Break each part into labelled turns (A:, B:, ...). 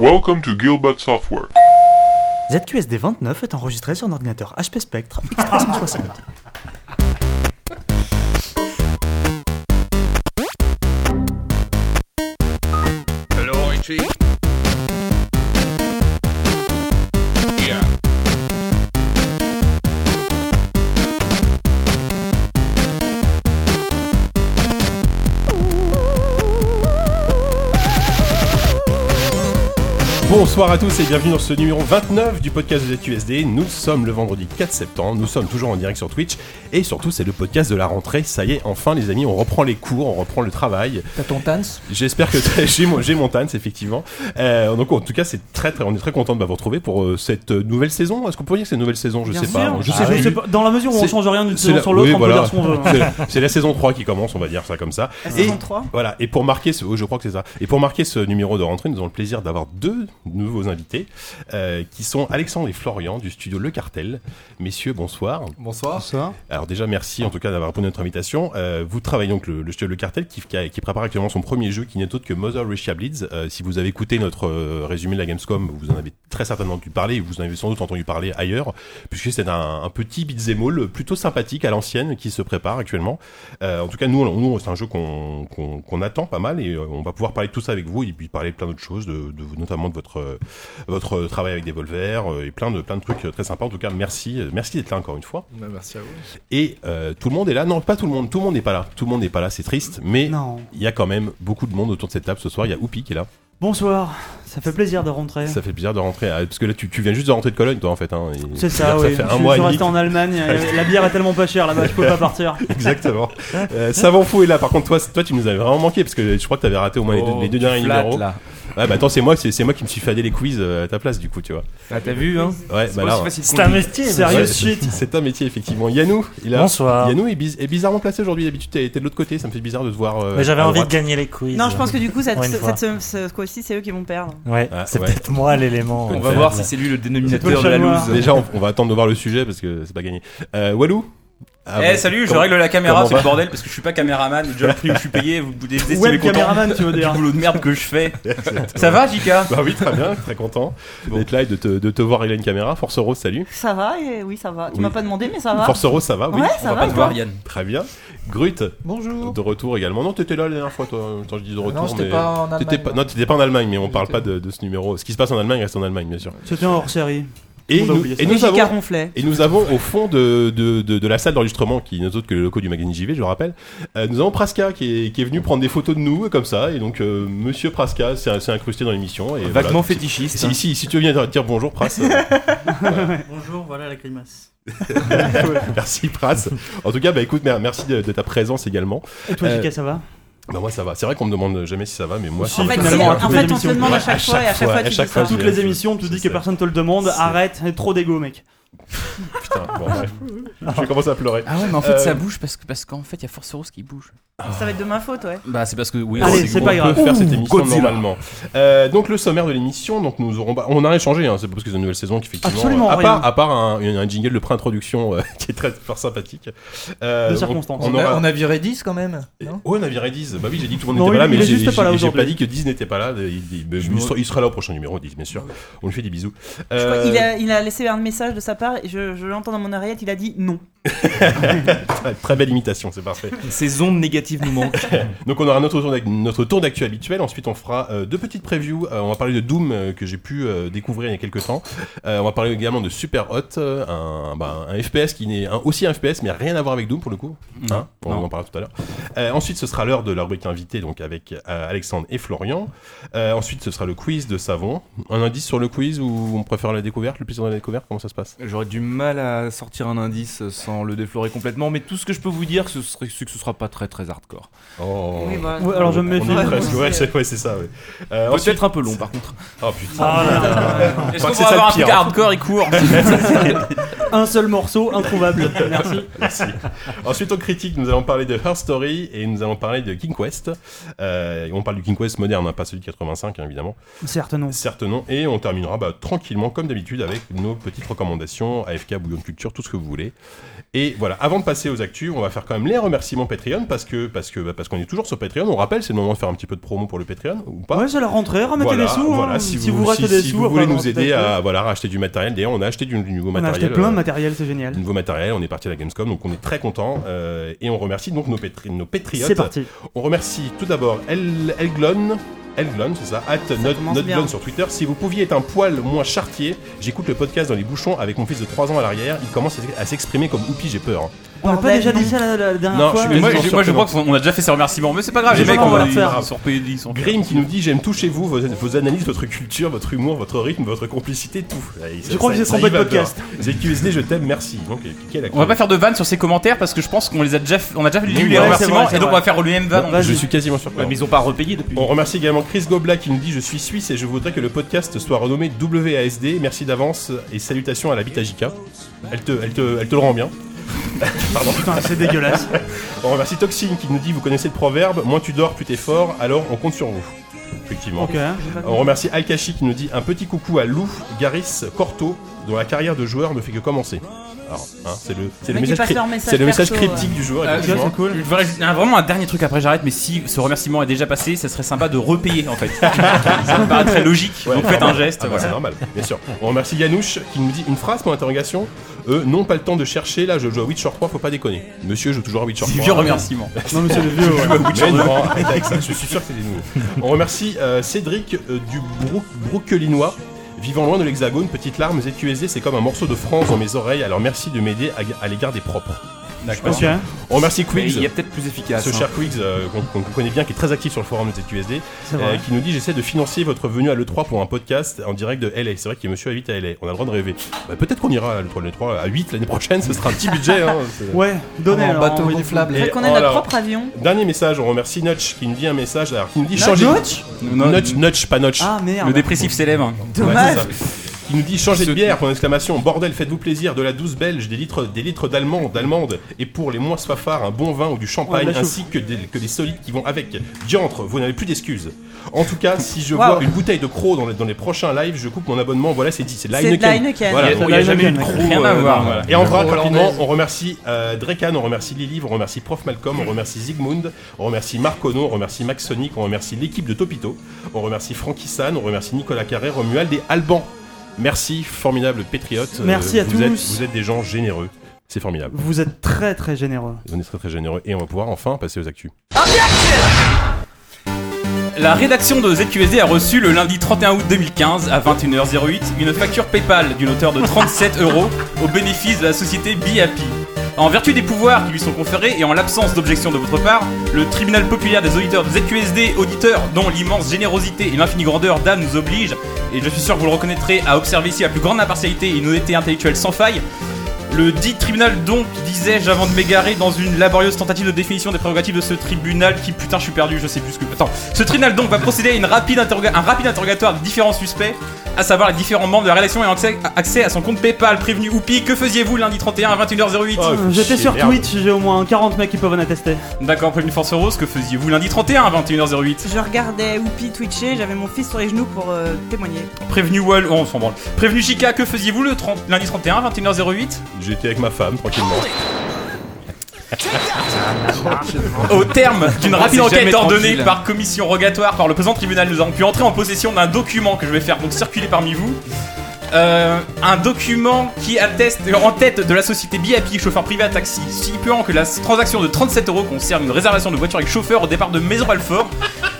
A: Welcome to Gilbert Software.
B: Eh,
C: ZQSD 29 est enregistré sur un ordinateur HP Spectre X360.
D: Hello, Richie. Yeah.
E: Bonsoir à tous et bienvenue dans ce numéro 29 du podcast de ZQSD. Nous sommes le vendredi 4 septembre, nous sommes toujours en direct sur Twitch et surtout c'est le podcast de la rentrée. Ça y est, enfin les amis, on reprend les cours, on reprend le travail.
F: T'as ton TANS
E: J'espère que t'as- j'ai mon, j'ai mon TANS, effectivement. Euh, donc en tout cas, c'est très, très, on est très content de vous retrouver pour euh, cette euh, nouvelle saison. Est-ce qu'on peut dire que c'est une nouvelle saison Je
C: Bien
E: sais pas.
C: sûr.
E: Je sais,
C: Ah
E: je
C: oui.
E: sais
C: pas- dans la mesure où on
E: C'est-
C: change rien d'une
E: c'est
C: saison
E: la-
C: sur l'autre,
E: oui,
C: on peut
E: voilà.
C: dire ce qu'on veut.
E: C'est la- C'est la saison 3 qui commence, on va dire ça comme ça. Et-
C: saison 3
E: voilà, et pour marquer ce, je crois que c'est ça. Et pour marquer ce numéro de rentrée, nous avons le plaisir d'avoir deux nouveaux invités, euh, qui sont Alexandre et Florian du studio Le Cartel. Messieurs, bonsoir.
F: Bonsoir.
E: Alors déjà, merci en tout cas d'avoir répondu à notre invitation. Euh, vous travaillez donc le, le studio Le Cartel qui, qui a- qui prépare actuellement son premier jeu qui n'est autre que Mother Russia Bleeds. Euh, si vous avez écouté notre euh, résumé de la Gamescom, vous en avez très certainement entendu parler, et vous en avez sans doute entendu parler ailleurs, puisque c'est un, un petit beat'em all plutôt sympathique à l'ancienne qui se prépare actuellement. Euh, en tout cas, nous, on- nous c'est un jeu qu'on qu'on- qu'on attend pas mal et euh, on va pouvoir parler de tout ça avec vous et puis parler de plein d'autres choses, de, de- notamment de votre, euh, votre euh, travail avec des volvers euh, et plein de, plein de trucs euh, très sympas. En tout cas, merci, euh, merci d'être là encore une fois.
G: Bah,
F: merci à vous.
E: Et euh, tout le monde est là. Non, pas tout le monde. Tout le monde n'est pas là. Tout le monde n'est pas là. C'est triste. Mais
C: Non.
E: il y a quand même beaucoup de monde autour de cette table ce soir. Il y a Oupi qui est là.
C: Bonsoir, ça fait plaisir de rentrer.
E: Ça fait plaisir de rentrer. Ah, Parce que là, tu, tu viens juste de rentrer de Cologne, toi, en fait. hein. Et-
C: C'est ça,
E: Ça
C: oui.
E: fait
C: je
E: un mois
C: suis
E: et demi.
C: resté en Allemagne, euh, la bière est tellement pas chère là-bas, je peux pas partir.
E: Exactement. Euh, Savant fou est là. Par contre, toi, c- toi, tu nous avais vraiment manqué parce que je crois que t'avais raté au moins les deux- les deux, derniers numéros.
F: là.
E: Ouais, bah attends, c'est moi, c'est c'est moi qui me suis fadé les quiz euh, à ta place, du coup, tu vois.
F: Ah, t'as vu, hein
E: Ouais, bah là. ouais.
C: C'est un métier, sérieux
E: Ouais,
C: shit.
E: C'est un métier, effectivement. Yannou, il a.
H: Bonsoir.
E: Yannou est, biz- est bizarrement placé aujourd'hui. D'habitude, t'es t'es de l'autre côté. Ça me fait bizarre de te voir. euh,
H: Mais Bah, j'avais
E: à
H: envie de
E: droite.
H: gagner les quiz.
I: Non, je pense que du coup, cette,
H: Pour une
I: cette-
H: fois.
I: cette- ce coup-ci, c'est eux qui vont perdre.
H: Ouais,
E: Ah,
H: c'est
E: ouais.
H: peut-être moi l'élément.
F: On
H: en
F: va
H: fait.
F: voir si c'est lui le
C: C'est pas
F: dénominateur
C: le
F: de la
C: chamois.
F: loose.
E: Déjà, on, on va attendre de voir le sujet parce que c'est pas gagné. Euh, Walou Ah
D: Eh
E: bon.
D: salut, je
E: Comment-
D: règle la caméra,
E: comment
D: c'est le
E: va
D: bordel parce que je suis pas caméraman, déjà le prix où je suis payé, vous pouvez
C: Web
D: estimer content
C: caméraman, tu veux
D: du
C: dire.
D: boulot de merde que je fais. Ça va Jika
E: Bah oui, très bien, très content d'être là et de te, de te voir, Hélène Caméra. Force Rose, salut.
I: Ça va et oui, ça va. Tu
E: Oui.
I: m'as pas demandé, mais ça va.
E: Force Rose, ça va Oui,
I: Ouais,
E: on
I: ça
E: va
I: va,
E: pas
I: et
E: te
I: toi
E: voir. Yann. Très bien. Grut,
F: Bonjour.
E: de retour également. Non, t'étais là la dernière fois, toi, quand je dis de retour.
F: Non, j'étais
E: mais-
F: pas en
E: T'étais
F: Allemagne.
E: pas- non, t'étais pas en Allemagne, mais on parle
F: J'étais-
E: pas de, de ce numéro. Ce qui se passe en Allemagne reste en Allemagne, bien sûr.
C: C'était un hors série.
E: Et,
C: On a
E: nous,
C: oublié ça.
E: et
I: Et
E: nous
I: Jika
E: avons
I: ronflait.
E: Et nous avons au fond de, de, de, de la salle d'enregistrement, qui n'est autre que le locaux du magazine JV, je le rappelle, euh, nous avons Praska qui est, qui est venu prendre des photos de nous, euh, comme ça, et donc euh, Monsieur Praska s'est s'est incrusté dans l'émission. et
F: Vaguement
E: voilà.
F: fétichiste.
C: hein.
E: Si, si, si tu veux bien dire- dire bonjour, Pras. euh,
H: Bonjour, voilà la grimace.
E: merci, Pras. En tout cas, bah écoute, mer- merci de, de ta présence également.
C: Et toi,
E: Euh,
C: Jika, ça va
E: Bah, moi, ça va. C'est vrai qu'on me demande jamais si ça va, mais moi,
C: Si,
I: En
E: si.
I: fait,
C: finalement,
I: c'est-
C: à
I: en
C: toutes
I: fait,
C: les
I: on te
C: émissions.
I: le demande à chaque fois et à chaque fois,
E: à
I: tu
E: chaque
I: dis
E: fois,
I: ça.
E: je-
C: Toutes les émissions, tu dis que
E: c'est ça.
C: personne te le demande, arrête, trop d'égo, mec.
E: Putain, bon, bref. Je vais commencer à pleurer.
B: Ah ouais, mais en fait
E: Euh,
B: ça bouge parce que parce qu'en fait il y a Force Rose qui bouge.
I: Ça va être de ma faute, ouais.
B: Bah c'est parce que oui.
C: Allez,
E: On
C: c'est
E: peut
C: pas grave.
E: faire cette émission
F: Godzilla.
E: normalement. Euh, donc le sommaire de l'émission, donc nous aurons, bah, on a rien changé, hein, c'est pas parce que c'est une nouvelle saison qu'effectivement.
C: Absolument
E: euh, à
C: rien.
E: part, à part un, une- un jingle de pré-introduction euh, qui est très fort sympathique. Euh,
C: De
E: on-
C: circonstance.
E: On,
F: On a,
E: aura.
F: on a viré 10 quand même.
E: Eh,
F: Non
E: Oh, Navire et Diz. Bah oui, j'ai dit que tout le monde
C: Non,
E: n'était
C: il-
E: pas là,
C: il
E: mais
C: est
E: j'ai
C: juste pas là
E: j'ai- j'ai
C: aujourd'hui.
E: pas dit que Diz n'était pas là. Il, il- mais il sera, il sera là au prochain numéro, Diz, bien sûr. On lui fait des bisous.
I: Je crois
E: Euh,
I: qu'il a- il a laissé un message de sa part et je, je l'entends dans mon oreillette, il a dit non.
E: très- Très belle imitation, c'est parfait.
F: Ces ondes négatives nous manquent.
E: Donc on aura notre tour, d'ac- notre tour d'actu habituel, ensuite on fera euh, deux petites previews, Euh, on va parler de Doom euh, que j'ai pu euh, découvrir il y a quelques temps, Euh, on va parler également de Super Hot, euh, un, bah, un FPS qui n'est un- aussi un FPS mais rien à voir avec Doom pour le coup, Hein on
D: Non.
E: en parlera tout à l'heure. Euh, ensuite ce sera l'heure de la rubrique invitée donc avec euh, Alexandre et Florian, Euh, ensuite ce sera le quiz de Savon, un indice sur le quiz ou on préfère la découverte, le plaisir de la découverte, comment ça se passe
F: J'aurais du mal à sortir un indice sans le déflorer complètement, mais tout ce que je peux vous dire, ce serait- c'est que ce sera pas très très hardcore.
E: Oh.
I: Oui, voilà.
C: Ouais, alors je me
E: On
C: méfie.
E: est presque, ouais,
I: Ouais.
E: c'est ouais, c'est ça, ouais. Euh, ensuite-
F: Peut-être un peu long par contre.
E: Oh putain.
C: Ah, là, là, là.
D: Est-ce
E: Enfin,
D: qu'on
E: c'est
D: va
E: ça le
D: avoir un
E: pire,
D: truc hardcore et court
C: Un seul morceau, introuvable. Merci.
E: Merci. Ensuite, en critique, nous allons parler de Her Story et nous allons parler de King Quest. Euh, et on parle du King Quest moderne, hein, pas celui de 85, hein, évidemment.
C: Certes, non.
E: Certes non. Et on terminera bah, tranquillement, comme d'habitude, avec nos petites recommandations, AFK, Bouillon de Culture, tout ce que vous voulez. Et voilà, avant de passer aux actus, on va faire quand même les remerciements Patreon, parce que parce que bah, parce qu'on est toujours sur Patreon. On rappelle, c'est le moment de faire un petit peu de promo pour le Patreon, ou pas
C: Ouais, c'est la rentrée, remettez
E: voilà,
C: des sous. hein.
E: voilà, si, vous,
C: ratez
E: si-
C: des
E: si
C: sous,
E: vous
C: enfin,
E: voulez
C: non,
E: nous
C: c'est
E: aider
C: peut-être-
E: à voilà, racheter du matériel. D'ailleurs, on a acheté du, du nouveau
C: On a
E: matériel.
C: acheté plein
E: euh,
C: de matériel, c'est génial.
E: nouveau matériel, on est parti à la Gamescom, donc on est très content euh, et on remercie donc nos, patri- nos patriotes.
C: C'est parti.
E: On remercie tout d'abord El- Elglon, Elglon, c'est ça, at Not-
I: commence
E: Notglon
I: bien.
E: sur Twitter. Si vous pouviez être un poil moins chartier, j'écoute le podcast dans les bouchons avec mon fils de 3 ans à l'arrière, il commence à s'exprimer comme oupi, j'ai peur. hein.
C: On n'a pas
I: Bordel,
C: déjà dit
I: non.
C: ça la, la dernière
E: Non,
C: fois euh,
E: je suis
B: Mais moi,
E: Quasiment
B: j'ai- moi, je
E: surprenant.
B: crois qu'on a déjà fait ces remerciements, mais c'est pas grave,
E: Mais
B: les mecs,
E: non, on
B: on
E: va
B: va
E: le
B: ils
E: faire.
B: sont repayés, ils sont
E: Grim qui nous dit j'aime tout chez vous, vos, vos analyses, votre culture, votre humour, votre rythme, votre complicité, tout. Et ça-
C: Je crois
E: ça-
C: que j'ai
E: ça y
C: trompé de
E: va
C: podcast.
E: bien. ZQSD, je t'aime, merci. Donc, euh, quelle
B: On va pas faire de vannes sur ces commentaires parce que je pense qu'on les a déjà, fait- on a déjà lu
C: Ouais,
B: les
C: c'est
B: remerciements
C: vrai, c'est
B: et donc on
C: vrai.
B: va faire le même
C: Bon,
B: van.
C: vas-y.
E: Bah, Je suis quasiment surpris.
F: mais ils ont pas repayé depuis.
E: On remercie également Chris Gobla qui nous dit Je suis suisse et je voudrais que le podcast soit renommé WASD. Merci d'avance et salutations à la bite à JK. Elle te, elle, te, elle te le rend bien.
C: Putain, c'est dégueulasse.
E: On remercie Toxine qui nous dit Vous connaissez le proverbe Moins tu dors, plus t'es fort, alors on compte sur vous. Effectivement.
C: Ok.
E: On remercie Alkashi qui nous dit Un petit coucou à Lou, Garis, Corto, dont la carrière de joueur ne fait que commencer. Alors, hein, c'est le, c'est le
I: Mais qui
E: message,
I: passent
E: cri-
I: leur message
E: c'est le message
I: perso,
E: cryptique du joueur.
B: Euh,
E: effectivement.
B: Je voudrais juste- un- vraiment un dernier truc après j'arrête, mais si ce remerciement est déjà passé, ça serait sympa de repayer en fait. ça me paraît très logique,
E: Ouais,
B: donc faites un
E: normal.
B: geste.
E: Ah bah,
B: voilà.
E: C'est normal, bien sûr. On remercie Yanouche qui nous dit une phrase pour interrogation. Euh, non, pas le temps de chercher. Là, je joue à Witcher 3, faut pas déconner. Monsieur, je joue toujours à Witcher 3.
B: C'est vieux remerciement.
C: Non, mais c'est le vieux. ouais.
E: Mais non, arrête avec Ah, ça, je suis sûr que c'est des nouveaux. On remercie euh, Cédric euh, du Brou Brooklynois. Vivant loin de l'hexagone, petite larme, ZQSD, c'est comme un morceau de France dans mes oreilles, alors merci de m'aider à, à l'égard des propres. D'accord.
C: Ok.
E: On remercie
F: Mais
E: Quigs,
F: il y a peut-être plus efficace.
E: ce
F: hein.
E: cher Quigs euh, qu'on qu'on connaît bien, qui est très actif sur le forum de ZQSD.
C: C'est
E: Euh,
C: vrai.
E: qui nous dit j'essaie de financer votre venue à l'E3 pour un podcast en direct de LA. C'est vrai que monsieur habite à LA, on a le droit de rêver. Bah, Peut-être qu'on ira à l'E3 l'E3 à 8 l'année prochaine, ce sera un petit budget. Hein, c'est-
C: Ouais, donnez
F: En
C: alors.
F: bateau
C: envoyez des
F: gonflable.
E: Et
I: Faudrait qu'on ait notre
E: alors,
I: propre avion.
E: Dernier message, on remercie Notch qui nous dit un message, alors qui nous dit
C: Notch
E: changer.
C: Notch
B: Non,
E: Notch, Notch, pas Notch.
C: Ah merde.
B: Le dépressif s'élève.
E: Ouais,
I: Dommage.
E: c'est ça. qui nous dit changer de bière, point d'exclamation, bordel, faites-vous plaisir, de la douce belge, des litres des litres d'allemand, d'allemande, et pour les moins soifards, un bon vin ou du champagne,
C: Ouais,
I: bah,
C: la
E: ainsi que des, que des solides qui vont avec. Diantre, vous n'avez plus d'excuses. En tout cas, si je
I: Waouh.
E: vois une bouteille de croc dans les, dans les prochains lives, je coupe mon abonnement, voilà, c'est dit, c'est de la
I: C'est de
E: Heineken.
I: la Heineken.
E: Voilà,
C: C'est de
E: donc,
C: la
E: il y a jamais eu de
C: Heineken,
E: croc,
B: Rien à
E: euh,
B: voir.
E: non, voilà. Et en vrai,
F: Croc
E: rapidement,
F: hollandaise.
E: on remercie euh, Drekan, on remercie Lilive, on remercie Prof Malcolm, on remercie Zygmunt, on remercie Marc Ono, on remercie Max Sonic, on remercie l'équipe de Topito, on remercie Francky San, on remercie Nicolas Carré, Romuald et Alban. Merci, formidable patriote. euh,
C: Merci à
E: vous Êtes,
C: tous.
E: vous êtes des gens généreux. C'est formidable.
C: Vous êtes très très généreux.
E: On est très très généreux et on va pouvoir enfin passer aux actus.
B: La rédaction de ZQSD a reçu le lundi 31 août 2015 à 21h08 une facture PayPal d'une hauteur de 37 euros au bénéfice de la société BIAPI. En vertu des pouvoirs qui lui sont conférés et en l'absence d'objection de votre part, le tribunal populaire des auditeurs de ZQSD, auditeurs dont l'immense générosité et l'infinie grandeur d'âme nous oblige, et je suis sûr que vous le reconnaîtrez, à observer ici la plus grande impartialité et une honnêteté intellectuelle sans faille, le dit tribunal donc, disais-je avant de m'égarer dans une laborieuse tentative de définition des prérogatives de ce tribunal qui putain je suis perdu, je sais plus ce que... Attends, ce tribunal donc va procéder à une rapide interroga- un rapide interrogatoire de différents suspects, à savoir les différents membres de la rédaction ayant accès, accès à son compte Paypal, prévenu Oupi, que faisiez-vous lundi 31 à 21h08
E: Oh,
C: Euh, J'étais
E: chier,
C: sur
E: merde.
C: Twitch, j'ai au moins 40 mecs qui peuvent en attester.
B: D'accord, prévenu Force Rose, que faisiez-vous lundi 31 à 21h08
I: Je regardais Whoopi twitcher, j'avais mon fils sur les genoux pour euh, témoigner.
B: Prévenu Wall, oh, on s'en branle. Prévenu Chica, que faisiez-vous le 30 lundi 31 à 21h08
E: J'étais avec ma femme, tranquillement.
B: Au terme d'une rapide
F: C'est
B: enquête
F: jamais
B: ordonnée
F: tranquille.
B: par commission rogatoire par le présent tribunal, nous avons pu entrer en possession d'un document que je vais faire donc circuler parmi vous. Euh, un document qui atteste euh, en tête de la société BIAPI, chauffeur privé à taxi, stipulant que la transaction de 37 euros concerne une réservation de voiture avec chauffeur au départ de Maison Alfort,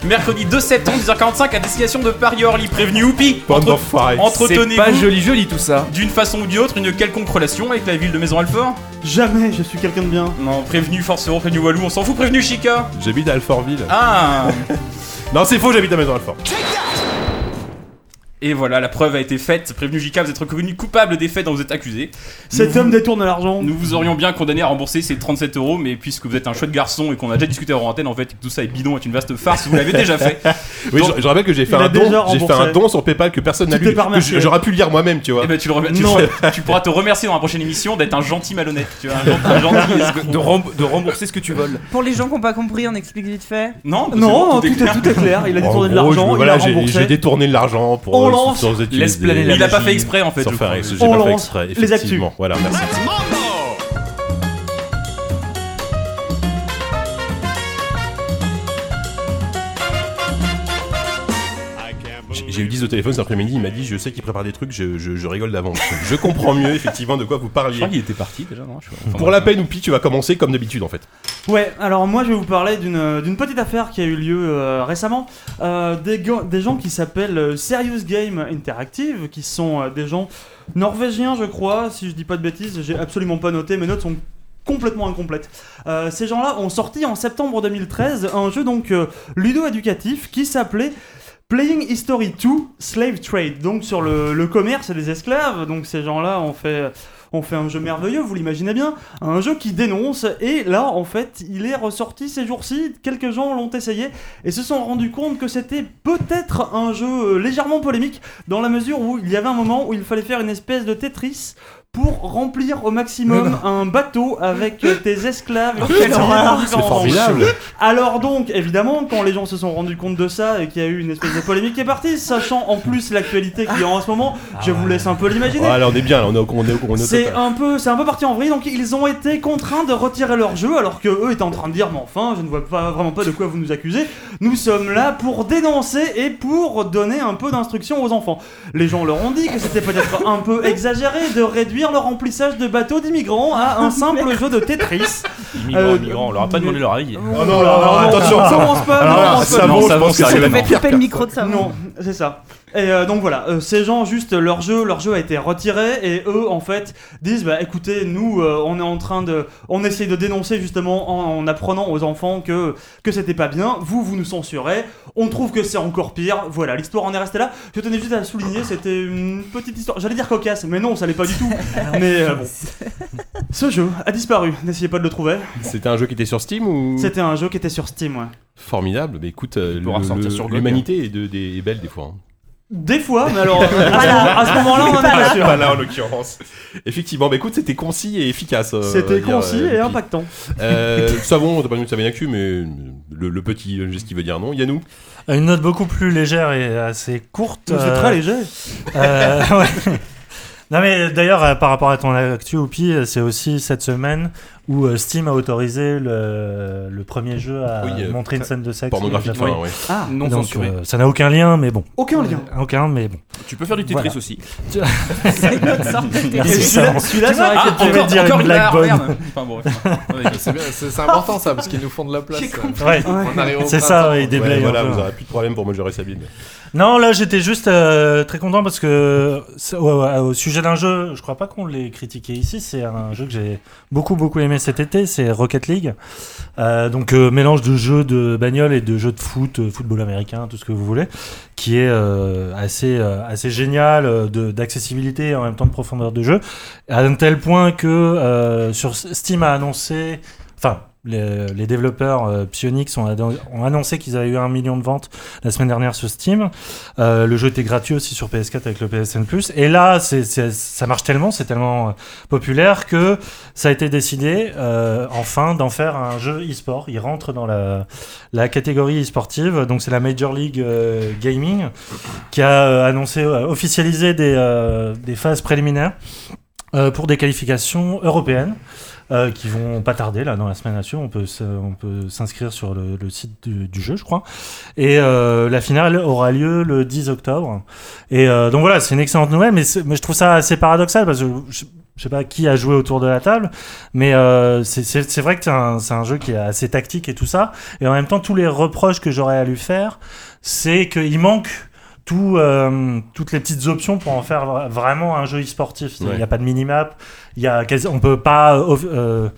B: mercredi 2 septembre 10h45 à destination de Paris-Orly, prévenu Oupi.
E: Bande
B: Entre-
E: d'enfoirés.
F: C'est pas
B: Entretenez-vous
F: joli joli tout ça.
B: d'une façon ou d'une autre une quelconque relation avec la ville de Maison Alfort
C: Jamais, je suis quelqu'un de bien.
B: Non, prévenu Force Euro, prévenu Walou, on s'en fout, prévenu Chica
E: J'habite à Alfortville.
B: Ah
E: Non, c'est faux, j'habite à Maison Alfort.
B: Et voilà, la preuve a été faite. Prévenu JK, vous êtes reconnu coupable des faits dont vous êtes accusé.
J: Cet
B: Nous-
J: homme détourne l'argent.
B: Nous vous aurions bien condamné à rembourser ces 37 euros, mais puisque vous êtes un chouette garçon et qu'on a déjà discuté en antenne, en fait, et que tout ça est bidon, est une vaste farce, vous l'avez déjà fait.
E: Oui,
B: Donc-
E: je, je rappelle que j'ai fait
J: Il
E: un
J: a déjà
E: don, j'ai fait un
J: remboursé.
E: don sur PayPal que personne n'a
J: Tu
E: lu.
J: t'es pas
E: que
J: remercié.
E: je- J'aurais pu le lire moi-même, tu vois.
B: Eh ben, tu, le rem- tu
J: Non.
B: le- tu pourras te remercier dans la prochaine émission d'être un gentil malhonnête. Tu vois, un gen- un gentil escroc.
F: De, rem- de rembourser ce que tu voles.
I: Pour les gens qui n'ont pas compris, on explique vite fait.
B: Non, bah, c'est bon, tout
J: Non, tout
B: est
J: est,
B: clair.
J: tout est clair. Il a
E: En
J: détourné de
E: gros, je-
J: l'argent, il
E: voilà,
J: a
E: j'ai- J'ai
J: remboursé.
E: détourné de l'argent pour.
J: On
E: euh,
J: lance.
E: sans utiliser-
F: Laisse planer la
B: Il a pas
F: magie.
B: fait exprès en fait.
E: sans
B: je
E: faire
B: crois.
E: ex- j'ai
J: On
E: pas fait
J: lance
E: exprès,
J: les
E: effectivement. Voilà, merci. J'ai- J'ai eu 10 au téléphone cet après-midi, il m'a dit je sais qu'il prépare des trucs, je, je- je rigole d'avance. Je comprends mieux effectivement de quoi vous
B: Je
E: parliez.
B: crois qu'il était parti déjà, non Je sais pas. Enfin,
E: Pour la peine ou pis, tu vas commencer comme d'habitude en fait.
J: Ouais, alors moi je vais vous parler d'une euh, d'une petite affaire qui a eu lieu euh, récemment. Euh, des, ga- des gens qui s'appellent euh, Serious Game Interactive, qui sont euh, des gens norvégiens, je crois, si je dis pas de bêtises, j'ai absolument pas noté, mes notes sont complètement incomplètes. Euh, ces gens-là ont sorti en septembre 2013 un jeu donc euh, ludo-éducatif qui s'appelait Playing History 2 Slave Trade, donc sur le, le commerce des esclaves. Donc ces gens-là ont fait, ont fait un jeu merveilleux, vous l'imaginez bien un jeu qui dénonce et là en fait il est ressorti ces jours-ci quelques gens l'ont essayé et se sont rendus compte que c'était peut-être un jeu euh, légèrement polémique dans la mesure où il y avait un moment où il fallait faire une espèce de Tetris pour remplir au maximum un bateau avec euh, tes esclaves qui
I: Oh, Quelle
J: étaient
I: horreur.
J: différents endroits. Alors donc, évidemment, quand les gens se sont rendus compte de ça et qu'il y a eu une espèce de polémique qui est partie, sachant en plus l'actualité qu'il y a en ce moment,
E: Ah
J: je vous laisse un peu l'imaginer.
E: Voilà, on est bien, là, on est au, on est au- hein. on est au
J: C'est
E: total.
J: un peu, c'est un peu parti en vrille. Donc ils ont été contraints de retirer leur jeu, alors que eux étaient en train de dire, mais enfin, je ne vois pas vraiment pas de quoi vous nous accusez. Nous sommes là pour dénoncer et pour donner un peu d'instruction aux enfants. Les gens leur ont dit que c'était peut-être un peu exagéré de réduire le remplissage de bateaux d'immigrants à un simple jeu de Tetris.
F: Immigrants,
J: Euh,
F: immigrants, on leur a pas demandé leur avis.
E: Oh
J: Ah
E: non, non, non, attention.
J: On commence pas,
E: Alors
J: on
E: là,
J: commence pas.
E: savon,
F: Non,
E: je
F: savon,
E: pense que
F: c'est
E: c'est
F: arrivé.
E: le
I: On va
E: pire.
I: couper le micro de ça.
J: Non, c'est ça. Et euh, donc voilà, euh, ces gens juste leur jeu, leur jeu a été retiré et eux en fait disent bah écoutez nous euh, on est en train de, on essaye de dénoncer justement en, en apprenant aux enfants que que c'était pas bien, vous vous nous censurez, on trouve que c'est encore pire, voilà l'histoire en est restée là. Je tenais juste à souligner c'était une petite histoire, j'allais dire cocasse mais non ça l'est pas du tout. mais euh, bon, ce jeu a disparu, n'essayez pas de le trouver.
E: C'était un jeu qui était sur Steam ou
J: C'était un jeu qui était sur Steam. Ouais.
E: Formidable, mais écoute, euh,
F: pourra
E: le-
F: ressortir
E: le-
F: sur GOG.
E: l'humanité est, de- des- est belle des fois. hein.
J: Des fois mais alors à ce moment- à ce moment-là on en est pas sûr.
E: Pas là en l'occurrence. Effectivement, mais écoute, c'était concis et efficace. euh, on va
J: C'était
E: dire,
J: concis
E: euh,
J: et
E: puis-
J: impactant.
E: Euh, savon, t'as pas dit ça vient cul, mais le, le petit euh, geste qui veut dire non, Yannou.
H: Euh, Une note beaucoup plus légère et euh, assez courte.
J: C'est
H: euh,
J: très léger.
H: Euh, ouais. Non mais d'ailleurs euh, par rapport à ton actu Oupi, euh, c'est aussi cette semaine où euh, Steam a autorisé le, le premier jeu à
E: Oui, euh,
H: montrer une scène de sexe
E: Pornographique,
H: Donc, euh,
E: enfin, ouais.
J: Ah,
F: Non
H: donc,
F: censuré.
H: euh, ça n'a aucun lien, mais bon,
J: aucun lien.
H: aucun, mais bon.
F: Tu peux faire du Tetris
H: Voilà.
F: aussi.
I: C'est notre sorte de
J: Et
H: Merci,
I: télé.
J: Celui-là,
H: Sarah.
J: celui-là, c'est vrai
B: Ah,
H: tu voulais
B: encore,
H: dire
B: encore
H: une
B: une
H: blague
B: barre,
H: bonne.
B: merde. Enfin, bon, ouais. Ouais,
G: C'est bien, c'est c'est important ça, parce qu'ils nous font de la place.
I: J'ai
G: ça.
I: compris.
H: Ouais,
G: On arrive au
H: c'est ça,
G: printemps.
H: ouais, il déblaye
E: Ouais,
H: un
E: voilà,
H: peu.
E: vous aurez plus de problème pour me gérer Sabine.
H: Non, là j'étais juste euh, très content parce que c'est- ouais, ouais, au sujet d'un jeu, je crois pas qu'on l'ait critiqué ici. C'est un jeu que j'ai beaucoup beaucoup aimé cet été, c'est Rocket League. Euh, donc euh, mélange de jeux de bagnole et de jeux de foot, euh, football américain, tout ce que vous voulez, qui est euh, assez euh, assez génial euh, de- d'accessibilité et en même temps de profondeur de jeu, à un tel point que euh, sur Steam a annoncé, enfin les, les développeurs euh, Psyonix ont, adon- ont annoncé qu'ils avaient eu un million de ventes la semaine dernière sur Steam. Euh, le jeu était gratuit aussi sur PS4 avec le PSN Plus. Et là, c'est- c'est- ça marche tellement, c'est tellement euh, populaire que ça a été décidé euh, enfin d'en faire un jeu e-sport. Il rentre dans la, la catégorie e-sportive. Donc c'est la Major League euh, Gaming qui a euh, annoncé, euh, officialisé des, euh, des phases préliminaires euh, pour des qualifications européennes. euh, qui vont pas tarder là dans la semaine à suivre. On peut se- on peut s'inscrire sur le, le site du- du jeu, je crois. Et euh, la finale aura lieu le 10 octobre. Et euh, donc voilà, c'est une excellente nouvelle, mais, c'est- mais je trouve ça assez paradoxal parce que je, je sais pas qui a joué autour de la table, mais euh, c'est- c'est c'est vrai que c'est un, c'est un jeu qui est assez tactique et tout ça. Et en même temps, tous les reproches que j'aurais à lui faire, c'est qu'il manque tout, euh, toutes les petites options pour en faire vra- vraiment un jeu e-sportif. Il n'y a
E: Ouais.
H: pas de minimap, il y a quasi- on peut pas euh, off- euh,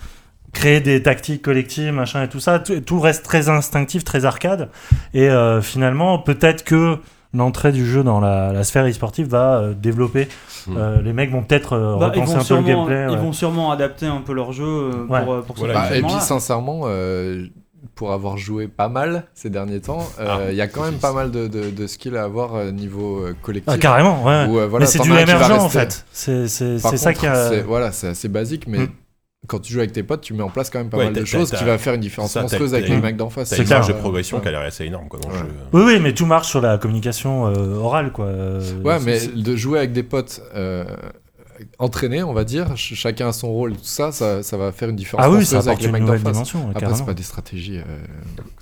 H: créer des tactiques collectives, machin et tout ça. Tout, tout reste très instinctif, très arcade. Et euh, finalement, peut-être que l'entrée du jeu dans la, la sphère e-sportive va euh, développer.
E: Hmm.
H: Euh, les mecs vont peut-être euh,
J: Bah, ils,
H: repenser
J: vont
H: un peu le
J: sûrement,
H: gameplay.
J: ils
H: ouais.
J: vont sûrement adapter un peu leur jeu euh,
H: Ouais.
J: pour, euh, pour ce
H: Voilà,
G: Bah, et
J: fonctionnement-là.
G: puis sincèrement, euh, pour avoir joué pas mal ces derniers temps, euh,
E: Ah,
G: il y a quand même pas mal de, de, de skills à avoir euh, niveau euh, collectif.
H: Ah, carrément, ouais.
G: Où, euh, voilà,
H: Mais c'est
G: t'en
H: du
G: as un qui va
H: émergent, en
G: rester.
H: fait. C'est- c'est-
G: Par
H: c'est ça
G: contre,
H: qui a-
G: c'est- Voilà, c'est assez basique, mais.
H: Mm.
G: Quand tu joues avec tes potes, tu mets en place quand même pas
E: Ouais,
G: mal
E: t'as-
G: de
E: t'as-
G: choses
E: t'as-
G: qui va faire une différence
E: ça, t'as-
G: monstrueuse avec
E: t'as-
G: les mecs d'en face.
E: t'as
H: C'est
E: une
H: clair.
E: marge de progression qui a l'air assez énorme quoi, dans le
G: Ouais.
E: jeu.
H: Oui, oui, mais tout marche sur la communication euh, orale, quoi. Euh,
G: Ouais,
H: c'est-
G: mais
H: c'est-
G: de jouer avec des potes euh, entraînés, on va dire, ch- chacun a son rôle, tout ça, ça, ça va faire une différence
H: Ah oui,
G: monstrueuse
H: ça
G: avec
H: apporte
G: les
H: une
G: mecs d'en
H: nouvelle
G: face.
H: dimension, ouais,
G: Après,
H: carrément.
G: c'est pas des stratégies euh,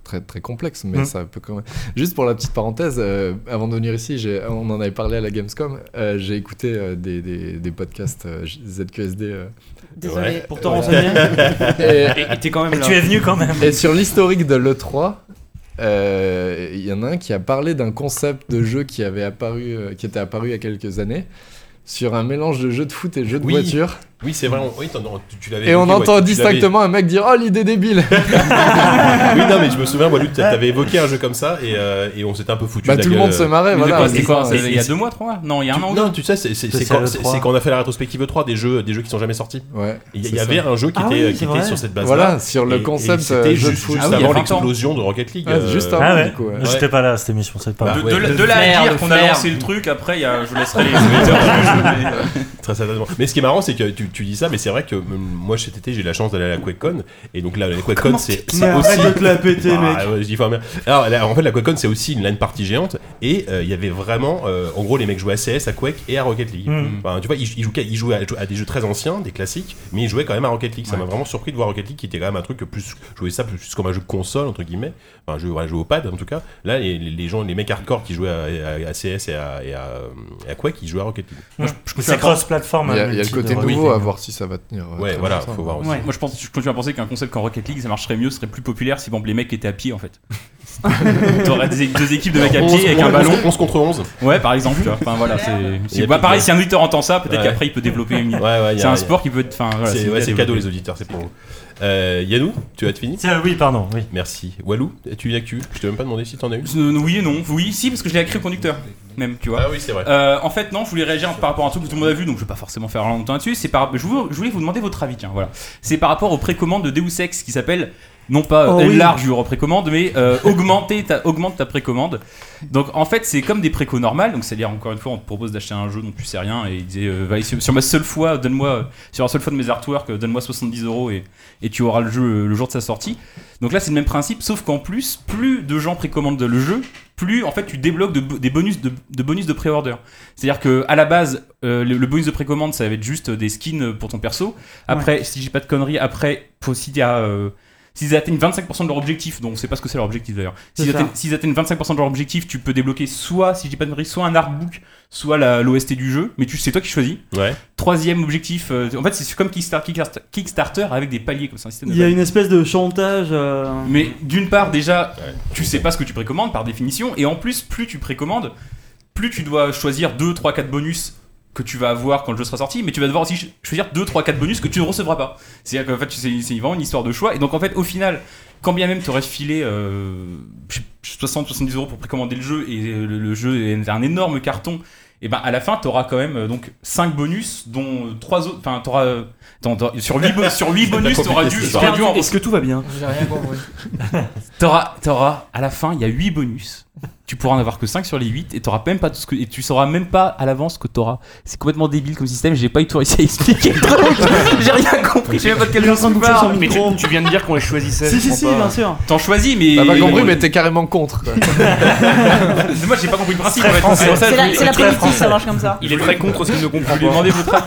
G: très, très complexes, mais
H: Mm.
G: ça peut quand même. Juste pour la petite parenthèse, euh, avant de venir ici, j'ai- on en avait parlé à la Gamescom, euh, j'ai écouté euh, des, des, des podcasts euh, ZQSD. euh,
I: Désolé.
E: Ouais.
J: Pour te renseigner.
G: et-
B: Et et t'es quand même
H: Mais
B: là.
H: tu es venu quand même.
G: et sur l'historique de l'E3, euh, il y en a un qui a parlé d'un concept de jeu qui, avait apparu, euh, qui était apparu il y a quelques années sur un mélange de jeu de foot et jeu de
E: Oui.
G: voiture.
E: Oui, c'est vrai, on- oui, t'en- tu, tu l'avais
G: Et on
E: évoqué, ouais,
G: entend
E: tu- tu l'avais-
G: distinctement un mec dire Oh, l'idée débile
E: Oui, non, mais je me souviens, Walou, t'a- t'avais évoqué un jeu comme ça et, euh, et on s'était un peu foutu.
G: Bah,
E: de la
G: tout le
E: gueule,
G: monde se
E: euh,
G: marrait,
B: Mais de
G: voilà.
B: quoi, c'est
G: c'est
B: quoi
G: ça.
B: c'est- Il y a deux mois, trois mois Non, il y a un an ou deux.
E: Non, tu sais, c'est- c'est
H: C'est
E: c'est
H: ça,
E: quand,
H: le
E: c'est-
H: 3.
E: c'est quand on a fait la rétrospective 3 des jeux, des jeux qui sont jamais sortis.
G: Ouais,
E: Il y,
G: c'est
E: il y
G: ça.
E: avait un jeu qui
H: Ah
E: était,
H: oui,
E: euh, qui
H: c'est
E: était
H: vrai.
E: sur cette base-là.
G: Voilà, sur le
E: Et- et
G: concept
E: C'était
G: euh, jeu de
E: juste,
G: foot.
E: juste
B: Ah oui, il y a
E: avant
B: 20 ans.
E: l'explosion de Rocket League.
G: Ouais, c'est juste
E: euh,
G: avant,
H: Ah ouais.
G: du coup. ouais.
H: J'étais pas là à cette émission, c'est pas
E: Bah,
H: grave.
B: De, de la- de la
I: Merde,
B: dire qu'on a
I: merde.
B: lancé le truc, après, il y a- je laisserai les auditeurs juger, mais-
E: Très certainement. Mais ce qui est marrant, c'est que tu, tu dis ça, mais c'est vrai que euh, moi cet été j'ai eu la chance d'aller à la QuakeCon et donc
J: Oh,
E: là la QuakeCon c'est c'est
J: Mais
E: aussi.
J: arrête de te la péter,
E: Ah,
J: mec.
E: ouais, je dis fort bien. Alors là, en fait la QuakeCon c'est aussi une LAN party géante et euh, il y avait vraiment, euh, en gros les mecs jouaient à CS, à Quake et à Rocket League.
H: Mm.
E: Enfin, tu vois, ils, ils jouaient, ils jouaient à, à des jeux très anciens, des classiques, mais ils jouaient quand même à Rocket League. Ça m'a vraiment surpris de voir Rocket League qui était quand même un truc que plus, je voyais ça plus comme un jeu de console entre guillemets, enfin un jeu, voilà, jeu au pad en tout cas. Là les, les gens, les mecs hardcore qui jouaient à, à- à CS et à, et à, à Quake, ils jouaient à Rocket League.
H: C'est cross-platform.
G: Il y a,
E: hein,
H: euh,
G: il y a le
H: multi
G: côté
H: de-
G: nouveau
H: oui.
G: à voir si ça va tenir. euh,
E: Ouais,
G: très
E: voilà,
G: longtemps.
E: faut voir aussi.
J: Ouais.
B: Moi, je pense, je continue à penser qu'un concept comme Rocket League, ça marcherait mieux, ce serait plus populaire si, bon, les mecs étaient à pied, en fait. T'aurais des- deux équipes de mecs à pied avec un ballon.
E: 11 contre 11.
B: Ouais, par exemple. tu vois. Enfin, voilà, c'est.
E: Il y
B: c'est-
E: a
B: bah,
E: plus
B: pareil,
E: de-
B: si un auditeur entend ça, peut-être
E: Ouais.
B: qu'après, il peut développer une.
E: Ouais, ouais, il y
B: C'est
E: a-
B: un sport qui peut être. Enfin, voilà,
E: C'est
B: une
E: ouais,
B: idée
E: c'est
B: à
E: cadeau, les
B: développer.
E: auditeurs, c'est pour vous. Euh, Yannou, tu as fini
H: Tiens, oui, pardon, oui.
E: Merci. Walou, as-tu une actu Je t'ai même pas demandé si t'en as une.
B: Euh, Oui et non. Oui, si, parce que je l'ai écrit au conducteur, même, tu vois.
E: Ah oui, c'est vrai.
B: Euh, en fait, non, je voulais réagir par rapport à un truc que tout le monde a vu, donc je vais pas forcément faire longtemps dessus. C'est par, je, vous- je voulais vous demander votre avis, tiens, voilà. C'est par rapport aux précommandes de Deus Ex qui s'appelle non pas
H: Oh
B: euh,
H: oui.
B: large euro précommande, mais euh, augmenter ta, augmente ta précommande. Donc en fait, c'est comme des précos normales, donc c'est-à-dire encore une fois, on te propose d'acheter un jeu dont tu sais rien et il disait euh, va, sur, sur ma seule fois, donne-moi euh, sur la seule fois de mes artworks, euh, donne-moi 70 euros et, et tu auras le jeu euh, le jour de sa sortie. Donc là, c'est le même principe, sauf qu'en plus, plus de gens précommandent le jeu, plus en fait tu débloques de bo- des bonus de, de bonus de pré-order. C'est-à-dire que à la base, euh, le, le bonus de précommande, ça va être juste euh, des skins pour ton perso. Après, si j'ai pas de conneries, après, faut s'il y a, euh, S'ils atteignent 25% de leur objectif, donc on sait pas ce que c'est leur objectif d'ailleurs. S'ils
J: C'est ça.
B: atteignent, s'ils atteignent 25% de leur objectif, tu peux débloquer soit, si je dis pas de conneries, soit un artbook, soit la- l'OST du jeu, mais tu c'est toi qui choisis.
E: Ouais.
B: Troisième objectif, euh, en fait c'est comme Kickstar- Kickstarter, Kickstarter avec des paliers comme ça. un système de
J: Il y a
B: paliers.
J: une espèce de chantage. euh,
B: Mais d'une part, déjà,
E: Ouais.
B: tu sais pas ce que tu précommandes par définition, et en plus, plus tu précommandes, plus tu dois choisir 2, 3, 4 bonus que tu vas avoir quand le jeu sera sorti, mais tu vas devoir aussi ch- choisir 2, 3, 4 bonus que tu ne recevras pas. C'est-à-dire qu'en fait, c'est c'est vraiment une histoire de choix, et donc en fait, au final, quand bien même tu aurais filé euh, je sais pas, 60, 70 euros pour précommander le jeu, et euh, le, le jeu est un énorme carton, et ben à la fin, tu auras quand même euh, donc 5 bonus, dont 3 autres. Enfin, t'auras, euh, t'en- t'en- sur 8, sur huit bonus, tu auras dû,
E: compliqué,
B: t'auras dû en
J: Est-ce que tout va bien
G: J'ai rien compris.
B: T'auras, t'auras, à la fin, il y a 8 bonus. Tu pourras en avoir que 5 sur les 8 et t'auras même pas tout ce que, et tu sauras même pas à l'avance ce que t'auras. C'est complètement débile comme système, j'ai pas eu tout réussi à expliquer le truc. j'ai rien compris, je sais même pas de quel
J: Il est en
B: jeu
J: train de
B: tu
J: bouffer son
B: parles.
F: Mais tu,
J: micro.
F: tu viens de dire qu'on les choisissait.
J: Si,
F: je
J: si, si,
F: comprends pas.
J: bien sûr.
B: T'en choisis, mais.
G: T'as pas compris, mais t'es carrément contre. quoi.
B: Moi, j'ai pas compris le principe. en fait. C'est pour ça
I: C'est
B: que je
I: la,
B: voulais-
I: c'est la politique, ça marche comme ça.
F: Il est très contre ce qu'il
B: je
F: ne comprend
B: voulais
F: pas.
B: demander votre avis.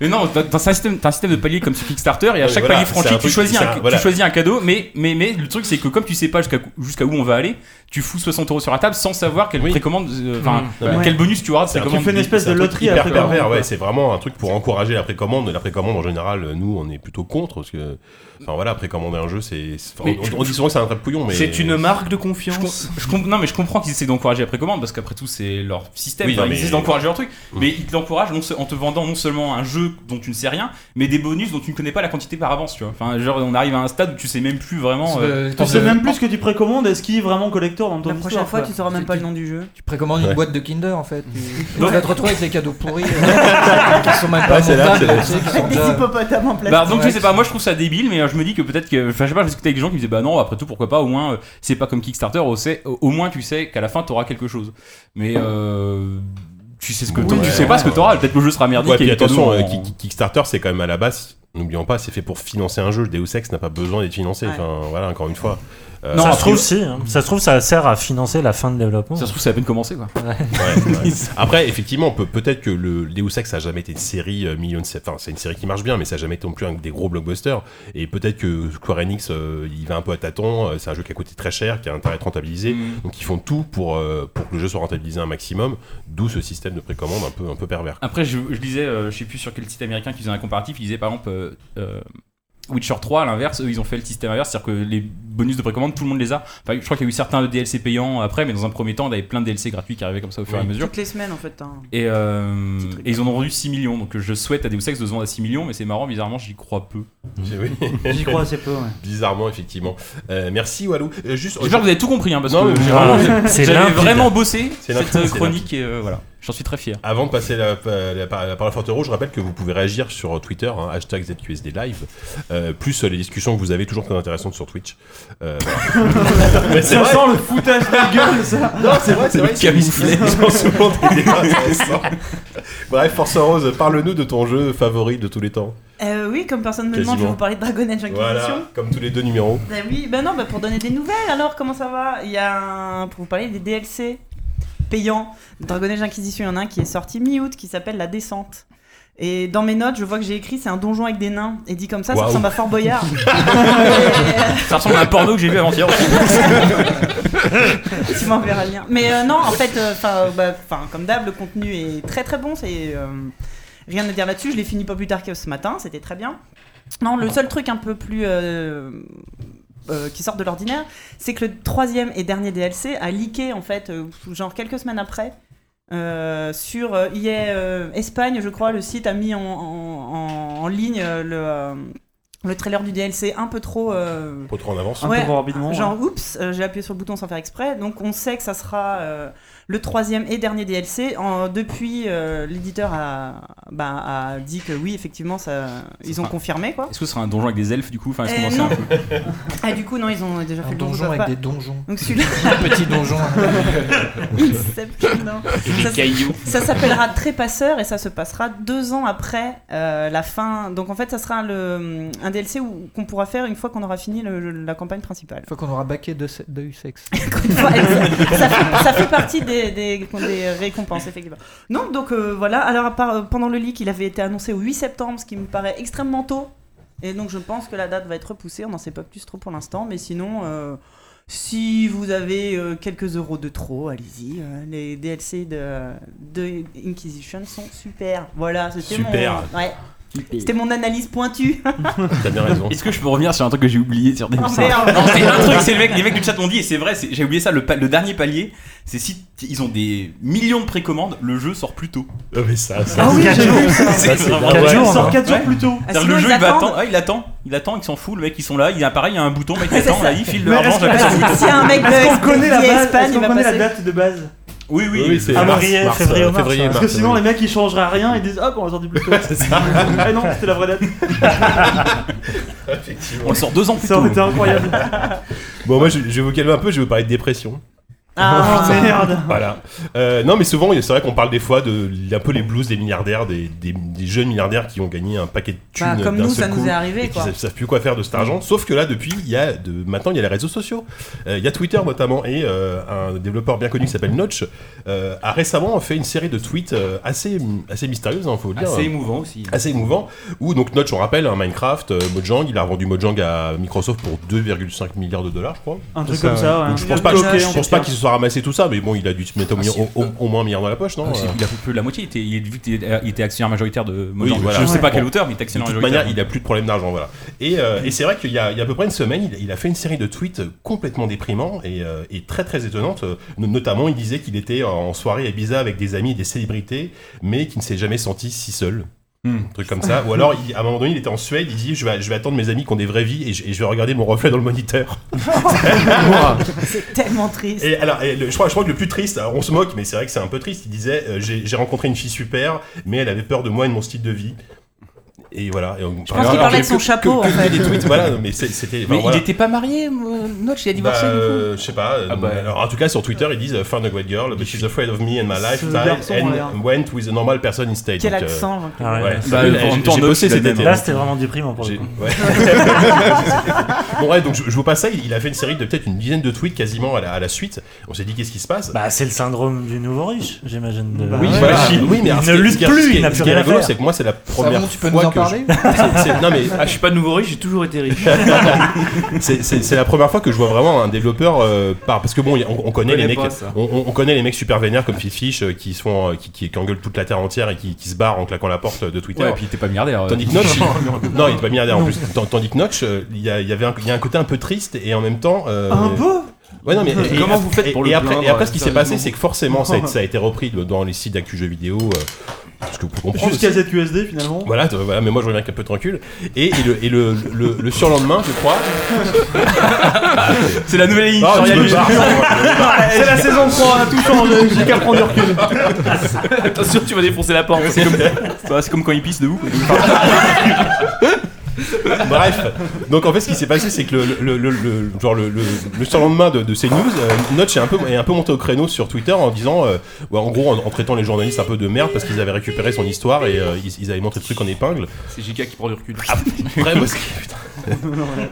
B: Mais non, t'as, t'as un système, t'as un système de palier comme sur Kickstarter et à
E: Oui,
B: chaque
E: Euh, voilà,
B: palier franchi,
E: c'est un
B: tu
E: truc-
B: choisis,
E: c'est
B: un,
E: un-
B: tu
E: voilà.
B: choisis un cadeau, mais, mais, mais le truc c'est que comme tu sais pas jusqu'à, jusqu'à où on va aller, tu fous 60 euros sur la table sans savoir quelle
E: Oui.
B: précommande, euh, enfin,
E: Non, mais-
B: quel bonus tu auras de
E: C'est un
B: précommande.
J: Tu fais une espèce
E: C'est
J: de
E: un truc
J: loterie
E: hyper
J: après par
E: pervers,
J: an,
E: ouais,
J: quoi.
E: c'est vraiment un truc pour encourager la précommande. La précommande en général, euh, nous on est plutôt contre parce que, enfin voilà, précommander un jeu, c'est. c'est-
B: Mais
E: On, on dit souvent que c'est un trait de pouillon, mais.
F: C'est une marque
B: Je
F: de
B: com-
F: confiance.
B: je com- non mais je comprends qu'ils essaient d'encourager la précommande parce qu'après tout c'est leur système,
E: Oui,
B: Enfin,
E: non,
B: ils
E: mais-
B: essaient d'encourager leur truc,
E: Mm.
B: mais ils t'encouragent non se- en te vendant non seulement un jeu jeu dont tu ne sais rien, mais des bonus dont tu ne connais pas la quantité par avance, tu vois. Enfin, genre, on arrive à un stade où tu sais même plus vraiment. euh,
J: Tu sais même plus ce que tu précommandes et ce qui est vraiment collector dans ton
I: La prochaine fois, tu sauras même pas le nom du jeu.
K: Tu précommandes une
J: Ouais.
K: boîte de Kinder en fait. Tu
B: Donc-
K: tu vas te retrouver avec les cadeaux pourris euh, qui sont même pas montables, tu sais, qui sont déjà-
B: Bah, donc je sais
K: Ouais.
B: pas, moi je trouve ça débile, mais euh, je me dis que peut-être que. Enfin, je sais pas, j'ai discuté avec des gens qui me disaient, bah non, après tout, pourquoi pas, au moins, euh, c'est pas comme Kickstarter, au, sait- au- au moins tu sais qu'à la fin t'auras quelque chose. Mais euh, tu sais ce que t'auras- tu sais pas ce que t'auras, peut-être que le jeu sera merdique
E: Ouais, puis
B: et que
E: attention,
B: nous,
E: euh,
B: on-
E: Ki- Ki- Kickstarter, c'est quand même à la base, n'oublions pas, c'est fait pour financer un jeu. Deus Ex n'a pas besoin d'être financé. Enfin, voilà, encore une fois. Euh,
H: ça se trouve, si. hein. Ça se trouve, ça sert à financer la fin de développement.
B: Ça se trouve, ça a à peine commencé, quoi.
E: Ouais, ouais. Après, effectivement, peut- peut-être que le Deus Ex ça a jamais été une série euh, million de enfin c'est une série qui marche bien, mais ça a jamais été non plus un des gros blockbusters. Et peut-être que Square Enix, euh, il va un peu à tâtons. euh, c'est un jeu qui a coûté très cher, qui a intérêt à être rentabilisé.
B: Mm.
E: Donc ils font tout pour euh, pour que le jeu soit rentabilisé un maximum. D'où ce système de précommande un peu un peu pervers.
B: Après, je, je lisais, euh, je sais plus sur quel site américain qui faisait un comparatif, ils disaient par exemple euh, euh, Witcher 3 à l'inverse, eux ils ont fait le système inverse, c'est-à-dire que les bonus de précommande, tout le monde les a. Enfin, je crois qu'il y a eu certains DLC payants après, mais dans un premier temps, on avait plein de DLC gratuits qui arrivaient comme ça au fur et à
I: Oui.
B: mesure.
I: Toutes les semaines, en fait, hein.
B: Et, euh, et ils en ont vendu 6 millions, donc je souhaite à Deus Ex de se vendre à 6 millions, mais c'est marrant, bizarrement, j'y crois peu.
E: J'y crois assez peu, Bizarrement, effectivement. Euh, merci Walou. Euh, juste,
B: J'espère que vous avez tout compris, hein, parce
E: Non,
B: que
E: mais-
B: j'ai vraiment-
E: C'est
B: j'avais
E: limpide.
B: vraiment bossé
E: C'est
B: cette
E: limpide, c'est
B: chronique
E: limpide.
B: et euh, voilà, j'en suis très fier.
E: Avant de passer la, la, la, par- la parole à Forte Rouge, je rappelle que vous pouvez réagir sur Twitter, hein, hashtag ZQSD Live, euh, plus euh, les discussions que vous avez toujours très intéressantes sur Twitch. Euh, voilà. Mais c'est
J: Ça
E: vrai.
J: sent le foutage de la gueule, ça.
E: Non, c'est vrai, c'est vrai.
J: Le
E: c'est-
J: camouflet.
E: ils sont souvent des débats intéressants. Bref, Force Rose, parle-nous de ton jeu favori de tous les temps.
I: Euh, oui, comme personne ne me
E: Quasiment.
I: demande, je vais vous parler de Dragon Age Inquisition.
E: Voilà, comme tous les deux numéros.
I: Bah oui, bah non, bah pour donner des nouvelles, alors comment ça va Il y a un... Pour vous parler des DLC payants, Dragon Age Inquisition, il y en a un qui est sorti mi-août qui s'appelle La Descente. Et dans mes notes, je vois que j'ai écrit c'est un donjon avec des nains. Et dit comme ça, ça
B: Waouh.
I: ressemble à Fort Boyard.
B: Ça ressemble à un porno que j'ai vu avant-hier aussi.
K: euh.
I: tu m'enverras le lien. Mais euh, non, en fait, euh, 'fin, euh, bah, 'fin, comme d'hab, le contenu est très très bon. C'est euh, rien à dire là-dessus. Je l'ai fini pas plus tard que ce matin. C'était très bien. Non, le seul truc un peu plus euh, euh, qui sort de l'ordinaire, c'est que le troisième et dernier DLC a leaké en fait, euh, genre quelques semaines après. euh, sur euh, EA, euh, Espagne, je crois, le site a mis en, en- en- en ligne euh, le, euh, le trailer du DLC un peu trop euh,
E: Un peu trop en avance.
J: Un peu trop rapidement,
I: Genre,
J: ouais.
I: oups, euh, j'ai appuyé sur le bouton sans faire exprès. Donc, on sait que ça sera euh, le troisième et dernier DLC. En- depuis, euh, l'éditeur a, bah, a dit que oui, effectivement, ça, ils ont
B: sera-
I: confirmé quoi.
B: Est-ce que ce sera un donjon avec des elfes du coup enfin, est-ce
I: Euh,
B: qu'on en sait
I: non.
B: un peu
I: Ah, du coup, non, ils ont déjà
K: Un
I: fait le
K: donjon
I: donjon
K: avec
I: pas-
K: des donjons.
I: Donc, celui-là.
K: Un petit donjon. hein.
I: Inception, non.
K: Et des
I: Ça-
K: cailloux.
I: Ça s'appellera Trépasseur et ça se passera deux ans après euh, la fin. Donc, en fait, ça sera le, un DLC où- qu'on pourra faire une fois qu'on aura fini le- le- la campagne principale.
K: Une fois qu'on aura baqué de, de Usex.
I: ça, fait, ça fait partie des, des- des récompenses, effectivement. Non, donc euh, voilà. Alors, à part, euh, pendant le leak, il avait été annoncé au 8 septembre, ce qui me paraît extrêmement tôt. Et donc, je pense que la date va être repoussée. On n'en sait pas plus trop pour l'instant. Mais sinon, euh, si vous avez euh, quelques euros de trop, allez-y. euh, les DLC de, de Inquisition sont super. Voilà, c'était mon,
B: Super.
I: ouais. C'était mon analyse pointue.
E: T'as bien raison.
B: Est-ce que je peux revenir sur un truc que j'ai oublié sur des
I: Oh,
B: Non, c'est
I: merde.
B: un truc, c'est le mec, les mecs du chat m'ont dit, et c'est vrai, c'est- j'ai oublié ça, le, pa- le dernier palier, c'est si t- ils ont des millions de précommandes, le jeu sort plus tôt.
E: Ah, mais ça,
J: ça- Ah oui, j'ai vu ça. Quatre jours, Il sort quatre jours plus tôt. Ah,
B: C'est-à-dire
J: sinon,
B: le jeu,
J: ils
B: il va
J: attendent.
B: attendre, ah, il attend, il attend, ils s'en fout, le mec, ils sont là, il a pareil, il y a un bouton, le mec, il
J: C'est
B: attend,
J: ça.
B: là, il file
J: Mais
B: leur
J: est-ce
B: manche,
J: que-
B: j'appuie sur le bouton.
I: Si un mec de
J: Est-ce qu'on connaît la
I: SPDI
J: base-
I: Espagne,
J: est-ce qu'on
I: il va
J: connaît la
I: passer.
J: date de base
B: Oui, oui,
E: Oui, c'est
J: à
E: mars,
J: février,
E: mars,
J: février, ou
E: euh,
J: mars, hein.
E: février,
J: ouais.
E: mars,
J: Parce que sinon,
E: oui.
J: les mecs, ils changeraient rien, ils disent hop, on l'a sorti plus tôt.
E: C'est ça.
J: Ah non, c'était la vraie date.
E: Effectivement.
B: On le sort deux ans plus
J: Ça
B: tôt.
J: aurait été incroyable.
E: Bon, moi, je, je vais vous calmer un peu, je vais vous parler de dépression.
I: oh,
J: Ah, merde.
E: Voilà. Euh, non, mais souvent, c'est vrai qu'on parle des fois de un peu les blues des milliardaires, des, des- des jeunes milliardaires qui ont gagné un paquet de thunes.
I: Bah, comme
E: d'un
I: nous,
E: seul
I: ça nous
E: coup
I: est arrivé,
E: et qui
I: quoi.
E: savent- savent plus quoi faire de cet argent. Sauf que là, depuis, il y a de, maintenant, il y a les réseaux sociaux. Euh, Il y a Twitter notamment, et euh, un développeur bien connu qui s'appelle Notch euh, a récemment fait une série de tweets euh, assez, assez mystérieuses, hein, faut le dire.
B: euh,
F: Assez émouvant aussi.
E: Assez émouvant. Où donc Notch, on rappelle, hein, Minecraft, euh, Mojang, il a vendu Mojang à Microsoft pour 2,5 milliards de dollars, je crois.
J: Un truc comme ça, ouais.
E: Donc, je pense
J: Il
E: pas,
J: a bloqué,
E: je
J: en
E: pense
J: tout
E: pas
J: cas.
E: qu'il se soit ramassé tout ça, mais bon, il a dû se mettre au,
B: Ah,
E: million-
B: si.
E: au- au- au moins un milliard dans la poche, non
B: Ah, c'est-
E: Euh,
B: Il a plus de la moitié, il était, il, vu qu'il était- il était actionnaire majoritaire de
E: Oui,
B: Mojang.
E: voilà.
B: Je sais pas quelle
E: Bon.
B: hauteur, mais il était actionnaire
E: De toute
B: majoritaire.
E: manière, il a plus de problème d'argent, voilà. Et, euh, et c'est vrai qu'il y, a il y a à peu près une semaine, il, il a fait une série de tweets complètement déprimants et, euh, et très très étonnantes. Euh, no- Notamment, il disait qu'il était en soirée à Ibiza avec des amis et des célébrités, mais qu'il ne s'est jamais senti si seul.
B: Hmm.
E: Un truc comme ça. Ou alors, il- à un moment donné, il était en Suède, il dit Je vais, je vais attendre mes amis qui ont des vraies vies et je, et je vais regarder mon reflet dans le moniteur.
I: C'est tellement triste.
E: Et alors, et le- je, crois, je crois que le plus triste, alors on se moque, mais c'est vrai que c'est un peu triste. Il disait euh, J'ai j'ai rencontré une fille super, mais elle avait peur de moi et de mon style de vie. Et voilà. Et on
I: pense qu'il parlait de son chapeau,
E: Que,
I: en
E: que-
I: fait.
E: des tweets, voilà, non, mais c'est- c'était. enfin,
B: Mais
E: voilà.
B: il était pas marié, euh, Notch, il a divorcé
E: Bah,
B: du coup.
E: euh, je sais pas.
H: Ah,
E: euh,
H: bah,
E: alors, en tout cas, sur Twitter, ils disent euh, Found a great girl, but she's afraid of me and my life.
I: Ce
E: died
I: garçon,
E: and
I: là.
E: went with a normal person instead.
I: Quel
E: Donc, euh,
I: accent, Jean-Claude.
H: Ah ouais.
E: ouais.
H: Bah,
E: J'ai-
H: en même temps,
E: J'ai
H: Notch, il
E: bossé
H: a
E: cet
H: le
E: été.
H: même. Là, c'était vraiment déprimant pour le
E: J'ai-
H: coup.
E: ouais. bon, ouais, donc je, je vous passe ça. Il, il a fait une série de peut-être une dizaine de tweets quasiment à la, à la suite. On s'est dit qu'est-ce qui se passe
H: Bah, c'est le syndrome du nouveau riche, j'imagine. de-
E: Oui,
H: Ouais.
E: voilà.
H: Il
E: Bah, oui, mais alors, ce
H: ne
E: qui-
H: lutte
E: ce qui-
H: plus,
E: ce qui-
H: il n'a
E: ce
H: plus
E: qui est
H: rien à
E: rigolo,
H: faire.
E: c'est que moi, c'est la première
K: bon, tu peux
E: fois
K: nous en
E: que je-
K: parler
E: C'est- c'est- Non mais
F: Ah, je suis pas nouveau riche, j'ai toujours été riche.
E: c'est- c'est c'est la première fois que je vois vraiment un développeur euh, par parce que bon, y- on, on connaît
F: On
E: les
F: connaît
E: mecs,
F: pas ça.
E: on, on- on connaît les mecs super vénères comme Phil Fish euh, qui sont euh, qui, qui, qui engueulent toute la terre entière et qui, qui se barrent en claquant la porte de Twitter.
B: Ouais, et puis il était pas milliardaire.
E: Tandis que Notch, il- non, il est pas milliardaire en plus. Tant- Tandis que Notch, euh, il y, a- il y avait un, il y a un côté un peu triste et en même temps. euh,
J: Un peu
E: Ouais, non, mais et-
F: Comment
E: et-
F: vous faites
E: et-
F: pour
E: et
F: le
E: après,
F: plaindre,
E: et après, ce qui s'est
F: sérieusement
E: passé, c'est que forcément, ça a, été- ça a été repris de- dans les sites d'actu jeux vidéo. euh, ce que vous pouvez comprendre
J: Jusqu'à
E: aussi.
J: ZQSD finalement.
E: Voilà, t- voilà, mais moi je reviens avec un peu de recul. Et, et le, et le, le, le surlendemain, je crois.
B: C'est la nouvelle
E: Ah,
B: éditoriale
E: tu me
B: du
E: barres.
J: C'est la saison 3, on a tout changé, j'ai qu'à prendre du recul.
F: Attention, tu vas défoncer la porte.
B: C'est comme, Ouais, Ah, c'est comme quand il pisse debout.
E: Bref, donc en fait, ce qui s'est passé, c'est que le, le, le, le- le- genre le, le, le surlendemain de, de ces news, euh, Notch est un, peu, est un peu monté au créneau sur Twitter en disant, euh, ouais, en gros, en, en traitant les journalistes un peu de merde parce qu'ils avaient récupéré son histoire et euh, ils, ils avaient montré le truc en épingle.
F: C'est JK qui prend du recul.
E: Après, moi, ce qui, putain.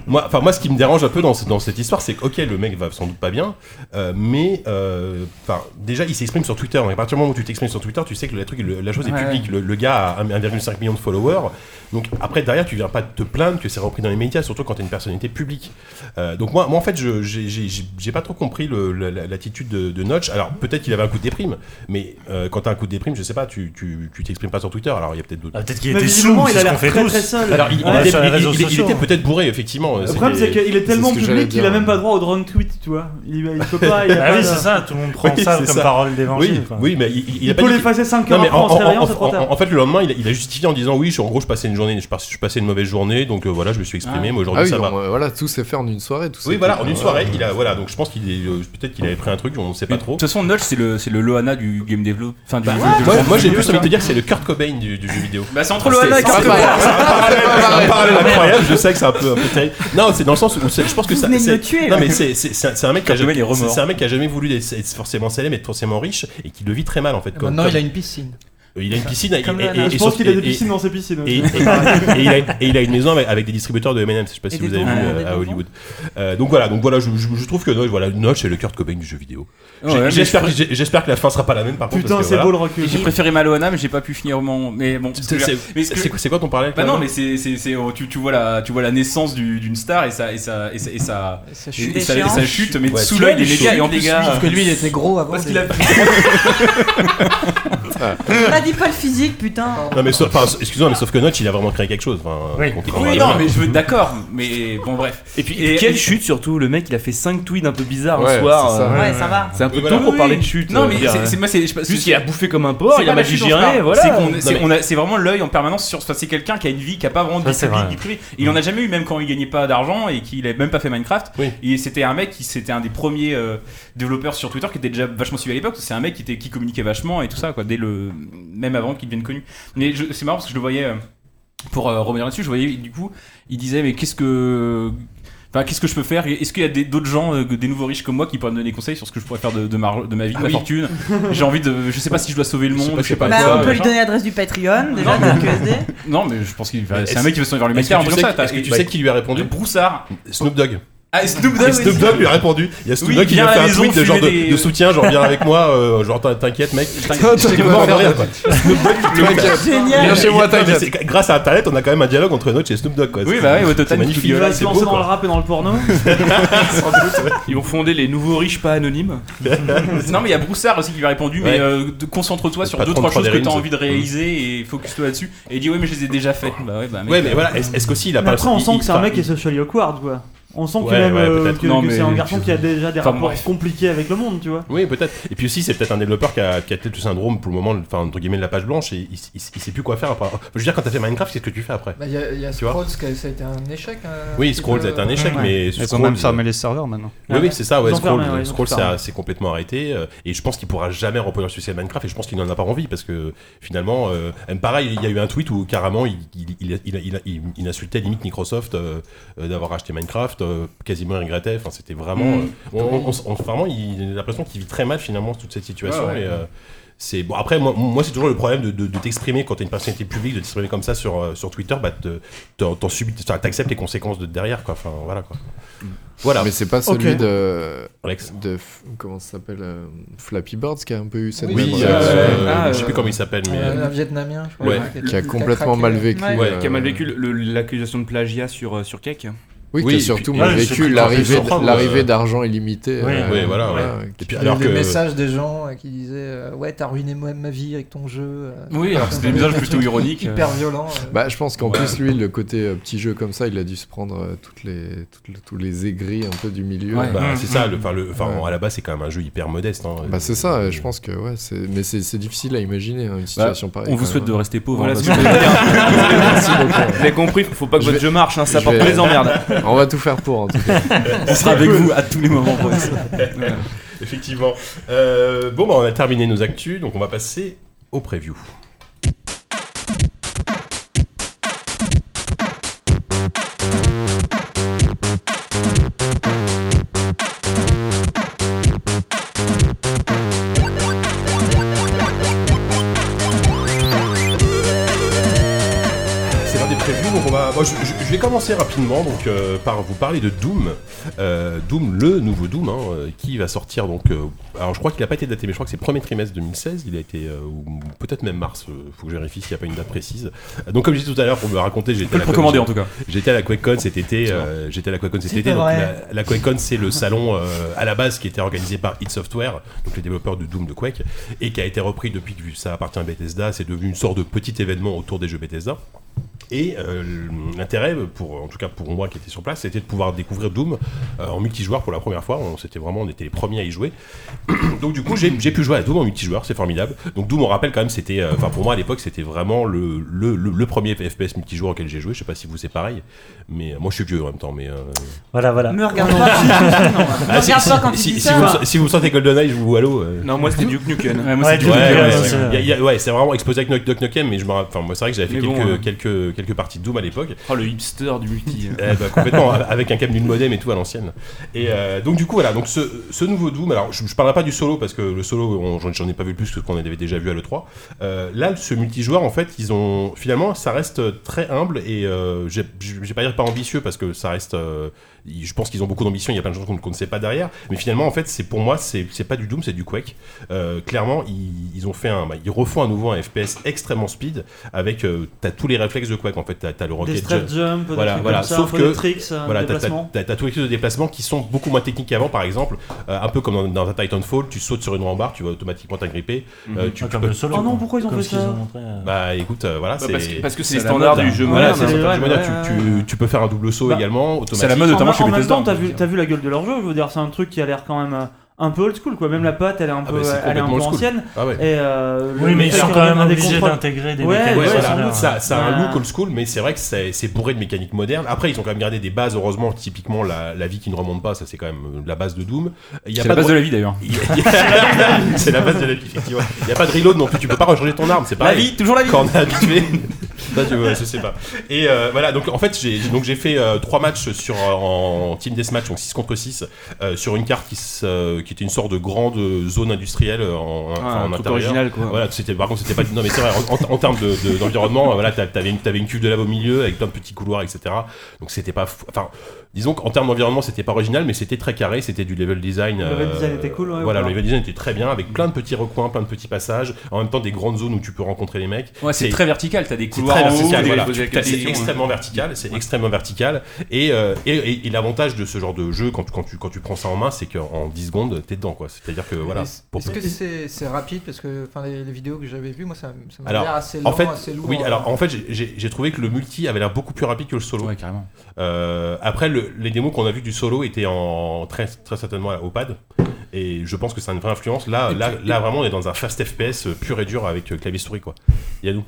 E: moi, enfin, moi, ce qui me dérange un peu dans, ce- dans cette histoire, c'est que, ok, le mec va sans doute pas bien, euh, mais, euh, enfin, déjà, il s'exprime sur Twitter. Donc, à partir du moment où tu t'exprimes sur Twitter, tu sais que le- la, truc, le- la chose est
F: Ouais.
E: publique. Le, le gars a 1,5 million de followers. Donc, après, derrière, tu viens pas te plaindre que c'est repris dans les médias, surtout quand t'es une personnalité publique. Euh, donc, moi, moi, en fait, je- j'ai- j'ai j'ai- j'ai pas trop compris le- la- la- l'attitude de, de Notch. Alors, peut-être qu'il avait un coup de déprime, mais euh, quand t'as un coup de déprime, je sais pas, tu tu- tu t'exprimes pas sur Twitter. Alors, il y a peut-être d'autres.
H: Ah, Peut-être qu'il
J: Mais
H: était
J: visiblement,
H: slow,
J: il
H: c'est
J: a
H: ce qu'on
J: l'air
H: fait
J: très très
H: tous.
J: seul.
E: Alors, il,
H: Ouais,
E: il était-
H: sur les
E: il-
H: réseaux
E: il- il
H: sociaux. hein.
E: était peut-être bourré, effectivement.
J: Le problème, c'est qu'il est tellement
K: c'est ce que j'allais
J: public qu'il a
K: dire,
J: même
K: ouais.
J: pas droit au drone tweet, tu vois. Il, il peut pas. Il, a
H: Bah
J: pas
H: oui,
J: de-
H: c'est ça, tout le monde prend
E: Oui,
H: ça
E: c'est
H: comme
E: ça.
H: parole
E: Oui,
H: d'évangile. quoi.
E: oui, mais il, il
J: Il
E: a pas
J: peut
E: dit-
J: l'effacer 5
E: Non,
J: heures
E: mais
J: après
E: en,
J: en se
E: en-
J: réveillant,
E: en-
J: c'est trop tard.
E: en- en fait, le lendemain, il a, il a justifié en disant Oui, je, en gros, je passais une journée, je, passe- je passais une mauvaise journée, donc euh, voilà, je me suis exprimé, mais
G: Ah
E: aujourd'hui,
G: oui,
E: ça va.
G: on- euh, voilà, tout s'est fait en une soirée. Tout
E: Oui,
G: s'est
E: voilà,
G: fait,
E: en une
G: euh,
E: soirée, il a, voilà, donc je pense qu'il est, euh, peut-être qu'il avait pris un truc, on ne sait pas
B: De
E: trop.
B: toute façon, Notch, c'est le, c'est le Loana du game develop. Enfin, du jeu- de-
E: Bah, Moi, moi, j'ai plus envie de te dire que c'est le Kurt Cobain du, du jeu vidéo.
B: Bah, c'est entre Loana et
G: c'est pas
B: Kurt
G: pareil.
B: Cobain.
E: un parallèle incroyable, je sais que c'est un peu, un peu terrible. Non, c'est dans le sens où c'est- je pense que ça.
I: venez de
E: c'est-
I: me tuer, là.
E: Non, mais c'est- c'est c'est un c'est un mec qui a
B: Kurt Cobain,
E: jamais,
B: il est remords.
E: c'est un mec qui a jamais voulu être être forcément célèbre, être forcément riche, et qui le vit très mal en fait. comme-
K: Maintenant,
E: comme-
K: il a une piscine.
E: Euh, Il a une piscine et,
I: Comme
E: et-
I: le-
E: et-
I: le-
E: et-
J: je
E: et-
J: pense qu'il a
E: et-
J: des piscines dans ses piscines.
E: et, et-
J: aussi.
E: et- et il a, et il a une maison avec, avec des distributeurs de M&M's. Je sais pas si
I: Et
E: vous
I: des
E: avez vu
I: bonbons,
E: euh,
I: des
E: à
I: bonbons.
E: Hollywood. Euh, donc voilà, donc voilà, je, je- je trouve que Notch, voilà, Notch est le Kurt Cobain du jeu vidéo. J'ai-
B: Ouais, mais
E: J'espère que- j'ai- j'espère que la fin sera pas la même par contre.
J: Putain,
E: parce que
J: c'est
E: voilà.
J: beau le recul.
B: J'ai préféré ma Loana, mais j'ai pas pu finir mon. Mais bon,
E: C'est- c'est-
B: Mais ce que-
E: C'est quoi- c'est quoi ton parallèle
B: Bah
E: toi,
B: non, mais c'est, c'est, c'est- oh, tu, tu vois la, tu vois la naissance du- d'une star et ça, et ça, et ça, et ça,
K: Ça
B: et-
K: chute.
B: et ça- et ça chute, mais
E: Ouais,
B: sous
E: c'est
B: l'œil des
E: chaud.
B: médias et en plus,
K: Les gars,
B: lui,
K: Sauf que lui, il était gros avant.
B: parce
K: les-
B: qu'il a pris
I: Bah, dis pas le physique, putain.
E: Non, mais sauf- enfin, excuse-moi, mais sauf que Notch, il a vraiment créé quelque chose. Enfin,
H: Oui.
E: contrairement à
B: Oui,
E: Loana.
B: non, mais je veux d'accord, mais bon, bref.
F: Et puis, quelle chute surtout Le mec, il a fait 5 tweets un peu bizarres
G: Ouais,
F: un soir.
G: c'est ça.
F: euh,
I: Ouais, ça va.
F: C'est un peu
E: Oui,
F: tôt
E: voilà.
F: pour
B: Oui,
F: parler
B: oui.
F: de chute.
B: Non,
F: euh,
B: mais
F: je veux
B: c'est,
F: dire,
B: c'est moi, c'est, je sais pas-
F: Juste
B: c'est-
F: qu'il a bouffé comme un porc,
B: c'est
F: il a
B: pas la
F: mal
B: chute dont je
F: digéré,
B: parle.
F: voilà.
B: C'est, qu'on- c'est-
E: Non, mais-
B: on a- c'est vraiment l'œil en permanence sur. Enfin, c'est quelqu'un qui a une vie qui a pas vraiment de
H: Ça,
B: vie
H: c'est
B: publique,
H: vrai.
B: vie privée. Il en a jamais eu, même quand il gagnait pas d'argent et qu'il avait même pas fait Minecraft.
E: Oui.
B: Et c'était un mec qui, c'était un des premiers euh, développeurs sur Twitter qui était déjà vachement suivi à l'époque. C'est un mec qui, était, qui communiquait vachement et tout ça, quoi, dès le, même avant qu'il devienne connu. Mais je- c'est marrant parce que je le voyais. euh, pour euh, revenir là-dessus, je voyais du coup, il disait mais qu'est-ce que Enfin, qu'est-ce que je peux faire Est-ce qu'il y a des- d'autres gens, euh, des nouveaux riches comme moi, qui pourraient me donner des conseils sur ce que je pourrais faire de, de ma, de ma vie, de ma fortune J'ai envie de, je sais pas si je dois sauver le
E: Ah Je sais
B: monde,
E: pas
B: je sais
E: si-
B: pas
E: Bah,
B: quoi.
I: Bah, on peut lui
B: machin.
I: donner l'adresse du Patreon, déjà,
B: Non, mais-
I: du QSD.
B: Non, mais je pense qu'il, va- c'est un
E: Est-ce-
B: mec qui veut se vers le
E: Est-ce
B: Mecca en
E: que tu
B: disant
E: sais-
B: ça. t'as-
E: est-ce que tu sais qui lui a répondu
B: le Broussard.
E: Snoop Dogg.
B: Ah, et Snoop Dogg.
E: Et Snoop
B: aussi.
E: Dogg lui a répondu. Il y a Snoop
B: Oui,
E: Dogg qui lui
B: viens
E: a
B: à
E: fait
B: la
E: un
B: maison,
E: tweet de genre de,
B: fumer des-
E: de soutien, genre viens avec moi, euh, genre t'in- t'inquiète mec.
B: T'inquiète.
E: J'étais mort de rire, quoi.
I: Génial.
G: Viens chez moi,
E: Non, mais
G: t'inquiète.
E: c'est- Grâce à Internet, on a quand même un dialogue entre Notch et Snoop Dogg. Quoi.
B: Oui,
E: C'est-
B: bah oui, au
E: c'est
B: total,
E: magnifique.
J: Il va
E: C'est
J: se
E: beau,
J: lancer dans
E: quoi.
J: le rap et dans le porno.
F: Ils ont fondé les nouveaux riches pas anonymes.
B: Bah, Non, mais il y a Broussard aussi qui lui a répondu, mais
E: Ouais.
B: euh, de- concentre-toi
E: Le
B: sur
E: patron
B: deux trois
E: de
B: choses que
E: Frederick.
B: t'as envie de réaliser et focus-toi là-dessus. Et il dit oui, mais je les ai déjà faites. Bah ouais, bah mec,
E: Ouais, mais voilà, est-ce est-ce qu'aussi il a
J: Mais
E: pas
J: après, on
E: il-
J: sent
E: il-
J: que c'est un
E: enfin,
J: mec qui est
E: il-
J: socially awkward, quoi. On sent que
E: Ouais,
J: même
E: ouais,
J: euh,
E: peut-être.
J: que-
E: Non,
J: que
E: mais
J: c'est un garçon
E: tu-
J: qui a déjà des
E: Enfin,
J: rapports
E: bref.
J: compliqués avec le monde, tu vois.
E: Oui, peut-être. Et puis aussi, c'est peut-être un développeur qui a, qui a peut-être le syndrome pour le moment, enfin, entre guillemets, de la page blanche et il, il- il sait plus quoi faire après. Je veux dire, quand t'as fait Minecraft, qu'est-ce que tu fais après
K: Bah, Il y a, il y a
E: Tu vois
K: Scrolls, qui a- ça a été un échec. hein, un
E: Oui,
K: petit
E: Scrolls
K: peu.
E: a été un échec, mais
L: Ils ont
E: Scrolls-
L: même fermé les serveurs, maintenant.
E: Oui,
K: Ah
E: oui,
K: ouais
E: c'est ça. Ouais,
K: Ils ont
E: Scrolls,
K: fermé, ouais, ils ont
E: Scrolls,
K: fermé.
E: ça- c'est complètement arrêté. euh, et je pense qu'il pourra jamais reproduire le succès de Minecraft. Et je pense qu'il n'en a pas envie parce que finalement, euh, même pareil, il y a eu un tweet où carrément il, il, il, il, il- il- il insultait limite Microsoft euh, euh, d'avoir acheté Minecraft, euh, quasiment il regrettait. Enfin, c'était vraiment.
L: Mm.
E: euh, on, on- on- on- vraiment, il a l'impression qu'il vit très mal finalement toute cette situation.
L: Ouais, ouais.
E: et, euh, c'est bon après moi, moi c'est toujours le problème de, de- de t'exprimer quand t'es une personnalité publique de t'exprimer comme ça sur, euh, sur Twitter bah te- t'en t'en subis enfin, t'acceptes les conséquences de derrière quoi enfin voilà quoi voilà
G: Mais c'est pas celui
E: Ok.
G: de.
E: Alex.
G: de f- comment ça s'appelle euh, Flappy Birds qui a un peu eu cette
E: Oui,
G: même
E: euh,
G: réaction.
E: euh, Ah, je sais plus euh, comment il s'appelle, mais-
K: euh, un Vietnamien, je crois,
G: Ouais.
K: qui a-
G: qui a
K: qui a
G: complètement
K: craqué.
G: mal vécu.
K: Ouais.
G: euh,
F: Qui a mal vécu le- le- l'accusation de plagiat sur, euh, sur Cake
G: Oui, qui a surtout mal vécu l'arrivée l'arrivée d'argent illimité.
F: euh, Oui.
G: euh,
F: Oui, voilà, ouais.
E: Et
G: qui-
F: puis, alors
K: Les
F: que-
K: messages des gens euh, qui disaient euh, Ouais, t'as ruiné moi- ma vie avec ton jeu. euh,
F: Oui, alors que c'était des messages plutôt ironiques,
K: Hyper
F: euh.
K: violent.
G: Bah, je pense qu'en plus, lui, le côté euh, petit jeu comme ça, il a dû se prendre euh, toutes les, toutes les- tous les aigris un peu du milieu.
F: Mm,
E: Bah, c'est ça, le, enfin, le, enfin, à la base, c'est quand même un jeu hyper modeste. hein.
G: Bah, c'est ça, euh, je pense que ouais, c'est- mais c'est c'est difficile à imaginer hein, une situation
E: Bah,
G: pareille.
E: on vous
G: quand
E: souhaite
G: même.
E: de rester pauvre,
G: Voilà
E: hein,
G: ce
E: parce
G: que
E: que-
G: je voulais dire. Merci beaucoup.
F: Vous l'avez compris, faut pas que votre
G: vais-
F: jeu marche, hein, ça
G: je
F: porte
G: vais-
F: les emmerdes.
G: On va tout faire pour en tout cas.
F: On sera avec vous à tous les moments, pour
E: ça. Effectivement. Euh, bon, bah, on a terminé nos actus, donc on va passer au preview. C'est l'heure des previews, donc on va. moi, je, je- je vais commencer rapidement donc euh, par vous parler de Doom, Euh, Doom le nouveau Doom hein, euh, qui va sortir donc. euh, alors je crois qu'il n'a pas été daté, mais je crois que c'est le premier trimestre 2016. Il a été euh, ou peut-être même mars. euh, faut que je vérifie s'il n'y a pas une date précise. Euh, Donc comme je disais tout à l'heure pour me raconter, j'étais
B: peut le précommander, en tout cas.
E: J'étais à la QuakeCon cet été. euh, j'étais à la QuakeCon cet
B: C'est
E: été.
B: pas
E: Donc
B: vrai.
E: la, la QuakeCon, c'est le salon euh, à la base qui était organisé par id Software, donc les développeurs de Doom de Quake, et qui a été repris depuis que ça appartient à Bethesda. C'est devenu une sorte de petit événement autour des jeux Bethesda. Et euh, l'intérêt, pour, en tout cas pour moi qui était sur place, c'était de pouvoir découvrir Doom euh, en multijoueur pour la première fois. On, c'était vraiment, on était les premiers à y jouer. Donc du coup, j'ai, j'ai pu jouer à Doom en multijoueur, c'est formidable. Donc Doom, on rappelle quand même, c'était, euh, enfin pour moi à l'époque, c'était vraiment le, le, le- le premier FPS multijoueur auquel j'ai joué. Je sais pas si vous c'est pareil, mais euh, moi je suis vieux en même temps. Mais euh, Ah,
H: Voilà, voilà.
I: Me regarde pas. Non, voilà. Me
E: si,
I: regarde
E: si-
I: pas quand tu
E: si-
I: dis
E: si
I: ça.
E: vous, me- si vous me sentez GoldenEye, je vous allô. euh.
F: Non, moi, c'était Duke Nukem. Ouais, moi,
E: Ouais,
F: c'était Duke
E: ouais,
F: Nukem,
E: ouais,
F: c'est
E: ouais.
F: vrai.
E: Il y a- ouais, c'est vraiment exposé avec Knock Knock Nukem, mais je me rappelle. Enfin, moi, c'est vrai que j'avais fait
F: Mais bon,
E: quelques,
F: hein.
E: quelques, quelques parties de Doom à l'époque.
F: Oh, le hipster du multi.
E: Eh ben, complètement, avec un câble d'une modem et tout à l'ancienne. Et euh, donc du coup voilà, donc ce, ce nouveau Doom, alors je, je parlerai pas du solo parce que le solo, on- j'en- j'en ai pas vu plus que ce qu'on avait déjà vu à l'E3. Euh, là, ce multijoueur, en fait, ils ont finalement, ça reste très humble et euh, j'ai- je je vais pas dire pas ambitieux parce que ça reste, euh, ils- je pense qu'ils ont beaucoup d'ambition, il y a plein de gens qu'on qu'on ne sait pas derrière, mais finalement en fait, c'est pour moi, c'est c'est pas du Doom, c'est du Quake. Euh, clairement, ils, ils ont fait un, bah, ils refont à nouveau un FPS extrêmement speed avec, euh, t'as tous les réflexes de Quake en fait, t'as t'as le rocket
J: strap jump, des
E: voilà,
J: trucs
E: voilà.
J: comme ça,
E: sauf
J: un
E: que
J: peu des tricks, un
E: voilà, t'as-
J: déplacement.
E: t'as- t'as tous les trucs de déplacement qui sont beaucoup moins techniques qu'avant, par exemple, Euh, un peu comme dans, dans un Titanfall, tu sautes sur une rambarde, tu vas automatiquement t'agripper. Euh,
H: Mhm.
E: tu,
H: Ah,
E: tu
H: comme
E: peux-
H: le solo,
J: Oh non, pourquoi ils ont
H: comme
J: fait
H: ce qu'ils
J: ça
H: ont montré, euh.
E: Bah écoute, euh, voilà,
F: Bah,
E: c'est
F: parce que- parce que c'est
E: la
F: les standards
E: mode,
F: du
E: hein.
F: jeu
E: Voilà,
F: moderne,
E: c'est les
F: hein.
E: standards du
F: Ouais,
E: moderne.
F: ouais,
E: tu, tu- tu peux faire un double saut
J: Bah,
E: également,
J: en,
E: automatique.
J: même- en même temps, t'as
B: euh.
J: vu, t'as vu la gueule de leur jeu, je veux dire, c'est un truc qui a l'air quand même euh, un peu old school, quoi. Même la patte, elle est un
E: Ah
J: peu,
E: bah, c'est
J: elle est un
E: complètement
J: peu
E: old school.
J: ancienne.
E: Ah ouais.
J: Et, euh, le
H: Oui, mais ils
J: fait
H: sont
J: qu'il
H: quand
J: revienne
H: même
J: à des
H: obligés
J: contrôles-
H: d'intégrer des
J: Ouais,
H: mécaniques
J: ouais, sans
E: Ouais, ça,
J: doute,
E: ça, ça a un
J: Ouais.
E: look old school, mais c'est vrai que c'est c'est bourré de mécaniques modernes. Après, ils ont quand même gardé des bases, heureusement, typiquement la, la vie qui ne remonte pas, ça c'est quand même euh, la base de Doom. Il y a
B: C'est
E: pas
B: la base de la vie, d'ailleurs.
E: Il y a- c'est la base de la vie, effectivement. Il n'y a pas de reload non plus, tu peux pas recharger ton arme, c'est
B: La
E: pareil.
B: vie, toujours la vie.
E: Quand on est habitué. Ça, tu vois, je sais pas. Et euh, voilà, donc en fait, j'ai donc j'ai fait euh, trois matchs sur euh, en team deathmatch, donc 6 contre 6 euh, sur une carte qui se- qui était une sorte de grande zone industrielle euh, en, enfin,
F: Ah,
E: en
F: un truc
E: intérieur.
F: original, quoi.
E: Voilà, c'était par contre c'était pas non mais c'est vrai en, en- en termes de- de- d'environnement, euh, voilà, t'a- t'avais une t'avais une cuve de lave au milieu avec plein de petits couloirs, etc. Donc c'était pas fou- enfin disons qu'en termes d'environnement c'était pas original, mais c'était très carré, c'était du level design. euh,
J: Le level design était cool, ouais,
E: Voilà,
J: voilà.
E: le level design était très bien avec plein de petits recoins, plein de petits passages, en même temps des grandes zones où tu peux rencontrer les mecs.
B: Ouais, c'est très vertical, t'as des
E: c'est
B: couloirs
E: très
B: en haut,
E: vertical,
B: des-
E: voilà.
B: des-
E: Tu-
B: des-
E: t'as- c'est
B: des-
E: extrêmement vertical, c'est extrêmement vertical. Et, euh, et, et- et l'avantage de ce genre de jeu, quand, tu- quand, tu, quand tu prends ça en main, c'est qu'en 10 secondes, secondes, t'es dedans, quoi. C'est-à-dire que voilà. pour
K: Est-ce
E: peu-
K: que c'est c'est rapide Parce que enfin, les, les vidéos que j'avais vues, moi, ça, m- ça m'a
E: alors,
K: l'air assez lent,
E: en fait,
K: assez lourd. hein. euh,
E: oui, alors en fait, j'ai- j'ai j'ai trouvé que le multi avait l'air beaucoup plus rapide que le solo.
F: Ouais, carrément.
E: Euh, après, le- les démos qu'on a vu du solo étaient en très, très certainement au pad, et je pense que c'est une vraie influence. Là, là, là, vraiment, on est dans un fast FPS pur et dur avec euh, clavier souris, quoi. Yannou.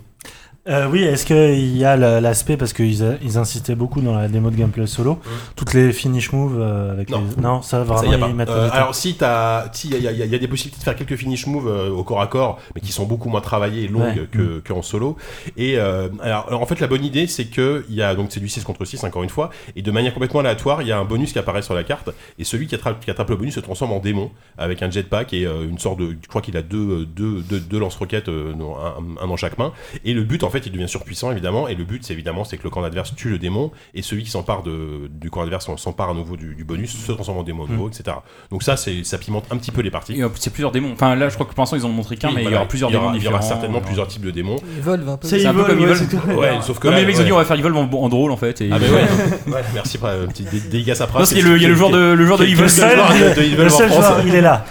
H: Euh, oui, est-ce qu'il y a le- l'aspect, parce qu'ils a- ils insistaient beaucoup dans la démo de gameplay solo, toutes les finish moves euh, avec
E: Mm. Non.
H: les- Non, ça vraiment,
E: y a pas.
H: ils mettent
E: Euh,
H: du temps.
E: alors si t'as, si il y, a- y a y a des possibilités de faire quelques finish moves euh, au corps à corps, mais qui sont beaucoup moins travaillées et longues
H: Ouais.
E: que, que en solo. Et euh, alors, alors, en fait la bonne idée c'est que il y a donc c'est du 6 contre 6 encore une fois, et de manière complètement aléatoire il y a un bonus qui apparaît sur la carte, et celui qui attrape, qui attrape le bonus se transforme en démon avec un jetpack et euh, une sorte de, je crois qu'il a deux euh, deux, deux, deux lance-roquettes, euh, non, un, un dans chaque main. Et le but en fait il devient surpuissant évidemment, et le but c'est évidemment c'est que le camp adverse tue le démon et celui qui s'empare de, du camp adverse s'empare à nouveau du, du bonus se transforme en démon à nouveau,
B: Mm.
E: etc. Donc ça, c'est, ça pimente un petit peu les parties.
B: Il y a- C'est plusieurs démons. Enfin, là, je crois que pour l'instant, ils en ont montré qu'un,
E: Oui,
B: mais il y
E: voilà,
B: aura plusieurs
E: il y aura-
B: démons
E: Il y aura
B: différents.
E: certainement plusieurs types de démons.
K: Evolve un peu.
B: C'est un peu comme Evolve.
E: Ouais, sauf que
B: Non,
E: là,
B: mais les mecs ils ont
E: ouais.
B: dit on va faire Evolve en, en drôle en fait. Et
E: Ah mais ouais, ouais, merci pour la petite dé- dégâts à
B: Parce qu'il y a le- il y a le joueur de le joueur de Evil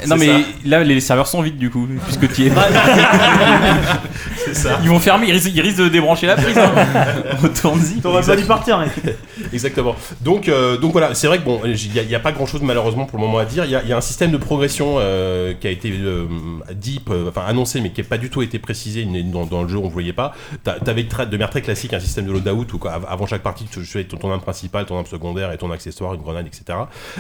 B: Non mais là les serveurs sont vides du coup puisque tu y es pas.
E: C'est ça.
B: Ils vont fermer, ils risquent, ils risquent de débrancher la prise. hein. Retourne-y.
E: T'aurais pas dû partir, mec. Exactement. Donc, euh, donc voilà, c'est vrai que bon, il n'y a, pas grand chose malheureusement pour le moment à dire. Il y, a- il y a un système de progression euh, qui a été euh, dit, euh, enfin annoncé, mais qui n'a pas du tout été précisé une- dans, dans le jeu, on ne voyait pas. T'a- T'avais tra- de manière très classique un système de loadout où quoi, av- avant chaque partie, tu fais ton, ton arme principale, ton arme secondaire et ton accessoire, une grenade, etc.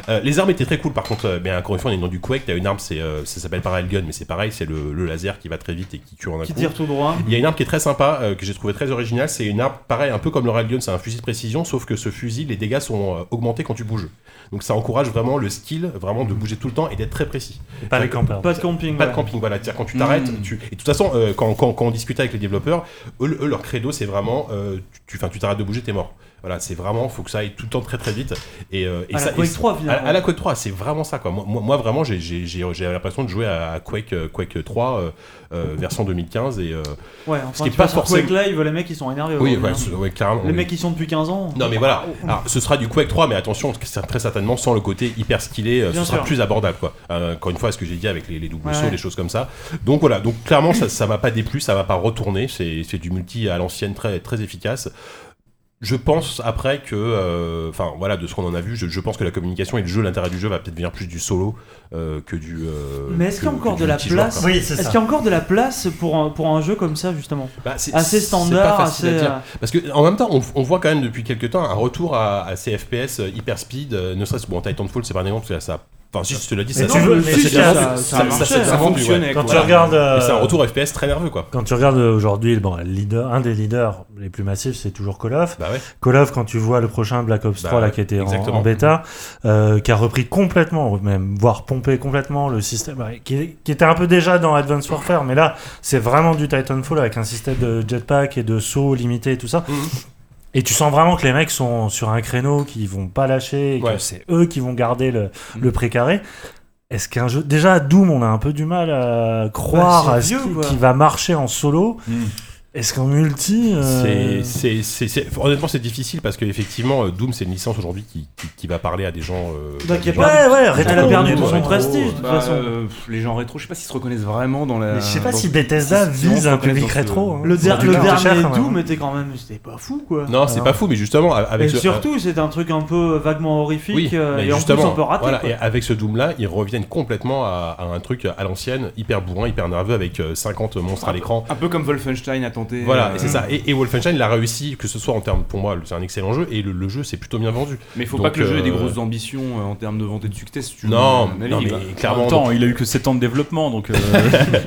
E: Euh, les armes étaient très cool par contre, euh, mais encore une fois, on est dans du Quake. T'as une arme, c'est, euh, ça s'appelle Parallel Gun, mais c'est pareil, c'est le, le laser qui va très vite et qui tue en un
J: Qui
E: coup.
J: tire tout droit.
E: Il y a une arme qui est très sympa, euh, que j'ai trouvé très originale. C'est une arme, pareil, un peu comme le Railgun, c'est un fusil de précision, sauf que ce fusil, les dégâts sont euh, augmentés quand tu bouges. Donc ça encourage vraiment le skill, vraiment de bouger tout le temps et d'être très précis.
H: Pas
E: C'est-à-dire
H: de
E: que-
H: camping.
J: Pas de camping,
E: Pas de
J: ouais. Hmm.
E: camping, voilà. C'est-à-dire quand tu t'arrêtes, tu... et de toute façon, euh, quand, quand, quand on discutait avec les développeurs, eux, eux, leur credo, c'est vraiment, euh, tu- tu, enfin, tu t'arrêtes de bouger, t'es mort. Voilà, c'est vraiment, faut que ça aille tout le temps très très vite. Et, euh, et
J: À la
E: ça,
J: Quake
E: et-
J: 3, finalement.
E: à- à la Quake 3, c'est vraiment ça quoi. Moi, moi, moi, vraiment, j'ai- j'ai j'ai- j'ai l'impression de jouer à Quake, euh, Quake 3 euh, euh, version 2015 et euh,
J: Ouais, enfin, tu pas sur Quake Live, les mecs ils sont énervés.
E: Oui,
J: aujourd'hui,
E: ouais,
J: hein.
E: c'est- ouais, clairement.
J: Les
E: oui.
J: mecs ils sont depuis 15 ans.
E: Non mais voilà, Alors, ce sera du Quake 3 mais attention, c'est très certainement sans le côté hyper skillé, euh,
J: Bien
E: ce sera
J: sûr.
E: plus abordable quoi. Euh, encore une fois, ce que j'ai dit avec les, les doubles
J: Ouais,
E: sauts,
J: ouais.
E: les choses comme ça. Donc voilà, donc clairement ça ça m'a pas déplu, ça va pas retourner, c'est c'est du multi à l'ancienne très très efficace. Je pense après que, euh, enfin voilà, de ce qu'on en a vu, je, je pense que la communication et le jeu, l'intérêt du jeu va peut-être venir plus du solo euh, que du. euh,
J: Mais est-ce qu'il
E: que-
J: y a
E: que
J: encore
E: du
J: de la
E: multijoueur,
J: place
E: quoi.
J: Est-ce qu'il y a encore de la place pour un, pour un jeu comme ça justement
E: Bah, c'est-
J: Assez
E: c'est
J: standard,
E: pas facile à
J: assez.
E: dire.
J: euh,
E: Parce que en même temps, on, on voit quand même depuis quelques temps un retour à, à ces FPS euh, hyper speed, euh, ne serait-ce bon Titanfall, c'est pas un exemple parce que là, ça. Enfin, si cela dit,
H: Mais
E: ça
H: non,
E: s'est-
H: mais
E: ça
H: si,
E: s'est
H: ça-
E: bien vendu.
H: ça
E: Ça- ça
H: marchait,
E: s'est bien
H: ça
E: vendu, ouais.
H: fonctionnait, Quand
E: Voilà.
H: tu regardes, euh,
E: Et c'est un retour FPS très nerveux, quoi.
H: Quand tu regardes euh, aujourd'hui, bon, le leader, un des leaders les plus massifs, c'est toujours Call of.
E: Bah ouais.
H: Call of, quand tu vois le prochain Black Ops
E: Bah
H: 3 là,
E: ouais,
H: qui était en,
E: exactement.
H: en bêta, euh, qui a repris complètement, ou même voire pompé complètement le système, ouais, qui, qui était un peu déjà dans Advanced Warfare, mais là, c'est vraiment du Titanfall avec un système de jetpack et de saut limité et tout
E: Mhm.
H: ça. Et tu sens vraiment que les mecs sont sur un créneau, qu'ils vont pas lâcher, et que
E: Ouais. Mhm.
H: c'est eux qui vont garder le, le précaré. Est-ce qu'un jeu. Déjà, à Doom, on a un peu du mal à croire
J: Bah,
H: à ce
J: c'est vieux,
H: qui-
J: quoi.
H: qui va marcher en solo. Est-ce qu'en multi. euh,
E: C'est- c'est- c'est- c'est- Honnêtement, c'est difficile parce que effectivement, euh, Doom, c'est une licence aujourd'hui qui, qui- qui va parler à des gens. euh,
J: Bah, qui est
E: des gens-
J: pas-
H: ouais,
E: qui-
H: elle a
E: qui-
H: perdu
E: qui-
H: tout son
E: qui-
J: prestige, de toute
F: euh, Bah,
J: façon.
F: euh, pff, les gens rétro, je sais pas s'ils se reconnaissent vraiment dans la.
H: Mais je sais pas
F: dans-
H: si Bethesda
F: si- si on
H: vise
F: se
H: un
F: reconnaît
H: public
F: dans ce-
H: rétro, hein.
J: Le, der-
H: C'est
J: le
H: cher,
J: dernier
H: quand même.
J: Doom était quand même. C'était pas fou quoi.
E: Non, c'est pas fou, mais justement, avec
J: Et
E: ce-
J: surtout, c'était un truc un peu vaguement horrifique
E: Oui,
J: euh,
E: mais
J: et en plus
E: justement,
J: un peu raté.
E: voilà,
J: quoi.
E: et avec ce Doom-là, ils reviennent complètement à, à un truc à l'ancienne, hyper bourrin, hyper nerveux, avec euh, 50 monstres à l'écran.
F: Un peu comme Wolfenstein a tenté.
E: Voilà,
F: euh,
E: c'est ça. Et, et Wolfenstein, il a réussi, que ce soit en termes, pour moi, c'est un excellent jeu, et le, le jeu, c'est plutôt bien vendu.
F: Mais faut
E: Donc,
F: pas que le jeu ait des
E: euh,
F: grosses ambitions euh, en termes de vente et de succès. si tu
E: Non,
F: veux, à mon
E: non,
F: avis,
E: mais
F: bah.
E: clairement.
B: Attends, il a eu que 7 ans de développement donc euh,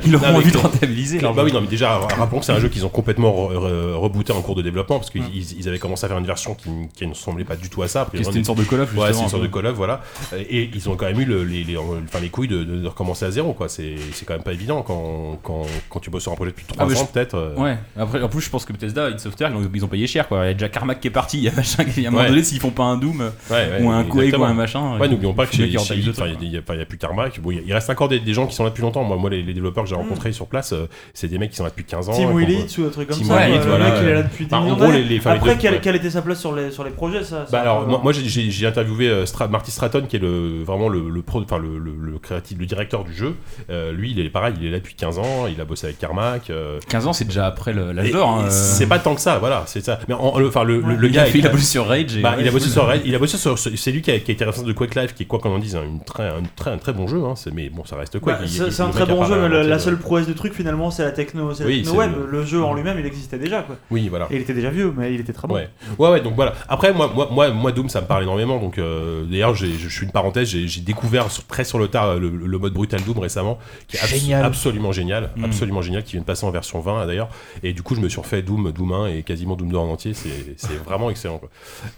B: ils
E: Non,
B: auront
E: mais
B: envie de
E: clair-
B: rentabiliser.
E: clair- Bah oui, non, mais déjà, rappelons que c'est un jeu qu'ils ont complètement re- re- rebooté en cours de développement parce qu'ils ils avaient commencé à faire une version qui, qui ne ressemblait pas du tout à ça. A priori,
B: Mm. Qui était une sorte de Call of, justement,
E: Ouais, c'est une
B: un
E: sorte de
B: peu.
E: Call of, voilà. Et ils ont quand même eu le- les, les- enfin, les couilles de, de- de recommencer à zéro, quoi. C'est c'est quand même pas évident quand, quand, quand tu bosses sur un projet depuis
B: Ah,
E: 3
B: mais je-
E: ans, peut-être. euh,
B: Ouais, Après, en plus, je pense que Bethesda, id Software, ils ont, ils ont payé cher quoi. Il y a déjà Carmack qui est parti, il y a machin qui à un moment
E: Ouais.
B: donné, s'ils font pas un Doom
E: Ouais, ouais,
B: ou un Quake
E: exactement.
B: ou un machin.
E: Ouais,
B: ils-
E: n'oublions pas
B: il
E: que
B: faut bien
E: chez,
B: qu'ils
E: chez
B: rentabilisent
E: id,
B: le
E: enfin,
B: truc.
E: il n'y a, enfin, il y a plus Carmack. Bon, il il reste encore des, des gens qui sont là depuis longtemps. Moi, moi les, les développeurs que j'ai rencontrés sur place, euh, c'est des mecs qui sont là depuis 15 ans.
J: Tim
E: et qu'on
J: Willits
E: voit-
J: Hmm. ou un truc comme
E: Tim
J: ça.
E: Willits,
J: quoi. le
E: voilà.
J: mec, il est là depuis des
E: Bah, en
J: millions
E: gros,
J: d'années.
E: les, les- enfin, les
J: Après,
E: deux-
J: quelle,
E: ouais.
J: quelle était sa place sur les, sur les projets ça, ça,
E: Bah alors
J: on
E: moi,
J: peut-
E: moi, j'ai- j'ai j'ai interviewé euh, Stra- Marty Stratton qui est le vraiment le, le pro enfin le, le, le créatif le directeur du jeu Euh, lui il est pareil il est là depuis 15 ans il a bossé avec Carmack
B: 15 ans c'est déjà après l'âge
E: Et-
B: d'or,
E: et
B: hein.
E: c'est pas tant que ça voilà c'est ça mais en- le- enfin le, le-
B: Ouais.
E: le
B: Il
E: gars
B: a fait-
E: est-
B: il a bossé sur Rage et-
E: Bah, il a
B: ouais,
E: bossé
B: c'est-
E: sur Rage il a bossé sur sur- Oh, c'est lui qui a, qui a été responsable de Quake Live qui est quoi qu'on en dise hein, une très un très un très bon jeu hein, c'est mais bon ça reste
J: Bah,
E: Quake il-
J: c'est
E: il-
J: c'est un
E: le
J: très
E: mec a
J: bon
E: pas
J: jeu, mais le-
E: inventé
J: la
E: de-
J: seule prouesse du truc finalement, c'est la techno, c'est la
E: Oui,
J: techno
E: c'est
J: web.
E: le-
J: Le... jeu en lui-même, il existait déjà quoi.
E: Oui, voilà.
J: Et il était déjà vieux, mais il était très bon.
E: Ouais. ouais, ouais, donc voilà. Après, moi, moi, moi, moi, Doom, ça me parle énormément. Donc, euh, d'ailleurs, j'ai- je suis une parenthèse, j'ai j'ai découvert sur- très sur le tard euh, le, le mode Brutal Doom récemment, qui est abs-
C: Génial.
E: absolument génial,
C: Mm.
E: absolument génial, qui vient de passer en version 20 d'ailleurs. Et du coup, je me suis refait Doom, Doom 1 et quasiment Doom 2 en entier. C'est c'est vraiment excellent. quoi.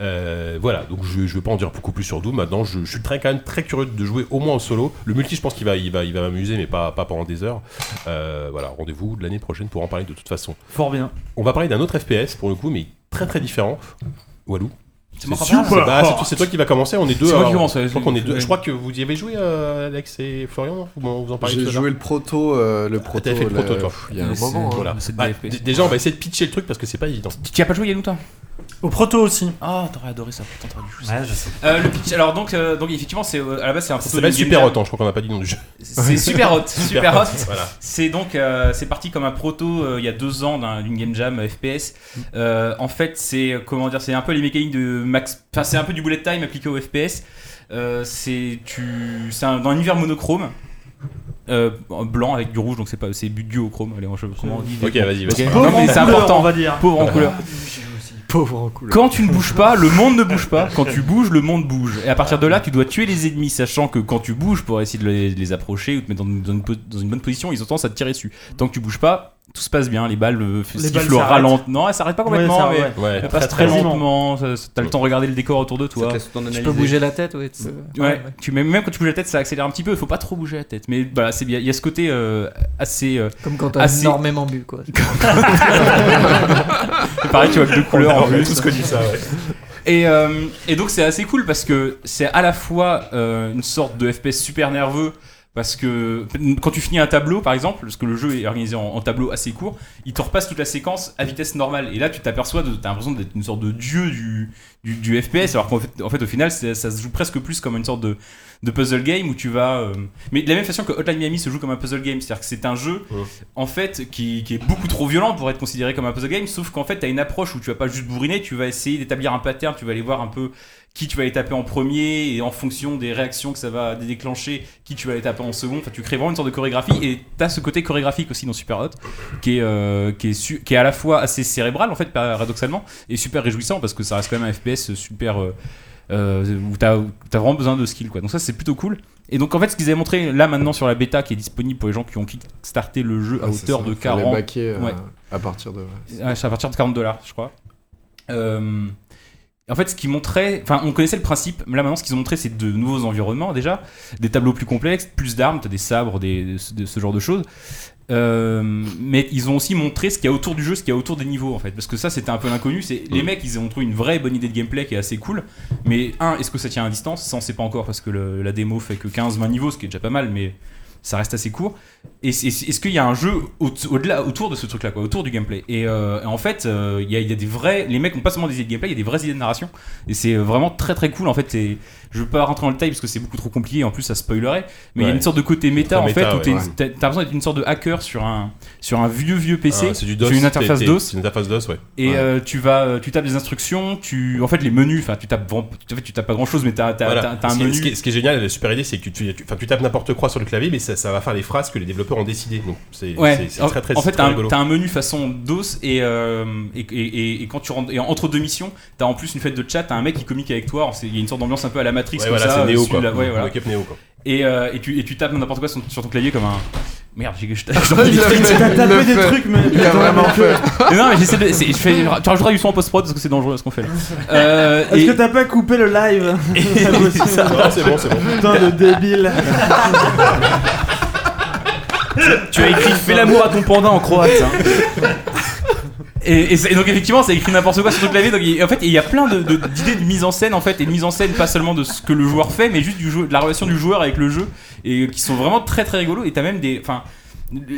E: Euh, voilà, donc je, je vais pas en dire beaucoup plus sur Doom. Maintenant, je, je suis très quand même très curieux de jouer au moins en solo. Le multi, je pense qu'il va, il va, il va m'amuser, mais pas, pas pendant des heures. Euh, voilà, rendez-vous l'année prochaine pour en parler de toute façon.
J: Fort bien.
E: On va parler d'un autre FPS pour le coup, mais très très différent. Walou.
B: moi qui
E: super.
B: commence, ouais.
E: Bah, c'est toi- c'est toi qui va commencer. On est deux.
B: C'est moi
E: alors,
B: qui commence, ouais.
E: je crois qu'on est deux.
B: Ouais.
E: Je crois que vous y avez joué, euh, Alex et Florian. non vous, m'en- vous en parlez.
G: J'ai
E: tout à l'heure
G: joué le proto, euh, le
E: Ah,
G: proto.
E: T'as fait le proto,
G: là,
E: toi.
G: pff, Il y a un moment. hein.
E: Voilà. Bah, d- déjà, on va essayer de pitcher le truc parce que c'est pas évident.
B: Tu n'y as pas joué il y a longtemps
H: Au proto aussi.
B: Ah, t'aurais adoré ça, putain, t'aurais dû jouer
H: Ouais, je sais.
B: Euh, le pitch, alors donc, euh, donc effectivement, c'est euh, à la base c'est un
E: Ça
B: proto
E: s'appelle
B: d'une game
E: Super
B: jam.
E: Hot, hein, je crois qu'on n'a pas dit le nom du jeu.
B: C'est super hot, super hot.
E: Voilà.
B: C'est donc euh, c'est parti comme un proto euh, il y a deux ans d'un- d'une game jam euh, FPS. Euh, en fait, c'est euh, comment dire, c'est un peu les mécaniques de Max. Enfin, c'est un peu du bullet time appliqué au FPS. Euh, c'est tu, c'est un, dans un univers monochrome. euh, blanc avec du rouge donc c'est pas c'est but du au chrome allez on- je, comment on dit
E: Ok, vas-y, vas-y.
B: Ok. Non,
E: Pauvre
B: mais
E: en
B: c'est
E: couleur,
B: important
E: on va dire.
B: pauvre en
E: Ah,
B: couleur
G: Pauvre en couleur.
B: quand tu ne bouges pas, le monde ne bouge pas. Quand tu bouges, le monde bouge. Et à partir de là, tu dois tuer les ennemis, sachant que quand tu bouges pour essayer de les, de les approcher ou te mettre dans une, dans une po- dans une bonne position, ils ont tendance à te tirer dessus. Tant que tu bouges pas, tout se passe bien. Les balles euh, sifflent
J: balles
B: au
J: s'arrêtent.
B: ralent- Non, elles s'arrêtent pas complètement,
J: Ouais, ça,
B: mais
J: ouais. Ouais,
B: elles
J: très,
B: passent
J: très
B: très,
J: lentement.
B: lentement. Ça- ça- T'as le temps de regarder le décor autour de
K: Ça
B: toi.
K: te laisse le temps d'analyser. Tu peux bouger la tête, oui, c'est-
B: Ouais,
K: ouais.
B: Tu mets, même quand tu bouges la tête, ça accélère un petit peu. Il faut pas trop bouger la tête. Mais voilà, c'est bien. Il y a ce côté euh, assez. euh,
K: Comme quand t'as
B: assez-
K: énormément bu, quoi.
B: C'est pareil, tu vois que deux couleurs
E: On a-
B: en
E: on a
B: plus.
E: tous connu ça, ouais.
B: Et, euh, et donc c'est assez cool parce que c'est à la fois euh, une sorte de FPS super nerveux parce que quand tu finis un tableau par exemple, parce que le jeu est organisé en, en tableau assez court, il te repasse toute la séquence à vitesse normale et là tu t'aperçois, de- t'as l'impression d'être une sorte de dieu du, du, du FPS alors qu'en fait, en fait au final c'est- ça se joue presque plus comme une sorte de, de puzzle game où tu vas... euh, Mais de la même façon que Hotline Miami se joue comme un puzzle game, c'est-à-dire que c'est un jeu en fait qui, qui est beaucoup trop violent pour être considéré comme un puzzle game sauf qu'en fait t'as une approche où tu vas pas juste bourriner tu vas essayer d'établir un pattern tu vas aller voir un peu qui tu vas aller taper en premier et en fonction des réactions que ça va dé- déclencher qui tu vas aller taper en second enfin tu crées vraiment une sorte de chorégraphie et t'as ce côté chorégraphique aussi dans Super Hot qui est, euh, qui est, su- qui est à la fois assez cérébral en fait paradoxalement et super réjouissant parce que ça reste quand même un FPS super euh, euh, où t'as où t'as vraiment besoin de skill quoi. Donc ça c'est plutôt cool. Et donc en fait ce qu'ils avaient montré là maintenant sur la bêta qui est disponible pour les gens qui ont kickstarté le jeu à
G: Ah, c'est
B: hauteur
G: ça,
B: de
G: faut les
B: 40
G: baquer, euh,
B: Ouais.
G: à partir de-
B: euh, Ouais, c'est à partir de 40 dollars, je crois. Euh, en fait, ce qu'ils montraient, enfin, on connaissait le principe, mais là maintenant, ce qu'ils ont montré, c'est de nouveaux environnements déjà, des tableaux plus complexes, plus d'armes, t'as des sabres, des, de ce- de ce genre de choses. Euh, mais ils ont aussi montré ce qu'il y a autour du jeu, ce qu'il y a autour des niveaux en fait, parce que ça c'était un peu l'inconnu. C'est les mecs, ils ont trouvé une vraie bonne idée de gameplay qui est assez cool. Mais un, est-ce que ça tient à distance Ça on sait pas encore parce que le- la démo fait que 15-20 niveaux, ce qui est déjà pas mal, mais ça reste assez court. Et c'est- c'est- est-ce qu'il y a un jeu au- au-delà, autour de ce truc-là, quoi, autour du gameplay et, euh, et en fait, euh, il y, a- il y a des vrais, les mecs ont pas seulement des idées de gameplay, il y a des vraies idées de narration. Et c'est vraiment très très cool. En fait, c'est- je veux pas rentrer dans le détail parce que c'est beaucoup trop compliqué. En plus, ça spoilerait. Mais il y a
E: Ouais.
B: une sorte de côté méta
E: Très
B: en
E: méta,
B: fait où
E: ouais.
B: t'es une-
E: Ouais.
B: t'as t'as l'impression d'être une sorte de hacker sur un sur un vieux vieux PC.
E: Ah, c'est du DOS,
B: une interface
E: t'es- t'es-
B: DOS.
E: c'est une interface DOS, ouais.
B: Et
E: Ouais.
B: euh, tu vas, euh, tu tapes des instructions, tu, en fait les menus, enfin tu tapes, vraiment- en fait tu tapes pas grand chose, mais t'as t'as-
E: Voilà.
B: t'as- t'as un
E: ce, qui est,
B: menu.
E: ce qui est- ce qui est génial, la super idée, c'est que tu, tu- enfin, tu tapes n'importe quoi sur le clavier, mais ça, ça va faire les phrases que les développeurs ont décidées. Donc c'est c'est- c'est
B: en,
E: très très
B: en fait,
E: très
B: t'as un,
E: rigolo.
B: t'as un menu façon DOS et, euh, et, et- et- et quand tu rentres, et entre deux missions, t'as en plus une fête de chat, t'as un mec qui communique avec toi. c'est- Il y a une sorte d'ambiance un peu à la Matrix
E: Ouais,
B: comme
E: voilà,
B: ça.
E: c'est Neo,
B: celui-là,
E: quoi.
B: ouais, voilà.
E: Le Cap Neo, quoi.
B: Et, euh, et tu, et tu tapes n'importe quoi sur, sur ton clavier comme un. Merde, j'ai j'ai- j'ai-
J: Il a fait- il a tapé des trucs, mais- Il a vraiment fait.
B: Mais non, mais j'essaie de. c'est- Je fais, tu rajouteras du son en post-prod parce que c'est dangereux ce qu'on fait là. Euh,
J: Est-ce
B: et-
J: que t'as pas coupé le live
E: Non, c'est bon, c'est bon.
J: Putain de débile.
B: Tu as écrit Fais l'amour à ton panda en croate. hein. Et, et c'est- et donc effectivement, ça écrit n'importe quoi sur le clavier. Donc il- en fait, il y a plein de- de- d'idées de, mise en scène en fait, et de mise en scène pas seulement de ce que le joueur fait, mais juste du jeu, de la relation du joueur avec le jeu, et qui sont vraiment très très rigolos. Et t'as même des, enfin,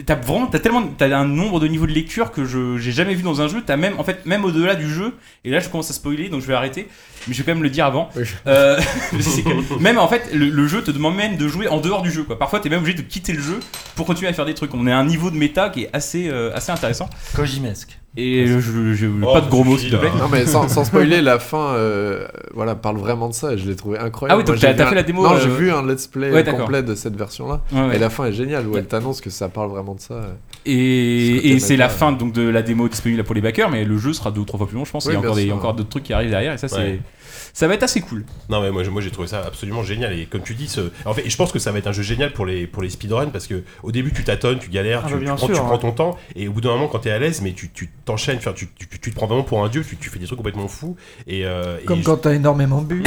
B: t'as vraiment, t'as tellement, t'as un nombre de niveaux de lecture que je j'ai jamais vu dans un jeu. T'as même, en fait, même au-delà du jeu. Et là, je commence à spoiler, donc je vais arrêter. Mais je vais quand même le dire avant. Euh, c'est que- même en fait, le, le jeu te demande même de jouer en dehors du jeu. Quoi. Parfois, t'es même obligé de quitter le jeu pour continuer à faire des trucs. On est à un niveau de méta qui est assez euh, assez intéressant.
H: Kojimesque.
B: Et je, je-
G: Oh,
B: pas de gros
G: ça
B: mots,
G: suffit,
B: s'il te plaît.
G: là. Non, mais sans, sans spoiler, la fin euh, voilà, parle vraiment de ça et je l'ai trouvé incroyable.
B: Ah oui,
G: Moi,
B: donc
G: j'ai
B: t'as-
G: vu
B: t'as
G: un-
B: fait la démo,
G: Non,
B: euh,
G: j'ai vu un let's play
B: ouais, d'accord.
G: complet de cette version-là.
B: Ouais, ouais.
G: Et la fin est géniale où elle t'annonce que ça parle vraiment de ça. euh. Ce côté
B: Et, et c'est la
G: méta,
B: fin donc de la démo disponible pour les backers, mais le jeu sera deux ou trois fois plus long, je pense.
E: Oui,
B: il y a
E: bien
B: encore, des,
E: sûr.
B: encore d'autres trucs qui arrivent derrière, et ça,
E: Ouais.
B: c'est, ça va être assez cool.
E: Non mais moi je- moi, j'ai trouvé ça absolument génial et comme tu dis ce- en fait et je pense que ça va être un jeu génial pour les pour les speedruns parce que au début tu tâtonnes tu galères
H: Ah
E: tu,
H: bah,
E: tu
H: bien
E: prends, tu
H: sûr,
E: prends
H: hein.
E: ton temps et au bout d'un moment quand t'es à l'aise mais tu tu t'enchaînes enfin, tu, tu, tu te prends vraiment pour un dieu tu, tu fais des trucs complètement fous et, euh, et
K: Comme
E: je- Euh,
K: quand t'as énormément bu.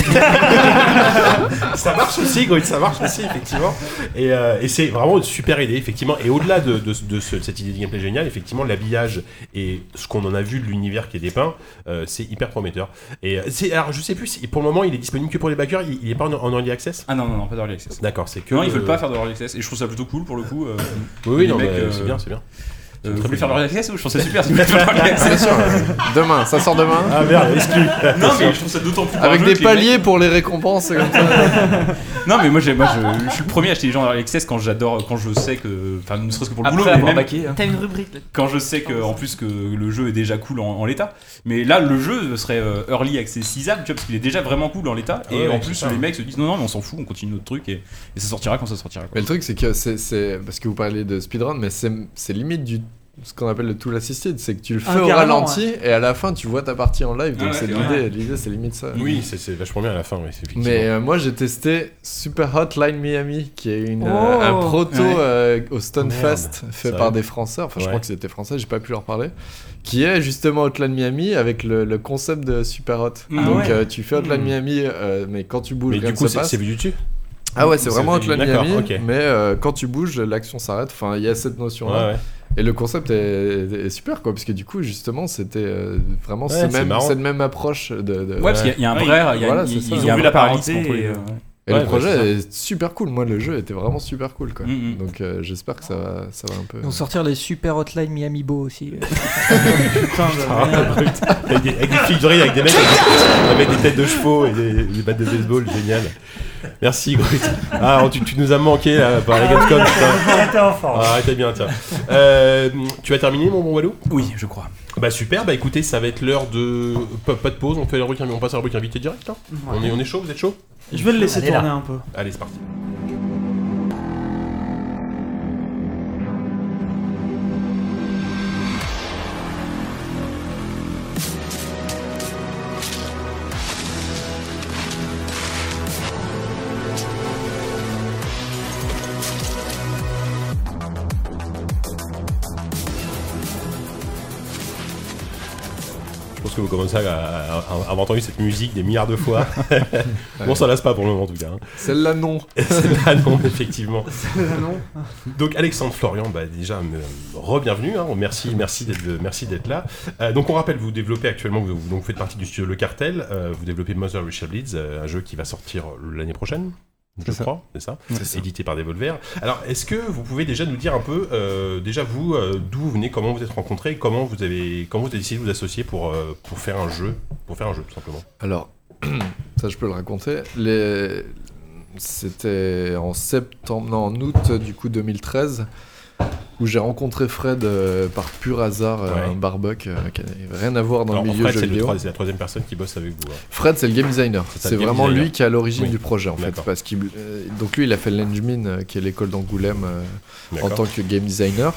E: ça marche aussi, Goïd, ça marche aussi, effectivement. Et, euh, et c'est vraiment une super idée, effectivement. Et au-delà de, de- de ce- cette idée de gameplay géniale, effectivement, l'habillage et ce qu'on en a vu de l'univers qui est dépeint, euh, c'est hyper prometteur. Et euh, c'est, alors, je sais plus, si- pour le moment, il est disponible que pour les backers, il, il est pas en, en early access
B: Ah non, non, non, pas d'early access.
E: D'accord, c'est que.
B: Non, ils veulent
E: euh,
B: pas faire de early access, et je trouve ça plutôt cool pour le coup. euh,
E: Oui, oui,
B: les
E: non,
B: mecs,
E: mais
B: euh,
E: c'est bien, c'est bien.
B: euh,
E: C'est
B: vous
E: très
B: voulez
E: bien.
B: faire de l'early access ou je trouve ça super si vous voulez faire de l'early
G: Bien
B: access
G: sûr, demain, ça sort demain.
E: Ah merde, exclu.
B: Non, mais je trouve ça d'autant plus
G: Avec
B: courageux
G: des
B: que les mecs-
G: paliers pour les récompenses, c'est comme ça.
B: Non, mais moi, j'ai- moi, je, je suis le premier à acheter les gens en early access quand j'adore, quand je sais que. Enfin, ne serait-ce que pour le
K: Après
B: boulot, mais
K: avoir
B: même.
K: baqué, hein.
I: T'as une rubrique là.
B: quand je sais que en plus que le jeu est déjà cool en, en l'état mais là le jeu serait euh, early accessisable tu vois, parce qu'il est déjà vraiment cool en l'état
E: Ouais,
B: et
E: ouais,
B: en
E: c'est
B: plus
E: ça.
B: les mecs se disent non non mais on s'en fout on continue notre truc et, et ça sortira quand ça sortira quoi.
G: Mais le truc, c'est que c'est- c'est. Parce que vous parlez de speedrun, mais c'est c'est limite du. Ce qu'on appelle le tool assisted, c'est que tu le
K: Ah,
G: fais au
K: carrément,
G: ralenti et à la fin tu vois ta partie en live, donc
B: Ah ouais,
G: c'est
B: c'est vrai.
G: l'idée, l'idée c'est limite ça.
E: Oui, c'est, c'est vachement bien à la fin, oui, c'est effectivement.
G: Mais euh, moi j'ai testé Super Hotline Miami, qui est une, euh,
I: Oh.
G: un proto
B: Ouais.
G: euh, au Stunfest
E: Merde.
G: fait
E: Ça
G: par
E: va.
G: des Français, enfin je
E: Ouais.
G: crois que c'était français, j'ai pas pu leur parler, qui est justement Hotline Miami avec le, le concept de Super Hot.
B: Ah
G: Donc
B: ouais.
G: euh, tu fais Hotline
K: Hmm.
G: Miami, euh, mais quand tu bouges,
E: Mais
G: rien
E: du
G: ne
E: coup,
G: se
E: c'est,
G: passe.
E: c'est vu du dessus
G: Ah ouais, c'est
E: C'est
G: vraiment
E: fait-
G: Hotline
E: d'accord,
G: Miami,
E: ok.
G: mais euh, quand tu bouges, l'action s'arrête. Enfin, il y a cette
E: Ouais,
G: notion-là.
E: ouais.
G: Et le concept est, est super, quoi, parce que du coup, justement, c'était euh, vraiment
E: Ouais,
G: ce
E: c'est
G: même-
E: marrant.
G: cette même approche de. de-
B: ouais, parce qu'il y a- il y a un
D: Ouais,
B: vrai il y a-
G: voilà,
B: il-
G: c'est ça.
B: ils,
G: Ils
B: ont
G: ont
B: vu
F: la
B: la paralysme
F: parenté,
B: entre les
F: et,
B: deux.
F: euh,
G: Et
E: Ouais,
G: le
E: ouais,
G: projet
E: c'est
G: est, super cool. Moi, le jeu était vraiment super cool, quoi.
B: Mm, mm.
G: Donc, euh, j'espère que ça va, ça va un peu.
K: Ils vont sortir les super hotline Miami Beau aussi. euh.
J: Putain,
E: Ah,
J: de merde.
E: putain. avec, des, avec des figurines, avec des mecs avec, avec des têtes de chevaux et des, des battes de baseball, génial. Merci, Groot. Ah, tu, tu nous as manqué là, par la Gamescom,
J: Ah
E: putain.
H: T'es en forme.
E: Ah, t'es bien, tiens. Euh, tu as terminé, mon bon Walou
B: oui je crois
E: Bah super, bah écoutez, ça va être l'heure de... Pas, pas de pause, on fait la rubrique, on passe à la rubrique invité direct. hein.
J: Ouais.
E: on, est, on est chaud, vous êtes chaud
J: Je vais le laisser
H: Allez, là.
J: tourner un peu.
E: Allez, c'est parti. Je pense que vous commencez à, à- à avoir entendu cette musique des milliards de fois. bon, ça lasse pas pour le moment en tout cas. hein.
G: Celle-là, non.
E: Celle-là, non, effectivement. Donc, Alexandre Florian, bah, déjà, me- re-bienvenue. hein. Merci, merci d'être, merci d'être là. Euh, donc, on rappelle, vous développez actuellement, vous, vous- donc, vous faites partie du studio Le Cartel. euh, vous développez Mother Richard Leeds, euh, un jeu qui va sortir l'année prochaine. Je
K: C'est ça.
E: crois, c'est ça,
K: C'est ça.
E: Édité par Devolver. Alors, est-ce que vous pouvez déjà nous dire un peu, euh, déjà vous, euh, d'où vous venez, comment vous êtes rencontrés, comment vous avez, comment vous avez décidé de vous associer pour euh, pour faire un jeu, pour faire un jeu tout simplement.
G: euh. Alors, ça, je peux le raconter. Les... C'était en septembre, non, en août du coup 2013, où j'ai rencontré Fred euh, par pur hasard, euh,
E: Ouais.
G: un barbuck euh, qui n'avait rien à voir dans
E: Alors,
G: le
E: en
G: milieu
E: fait,
G: jeu
E: c'est, le
G: vidéo.
E: trois- c'est la troisième personne qui bosse avec vous. hein.
G: Fred, c'est le game designer.
E: C'est ça,
G: C'est
E: le game
G: vraiment
E: design.
G: lui qui est à l'origine
E: Oui.
G: du projet en fait.
E: D'accord.
G: Parce qu'il, euh, donc lui, il a fait l'Engmin, euh, qui est l'école d'Angoulême euh, en
E: D'accord.
G: tant que game designer.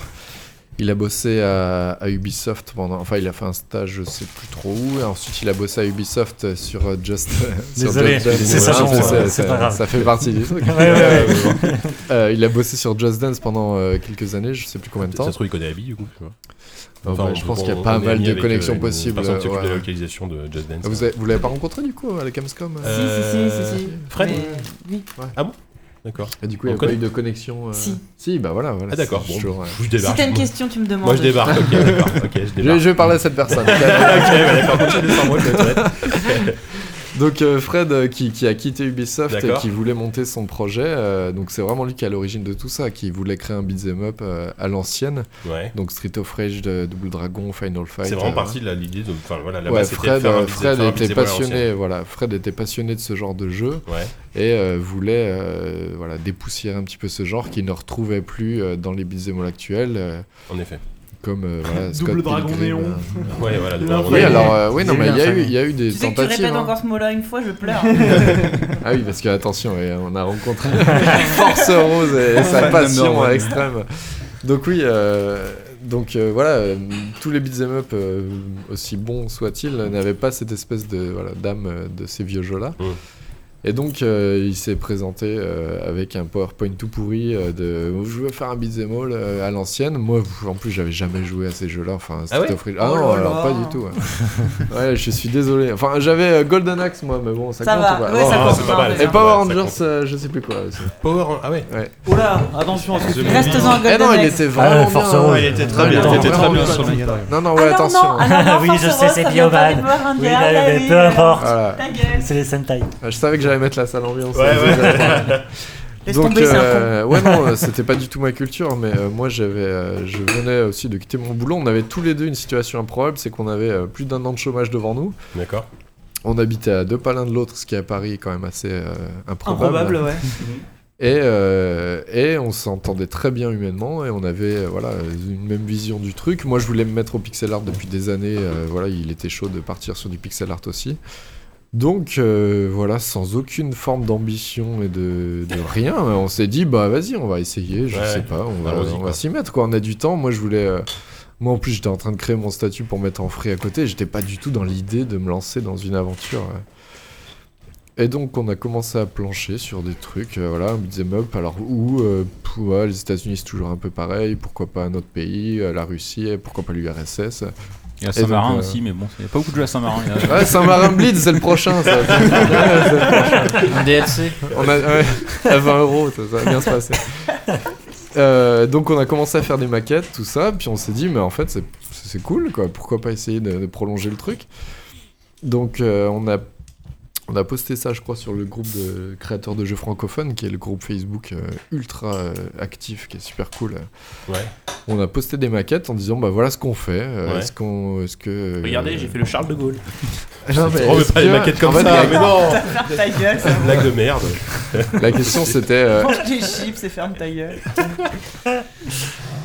G: Il a bossé à, à Ubisoft pendant. Enfin, il a fait un stage, je sais plus trop où. Et ensuite, il a bossé à Ubisoft sur euh, Just. sur
H: Désolé,
G: Just Dance.
H: c'est sa
G: Ouais,
H: chanson,
G: c'est-
H: ouais,
G: c'est-
H: c'est pas grave.
G: Ça fait partie du truc.
H: ouais, ouais.
G: Euh, il a bossé sur Just Dance pendant euh, quelques années, je sais plus combien de
E: Ça
G: temps.
E: se trouve, il connaît Abby, du coup. tu vois.
G: Enfin,
E: Enfin,
G: je
E: on-
G: pense qu'il y
E: on-
G: a pas
E: on est
G: mal
E: amis
G: de
E: avec,
G: connexions
E: euh, une
G: possibles.
E: personne qui s'occupe de la
G: ouais.
E: localisation de Just Dance.
G: Ah, Vous, avez- vous l'avez pas rencontré du coup à la Gamescom
E: Euh,
I: Si, si, si, si, si.
E: Fred
I: Mais- Oui.
E: Ah bon D'accord.
G: Et du coup, il n'y a
E: On
G: pas
E: connaît-
G: eu de connexion. euh,
I: Si.
G: Si, bah voilà. voilà
E: Ah, d'accord,
G: c'est
E: bon,
G: toujours, euh,
E: je débarque.
I: Si t'as une question, tu me demandes.
E: Moi, je débarque, ok, d'accord, ok, je débarque.
G: Je, je vais parler à cette personne.
E: ok, bah, d'accord, continue sans moi, je vais aux toilettes.
G: donc euh, Fred euh, qui, qui a quitté Ubisoft et
E: D'accord.
G: qui voulait monter son projet, euh, donc c'est vraiment lui qui est à l'origine de tout ça, qui voulait créer un beat'em up euh, à l'ancienne,
E: Ouais.
G: donc Street of Rage, de Double Dragon, Final Fight.
E: C'est vraiment
G: euh,
E: parti de la- l'idée de. Enfin, voilà, la
G: Ouais,
E: base, c'était de
G: Fred,
E: faire un
G: euh,
E: beat'em-
G: Fred
E: faire un
G: était
E: beat'em up à l'ancienne.
G: passionné, voilà, Fred était passionné de ce genre de jeu
E: Ouais.
G: et euh, voulait euh, voilà dépoussiérer un petit peu ce genre qu'il ne retrouvait plus euh, dans les beat'em up actuels, euh,
E: En effet.
G: comme euh, voilà, Scott
J: Double Dragon
G: Pilgrim,
J: Néon.
G: euh,
E: Ouais, voilà,
J: L'infamie.
E: donc,
G: Oui, alors, euh, oui,
H: Il y
G: non,
H: a eu
G: mais il y, a eu-
H: l'infamie.
G: il y a eu des
I: Tu sais que tu
G: tentatives.
I: répètes
G: hein.
I: encore ce mot-là une fois, je pleure.
G: Ah oui, parce que attention, ouais, on a rencontré Force Rose et sa
F: Fan number
G: passion
F: one.
G: extrême. Donc oui, euh, donc euh, voilà, euh, tous les beat'em up, euh, aussi bons soient-ils, n'avaient pas cette espèce de voilà, d'âme euh, de ces vieux jeux-là.
E: Mm.
G: Et donc euh, il s'est présenté euh, avec un PowerPoint tout pourri euh, de « je veux faire un beat'em all euh, à l'ancienne ». Moi, en plus, j'avais jamais joué à ces jeux-là. Enfin, Street
E: ouais
G: of Rage- Ah
I: Oh
G: non,
I: là
G: alors
I: là.
G: pas du tout. hein. ouais. Ouais, je suis désolé. Enfin, j'avais euh, Golden Axe, moi, mais bon, ça,
I: Ça
G: compte
I: va,
G: ou pas
I: ouais,
G: Non,
I: ça
G: non,
E: compte.
G: c'est
E: pas mal.
G: et
E: Ça
G: Power
E: compte, ça
G: Rangers, euh, je sais plus quoi. aussi.
E: Power. Ah ouais.
J: Oh là, attention à ce que tu dis.
I: Reste en
G: Eh
I: Golden
G: non, il
I: Axe.
G: était vraiment
H: Ah, Force
G: bien.
H: Rose.
G: il était très
H: Ouais,
G: bien.
H: attends,
G: il était très
H: vraiment
G: bien.
H: bien.
G: Non, non, ouais,
I: Ah non,
G: attention.
I: non, ah non, non,
H: Oui,
I: Force
H: je
I: Rose, ça
H: sais, c'est
I: vient
H: Bioman.
I: pas des Power Rangers,
H: Oui,
I: ah
H: mais
I: oui,
H: peu
I: euh,
H: importe.
G: Voilà. Ah,
I: Ta gueule.
H: C'est les Sentai.
G: Je savais que j'allais mettre la salle ambiance. hein,
E: Ouais, ouais.
I: Laisse
G: Donc,
I: tomber, c'est un con.
G: euh, ouais, non, euh, c'était pas du tout ma culture, mais euh, moi, j'avais, euh, je venais aussi de quitter mon boulot. On avait tous les deux une situation improbable, c'est qu'on avait euh, plus d'un an de chômage devant nous.
E: D'accord.
G: On habitait à deux pas l'un de l'autre, ce qui à Paris est quand même assez euh,
J: Improbable, ouais.
G: Et, euh, et on s'entendait très bien humainement et on avait euh, voilà une même vision du truc. Moi, je voulais me mettre au pixel art depuis des années. euh, voilà, il était chaud de partir sur du pixel art aussi. Donc euh, voilà, sans aucune forme d'ambition et de, de rien, on s'est dit bah vas-y, on va essayer. Je
E: Ouais,
G: sais
E: ouais.
G: pas, on va,
E: Allons-y,
G: on
E: quoi.
G: va s'y mettre quoi. On a du temps. Moi, je voulais. euh, moi, en plus, j'étais en train de créer mon statut pour mettre en free à côté. J'étais pas du tout dans l'idée de me lancer dans une aventure. euh, et donc on a commencé à plancher sur des trucs, euh, voilà, un beat'em up, alors où euh, pff, ouais, les États-Unis c'est toujours un peu pareil, pourquoi pas un autre pays, euh, la Russie, et pourquoi pas l'URSS.
B: Il y a
G: donc,
B: Saint-Marin
G: euh,
B: aussi, mais bon, il n'y a pas beaucoup de jeux à Saint-Marin. il y a-
G: Ouais, Saint-Marin Blitz, c'est le prochain, ça. Ouais, c'est le prochain.
K: Un DLC.
G: On a, ouais, à 20 euros, ça, ça va bien se passer. Euh, donc on a commencé à faire des maquettes, tout ça, puis on s'est dit, mais en fait c'est- c'est cool, quoi. pourquoi pas essayer de, de prolonger le truc. Donc euh, on, a, on a posté ça, je crois, sur le groupe de créateurs de jeux francophones, qui est le groupe Facebook euh, ultra euh, actif, qui est super cool.
E: Ouais.
G: On a posté des maquettes en disant, bah voilà ce qu'on fait, euh,
E: Ouais.
G: est-ce qu'on... Est -ce que,
B: Regardez, j'ai fait le Charles de Gaulle.
G: Non, mais
E: On met
G: est-ce
E: pas les
G: que-
E: maquettes
G: en
E: comme
G: fait,
E: ça,
G: la-
E: mais non
I: Ferme ta gueule. ça
E: Blague de merde.
G: La question c'était... euh,
I: Mange des chips et ferme ta gueule.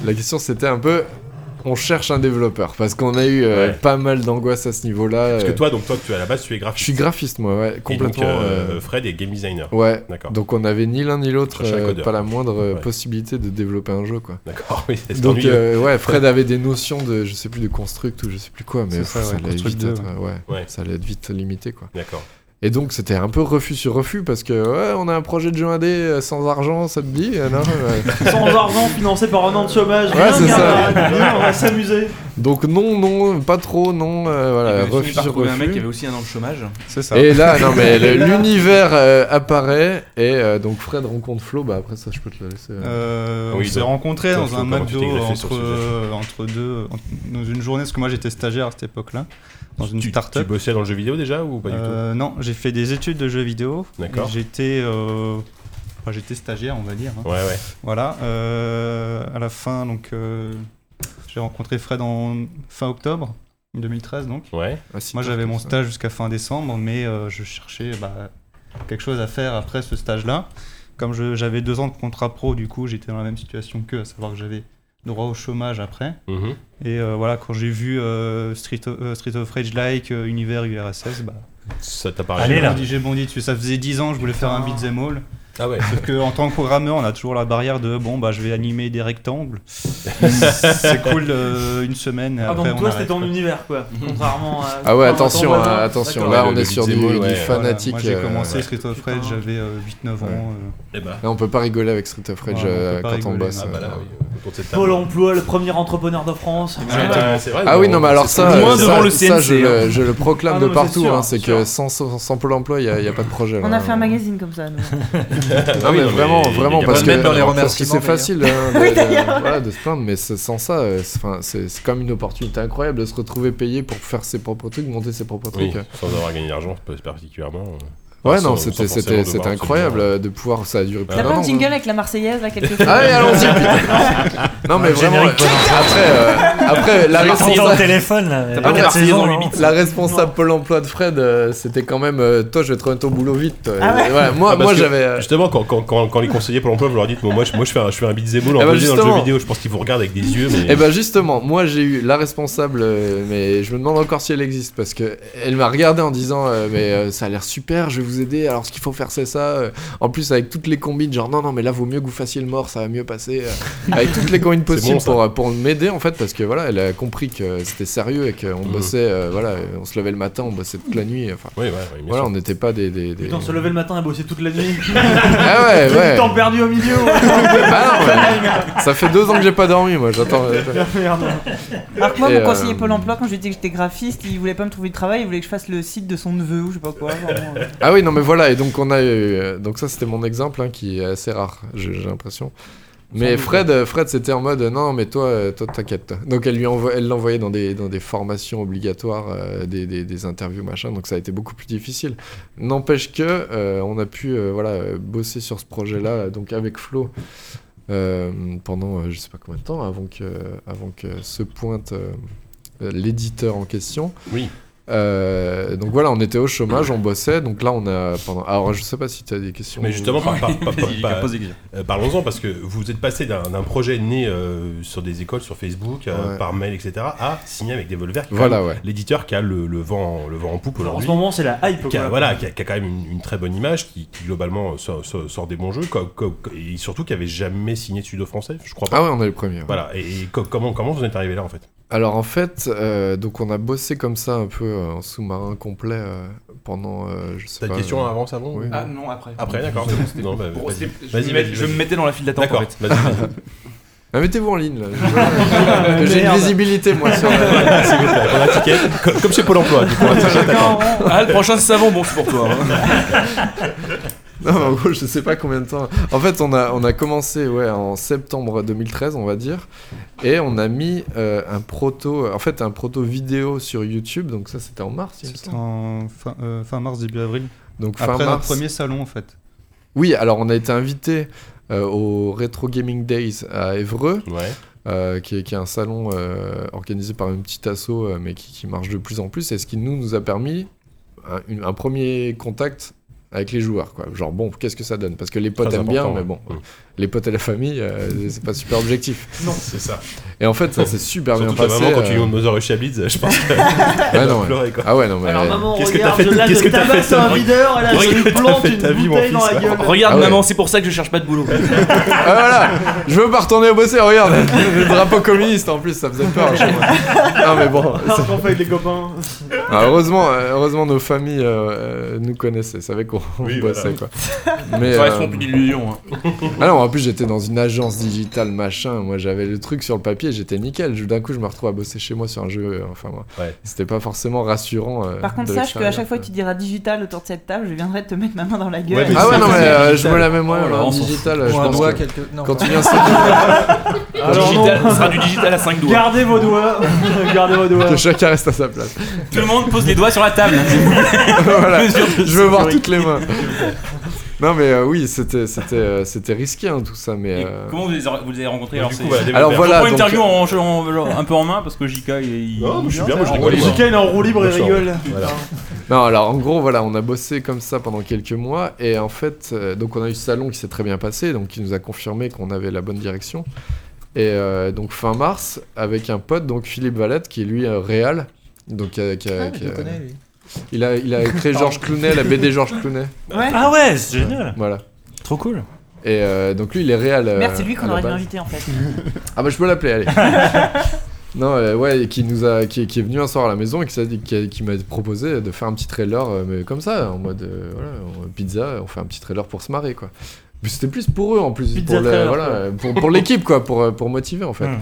G: La question c'était un peu on cherche un développeur parce qu'on a eu euh,
E: Ouais.
G: pas mal d'angoisse à ce niveau-là.
E: Parce que
G: euh,
E: toi, donc toi, tu à la base, tu es
G: je
E: graphiste.
G: suis graphiste moi, ouais,
E: Et donc,
G: complètement.
E: euh,
G: euh,
E: Fred est game designer.
G: Ouais.
E: D'accord.
G: Donc on avait ni l'un ni l'autre
E: Chercher un
G: euh,
E: codeur.
G: pas la moindre euh,
E: Ouais.
G: possibilité de développer un jeu quoi.
E: D'accord. Oui, c'est
G: Donc
E: ennuyeux.
G: euh, ouais, Fred avait des notions de je sais plus de construct ou je sais plus quoi, mais
K: C'est ça,
G: pff, ça
K: ouais,
G: allait
K: construct
G: vite
K: deux,
G: être, euh, ouais,
E: Ouais.
G: ça allait être vite limité quoi.
E: D'accord.
G: Et donc c'était un peu refus sur refus parce que ouais, on a un projet de jeu indé euh, sans argent, ça te dit euh, non, ouais.
J: Sans argent, financé par un an de chômage.
G: Ouais,
J: rien
G: c'est
J: de
G: ça.
J: grave. Viens, On va s'amuser.
G: Donc non, non, pas trop, non, euh, voilà,
F: J'ai fini
G: refus
F: par
G: sur
F: trouver
G: refus.
F: un mec qui avait aussi un an de chômage.
E: C'est ça.
G: Et là, non mais le- l'univers euh, apparaît et euh, donc Fred rencontre Flo. Bah après ça, je peux te le laisser. euh.
L: Euh,
E: Ah Oui,
L: on s'est
E: donc,
L: rencontrés
E: donc,
L: dans un
E: comment tu
L: McDo
E: t'es greffé sur
L: entre, euh,
E: ce sujet
L: entre deux, entre- dans une journée, parce que moi j'étais stagiaire à cette époque-là, dans une
E: tu, tu
L: start-up.
E: bossais dans le jeu vidéo déjà ou pas du
L: Euh, non, j'ai fait des études de jeux vidéo.
E: D'accord.
L: Et J'étais, euh, enfin, j'étais stagiaire, on va dire. hein.
E: tout Ouais, ouais.
L: Voilà. euh, à la fin, donc, euh, j'ai rencontré Fred en fin octobre 2013, donc.
E: Ouais.
G: Ah, si,
L: Moi
G: toi,
L: j'avais
G: comme
L: mon
G: ça.
L: stage jusqu'à fin décembre, mais euh, je cherchais bah, quelque chose à faire après ce stage-là. Comme je- j'avais deux ans de contrat pro, du coup j'étais dans la même situation qu'eux, à savoir que j'avais droit au chômage après.
E: Mhm.
L: Et euh, voilà, quand j'ai vu euh, Street, of, euh, Street of Rage like, euh, univers URSS, bah,
E: Ça t'a
H: Allez,
E: parlé.
L: j'ai
H: là.
L: bondi, j'ai bondi dessus. Ça faisait 10 ans que je voulais faire un beat'em all.
E: Ah ouais.
L: Sauf que en tant que programmeur, on a toujours la barrière de bon, bah je vais animer des rectangles. c'est cool euh, une semaine. et
J: Ah,
L: après,
J: donc
L: on
J: toi,
L: arrête,
J: c'était ton
L: quoi.
J: univers, quoi. Contrairement à.
G: Ah ouais,
J: contrairement à ton
G: attention,
J: voisin.
G: hein, attention.
J: D'accord.
G: Là, on est sur du,
E: beatball,
G: du
E: ouais.
G: fanatique.
L: Voilà, moi, j'ai
G: euh,
L: commencé
G: ouais.
L: Street of Rage, j'avais euh, 8-9 ans.
G: Ouais.
J: Eh
L: euh.
J: ben.
G: Là, on peut pas rigoler avec Street of Rage
L: Ouais, on peut
G: euh,
L: pas
G: quand on
L: rigoler.
G: bosse.
L: Ah,
G: euh,
L: bah là,
G: ouais.
J: Pôle emploi, le premier entrepreneur de France.
G: Ah, oui, non, mais alors ça,
J: Moins
G: euh, ça,
J: devant le
G: ça, je,
J: CNC, hein.
G: le, je le proclame
J: Ah non,
G: de
J: mais c'est
G: partout.
J: sûr,
G: hein, c'est que sans, sans, sans Pôle emploi, il n'y a, pas de projet. là.
I: On a fait un magazine comme ça, nous.
G: Non, mais Ah vraiment, vraiment, parce que
K: même dans les
G: parce que
K: remerciements,
G: c'est facile
E: euh,
G: hein, de,
K: d'ailleurs. Oui,
G: de-
K: d'ailleurs.
G: voilà, de se plaindre, mais c'est- sans ça, euh, c'est- enfin, c'est c'est quand même une opportunité incroyable de se retrouver payé pour faire ses propres trucs, monter ses propres
E: Oui,
G: trucs.
E: sans avoir gagné d'argent particulièrement. euh,
G: Ouais,
E: sans-
G: non,
E: sans
G: c'était
E: forcément
G: c'était-
E: devoir
G: c'était
E: absolument-
G: incroyable euh, de pouvoir, ça a
B: bah,
G: duré plus
I: T'as
G: d'un
I: pas
G: an.
I: un
B: euh.
I: jingle avec la Marseillaise, là, quelque chose
G: Allez, allons-y. Non, mais vraiment, euh, après, euh, après la
H: J'ai entendu
G: responsable.
H: le téléphone, là.
G: Après,
H: T'as pas de saison,
G: la-
H: hein.
G: La responsable Pôle emploi de Fred, euh, c'était quand même euh, toi, je vais trouver ton boulot vite. euh,
E: Ah ouais.
G: voilà, moi,
E: Ah, parce
G: moi
E: que,
G: j'avais. euh,
E: Justement, quand, quand, quand, quand les conseillers pour l'emploi, vous leur dites Moi, je, moi, je fais un, je fais un beat'em all en
G: Eh ben,
E: deux D dans le
G: justement.
E: jeu vidéo, je pense qu'ils vous regardent avec des yeux. Mais...
G: Eh ben justement, moi j'ai eu la responsable, euh, mais je me demande encore si elle existe parce que elle m'a regardé en disant euh, mais euh, ça a l'air super, je vais vous aider. Alors ce qu'il faut faire c'est ça. euh. En plus avec toutes les combines genre non non mais là vaut mieux que vous fassiez le mort, ça va mieux passer. euh. avec toutes les combines
E: C'est
G: possibles
E: bon, ça.
G: pour euh, pour m'aider en fait parce que voilà elle a compris que c'était sérieux et qu'on
E: Mhm.
G: bossait euh, voilà on se levait le matin, on bossait toute la nuit. Enfin
E: ouais, bien
G: voilà
E: sûr.
G: on n'était pas des, des, des-
J: Putain, se lever le matin et bosser toute la nuit.
G: Ah ouais,
J: J'ai du
G: ouais.
J: temps perdu au milieu. ouais.
G: Bah non, mais ça fait deux ans que j'ai pas dormi moi. J'attends. euh,
J: Ah, Merde.
I: Alors que moi,
G: Et,
I: mon
G: euh,
I: conseiller Pôle emploi, quand je lui disais que j'étais graphiste, il voulait pas me trouver de travail, il voulait que je fasse le site de son neveu ou je sais pas quoi. vraiment, euh.
G: Ah oui, non, mais voilà, et donc on a eu. euh, Donc ça, c'était mon exemple hein, qui est assez rare, j'ai j'ai l'impression. Mais
K: doute.
G: Fred, euh, Fred c'était en mode non, mais toi, euh, toi t'inquiète. Donc elle lui envoie, elle l'envoyait dans des, dans des formations obligatoires, euh, des, des, des interviews, machin, donc ça a été beaucoup plus difficile. N'empêche que euh, on a pu euh, voilà, euh, bosser sur ce projet-là, euh, donc avec Flo, euh, pendant euh, je sais pas combien de temps, avant que, avant que se pointe euh, euh, l'éditeur en question.
E: Oui.
G: Euh, donc voilà, on était au chômage, on bossait. Donc là, on a pendant. Alors, je sais pas si tu as des questions. euh,
E: Mais justement, par- par- par- par-
G: Vas-y,
E: par-
G: vas-y.
E: euh, parlons-en parce que vous êtes passé d'un d'un projet né euh, sur des écoles, sur Facebook, euh,
G: Ouais.
E: par mail, etc., à signer avec des Devolver, qui est
G: Voilà,
E: quand même
G: ouais.
E: l'éditeur qui a le, le vent, en- le vent en poupe
J: En
E: aujourd'hui.
J: ce moment, c'est la hype.
E: Qui a,
J: quoi.
E: voilà, qui a, qui a quand même une, une très bonne image, qui, qui globalement euh, sort, sort- sort des bons jeux, co- co- co- et surtout qui avait jamais signé de sudo-français, je crois pas.
G: Ah ouais, on est les premiers, ouais.
E: Voilà, et, et co- comment, comment vous en êtes arrivé là en fait
G: Alors en fait, euh, donc on a bossé comme ça un peu euh, en sous-marin complet euh, pendant. euh, je sais
E: T'as
G: pas,
E: une question
G: euh,
E: avant, ça avant
G: oui.
F: Ah non, après.
E: Après, d'accord.
F: C'était- c'était
E: Non, bah,
F: pour-
E: vas-y.
F: c'était- je me
E: Vas-y,
F: mettais-
E: vas-y,
F: je me
E: vas-y.
F: mettais dans la file d'attente,
E: D'accord,
F: en fait.
E: vas-y, vas-y.
G: Ah, Mettez-vous en ligne là. Je- J'ai une
F: Merde.
G: visibilité moi sur.
E: S'il vous plaît, on a un ticket. Co- Comme chez Pôle emploi, du coup. on a un ticket, d'accord.
F: Ah, le prochain savon, bon, c'est pour toi. hein.
G: Non, mais en gros, je sais pas combien de temps. En fait, on a, on a commencé ouais, en septembre 2013, on va dire. Et on a mis euh, un proto, en fait, un proto vidéo sur YouTube. Donc, ça, c'était en mars, il me
L: C'était en fin, euh, fin mars, début avril.
G: Donc, fin
L: Après notre
G: mars.
L: premier salon en fait.
G: Oui, alors on a été invité euh, au Retro Gaming Days à Évreux,
E: Ouais.
G: euh, qui, est, qui est un salon euh, organisé par une petite asso, euh, mais qui, qui marche de plus en plus, et ce qui nous, nous a permis un, une- un premier contact avec les joueurs. Quoi. Genre, bon, qu'est-ce que ça donne Parce que les potes
E: Très
G: aiment bien,
E: important,
G: mais
E: ouais.
G: bon, les potes et la famille, euh, c'est pas super objectif.
E: Non. C'est ça.
G: Et en fait, ça s'est super
E: Surtout
G: bien
E: que
G: passé.
E: Maman, quand tu
G: euh,
E: dis Mother Russia Blitz, je pense que.
G: Ouais, non, ouais.
E: pleurer, quoi.
G: Ah ouais, non, mais- Alors,
J: maman,
E: Qu'est-ce que t'as
J: regarde,
E: fait
J: là,
E: Qu'est-ce
J: je
E: que t'as fait
J: tabasse un videur, et là, je lui
E: Qu'est-ce que t'as
J: plante
E: fait de
J: une
E: ta vie, mon
J: bouteille dans
E: fils,
J: la
E: ouais.
J: gueule.
F: Regarde,
G: Ah ouais.
F: maman, c'est pour ça que je cherche pas de boulot.
G: Ah, voilà Je veux pas retourner au bosser, regarde Le drapeau communiste en plus, ça faisait peur. chez moi. Non, mais bon.
J: Alors qu'on fait avec les copains.
G: Ah, heureusement, euh, heureusement, nos familles euh, euh, nous connaissaient, savaient qu'on
E: Oui,
G: bossait
E: voilà.
G: quoi. Mais,
F: Ça
G: euh,
F: reste plus d'illusions. hein.
G: Ah non, en plus j'étais dans une agence digitale machin. Moi j'avais le truc sur le papier, j'étais nickel. Je- D'un coup, je me retrouve à bosser chez moi sur un jeu. euh, Enfin, moi,
E: Ouais.
G: c'était pas forcément rassurant. euh,
I: Par contre,
G: de
I: sache qu'à
G: l'extérieur.
I: chaque fois que tu diras digital autour de cette table, je viendrai te mettre ma main dans la gueule.
G: Ouais, mais Ah ouais, non, mais euh, je me la mets moi,
E: Oh,
G: alors, digital, je pense que quand tu viens sur
J: Alors non.
F: Ah, Digital, ce sera du digital à 5 doigts.
J: Gardez vos doigts. Gardez vos doigts.
G: Que chacun reste à sa place.
B: Tout le monde pose les doigts sur la table.
G: Voilà, je veux voir toutes les mains. Non mais euh, oui, c'était c'était euh, c'était risqué hein, tout ça, mais. euh,
B: Comment vous les, a- vous les avez rencontrés
E: Bah, Du
B: alors,
E: coup,
B: c'est-
E: voilà,
G: Alors,
B: Je
G: voilà,
B: prends une
G: donc- euh,
B: interview en- en- genre, un peu en main parce que JK il.
E: Non, mais je suis
B: il-
E: bien, moi, je
B: en-
E: rigole, moi.
J: JK, il est en roue libre, il
E: Bonsoir.
J: rigole.
E: Voilà.
G: Non, alors en gros, voilà, on a bossé comme ça pendant quelques mois et en fait, euh, donc on a eu ce salon qui s'est très bien passé, donc qui nous a confirmé qu'on avait la bonne direction. Et euh, donc fin mars, avec un pote, donc Philippe Valette, qui est lui euh, réal, donc euh, qui a,
K: Ah, je
G: qui
K: le
G: a-
K: connais, lui.
G: il a il a créé Georges Clounet, la BD Georges Clounet.
I: Ouais.
H: Ah ouais, c'est génial.
G: Voilà.
H: Trop cool.
G: Et euh, donc lui, il est réel. euh,
I: Merde, c'est lui
G: à
I: qu'on
G: la
I: aurait dû
G: base.
I: inviter en fait.
G: Ah bah je peux l'appeler, allez. non, euh, ouais, et qui nous a, qui, qui est venu un soir à la maison et qui, s'est dit- qui, a- qui m'a proposé de faire un petit trailer, euh, mais comme ça, en mode euh, voilà, on- pizza, on fait un petit trailer pour se marrer quoi. Mais c'était plus pour eux en plus,
J: Pizza
G: pour, le-
J: trailer,
G: voilà,
J: quoi.
G: euh, pour, pour l'équipe quoi, pour, euh, pour motiver en fait.
J: Mm.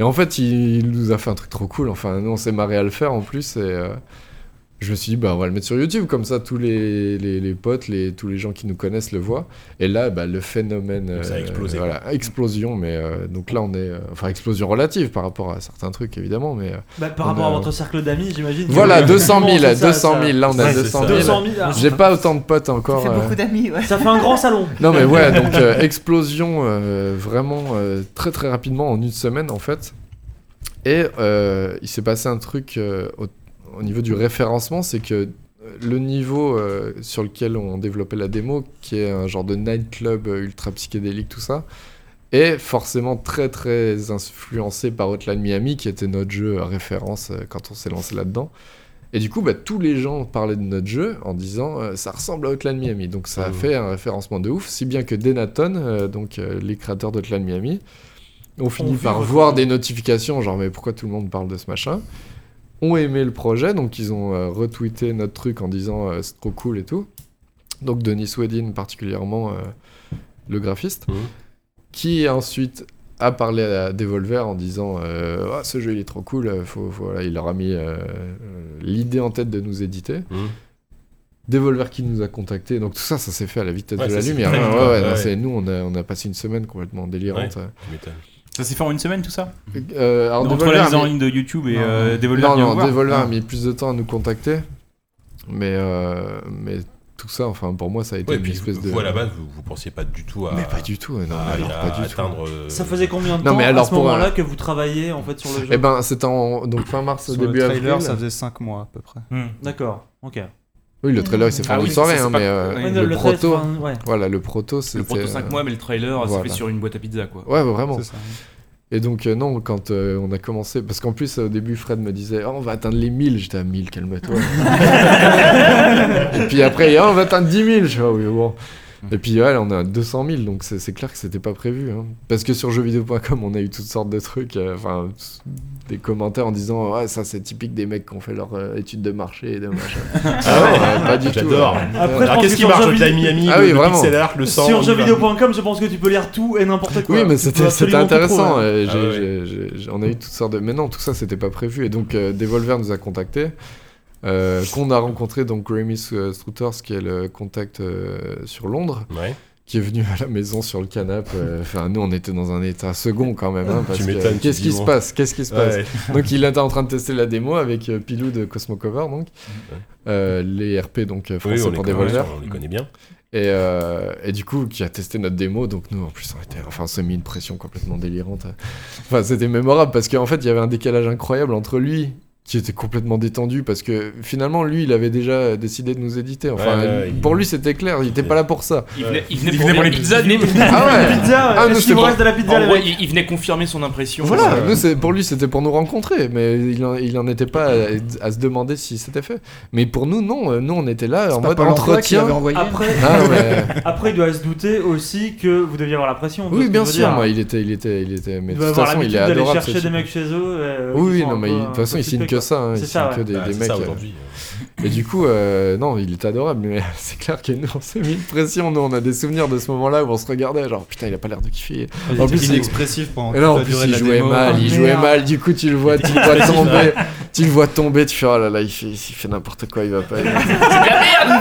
G: Et en fait, il, il nous a fait un truc trop cool. Enfin, nous on s'est marré à le faire en plus et. euh, je me suis dit, bah, on va le mettre sur YouTube, comme ça tous les, les, les potes, les, tous les gens qui nous connaissent le voient. Et là, bah, le phénomène. euh,
E: Ça a explosé.
G: voilà, explosion, mais euh, donc là, on est. euh, enfin, explosion relative par rapport à certains trucs, évidemment, mais. euh,
J: Bah, par
G: on
J: rapport
G: a-
J: à votre cercle d'amis, j'imagine. que-
G: Voilà, 200 000,
J: Bon, c'est ça,
G: 200
J: ça.
G: 000, là on a
J: Ouais, c'est
G: 200
J: ça.
G: 000.
J: 200 000, ah,
G: J'ai
J: ça-
G: pas autant de potes encore. euh,
I: d'amis, ouais.
J: Ça fait un grand salon.
G: non mais ouais, donc euh, explosion euh, vraiment euh, très très rapidement en une semaine en fait. Et euh, il s'est passé un truc euh, au, au niveau du référencement, c'est que euh, le niveau euh, sur lequel on développait la démo, qui est un genre de nightclub euh, ultra psychédélique, tout ça, est forcément très très influencé par Hotline Miami, qui était notre jeu à référence euh, quand on s'est lancé là-dedans. Et du coup, bah, tous les gens parlaient de notre jeu en disant euh, ça ressemble à Hotline Miami. Donc ça a
E: Mhm.
G: fait un référencement de ouf, si bien que Denaton, euh, donc euh, les créateurs d'Hotline Miami, ont fini
E: fait
G: par
E: retour.
G: voir des notifications genre mais pourquoi tout le monde parle de ce machin Ont aimé le projet, donc ils ont euh, retweeté notre truc en disant euh, c'est trop cool et tout. Donc Denis Swedin particulièrement, euh, le graphiste,
E: Mhm.
G: qui ensuite a parlé à Devolver en disant euh, Ah, ce jeu il est trop cool, euh, faut, faut- voilà, il leur a mis euh, euh, l'idée en tête de nous éditer.
E: Mhm.
G: Devolver qui nous a contactés, donc tout ça, ça s'est fait à la vitesse
E: Ouais,
G: de
E: ça
G: la
E: s'est
G: lumière.
E: fait
G: hein.
E: vite,
G: Ouais,
E: quoi.
G: ouais, non,
E: Ouais.
G: c'est- nous, on a, on a passé une semaine complètement délirante.
E: Ouais, tu m'étonnes.
B: Ça s'est fait en une semaine tout ça
G: Euh, alors,
B: Entre
G: Devolver
B: la
G: a
B: mise en
G: mis-
B: ligne de YouTube et
G: Non,
B: euh,
G: non.
B: Devolver
G: Non,
B: vient
G: non,
B: vous voir.
G: Devolver a
B: Ah.
G: mis plus de temps à nous contacter. Mais, euh, mais tout ça, enfin, pour moi, ça a été
E: Ouais, et
G: une
E: puis
G: espèce
E: vous,
G: de.
E: vous, à la base, vous, vous pensiez pas du tout à.
G: Mais pas du tout, non,
E: à-
G: mais alors pas
E: à
G: du tout.
E: atteindre, euh,
J: Ça faisait combien de
G: Non,
J: temps
G: mais alors
J: à ce
G: pour un-
J: moment-là que vous travaillez en fait sur le jeu
G: Eh ben, c'était en donc fin mars,
L: Sur
G: début
L: le trailer,
G: avril.
L: ça faisait 5 mois à peu près.
J: Hmm, D'accord, ok.
G: Euh, Oui, le trailer, il s'est fait
J: Ah
G: en une
J: oui,
G: soirée,
J: ça, c'est
G: hein,
J: pas-
G: mais euh,
J: Ouais,
G: le,
J: le trailer,
G: proto.
J: enfin, ouais.
G: Voilà, le proto, c'était. euh,
F: Le proto 5 mois, mais le trailer, ça fait sur une boîte à pizza, quoi.
G: Ouais, bah, vraiment.
F: C'est ça,
G: Et donc, euh, non, quand euh, on a commencé, parce qu'en plus, au début, Fred me disait, Oh, on va atteindre les 1000. J'étais à 1000, calme-toi. et puis après, Ah, on va atteindre 10 000. Je fais, Ah oui, bon. Et puis, ouais, là, on est à 200 000, donc c'est c'est clair que c'était pas prévu. hein. Parce que sur jeuxvideo.com, on a eu toutes sortes de trucs, euh, enfin, des commentaires en disant, ouais, ça, c'est typique des mecs qui ont fait leur euh, étude de marché et de machin. ah ouais, euh, pas du tout.
E: J'adore.
G: hein.
E: Après, je Alors, pense qu'est-ce que qui sur marche, jeuxvid- le Time Miami,
G: Ah
E: le-
G: oui,
E: le
G: vraiment.
E: pixel art, le sang,
J: Sur
E: on y va.
J: jeuxvideo.com, je pense que tu peux lire tout et n'importe quoi.
G: Oui, mais
J: Tu
G: c'était
J: peux
G: c'était
J: absolument tout
G: intéressant.
J: trouver.
G: euh,
E: Ah
G: j'ai-
E: ouais.
G: j'ai- j'ai- j'ai- on a eu toutes sortes de. Mais non, tout ça, c'était pas prévu. Et donc, euh, Devolver nous a contactés. euh, qu'on a rencontré donc Grammy Struthers, qui est le contact euh, sur Londres,
E: Ouais.
G: qui est venu à la maison sur le canapé. euh, Enfin, nous, on était dans un état second quand même. hein,
E: Tu
G: parce que,
E: m'étonnes, tu
G: Qu'est-ce
E: dis
G: qui se
E: bon.
G: passe Qu'est-ce qui se passe
E: Ouais.
G: Donc, il était en train de tester la démo avec euh, Pilou de Cosmo Cover, donc
E: Ouais.
G: Euh, les RP donc euh,
E: Oui,
G: français
E: on les
G: pour
E: connaît,
G: Devolver.
E: on les connaît Eh bien.
G: Et, euh, et du coup, qui a testé notre démo, donc nous en plus on était, enfin, on s'est mis une pression complètement délirante. Enfin, c'était mémorable parce qu'en fait, il y avait un décalage incroyable entre lui, qui était complètement détendu, parce que finalement, lui, il avait déjà décidé de nous éditer. Enfin,
E: Ouais, ouais,
G: lui-
E: il-
G: pour lui, c'était clair, il était pas là pour ça.
F: Il venait, il venait pour, les pizzas,
G: il venait- Ah ouais. Ah, nous, c'était pour-
F: En gros, il, il venait confirmer son impression.
G: Voilà,
F: Euh,
G: nous, c'est- pour lui c'était pour nous rencontrer, mais il en, il en était pas à, à se demander si c'était fait. Mais pour nous, non, euh, nous on était là en
K: pas
G: mode
K: Pôle emploi qui
G: entretien. Ah
K: l'avait envoyé Ah
G: Après,
K: Après-
J: Après, il doit se douter aussi que vous deviez avoir la pression. tu vois
G: Oui,
J: ce que
G: bien
J: je veux
G: sûr,
J: dire.
G: moi, il était, il était, il était, mais
J: Il
G: de
J: doit
G: toute
J: avoir
G: façon, il
J: l'habitude
G: est
J: d'aller
G: adorable.
J: chercher
G: ce
J: des
G: type.
J: mecs chez eux, euh,
G: oui,
J: qui
G: oui,
J: sont
G: non,
J: un
G: mais
J: peu-
G: il- de
J: un
G: toute
J: peu
G: façon, il signe
J: suspects,
G: que
J: quoi.
G: ça, hein, il
J: C'est
G: signe
J: ça,
G: que
J: ouais.
G: des,
E: Ah,
G: des
E: c'est
G: mecs.
E: ça,
G: euh,
E: aujourd'hui.
L: hein.
G: Et du coup, euh, non, il est adorable, mais c'est clair que nous, on s'est mis une pression. Nous, on a des souvenirs de ce moment-là où on se regardait, genre putain, il a pas l'air de kiffer.
L: Il était inexpressif pendant
G: Et là,
L: toute
G: en
L: la
G: plus,
L: durée
G: il
L: de la
G: jouait
L: démo.
G: mal, il
L: Ah,
G: jouait
L: merde.
G: mal. Du coup, tu le vois, tu le vois
L: Inexpressif,
G: tomber,
L: ouais.
G: tu le vois tomber, tu fais oh là là, il fait, il fait n'importe quoi, il va pas.
J: Il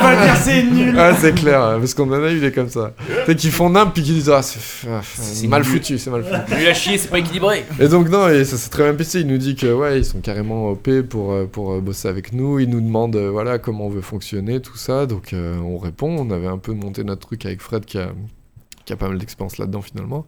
J: va le faire, c'est nul.
G: Ah, c'est clair, parce qu'on en a eu des comme ça. C'est qu'ils font nimp puis qu'ils disent ah, c'est ah, c'est mal foutu, c'est mal foutu.
F: Nul à chier, c'est pas équilibré.
G: Et donc non, et ça s'est très bien passé. Il nous dit que ouais, ils sont carrément OP pour euh, pour euh, bosser avec nous. Ils nous demandent euh, voilà comment on veut fonctionner, tout ça. Donc euh, on répond. On avait un peu monté notre truc avec Fred qui a qui a pas mal d'expérience là-dedans finalement.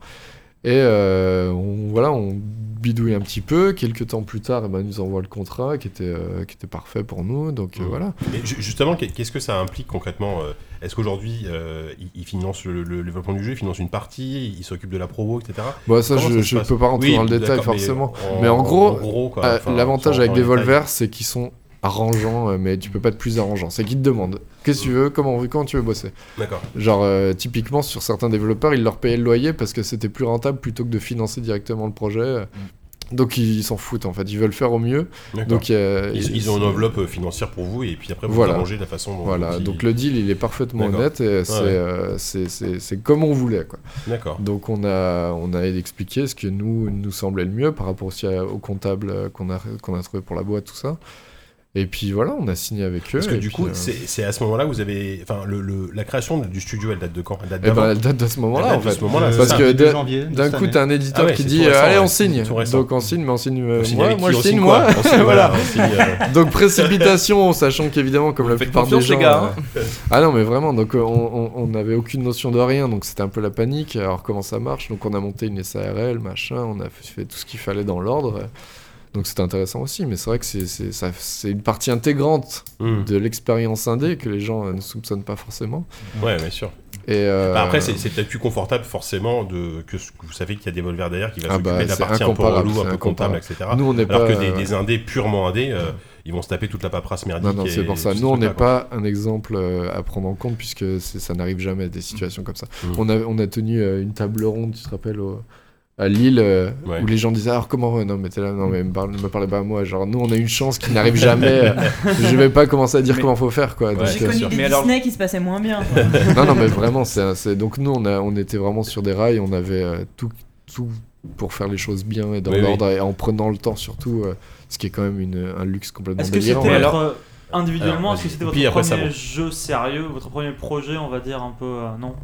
G: Et euh, on, voilà, on bidouille un petit peu. Quelques temps plus tard, eh ben, ils nous envoient le contrat qui était euh, qui était parfait pour nous. Donc euh, voilà.
E: Mais ju- justement, qu'est- qu'est-ce que ça implique concrètement euh, Est-ce qu'aujourd'hui, euh, ils ils financent le, le développement du jeu, ils financent une partie, ils s'occupent de la promo, etc.
G: Bon, Bah, ça,
E: Comment
G: je,
E: se
G: je
E: passe
G: peux pas rentrer
E: Oui,
G: dans le détail
E: d'accord, mais
G: forcément. Mais, en gros,
E: quoi,
G: euh,
E: enfin,
G: l'avantage
E: sans
G: avec
E: rentrer dans les détails.
G: Devolver, c'est qu'ils sont arrangeants, euh, mais tu peux pas être plus arrangeant. C'est qu'ils te demandent Qu'est-ce que tu veux comment, comment tu veux bosser
E: D'accord.
G: Genre, euh, typiquement, sur certains développeurs, ils leur payaient le loyer parce que c'était plus rentable plutôt que de financer directement le projet. Donc ils s'en foutent en fait, ils veulent faire au mieux.
E: D'accord.
G: Donc euh,
E: ils, ils ont une enveloppe euh, financière pour vous et puis après vous
G: voilà.
E: arrangez de la façon dont
G: Voilà,
E: dont ils-
G: donc le deal il est parfaitement
E: D'accord.
G: honnête et c'est
E: Ouais.
G: euh, c'est- c'est- c'est comme on voulait. quoi.
E: D'accord.
G: Donc on a, on a expliqué ce qui nous, nous semblait le mieux par rapport aussi à- au comptable euh, qu'on a, qu'on a trouvé pour la boîte, tout ça. Et puis voilà, on a signé avec eux.
E: Parce que
G: et
E: du
G: puis,
E: coup,
G: euh,
E: c'est c'est à ce moment-là que vous avez. Enfin, le, le- la création du studio, elle date de quand elle date,
G: Eh ben,
E: d'avant
G: elle date de ce
E: Elle
G: moment-là
E: date
G: en
E: de
G: fait. Euh,
E: ce moment-là, c'est
G: Parce
E: ça.
G: que d'un- d'un coup, t'as un éditeur
E: Ah ouais,
G: qui
E: c'est
G: dit
E: tout récent,
G: euh, Allez,
E: ouais,
G: on
E: c'est
G: signe.
E: tout récent.
G: Donc on signe, mais on signe. euh,
E: On signe
G: moi,
E: avec
G: moi
E: qui,
G: je
E: on
G: signe,
E: signe
G: moi.
E: quoi On signe,
G: Voilà.
E: voilà, on signe, euh.
G: Donc précipitation, sachant qu'évidemment, comme la plupart des
E: confiance,
G: gens.
E: les gars,
G: euh,
E: hein.
G: Ah non, mais vraiment, donc euh, on- on n'avait aucune notion de rien, donc c'était un peu la panique. Alors comment ça marche Donc on a monté une SARL, machin, on a fait tout ce qu'il fallait dans l'ordre. Donc c'était intéressant aussi, mais c'est vrai que c'est- c'est ça- c'est une partie intégrante
E: Mm.
G: de l'expérience indé que les gens euh, ne soupçonnent pas forcément.
E: Ouais, bien sûr.
G: Et euh,
E: Bah, après, c'est c'est peut-être plus confortable forcément de que ce- que vous savez qu'il y a des volvers derrière qui va
G: Ah
E: s'occuper
G: bah,
E: de la
G: c'est
E: partie un peu
G: incomparable,
E: relou,
G: c'est
E: un peu comptable,
G: incomparable.
E: etc.
G: Nous, on n'est
E: Alors
G: pas,
E: que des,
G: euh, Mm.
E: des indés purement indés, euh, ils vont se taper toute la paperasse merdique.
G: Non, non, c'est
E: et
G: pour ça.
E: tout ce
G: Nous, on n'est
E: truc-là, quoi.
G: pas un exemple euh, à prendre en compte puisque c'est- ça n'arrive jamais des situations comme ça.
E: Mm.
G: On, a, on a tenu euh, une table ronde, tu te rappelles, au- à Lille, euh,
E: Ouais.
G: où les gens disaient Alors comment ouais, Non, mais t'es là, non, mais me parle- ne me parlez pas à moi. Genre, nous, on a une chance qui n'arrive jamais. euh, je vais pas commencer à dire comment faut faire, quoi. Donc,
I: J'ai
G: euh,
I: connu des Disney qui se passaient moins bien.
G: non, non, mais vraiment, c'est, c'est- donc nous, on, a, on était vraiment sur des rails, on avait euh, tout, tout pour faire les choses bien et dans
E: Oui,
G: l'ordre, et en prenant le temps surtout, euh, ce qui est quand même une- un luxe complètement
J: Est-ce que
G: délirant.
J: c'était
G: Ouais.
J: votre, euh, individuellement, est-ce que c'était
G: Et
J: votre
G: puis après, ça
J: premier
G: monte.
J: jeu sérieux, votre premier projet, on va dire un peu euh, non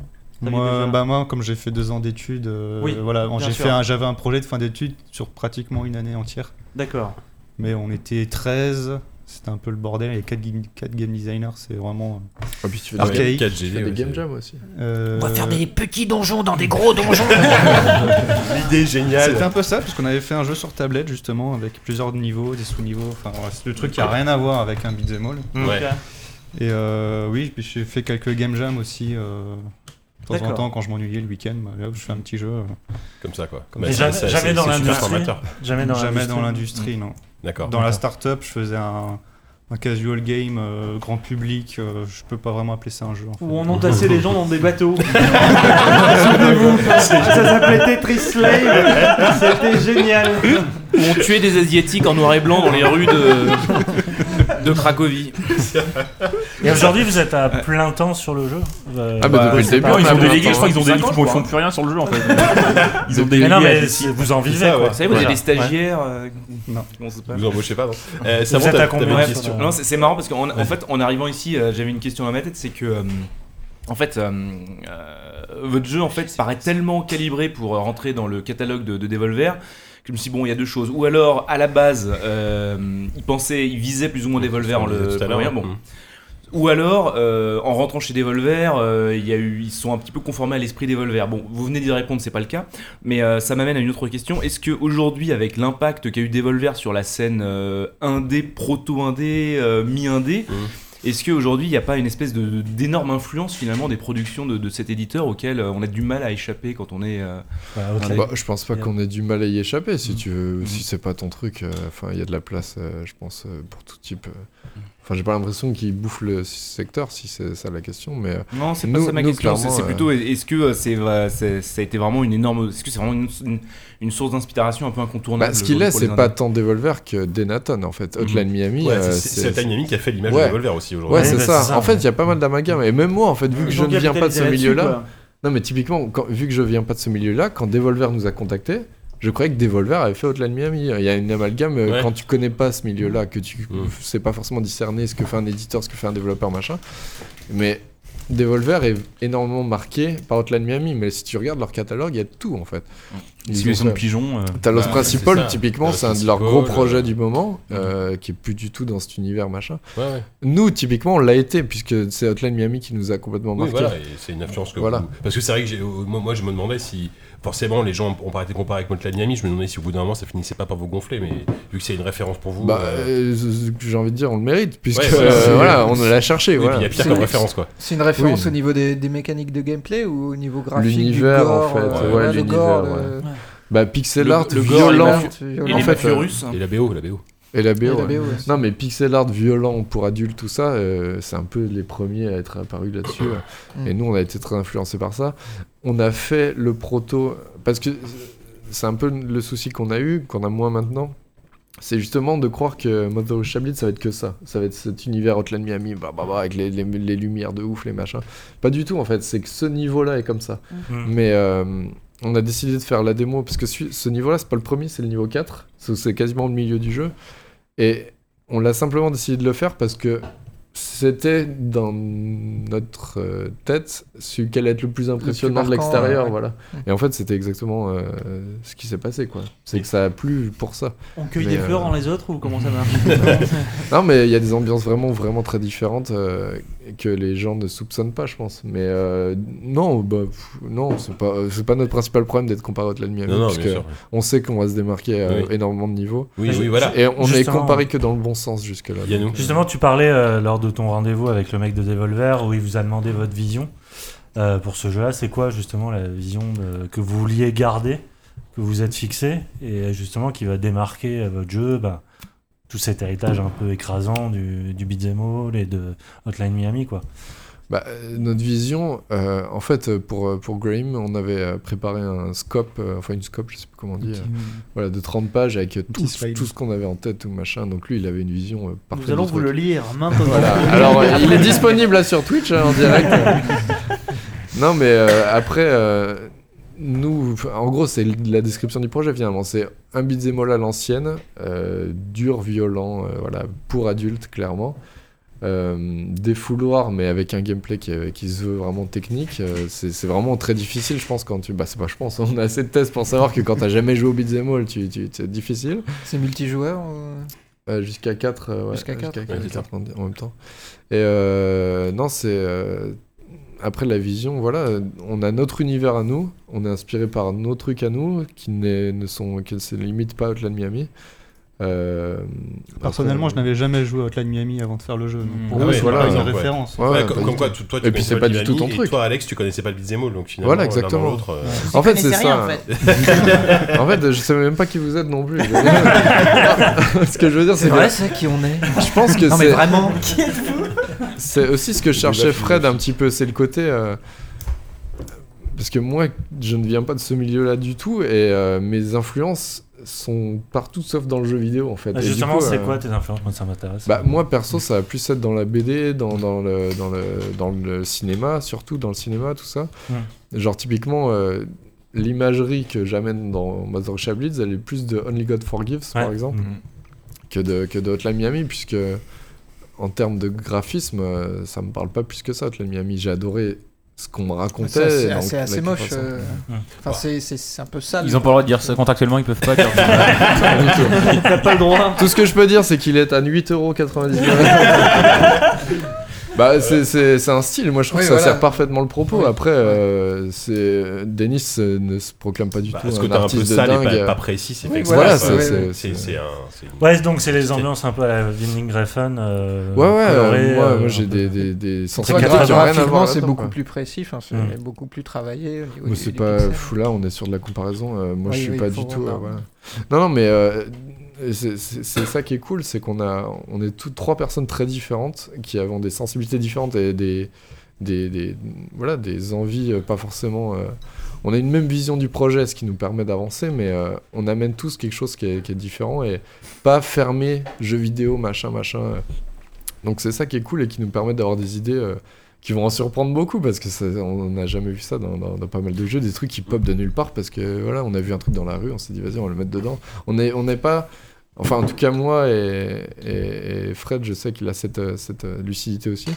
J: T'avais
L: Moi,
J: déjà-
L: bah moi, comme j'ai fait deux ans d'études, euh,
J: Oui,
L: voilà,
J: bien
L: j'ai
J: sûr.
L: fait un- j'avais un projet de fin d'études sur pratiquement une année entière.
J: D'accord.
L: Mais on était 13, c'était un peu le bordel, et 4, game designers, c'est vraiment euh,
G: Ah, puis tu fais des-
L: archaïque.
G: tu fais des game jams aussi.
L: Euh,
K: On va faire des petits donjons dans des gros donjons.
E: L'idée géniale.
L: C'était un peu ça, parce qu'on avait fait un jeu sur tablette justement, avec plusieurs niveaux, des sous-niveaux. Enfin, voilà, c'est le truc qui a rien à voir avec un beat'em all.
E: Ouais. Ok.
L: Et euh, oui, puis j'ai fait quelques game jam aussi. euh, de temps en
J: D'accord.
L: temps, quand je m'ennuyais le week-end, bah, hop, je fais un petit jeu. euh.
E: Comme ça, quoi.
L: Comme
E: Mais
L: ça.
E: jamais- C'est- c'est- jamais c'est dans super l'industrie. formateur.
H: Jamais dans l'industrie.
L: dans l'industrie,
H: Mm.
L: non.
E: D'accord.
L: Dans la
E: D'accord.
L: start-up, je faisais un, un casual game euh, grand public. euh, je peux pas vraiment appeler ça un jeu. En fait.
J: Où on entassait les gens dans des bateaux. Souvenez-vous, ça s'appelait Tetris Slave. C'était génial.
F: Où on tuait des Asiatiques en noir et blanc dans les rues de, de Cracovie.
H: Et aujourd'hui, vous êtes à plein temps sur le jeu Euh,
F: Ah bah, depuis le
H: c'est
F: début,
H: pas-
F: ils sont délégués, je crois
B: qu'ils ont délégué, ils font plus rien sur le jeu en fait. Ils ont délégué.
H: Mais non, mais
B: à-
H: c'est- vous en vivez, quoi.
F: Vous savez, vous avez
H: Voilà.
F: des stagiaires. euh,
L: Non.
F: on sait pas.
E: Vous embauchez pas, non
F: Euh,
E: ça
F: Savon,
E: monte
F: t'as-
E: à
F: t'avais
E: combien
F: une
E: sur-
F: question Non, c'est c'est marrant parce qu'en en fait, en arrivant ici, euh, j'avais une question dans ma tête, c'est que euh, en fait, euh, euh, votre jeu en fait paraît tellement calibré pour euh, rentrer dans le catalogue de, de Devolver que je me suis dit, bon, il y a deux choses. Ou alors, à la base, euh, ils pensaient, ils visaient plus ou moins Devolver
E: on
F: en
E: le disait
F: le
E: tout à l'heure,
F: premier, bon.
E: hein.
F: Ou alors, euh, en rentrant chez Devolver, euh, il y a eu, ils se sont un petit peu conformés à l'esprit Devolver. Bon, vous venez d'y répondre, c'est pas le cas, mais euh, ça m'amène à une autre question. Est-ce que aujourd'hui, avec l'impact qu'a eu Devolver sur la scène euh, indé, proto indé, mi indé,
G: Mmh.
F: est-ce qu'aujourd'hui il n'y a pas une espèce de- de- d'énorme influence finalement des productions de, de cet éditeur auquel euh, on a du mal à échapper quand on est euh, indé
G: Bah, je pense pas qu'on ait du mal à y échapper
E: Mm.
G: si tu veux, si c'est pas ton truc. euh, Enfin, il y a de la place, euh, je pense, euh, pour tout type. euh.
E: Mm.
G: Enfin, j'ai pas l'impression qu'ils bouffent le secteur, si c'est ça la question. Mais euh,
F: Non, c'est
G: nous-
F: pas ça ma
G: nous,
F: question. C'est
G: clairement,
F: c'est
G: euh,
F: plutôt est-ce que euh, c'est va- c'est- ça a été vraiment une énorme. Est-ce que c'est vraiment une, une- une source d'inspiration un peu incontournable
G: bah, ce qu'il est,
F: pour les
G: c'est pas
F: indés
G: tant Devolver que Denaton en fait. Hotline
E: Mhm.
G: Miami.
E: Ouais,
G: euh,
E: c'est- c'est cette dynamique qui a fait l'image de
G: Ouais.
E: Devolver aussi aujourd'hui.
G: Ouais,
E: Oui,
G: c'est
E: bah,
G: ça.
E: c'est ça,
G: En fait,
E: ouais.
G: il y a pas mal d'amalgame. Et même moi, en fait, vu que
J: Ils
G: je
J: ont
G: ne viens pas de
J: capitalisé
G: ce
J: là-dessus,
G: milieu-là.
J: quoi.
G: Non, mais typiquement, quand- vu que je viens pas de ce milieu-là, quand Devolver nous a contactés, je croyais que Devolver avait fait Hotline Miami. Il y a une amalgame euh,
E: Ouais.
G: quand tu connais pas ce milieu-là, que tu
F: Mm.
G: sais pas forcément discerner ce que fait un éditeur, ce que fait un développeur, machin. Mais Devolver est énormément marqué par Hotline Miami. Mais si tu regardes leur catalogue, il y a tout en fait. Ils ont
F: Simulation de
G: fait-
F: pigeons, euh.
G: Talos
F: Ouais, c'est
G: Principal,
F: ça.
G: typiquement,
F: Talos
G: c'est un de leurs gros
F: Principal,
G: projets
F: euh,
G: du moment, euh, qui est plus du tout dans cet univers, machin.
E: Mhm. Ouais, ouais.
G: Nous, typiquement, on l'a été, puisque c'est Hotline Miami qui nous a complètement
E: Oui,
G: marqué.
E: voilà, et c'est une influence que
G: Voilà.
E: vous- Parce que c'est vrai que j'ai- euh, moi, moi, je me demandais si forcément les gens ont arrêté de comparer avec Motley Miami, je me demandais si au bout d'un moment ça finissait pas par vous gonfler, mais vu que c'est une référence pour vous.
G: Bah,
E: euh,
G: euh, z- j'ai envie de dire, on le mérite, puisque
E: Ouais, voilà.
G: euh,
E: C'est-
G: voilà, on l'a cherché.
E: Oui,
G: voilà.
E: puis il y a pire
G: C'est-
E: comme référence, quoi.
K: C'est une référence
G: Oui.
K: au niveau des, des mécaniques de gameplay ou au niveau graphique
G: L'univers,
K: du gore,
G: en fait.
K: euh,
G: ouais,
K: voilà, le
G: l'univers.
K: gore,
G: ouais.
K: le-
G: Bah, pixel
K: Le-
G: art
K: le gore et
G: violent.
K: la- et les
G: en fait, euh,
K: mafieux russes. hein.
E: Et la BO, la BO.
G: Et la BO.
K: euh, Et la
G: ouais.
K: BO aussi.
G: Non, mais pixel art violent pour adultes, tout ça, euh, c'est un peu les premiers à être apparus là-dessus. euh.
K: Mm.
G: Et nous, on a été très influencés par ça. On a fait le proto. Parce que c'est un peu le souci qu'on a eu, qu'on a moins maintenant. C'est justement de croire que Mother Chablid, ça va être que ça. Ça va être cet univers Hotline Miami, bah, bah, bah, avec les, les- les lumières de ouf, les machins. Pas du tout, en fait. C'est que ce niveau-là est comme ça.
H: Mm.
G: Mais euh, on a décidé de faire la démo parce que celui- ce niveau-là, c'est pas le premier, c'est le niveau 4. C'est c'est quasiment le milieu du jeu. Et on l'a simplement décidé de le faire parce que c'était dans notre euh, tête celui qui allait être le plus impressionnant de
K: marquant,
G: l'extérieur.
K: ouais.
G: voilà.
K: Mm.
G: Et en fait, c'était exactement euh, ce qui s'est passé. quoi. C'est que ça a plu pour ça.
K: On cueille
G: Mais,
K: des fleurs
G: euh,
K: dans les autres ou comment ça marche
G: non, mais il y a des ambiances vraiment, vraiment très différentes euh, que les gens ne soupçonnent pas, je pense. Mais euh, non, bah, pff, non, c'est pas, euh, c'est pas notre principal problème d'être comparé à l'ennemi.
E: Non, non,
G: parce
E: bien
G: que
E: sûr, ouais.
G: on sait qu'on va se démarquer à
E: Oui.
G: énormément de niveaux.
E: Oui, oui, voilà.
G: Et on est
H: Justement.
G: comparé que dans le bon sens jusque là.
E: Yannou.
H: Justement, tu parlais euh, lors de ton rendez-vous avec le mec de Devolver où il vous a demandé votre vision euh, pour ce jeu-là. C'est quoi justement la vision de- que vous vouliez garder, que vous êtes fixé et euh, justement qui va démarquer euh, votre jeu bah, tout cet héritage un peu écrasant du, du Beat'em All et de Hotline Miami quoi.
G: Bah, euh, notre vision, euh, en fait, euh, pour, euh, pour Graham, on avait euh, préparé un scope, euh, enfin une scope, je sais plus comment on dit,
J: petit-
G: euh, voilà, de 30 pages avec euh, tout,
J: petit slide.
G: tout ce qu'on avait en tête, tout machin. Donc lui, il avait une vision euh, parfaite.
J: allons
G: du
J: vous
G: truc.
J: le lire maintenant.
G: Voilà. Alors, euh, il est disponible là sur Twitch hein, en direct. non, mais euh, après, euh, nous, en gros, c'est la description du projet finalement. C'est un beat'em all à l'ancienne, euh, dur, violent, euh, voilà, pour adultes clairement. Euh, des fouloirs mais avec un gameplay qui, euh, qui se veut vraiment technique euh, c'est c'est vraiment très difficile je pense quand tu bah c'est pas je pense on a assez de tests pour savoir que quand t'as jamais joué au beat'em all tu, tu- c'est difficile
K: C'est multijoueur euh,
G: euh, jusqu'à 4
K: Jusqu'à quatre. Ouais, c'est
G: en même temps. Et euh, non, c'est euh, après la vision, voilà, euh, on a notre univers à nous, on est inspiré par nos trucs à nous qui n'est- ne sont qui ne se limitent pas à Outland Miami. Euh,
L: Personnellement,
G: après,
L: je n'avais jamais joué à Outline Miami avant de faire le jeu. donc pour
G: Ah
L: moi,
G: ouais,
L: c'est
G: voilà,
L: pas une
G: ouais.
L: référence.
G: Ouais, ouais,
E: comme,
G: pas
E: comme
G: du
E: quoi,
G: tout.
E: tu- toi,
G: Et puis,
E: tu connaissais
G: c'est
E: pas
G: pas
E: le
G: du tout ton
E: Miami, et
G: truc.
E: toi, Alex, tu connaissais pas le Beat'em All, donc finalement,
G: Voilà,
E: l'un dans
G: exactement.
E: l'autre, euh,
G: En fait, c'est
I: connaissez
G: ça.
I: rien, en fait.
G: en fait, je sais même pas qui vous êtes non plus. Ce que je veux dire,
K: C'est
G: c'est
K: vrai,
G: que
K: c'est qui on est
G: je pense que
K: Non, mais
G: c'est
K: vraiment
G: C'est aussi ce que je cherchais Fred un petit peu, c'est le côté... euh, Parce que moi, je ne viens pas de ce milieu-là du tout, et euh, mes influences sont partout sauf dans le jeu vidéo en fait. Et
E: Bah,
G: du
H: Ah, justement,
G: coup,
H: c'est
G: euh,
H: quoi tes influences Moi ça m'intéresse.
G: bah, moi perso, ça va plus être dans la BD, dans, dans le, dans, le, dans le cinéma, surtout dans le cinéma, tout ça.
H: Mm.
G: Genre, typiquement, euh, l'imagerie que j'amène dans Mother Chablitz, elle est plus de Only God Forgives, par
H: Ouais.
G: exemple,
H: Mhm.
G: que de, que de Hotline Miami, puisque en termes de graphisme, euh, ça me parle pas plus que ça, Hotline Miami. J'ai adoré ce qu'on me racontait.
K: Ah, C'est assez,
G: et
K: assez-
G: la-
K: assez
G: la-
K: moche.
G: façon-
K: euh, Enfin, c'est- c'est c'est un peu sale.
M: Ils ont pas le droit de dire ça. Contractuellement, ils peuvent pas dire ça.
G: T'as pas le droit. Tout ce que je peux dire, c'est qu'il est à 8,99€. Bah, c'est- c'est c'est un style, moi je trouve
K: Oui,
G: que ça
K: voilà.
G: sert parfaitement le propos.
K: Oui.
G: Après, euh, c'est Denis euh, ne se proclame pas du
E: Bah,
G: tout.
E: ce que
G: un
E: t'as un peu
G: artiste de
E: sale et
G: dingue.
E: pas, pas précis, c'est
K: Oui,
E: fait
G: voilà,
E: exprès,
G: c'est- c'est-
E: quoi. c'est c'est un. c'est une-
H: Ouais, donc c'est les ambiances un peu à la Winding Refn.
G: Ouais, ouais, euh, moi, moi, j'ai des, des, des sensibilités
H: quatre-vingts,
G: qui ont rien à voir.
K: graphiquement, c'est
G: là-dedans,
K: beaucoup
G: quoi.
K: plus précis, enfin, c'est
H: Mm.
K: beaucoup plus travaillé au niveau
G: Mais
K: du-
G: c'est
K: du
G: pas
K: pixel.
G: fou là, on est sur de la comparaison. euh, moi,
K: Oui,
G: je suis
K: oui,
G: pas
K: il faut
G: du tout. euh,
K: voir.
G: voilà. Non, non, mais euh, c'est c'est- c'est ça qui est cool, c'est qu'on a, on est toutes trois personnes très différentes qui avons des sensibilités différentes et des, des, des- voilà, des envies euh, pas forcément. euh, on a une même vision du projet, ce qui nous permet d'avancer, mais euh, on amène tous quelque chose qui est, qui est différent et pas fermé jeux vidéo, machin, machin. euh. Donc c'est ça qui est cool et qui nous permet d'avoir des idées euh, qui vont en surprendre beaucoup parce que ça- on n'a jamais vu ça dans, dans- dans pas mal de jeux, des trucs qui pop de nulle part parce que voilà, on a vu un truc dans la rue, on s'est dit vas-y, on va le mettre dedans. On n'est on n'est pas. Enfin, en tout cas, moi et, et- et Fred, je sais qu'il a cette, euh, cette euh, lucidité aussi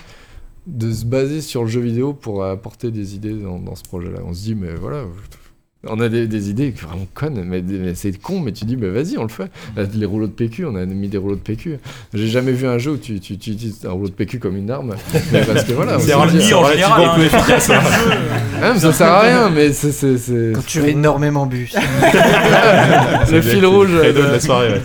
G: de se baser sur le jeu vidéo pour apporter des idées dans, dans ce projet-là. On se dit, mais voilà, on a des, des idées vraiment connes, mais, des- mais c'est con, mais tu dis, mais vas-y, on le fait. Là, Les rouleaux de PQ, on a mis des rouleaux de PQ. J'ai jamais vu un jeu où tu, tu, tu utilises un rouleau de PQ comme une arme. Mais parce que voilà, on
B: C'est
G: se
B: un
G: dit,
B: lit en général. hein.
G: Ah, mais ça sert à rien, mais c'est- c'est. c'est-
K: Quand tu as énormément bu.
G: Le fil rouge.
E: credo de
G: de-
E: la soirée, ouais.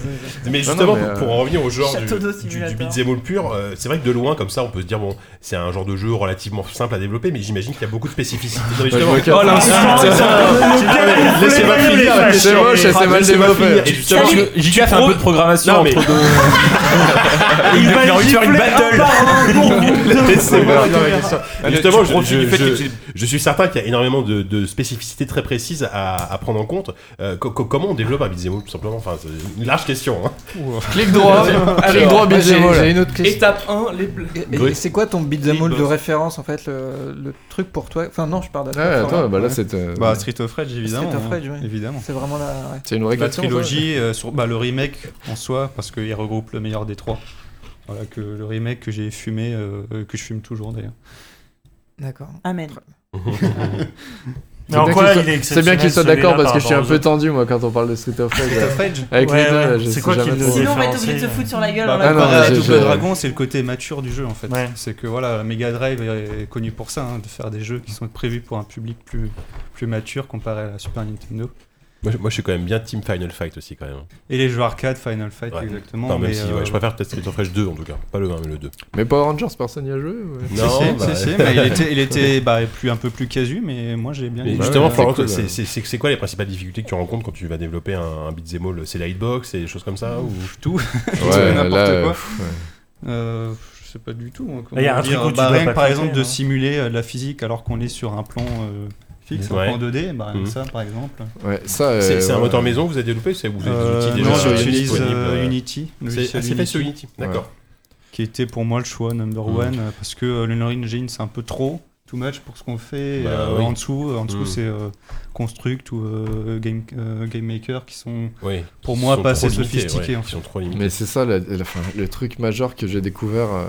E: Mais
G: non,
E: justement,
G: mais,
E: pour-
G: euh,
E: pour en revenir au genre du,
G: Château d'eau
E: du, du
G: simulator.
E: beat'em all pur, euh, c'est vrai que de loin, comme ça, on peut se dire, bon, c'est un genre de jeu relativement simple à développer, mais j'imagine qu'il y a beaucoup de spécificités. Non, mais
G: Ouais, je
E: justement-
G: vois qu'il y a-
E: Oh, l'instant,
G: Ah,
E: c'est ça.
G: le
E: Non,
G: gars,
E: mais
G: il voulait
E: Laissez-moi
G: pas y
B: Ah
E: finir
G: aller,
E: la
G: c'est
E: question.
G: moche, elle s'est mal
E: Laissez-moi
G: développée.
E: finir. Et justement,
G: Salut.
E: tu-
G: JK fait un
E: prônes-
G: peu de programmation
E: Non, mais-
G: entre
E: Il va
G: lui
E: faire une
G: gifler un par un, pour vous.
E: Laissez-moi
G: Voilà.
E: finir la question.
G: Allez,
E: Justement,
G: tu
E: je,
G: profites
E: je-
G: du fait
E: je-
G: que tu-
E: je suis certain qu'il y a énormément de, de spécificités très précises à, à prendre en compte. Euh, co- co- comment on développe un beat'em all, tout simplement Enfin, c'est une large question. hein.
G: Clic droit, clic droit,
K: moi, j'ai-
G: beat'em all.
K: j'ai une autre question.
F: Étape 1, les pla-
K: Et- et
E: Oui.
K: C'est quoi ton beat'em all de
L: Beatbox.
K: référence en fait le, le truc pour toi Enfin non, je parle
G: Ouais,
K: toi,
G: attends,
K: Florian.
G: bah là,
K: Ouais.
G: c'est, euh,
L: Bah, Street of Rage, évidemment.
K: Street of
L: hein,
K: Rage, ouais.
L: Évidemment.
K: C'est vraiment la. ouais.
G: C'est une vraie
L: La
G: question, ça,
L: trilogie, euh, sur, bah, le remake en soi, parce qu'il regroupe le meilleur des trois. Voilà, que le remake que j'ai fumé, euh, euh, que je fume toujours d'ailleurs.
K: D'accord.
I: Amen.
G: C'est bien qu'il soit- C'est bien qu'il soit d'accord parce que je suis un peu tendu moi quand on parle de Street of Rage.
L: Street of Rage
G: Avec les deux, là, je sais jamais trop. Ah,
I: Sinon, on va être obligé de se foutre sur la gueule.
L: Bah,
I: en live.
L: comparé
G: non,
L: à
G: mais
L: Double
G: j'ai-
L: Dragon, c'est le côté mature du jeu en fait.
H: Ouais.
L: C'est que voilà, la Mega Drive est est connue pour ça, hein, de faire des jeux qui sont prévus pour un public plus, plus mature comparé à la Super Nintendo.
E: Moi, je- moi, je suis quand même bien Team Final Fight aussi, quand même.
L: Et les jeux arcade, Final Fight,
E: Ouais.
L: exactement.
E: Enfin, même
L: mais,
E: si,
L: euh,
E: ouais, je préfère peut-être Street of Rage 2 en tout cas, pas le 1 mais le bah, 2.
G: Mais Power Rangers, personne n'y a joué ouais.
L: Si, si, si, si, mais il était, il était bah, plus, un peu plus casu, mais moi j'ai bien
E: Mais
L: aimé.
G: Bah
E: justement,
L: Euh,
E: Florent,
L: cool.
E: c'est- c'est c'est- c'est quoi les principales difficultés que tu rencontres quand tu vas développer un, un beat'em all C'est la hitbox, c'est des choses comme ça ou
L: tout
G: Ouais,
L: n'importe
G: là, euh,
L: quoi.
G: pff,
L: Euh, je sais pas du tout. hein,
H: Il y a un
L: comment dire.
H: truc où tu
L: Bah,
H: dois
L: rien
H: pas
L: que, par
H: cliquer,
L: exemple de
H: non
L: simuler euh, de la physique alors qu'on est sur un plan euh, fixe,
E: Ouais.
L: un plan 2D, bah,
E: Mhm.
L: ça par exemple.
G: Ouais, ça, euh,
E: C'est c'est un
G: ouais.
E: moteur maison que vous avez développé ou c'est- vous avez des
L: Euh,
E: outils déjà
L: non,
E: disponibles,
L: j'utilise
E: euh,
L: euh, Unity. le
E: C'est ah,
L: logiciel
E: c'est fait sur Unity, d'accord.
L: Qui était pour moi le choix number
E: Mhm.
L: one euh, parce que euh, l'Unreal Engine c'est un peu trop, too much pour ce qu'on fait. et,
E: Bah,
L: euh,
E: oui.
L: En dessous, en dessous
E: Mhm.
L: c'est euh, Construct ou euh, game, euh, Game Maker qui sont
E: Oui,
L: pour
E: qui
L: moi
E: sont
L: pas
E: trop
L: assez
E: limités,
L: sophistiqués.
E: ouais,
L: en
E: qui
L: fait.
E: sont trop limités.
G: Mais c'est ça la- la- enfin, le truc majeur que j'ai découvert euh,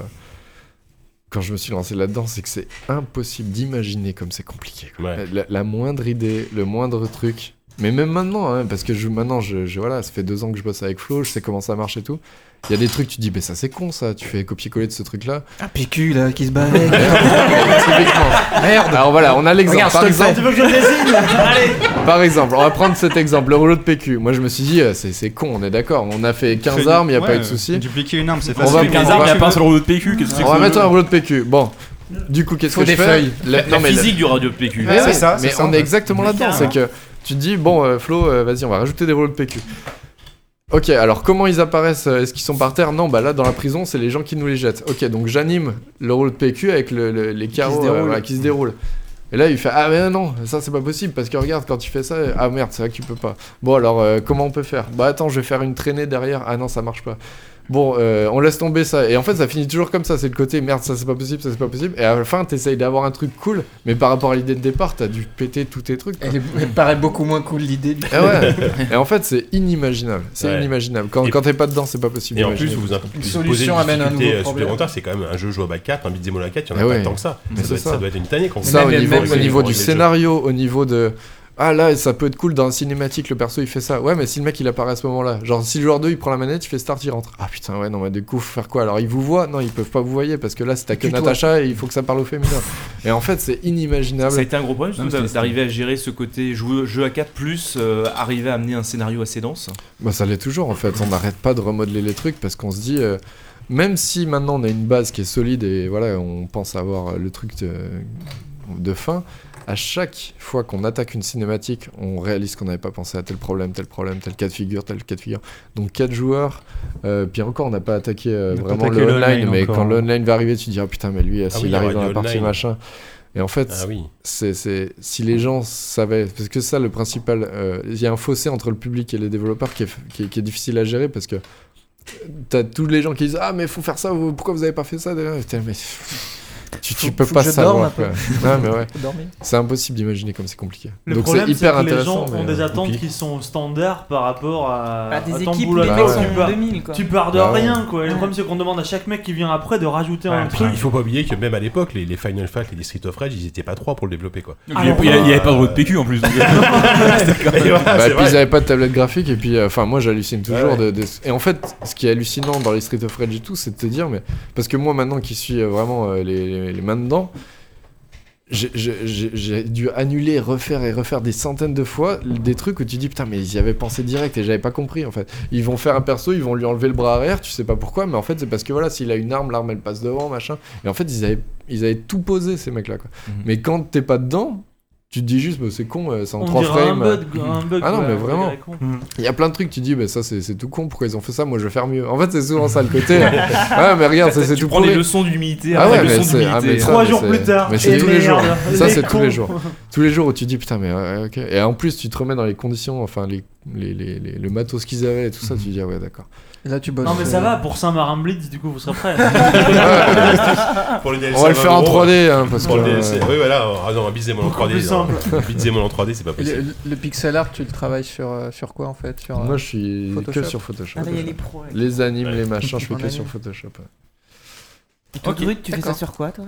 G: quand je me suis lancé là-dedans, c'est que c'est impossible d'imaginer comme c'est compliqué. quoi.
E: Ouais.
G: La, la moindre idée, le moindre truc. Mais même maintenant, hein, parce que je, maintenant, je, je- voilà, ça fait deux ans que je bosse avec Flo, je sais comment ça marche et tout. Il y a des trucs, tu te dis, mais ça c'est con ça, tu fais copier-coller de ce truc-là.
K: Un PQ là qui se bat avec.
G: Typiquement.
K: Merde.
G: Alors voilà, on a l'exemple.
K: Regarde,
G: Par
K: je te le fais.
G: exemple,
K: Tu veux que je le dessine Allez.
G: par exemple, on va prendre cet exemple, le rouleau de PQ. Moi, je me suis dit, euh, c'est c'est con, on est d'accord. On a fait 15
L: Fait-
G: armes, il n'y a
L: ouais,
G: pas eu de
L: euh,
G: souci.
L: Dupliquer une arme, c'est
G: On va
L: facile.
G: prendre- on va-
B: rouleau de PQ, qu'est-ce
G: On va mettre un rouleau de PQ. Bon. Du coup, qu'est-ce
B: Faut
G: que je
B: des
G: fais
B: feuilles.
G: La-
B: La
G: mais la-
B: physique du radio de PQ.
G: Mais
B: C'est
G: oui,
B: ça, c'est
G: mais
B: ça, en
G: on est
B: fait.
G: exactement là-dedans. C'est
B: Carrément.
G: que tu te dis, bon, euh, Flo, euh, vas-y, on va rajouter des rouleaux de PQ. Ok, alors comment ils apparaissent euh, Est-ce qu'ils sont par terre Non, bah là, dans la prison, c'est les gens qui nous les jettent. Ok, donc j'anime le rouleau de PQ avec le- le- les carreaux euh,
K: déroulent.
G: voilà, qui se déroulent. Et là, il fait Ah, mais non, ça c'est pas possible parce que regarde, quand tu fais ça, euh, ah merde, c'est vrai que tu peux pas. Bon, alors euh, comment on peut faire Bah attends, je vais faire une traînée derrière. Ah non, ça marche pas. Bon, euh, on laisse tomber ça. Et en fait, ça finit toujours comme ça. C'est le côté merde, ça c'est pas possible, ça c'est pas possible. Et à la fin, t'essayes d'avoir un truc cool, mais par rapport à l'idée de départ, t'as dû péter tous tes trucs. quoi.
K: Elle, est- elle paraît beaucoup moins cool l'idée. du-
G: Et, ouais. et en fait, c'est inimaginable. C'est
E: Ouais.
G: inimaginable. Quand, quand t'es pas dedans, c'est pas possible.
E: Et en plus,
G: d'imaginer.
E: vous vous
K: Une
E: imposez
K: solution
E: des
K: amène un nouveau
E: difficultés euh,
K: problème.
E: supplémentaires, c'est quand même un jeu jouable à 4, un beat'em all à 4, il n'y en a
G: Eh
E: pas
G: ouais.
E: tant que ça.
G: Mais
E: Ça
G: c'est
E: doit, être,
G: ça.
E: ça doit être une tannée quand
G: Ça,
E: vous-
G: au
K: Même-
G: niveau,
K: même
G: au
K: les-
G: niveau
E: les
G: du
E: jeux.
G: scénario, au niveau de. Ah là, ça peut être cool dans la cinématique, le perso il fait ça. Ouais, mais si le mec il apparaît à ce moment-là, genre si le joueur 2 il prend la manette, il fait start, il rentre. Ah putain, ouais, non, mais du coup, faut faire quoi Alors ils vous voient Non, ils peuvent pas vous voyer parce que là, c'est t'as que
K: Tue-toi.
G: Natacha et il faut que ça parle au féminin. Et en fait, c'est inimaginable.
F: Ça a été un gros problème
K: Non, mais
F: surtout,
K: c'était-
F: d'arriver à gérer ce côté jeu, jeu à 4, plus euh, arriver à amener un scénario assez dense.
G: Bah ça l'est toujours en fait, on n'arrête pas de remodeler les trucs parce qu'on se dit, euh, même si maintenant on a une base qui est solide et voilà, on pense avoir le truc de, de fin, à chaque fois qu'on attaque une cinématique, on réalise qu'on n'avait pas pensé à tel problème, tel problème, tel cas de figure, tel cas de figure. Donc quatre joueurs, euh, puis encore on n'a pas attaqué euh,
L: On n'a pas
G: vraiment
L: attaqué
G: le
L: le
G: online,
L: online
G: mais
L: encore.
G: quand le online va arriver, tu te dis, ah putain, mais lui, s'il
E: hein. oui, il y
G: arrive
E: aura
G: dans la
E: du
G: partie
E: online.
G: machin. Et en fait,
E: Ah oui.
G: c'est, c'est- si les gens savaient, parce que ça, le principal, euh, il y a un fossé entre le public et les développeurs qui est, qui est- qui est difficile à gérer parce que t'as tous les gens qui disent ah mais faut faire ça, vous- pourquoi vous avez pas fait ça déjà Putain, mais tu, tu
K: Faut-
G: peux
K: faut
G: pas
K: que je dorme un
G: savoir.
K: peu.
G: quoi. Non, mais ouais.
K: Faut dormir.
G: C'est impossible d'imaginer comme c'est compliqué.
J: Le
G: Donc
J: problème,
G: c'est hyper
J: que
G: intéressant.
J: Les gens
G: mais,
J: ont des
G: euh,
J: attentes
G: compliqué.
J: qui sont standards par rapport à,
I: Bah, des
J: à ton
I: équip,
J: boulot.
I: les
J: à
I: mecs
J: toi.
I: sont
J: tu, pars,
I: 2000, quoi.
J: tu pars de
G: Bah ouais.
J: rien, quoi. Et le problème, c'est qu'on demande à chaque mec qui vient après de rajouter
H: Bah,
J: un
E: Ah, puis,
J: truc.
E: il faut pas oublier que même à l'époque, les, les Final Fight, les Street of Rage, ils étaient pas trois pour le développer quoi.
J: Ah, Il y a- non, il y a-
E: avait
J: il y avait
B: pas de rouleau de PQ, en plus, donc.
G: Bah, puis ils avaient pas de tablette graphique et puis euh, enfin moi j'hallucine toujours
E: Ouais, ouais.
G: De, de- et en fait ce qui est hallucinant dans les Street of Rage et tout c'est de te dire mais parce que moi maintenant qui suis euh, vraiment euh, les, les- les mains dedans j'ai- j'ai- j'ai j'ai dû annuler, refaire et refaire des centaines de fois des trucs où tu dis putain mais ils y avaient pensé direct et j'avais pas compris en fait. Ils vont faire un perso, ils vont lui enlever le bras arrière, tu sais pas pourquoi, mais en fait c'est parce que voilà s'il a une arme, l'arme elle passe devant machin. Et en fait ils avaient ils avaient tout posé ces mecs là quoi. Mais quand t'es pas dedans, tu te dis juste bah, c'est con, euh, c'est en
J: On
G: trois
J: dirait un
G: frames.
J: bug, un bug,
G: ah non
J: ouais,
G: mais
J: on
G: vraiment.
J: dirait con.
G: Il y a plein de trucs, tu dis, bah ça c'est c'est tout con, pourquoi ils ont fait ça, moi je vais faire mieux. En fait, c'est souvent ça le côté. ouais, mais regarde, ça c'est
F: Tu
G: tout
F: prends des
G: pourri.
F: leçons d'humilité
G: Ah
F: après
G: ouais, mais
F: leçons
G: c'est- ah, mais
F: d'humilité.
G: ça,
F: Trois
G: mais
F: jours
G: c'est-
F: plus tard.
G: Mais c'est
F: et
G: tous les jours.
F: merde,
G: Ça,
F: les
G: c'est tous
F: cons.
G: les jours. Tous les jours où tu dis, putain, mais ouais, ok. Et en plus, tu te remets dans les conditions, enfin, les, les, les, les- le matos qu'ils avaient et tout ça, tu dis, ah ouais, d'accord.
K: Là, tu bosses.
J: Non, mais ça
K: euh,
J: va, pour Saint-Marin Blitz, du coup, vous serez prêts.
E: Pour le DLC
G: On va le faire en 3D, hein, parce
E: Pour
G: que,
E: le DLC.
G: euh,
E: Oui, voilà. Ah non, un bisdémon en 3D.
K: plus
E: non.
K: simple.
E: Un bisdémon en 3D, c'est pas
K: Le,
E: possible.
K: le pixel art, tu le travailles sur, euh, sur quoi en fait sur, euh,
G: Moi, je suis que sur Photoshop.
K: Ah, là, il y a les
I: pros, ouais.
G: Les animes, les machins, je fais
K: En
G: que sur
K: anime.
G: Photoshop. ouais.
I: Et toi, Grut, tu fais ça sur quoi, toi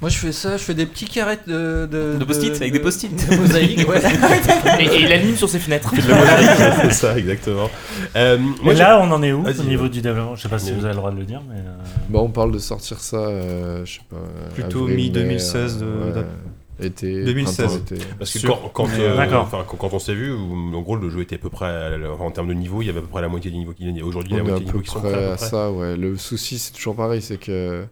K: Moi je fais ça, je fais des petits carrés de. De,
B: De post-it, avec des post-it.
K: de mosaïque, ouais.
F: Et, et il anime sur ses fenêtres.
E: De la mosaïque, c'est ça, exactement. Euh, moi,
H: Et
E: j'ai-
H: là, on en est où
E: Vas-y,
H: au niveau
E: ouais.
H: du développement Je sais pas si
E: Mais-
H: vous avez le droit de le dire, mais. euh,
G: Bah, on parle de sortir ça, euh, je sais pas.
L: Plutôt
G: avril, mai,
L: mi-2016 de-
G: euh, ouais,
L: de-
G: été.
L: 2016.
G: printemps, été.
E: Parce que
L: Sûr.
E: quand, quand,
L: Mais,
E: euh,
H: D'accord.
E: enfin, quand- quand on s'est vu, où, en gros, le jeu était à peu près, à la- en termes de niveau, il y avait à peu près la moitié du niveau qu'il y a aujourd'hui, la
G: On est à
E: moitié du
G: peu
E: niveau qui sont
G: près
E: prêts. à peu
G: à
E: près.
G: ça, ouais. Le souci, c'est toujours pareil, c'est que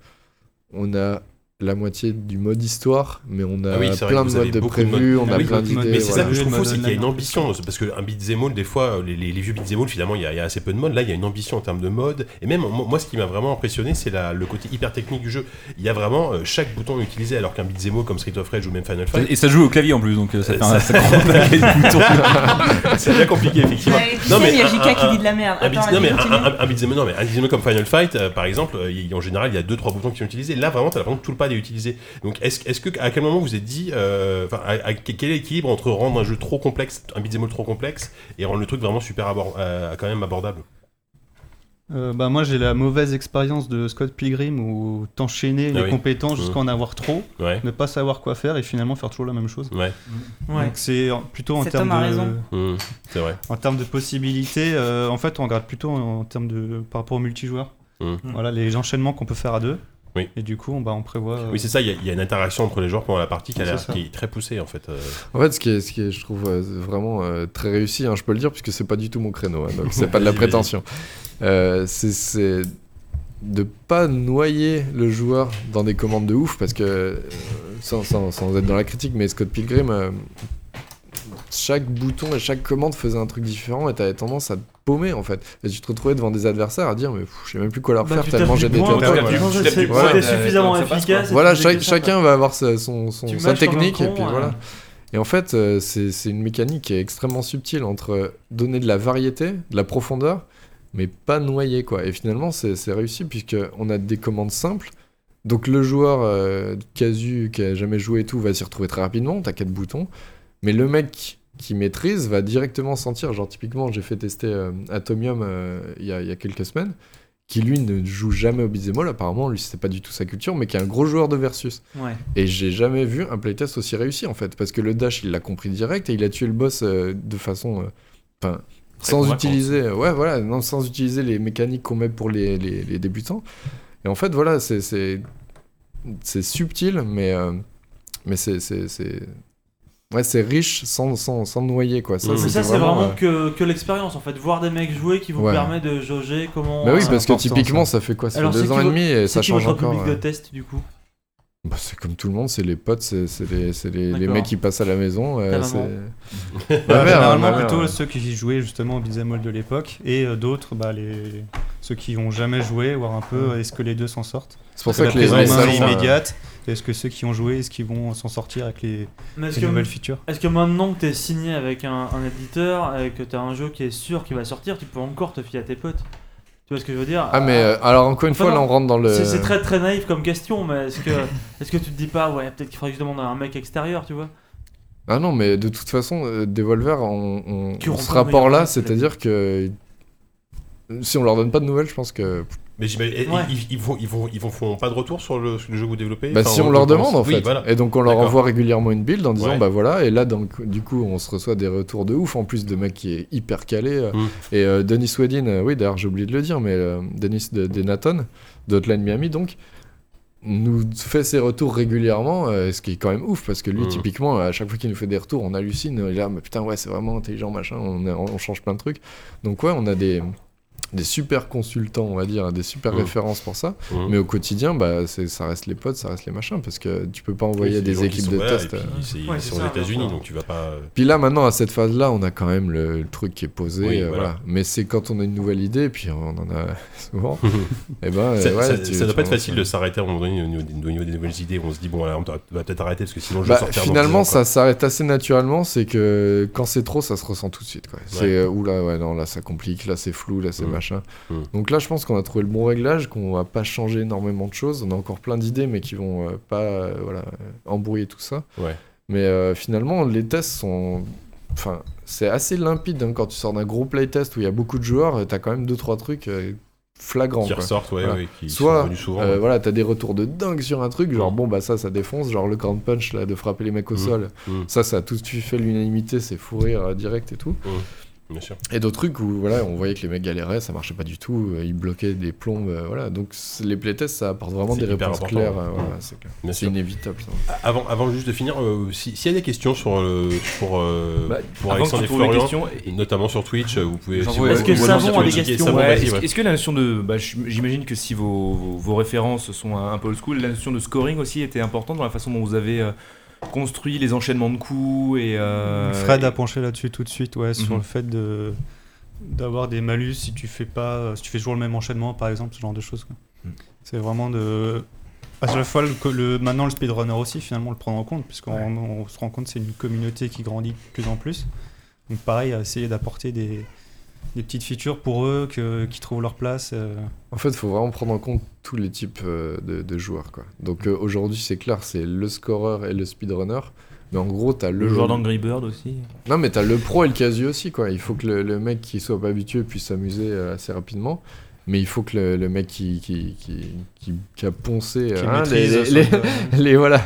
G: on a la moitié du mode histoire, mais on a
E: Ah oui, c'est vrai
G: plein
E: que
G: de
E: vous avez
G: modes de
E: beaucoup de
G: prévus,
E: modes.
G: on
E: Ah
G: a
E: oui,
G: plein
E: mais
G: d'idées.
E: c'est ça
G: voilà.
E: que je trouve
L: Modes
E: aussi qu'il y a une
L: online.
E: ambition, parce que un beat'em all, des fois, euh, les, les- les vieux beat'em all, finalement, il y, a, il y a assez peu de mode. Là, il y a une ambition en termes de mode. Et même, moi, moi, ce qui m'a vraiment impressionné, c'est la- le côté hyper technique du jeu. Il y a vraiment euh, chaque bouton utilisé, alors qu'un beat'em all comme Street of Rage ou même Final Fight.
B: Et ça joue au clavier en plus, donc euh, ça fait un.
E: Ça-
B: ça prend un paquet de boutons.
E: C'est bien compliqué, effectivement.
I: Ouais, tu sais, il y a
E: un-
I: JK qui
E: un-
I: dit de la merde.
E: un
I: Attends,
E: beat- non,
I: vas-y,
E: mais un-
I: continue.
E: un- un beat'em up- non, mais un beat'em up comme Final Fight, euh, par exemple, euh, il- en général, il y a deux trois boutons qui sont utilisés. Là, vraiment, t'as l'impression que tout le pad est utilisé. Donc, est-ce est-ce que à quel moment vous êtes dit, euh, enfin, à- à- quel est l'équilibre entre rendre un jeu trop complexe, un beat'em up trop complexe, et rendre le truc vraiment super abor- euh, quand même abordable
L: Ah Euh, bah moi j'ai la mauvaise expérience de Scott Pilgrim où t'enchaîner
E: Ah
L: les
E: oui.
L: compétences jusqu'à en
E: Mhm.
L: avoir trop,
E: Ouais.
L: ne pas savoir quoi faire et finalement faire toujours la même chose.
E: Ouais.
I: Ouais.
L: Donc c'est en- plutôt en
I: Cet
L: termes
I: homme a
L: de
I: raison.
E: Mhm, c'est vrai.
L: en termes de possibilités. euh, en fait on regarde plutôt en, en termes de par rapport au multijoueur.
E: Mhm.
L: Voilà les enchaînements qu'on peut faire à deux.
E: Oui.
L: Et du coup on, bah, on prévoit. euh,
E: Oui, c'est ça. Il y a- il y, a une interaction entre les joueurs pendant la partie qui, a
L: C'est
E: l'air-
L: ça.
E: qui est très poussée en fait. euh.
G: En fait, ce qui est, ce qui est, je trouve euh, vraiment euh, très réussi, hein, je peux le dire, puisque c'est pas du tout mon créneau, hein, donc c'est pas de la
E: Vas-y, vas-y.
G: prétention. Euh, c'est- c'est de pas noyer le joueur dans des commandes de ouf, parce que euh, sans, sans- sans être dans la critique, mais Scott Pilgrim, euh, chaque bouton et chaque commande faisait un truc différent, et t'avais tendance à te paumer en fait. Et tu te retrouvais devant des adversaires à dire, mais pff, je sais même plus quoi leur
J: Bah,
G: faire
J: tu
G: tellement
J: tapes
G: j'ai
J: du
G: des têtes.
J: poing, tu tapes du poing,
G: Voilà.
J: c'est- c'est-
G: Voilà.
J: C'était suffisamment
K: ça passe,
J: efficace. et
G: Voilà,
J: tu faisais
G: chaque-
J: que ça, quoi.
G: chacun va avoir sa, son, son-
J: Tu
G: sa
J: mâches comme un
G: technique, et
J: con,
G: puis
J: euh.
G: voilà. Et en fait, euh, c'est c'est une mécanique qui est extrêmement subtile entre euh, donner de la variété, de la profondeur, mais pas noyer, quoi. Et finalement, c'est c'est réussi, puisqu'on a des commandes simples. Donc le joueur euh, casu, qui a jamais joué et tout, va s'y retrouver très rapidement, t'as quatre boutons. Mais le mec qui maîtrise va directement sentir, genre typiquement, j'ai fait tester euh, Atomium euh, il y, a- il y a quelques semaines, qui lui ne joue jamais au beat'em all, apparemment, lui c'était pas du tout sa culture, mais qui est un gros joueur de versus.
J: Ouais.
G: Et j'ai jamais vu un playtest aussi réussi en fait, parce que le dash il l'a compris direct et il a tué le boss euh, de façon, euh, enfin,
E: Très
G: sans
E: convaincante.
G: utiliser, euh, ouais voilà, non, sans utiliser les mécaniques qu'on met pour les, les- les débutants. Et en fait voilà, c'est c'est c'est subtil, mais euh, mais c'est c'est c'est- ouais c'est riche sans sans sans noyer quoi. Ça,
E: Mmh.
J: Mais
G: c'était
J: ça, c'est vraiment,
G: euh,
J: que, que l'expérience en fait. Voir des mecs jouer qui vous
G: Ouais.
J: permet de jauger comment.
G: Bah oui,
J: euh,
G: parce que
L: important,
G: typiquement
L: ça.
G: ça fait quoi, ça
J: Alors,
G: fait
J: c'est
G: deux
J: qui
G: ans et
J: vo-
G: demi et
J: c'est
G: ça
J: qui
G: change
J: votre
G: encore. euh.
J: public
G: ouais.
J: de test du coup
G: Bah, c'est comme tout le monde, c'est les potes, c'est c'est les, c'est les, les
J: D'accord.
G: mecs qui passent à la maison. euh,
J: Ta maman.
G: c'est-
L: Bah,
G: Ma mère, hein,
L: généralement
G: ma mère,
L: plutôt
G: ouais.
L: ceux qui jouaient justement au beat'em all de l'époque et euh, d'autres bah, les... ceux qui ont jamais joué voir un peu euh, est-ce que les deux s'en sorsortent.
G: C'est pour
L: Parce
G: ça
L: la
G: que les-
L: prise en
G: les
L: main
G: salons,
L: est
G: euh,
L: immédiate. et Est-ce que ceux qui ont joué est-ce qu'ils vont s'en sortir avec les,
J: Mais est-ce
L: les
J: que-
L: nouvelles features
J: Est-ce que maintenant que t'es signé avec un, un éditeur et que t'as un jeu qui est sûr qui va sortir, tu peux encore te fier à tes potes Tu vois ce que je veux dire
G: Ah, mais, euh, alors, encore une fois,
J: non.
G: là, on rentre dans le-
J: C'est c'est très très naïf comme question, mais est-ce que, est que tu te dis pas, ouais, peut-être qu'il faudrait que je demande à un mec extérieur, tu vois
G: Ah non, mais de toute façon, euh, Devolver, on, on-
J: Qui
G: on
J: auront
G: ce
J: pas de meilleur
G: rapport-là,
J: jeu que
G: c'est-à-dire que euh, si on leur donne pas de nouvelles, je pense que.
E: Mais j'imagine, et- et-
J: Ouais.
E: ils, ils, vont, ils, vont, ils vont font pas de retour sur le, sur le jeu que vous développez
G: Bah,
E: Enfin,
G: si on
E: en
G: leur
E: l'occurrence.
G: demande en fait.
E: Oui, voilà.
G: Et donc on leur
E: D'accord.
G: envoie régulièrement une build en disant
E: Ouais.
G: bah voilà. Et là, donc, du coup, on se reçoit des retours de ouf en plus de mecs qui est hyper calé. euh.
E: Mm.
G: Et euh, Denis Wedin, euh, oui, d'ailleurs, j'ai oublié de le dire, mais euh, Denis de, des Nathan, d'Hotline Miami donc. nous fait ses retours régulièrement, euh, ce qui est quand même ouf parce que lui,
E: Mhm.
G: typiquement, à chaque fois qu'il nous fait des retours, on hallucine. Il est là, mais putain, ouais, c'est vraiment intelligent, machin, on, est- on change plein de trucs. Donc, ouais, on a des, des super consultants, on va dire, des super
E: Mhm.
G: références pour ça.
E: Mhm.
G: Mais au quotidien, bah, c'est- ça reste les potes, ça reste les machins parce que tu peux pas
E: Oui,
G: envoyer
E: c'est
G: des
E: gens qui
G: équipes
E: sont
G: de
E: là,
G: test.
E: et puis
G: euh,
E: c'est-
G: ouais,
E: Ils
G: c'est
E: sont aux
G: ça.
E: États-Unis, donc tu vas pas. euh,
G: Puis là, maintenant, à cette phase-là, on a quand même le, le truc qui est posé.
E: Oui,
G: euh,
E: voilà.
G: voilà. Mais c'est quand on a une nouvelle idée, puis on en a souvent. et ben, euh,
E: ça,
G: ouais,
E: ça-
G: tu-
E: ça doit
G: tu
E: pas être
G: lances,
E: facile
G: euh,
E: de s'arrêter à un moment donné au niveau des, au niveau des nouvelles idées. On se dit, bon, alors, on doit- va peut-être arrêter parce que sinon je vais
G: Bah,
E: sortir dans dix
G: finalement,
E: ans, quoi.
G: ça s'arrête assez naturellement. C'est que quand c'est trop, ça se ressent tout de suite. Quoi. C'est euh, oula, ouais, non, là ça complique, là c'est flou, là c'est
E: Mm.
G: machin.
E: Mm.
G: Donc là, je pense qu'on a trouvé le bon réglage, qu'on va pas changer énormément de choses. On a encore plein d'idées, mais qui vont euh, pas euh, voilà, euh, embrouiller tout ça.
E: Ouais.
G: Mais euh, finalement, les tests sont. Enfin, c'est assez limpide hein, quand tu sors d'un gros playtest où il y a beaucoup de joueurs, euh, t'as quand même 2-3 trucs. euh, flagrants
E: Qui
G: quoi.
E: ressortent, ouais, ouais, qui sont
G: soit
E: revenus souvent,
G: euh,
E: ouais.
G: voilà, t'as des retours de dingue sur un truc, genre bon bah ça, ça défonce, genre le grand punch là de frapper les mecs au
E: Mm.
G: sol.
E: Mm.
G: Ça, ça a tout de suite fait l'unanimité, c'est fou rire euh, direct et tout.
E: Oh, Bien sûr.
G: Et d'autres trucs où voilà, on voyait que les mecs galéraient, ça marchait pas du tout, euh, ils bloquaient des plombes, euh, voilà. Donc c- les playtests, ça apporte vraiment
E: C'est
G: des
E: hyper
G: réponses
E: important,
G: claires.
E: ouais.
G: euh, voilà,
E: Ouais.
G: c'est clair.
E: Bien
G: c'est
E: sûr.
G: inévitable. Ça.
E: Avant, avant juste de finir, euh, si- s'il y a des questions sur, le, pour, euh,
F: Bah,
E: pour
F: avant que
E: Alexandre
F: tu
E: et
F: trouves les
E: Florian,
F: questions,
E: notamment sur Twitch, euh, vous pouvez.
F: J'en
E: si
F: vois-
E: vous-
F: Est-ce que
E: vous-
F: le savon
E: vous-
F: a des
E: vous-
F: questions
E: Savon,
F: Ouais,
E: vas-y,
F: Est-ce
E: ouais.
F: est-ce que la notion de. bah, je- J'imagine que si vos, vos- vos références sont un un peu old school, la notion de scoring aussi était importante dans la façon dont vous avez euh, construit les enchaînements de coups et. euh,
L: Fred
F: et-
L: a penché là-dessus tout de suite, ouais, sur
F: Mhm.
L: le fait de d'avoir des malus si tu fais pas, euh, si tu fais toujours le même enchaînement, par exemple, ce genre de choses. quoi.
G: Mhm.
L: C'est vraiment de à chaque fois le, co- le- maintenant le speedrunner aussi finalement le prendre en compte puisqu'on on se rend compte que c'est une communauté qui grandit de plus en plus. Donc pareil, à essayer d'apporter des, des petites features pour eux que, qui trouvent leur place. euh.
G: En fait, il faut vraiment prendre en compte tous les types euh, de, de joueurs. Quoi. Donc euh, aujourd'hui, c'est clair, c'est le scoreur et le speedrunner. Mais en gros, t'as le,
F: Le joueur d'Angry Bird aussi.
G: Non, mais t'as le pro et le casu aussi. quoi. Il faut que le, le mec qui soit pas habitué puisse s'amuser euh, assez rapidement. Mais il faut que le, le mec qui, qui, qui, qui, qui a poncé
L: Qui
G: euh, hein, les,
L: maîtrise
G: les,
L: son-
G: les- les- voilà,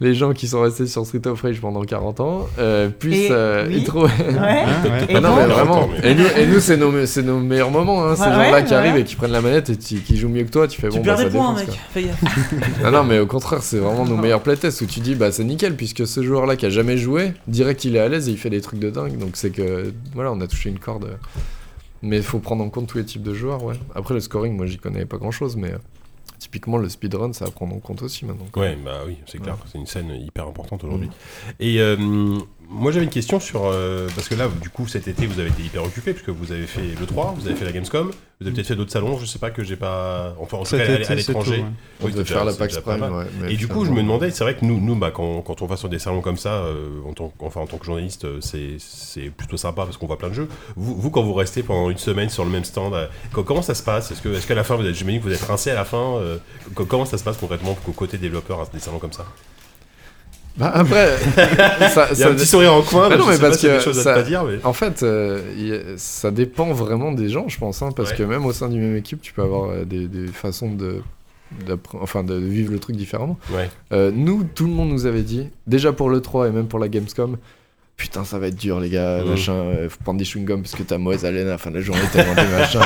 G: les gens qui sont restés sur Street of Rage pendant 40 ans euh, puissent
I: Et-
G: euh,
I: oui.
G: y trouver.
I: Ouais.
G: Ah
I: Et
G: non,
I: donc-
G: mais vraiment.
I: Attends, mais-
G: Et nous, et nous, c'est nos, me- c'est nos meilleurs moments. hein, ces
I: Ouais,
G: gens-là
I: ouais,
G: qui arrivent
I: ouais.
G: et qui prennent la manette et qui, qui jouent mieux que toi. Tu fais
I: Tu
G: bon,
I: perds
G: bah,
I: des
G: ça
I: points,
G: défonce,
I: mec.
G: quoi.
I: Fais gaffe.
G: non, non, mais au contraire, c'est vraiment nos meilleurs playtests où tu dis, bah c'est nickel, puisque ce joueur-là qui a jamais joué, direct il est à l'aise et il fait des trucs de dingue. Donc c'est que, voilà, on a touché une corde. Mais il faut prendre en compte tous les types de joueurs, ouais. Après, le scoring, moi j'y connais pas grand-chose, mais euh, typiquement le speedrun, ça va prendre en compte aussi maintenant. quoi.
E: Ouais, bah oui, c'est clair.
G: Ouais.
E: C'est une scène hyper importante aujourd'hui. Et euh, moi, j'avais une question sur. euh, parce que là, du coup, cet été, vous avez été hyper occupé, puisque vous avez fait l'E3, vous avez fait la Gamescom, vous avez peut-être fait d'autres salons, je sais pas que j'ai pas. Enfin, en tout
G: Cet
E: cas, à-
G: été,
E: à
G: c'est
E: l'étranger.
G: tout, ouais. On devait
E: c'est
G: faire la
E: c'est
G: PAX
E: pas
G: Prime,
E: mal.
G: ouais, mais
E: Et du coup, je
G: finalement-
E: me demandais, c'est vrai que nous, nous bah, quand, quand on va sur des salons comme ça, euh, en tant, que- enfin, en tant que journaliste, euh, c'est- c'est plutôt sympa parce qu'on voit plein de jeux. Vous, vous, quand vous restez pendant une semaine sur le même stand, euh, co- comment ça se passe Est-ce que- est-ce qu'à la fin, vous êtes, j'imagine que vous êtes rincé à la fin euh, co- Comment ça se passe concrètement co- côté développeur à des salons comme ça
G: Bah après, ça,
E: Il y a un petit sourire en coin,
G: Mais
E: mais
G: non,
E: je
G: mais
E: sais pas
G: parce
E: s'il y a
G: que
E: des choses à
G: ça-
E: pas dire, mais-
G: en fait, euh, il y a- ça dépend vraiment des gens, je pense, hein, parce
E: Ouais.
G: que même au sein d'une même équipe, tu peux avoir euh, des, des façons de, d'appre- enfin, de vivre le truc différemment.
E: Ouais.
G: Euh, nous, tout le monde nous avait dit, déjà pour le 3 et même pour la Gamescom. Putain, ça va être dur, les gars,
E: Mhm.
G: machin. euh, faut prendre des chewing-gums parce que t'as mauvaise haleine à la fin de la journée, t'as vendu machin.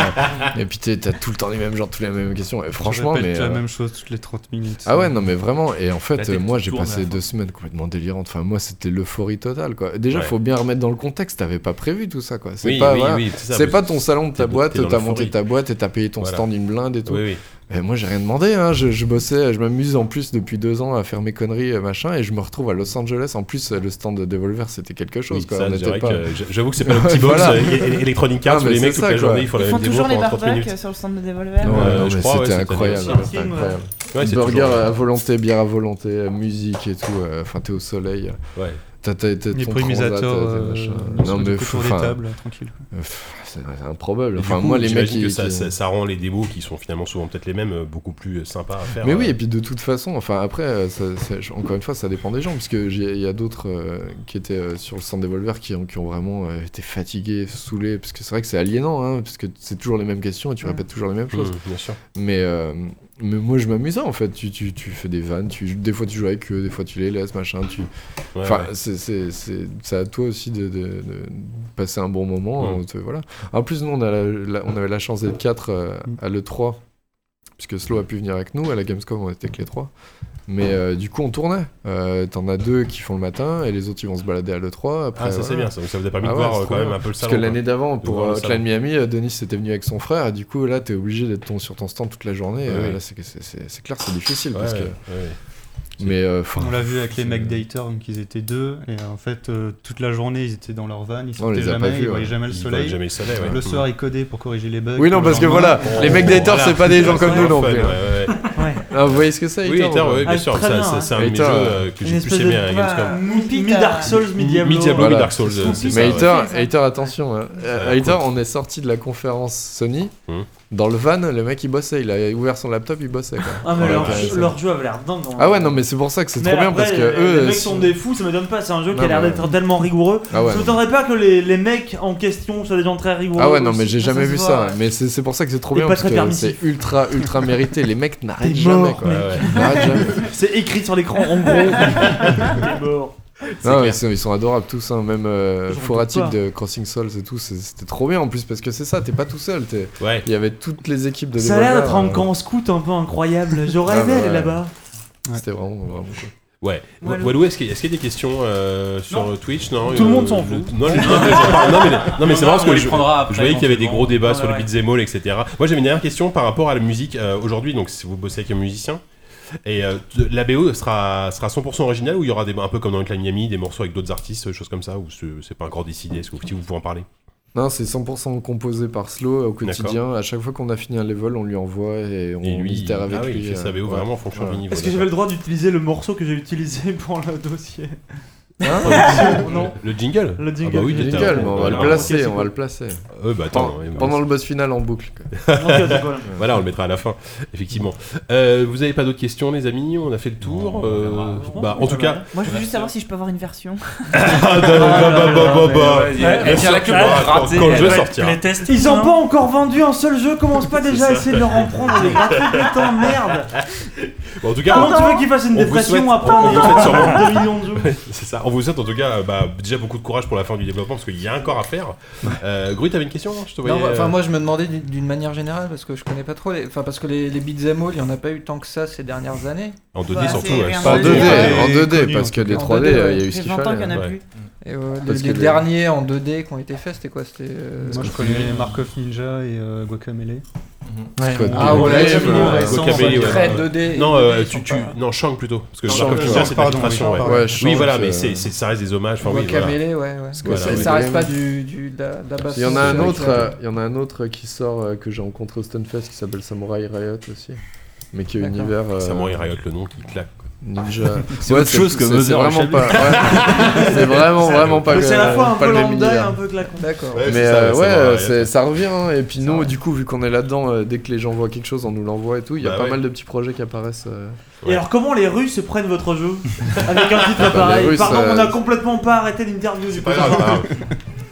G: Et puis t'es- t'as tout le temps les mêmes gens, toutes les mêmes questions. Et franchement,
L: répètes
G: mais.
L: la
G: euh,
L: même chose toutes les 30 minutes.
G: ah ouais, non, mais vraiment. Et en
L: La
G: fait, euh,
L: tête
G: moi,
L: qui
G: j'ai
L: tourne à la
G: passé
L: fin.
G: deux semaines complètement délirantes. Enfin, moi, c'était l'euphorie totale, quoi. Déjà,
E: Ouais.
G: faut bien remettre dans le contexte. T'avais pas prévu tout ça, quoi. C'est
E: Oui,
G: pas,
E: oui,
G: voilà,
E: oui, c'est ça,
G: c'est
E: parce
G: pas
E: que
G: ton salon de
E: t'es
G: ta
E: dans-
G: boîte,
E: t'es dans
G: t'as monté
E: l'euphorie.
G: ta boîte et t'as payé ton
E: Voilà.
G: stand une blinde et tout.
E: Oui, oui.
G: Et moi, j'ai rien demandé, hein. Je, je bossais, je m'amuse en plus depuis deux ans à faire mes conneries, euh, machin, et je me retrouve à Los Angeles. En plus, euh, le stand de Devolver, c'était quelque chose,
E: Oui,
G: quoi.
E: ça,
G: On
E: je
G: était
E: dirais
G: pas-
E: que, euh, j'avoue que c'est pas le petit box, euh, é- Electronic Arts
G: Ah,
E: où
G: mais
E: les mecs,
G: c'est
E: toute la
G: ça, quoi.
E: journée, ils font la
I: Ils
E: même
I: font
E: démo
I: toujours les
E: pendant 30 minutes.
I: barbecues sur le stand de Devolver.
G: Ouais,
E: Euh,
G: non,
E: je
G: mais
E: crois, ouais,
G: c'était
E: c'était
G: incroyable.
E: un
G: c'était
E: film, ouais.
G: incroyable.
E: Ouais, c'est
G: Burger
E: toujours-
G: à volonté, bière à volonté, euh, musique et tout. euh, Enfin, t'es au soleil.
E: Ouais.
G: T'as t'as- t'as
L: Les
G: ton
L: prémisateurs,
G: transat, t'as- t'as
L: euh,
G: machin.
L: ils sont
G: Non, mais
L: autour
G: faut-
L: des
G: enfin,
L: tables, tranquille.
G: euh, pff, C'est c'est improbable.
E: Et du
G: Enfin,
E: coup,
G: moi, les mecs.
E: j'imagine
G: qui-
E: que ça,
G: qui-
E: ça- ça rend les démos qui sont finalement souvent peut-être les mêmes euh, beaucoup plus sympas à faire.
G: Mais oui,
E: euh,
G: et puis de toute façon, enfin après, euh, ça- ça- je- encore une fois, ça dépend des gens, parce que j'ai- il y a d'autres euh, qui étaient euh, sur le stand Devolver qui ont, qui ont vraiment euh, été fatigués, saoulés, parce que c'est vrai que c'est aliénant, hein, parce que c'est toujours les mêmes questions et tu répètes toujours les mêmes choses.
E: Mmh, bien sûr.
G: Mais, euh, mais moi, je m'amuse en fait. Tu, tu, tu fais des vannes, tu, des fois tu joues avec eux, des fois tu les laisses, machin. Tu...
E: Ouais,
G: Enfin,
E: ouais.
G: c'est- c'est c'est- c'est à toi aussi de, de- de passer un bon moment.
E: Mm.
G: on te- voilà. En plus, nous, on, a la- la- on avait la chance d'être quatre euh, à l'E3. puisque Slow a pu venir avec nous, à la Gamescom on était que les trois. Mais euh, du coup on tournait. Euh, T'en as deux qui font le matin et les autres ils vont se balader à l'E3. Après,
E: Ah, ça, c'est
G: voilà.
E: bien, ça, ça vous a permis de
G: Ah
E: voir,
G: c'est
E: euh,
G: trop
E: quand même,
G: bien.
E: un peu le
G: Parce
E: salon,
G: que l'année
E: quoi.
G: d'avant
E: De
G: pour
E: voir le
G: euh,
E: salon.
G: Clan Miami, euh, Denis était venu avec son frère et du coup là t'es obligé d'être ton- sur ton stand toute la journée.
E: Ouais,
G: Euh,
E: ouais.
G: Là c'est que c'est- c'est c'est clair c'est difficile parce
E: Ouais,
G: que.
E: ouais.
G: Mais euh, enfin,
L: On l'a vu avec les
G: c'est-
L: mecs d'Hater, donc ils étaient deux, et euh, en fait, euh, toute la journée, ils étaient dans leur van, ils
G: On les
L: sortaient
G: a pas
L: jamais,
G: vus,
L: ils voyaient
G: ouais.
L: jamais le
G: Ils
L: soleil.
G: voyaient jamais le soleil, ouais.
L: Le
G: Mm.
L: soir, ils codaient pour corriger les bugs.
G: Oui, non, parce que voilà, les mecs d'Hater, c'est pas des gens comme nous non plus. hein. Ah, vous voyez ce que c'est,
E: Oui,
G: Hater,
E: Hater,
G: ou
E: oui,
G: pas
E: bien sûr.
G: Ah, très
E: ça,
G: bien,
E: c'est-
G: hein.
E: C'est un de mes
G: Hater,
E: jeux
G: ouais.
E: euh, que
G: Une
E: j'ai
G: espèce
E: plus
G: de-
E: aimé à
G: voilà.
E: Gamescom.
J: Mi mi euh, Dark Souls, mi Diablo.
E: Mi-Diablo, mi-Dark Souls. euh, c'est
G: Mais
E: ça,
G: Hater,
E: ouais.
G: Hater, attention. hein. Euh,
E: Ouais,
G: Hater,
E: écoute.
G: on est sorti de la conférence Sony.
E: Hmm.
G: Dans le van, le mec il bossait, il a ouvert son laptop, il bossait. quoi.
J: Ah, mais
G: Ouais,
J: leur,
G: ouais,
J: jeu-
G: ça.
J: leur jeu avait l'air dingue. en
G: Ah
J: vrai.
G: ouais, non, mais c'est pour ça que c'est
J: Mais
G: trop bien
J: après,
G: parce que
J: les-
G: eux.
J: Les mecs
G: si-
J: sont des fous, ça m'étonne pas. C'est un jeu qui
G: Non,
J: a l'air
G: mais-
J: d'être tellement rigoureux.
G: Ah ouais,
J: je
G: non.
J: m'attendrais pas que les, les mecs en question soient des gens très rigoureux.
G: Ah ouais, non,
J: aussi.
G: mais j'ai
J: Ça,
G: jamais
J: se
G: vu
J: voit,
G: ça.
J: ouais.
G: Mais c'est c'est pour ça que c'est trop
J: Et
G: bien
J: pas
G: parce
J: très
G: que
J: permissif.
G: c'est ultra, ultra mérité. Les mecs n'arrêtent
J: T'es
G: jamais
J: mort,
G: quoi.
J: mec.
G: N'arrêtent jamais.
J: C'est écrit sur l'écran en gros. T'es mort.
G: Non, ils sont, ils sont adorables tous, hein, même euh,
J: J'en
G: Foratic
J: doute pas.
G: de Crossing Souls et tout, c'est- c'était trop bien en plus parce que c'est ça, t'es pas tout seul, t'es- il
E: Ouais.
G: y avait toutes les équipes de
J: Ça a l'air
G: Devolver,
J: d'être un
G: euh,
J: camp scout un peu incroyable. J'aurais
G: Ah
J: aimé
G: bah
J: aller
G: ouais.
J: là-bas.
G: C'était vraiment, vraiment cool.
E: Ouais.
J: Walou.
E: Walou, est-ce qu'il y a- est-ce qu'il y a des questions euh, sur
J: Non.
E: Twitch Non.
J: Tout le
E: euh,
J: monde s'en fout.
E: Non, je- non, mais, non, mais, non, mais c'est
B: Non, on
E: marrant parce que
B: les
E: je,
B: prendra après,
E: je voyais qu'il y avait des
B: éventuellement.
E: gros débats
B: Ouais,
E: sur
B: ouais.
E: le beat'em all, etc. Moi, j'avais une dernière question par rapport à la musique euh, aujourd'hui. Donc, si vous bossez avec un musicien. Et euh, t- la BO sera, sera 100% originale ou il y aura des, un peu comme dans le Clan Miami, des morceaux avec d'autres artistes, euh, choses comme ça, ou ce- c'est pas encore décidé Est-ce que vous, si vous pouvez en parler
G: Non, c'est 100% composé par Slow euh, au quotidien. À chaque fois qu'on a fini un level, on lui envoie et on
E: Et lui,
G: itère
E: il-
G: avec
E: ah oui, il
G: lui.
E: fait sa
G: euh,
E: BO vraiment en fonction du niveau.
J: Est-ce que j'avais le droit d'utiliser le morceau que j'ai utilisé pour le dossier
G: Hein
J: Non.
E: Le jingle
J: Le jingle.
E: Ah bah oui,
G: Le
E: t'as-
G: jingle, mais on va
E: voilà.
G: le placer,
J: c'est
G: on va
J: cool.
G: le placer.
E: Euh, bah, attends,
G: Pen-
E: ouais, bah,
G: pendant le boss final en boucle. quoi.
E: voilà, on le mettra à la fin, effectivement. Euh, vous avez pas d'autres questions, les amis On a fait le tour. euh, bah, en tout cas.
I: Moi, je veux juste savoir si je peux avoir une version.
E: Ah, bah, bah, bah, bah, bah, bah.
B: Ouais, ouais,
E: Bien
B: ouais,
E: sûr
B: ouais,
E: que
B: ouais,
E: bah,
B: ouais,
E: quand-
B: raté.
E: Quand le jeu
B: Ouais,
E: sortira.
J: Ils ont pas encore vendu un seul jeu, commence pas déjà à essayer de leur en prendre les temps, merde
E: Bon, en tout cas,
J: Comment
E: on-
J: tu veux qu'ils fassent une
E: on vous
J: dépression
E: souhaite-
J: après
E: on vous souhaite sûrement-
J: 2 millions de jeux
E: C'est ça. On vous souhaite en tout cas euh, bah, déjà beaucoup de courage pour la fin du développement parce qu'il y a encore à faire. Euh, Gru, t'avais une question Je te voyais.
K: Non, enfin,
E: euh,
K: moi je me demandais d'une- d'une manière générale parce que je connais pas trop les. Enfin, parce que les, les beat'em all, il y en a pas eu tant que ça ces dernières années.
E: En
I: Bah,
E: 2D surtout, ouais.
G: En 2D,
E: euh,
G: en 2D, parce que les
K: En
G: 3D,
K: ouais.
G: euh, il y a eu ce qu'il fallait. hein.
K: Et, ouais, les-
G: Parce que
K: les,
G: les-
K: derniers en 2D qui ont été faits, c'était quoi C'était. euh,
L: Moi, je connais Markov Ninja et euh, Guacamele.
K: Ouais.
L: Qui sont-
E: euh,
K: Ah, ouais,
L: Ouais,
K: ouais,
L: qui sont
K: ouais,
L: récents,
E: Guacamele,
L: ouais.
E: ouais.
K: Très 2D,
E: Non,
K: ils
E: euh,
K: sont
E: tu, tu,
K: pas-
E: non, Shank plutôt. Parce que
K: Shank,
E: Marco
K: ouais.
E: Fischer, c'est de
K: Pardon,
E: l'illustration,
K: oui,
E: ouais.
K: pardon. Ouais,
E: Oui,
K: Shank,
E: voilà, mais
K: euh,
E: c'est, c'est- ça reste des hommages. Enfin, oui, voilà.
K: Guacamele, ouais, ouais.
E: Parce que
K: Voilà,
E: ça-
K: ça reste pas du, du, de la, de la basse.
G: Il y en a un
K: sonore.
G: autre, euh, il y en a un autre qui sort euh, que j'ai rencontré au Stunfest qui s'appelle Samurai Riot aussi, mais qui est
K: D'accord.
G: univers. euh,
E: Samurai Riot, le nom qui claque. quoi.
G: Ninja.
E: C'est
G: Ouais,
E: autre chose que
G: c'est-
E: Mother
G: C'est vraiment
E: Russia.
G: pas. ouais. C'est vraiment vraiment pas.
J: C'est à la fois un
G: pas
J: peu
G: le même
J: lambda et
G: univers.
J: un peu claquant.
K: D'accord.
G: Mais
E: c'est ça,
G: euh,
E: ouais,
G: ouais,
E: Samurai
G: euh,
E: Riot,
G: c'est- ça revient. hein. Et puis nous, du coup, vu qu'on est là-dedans, euh, dès que les gens voient quelque chose, on nous l'envoie et tout. Il y a
E: Bah
G: pas
E: ouais.
G: mal de petits projets qui apparaissent. euh.
J: Et alors, comment les Russes se prennent votre jeu Avec un
G: Ah, bah,
J: titre
G: les
J: pareil
G: Russes,
J: Pardon,
G: euh,
J: on a complètement pas arrêté l'interview du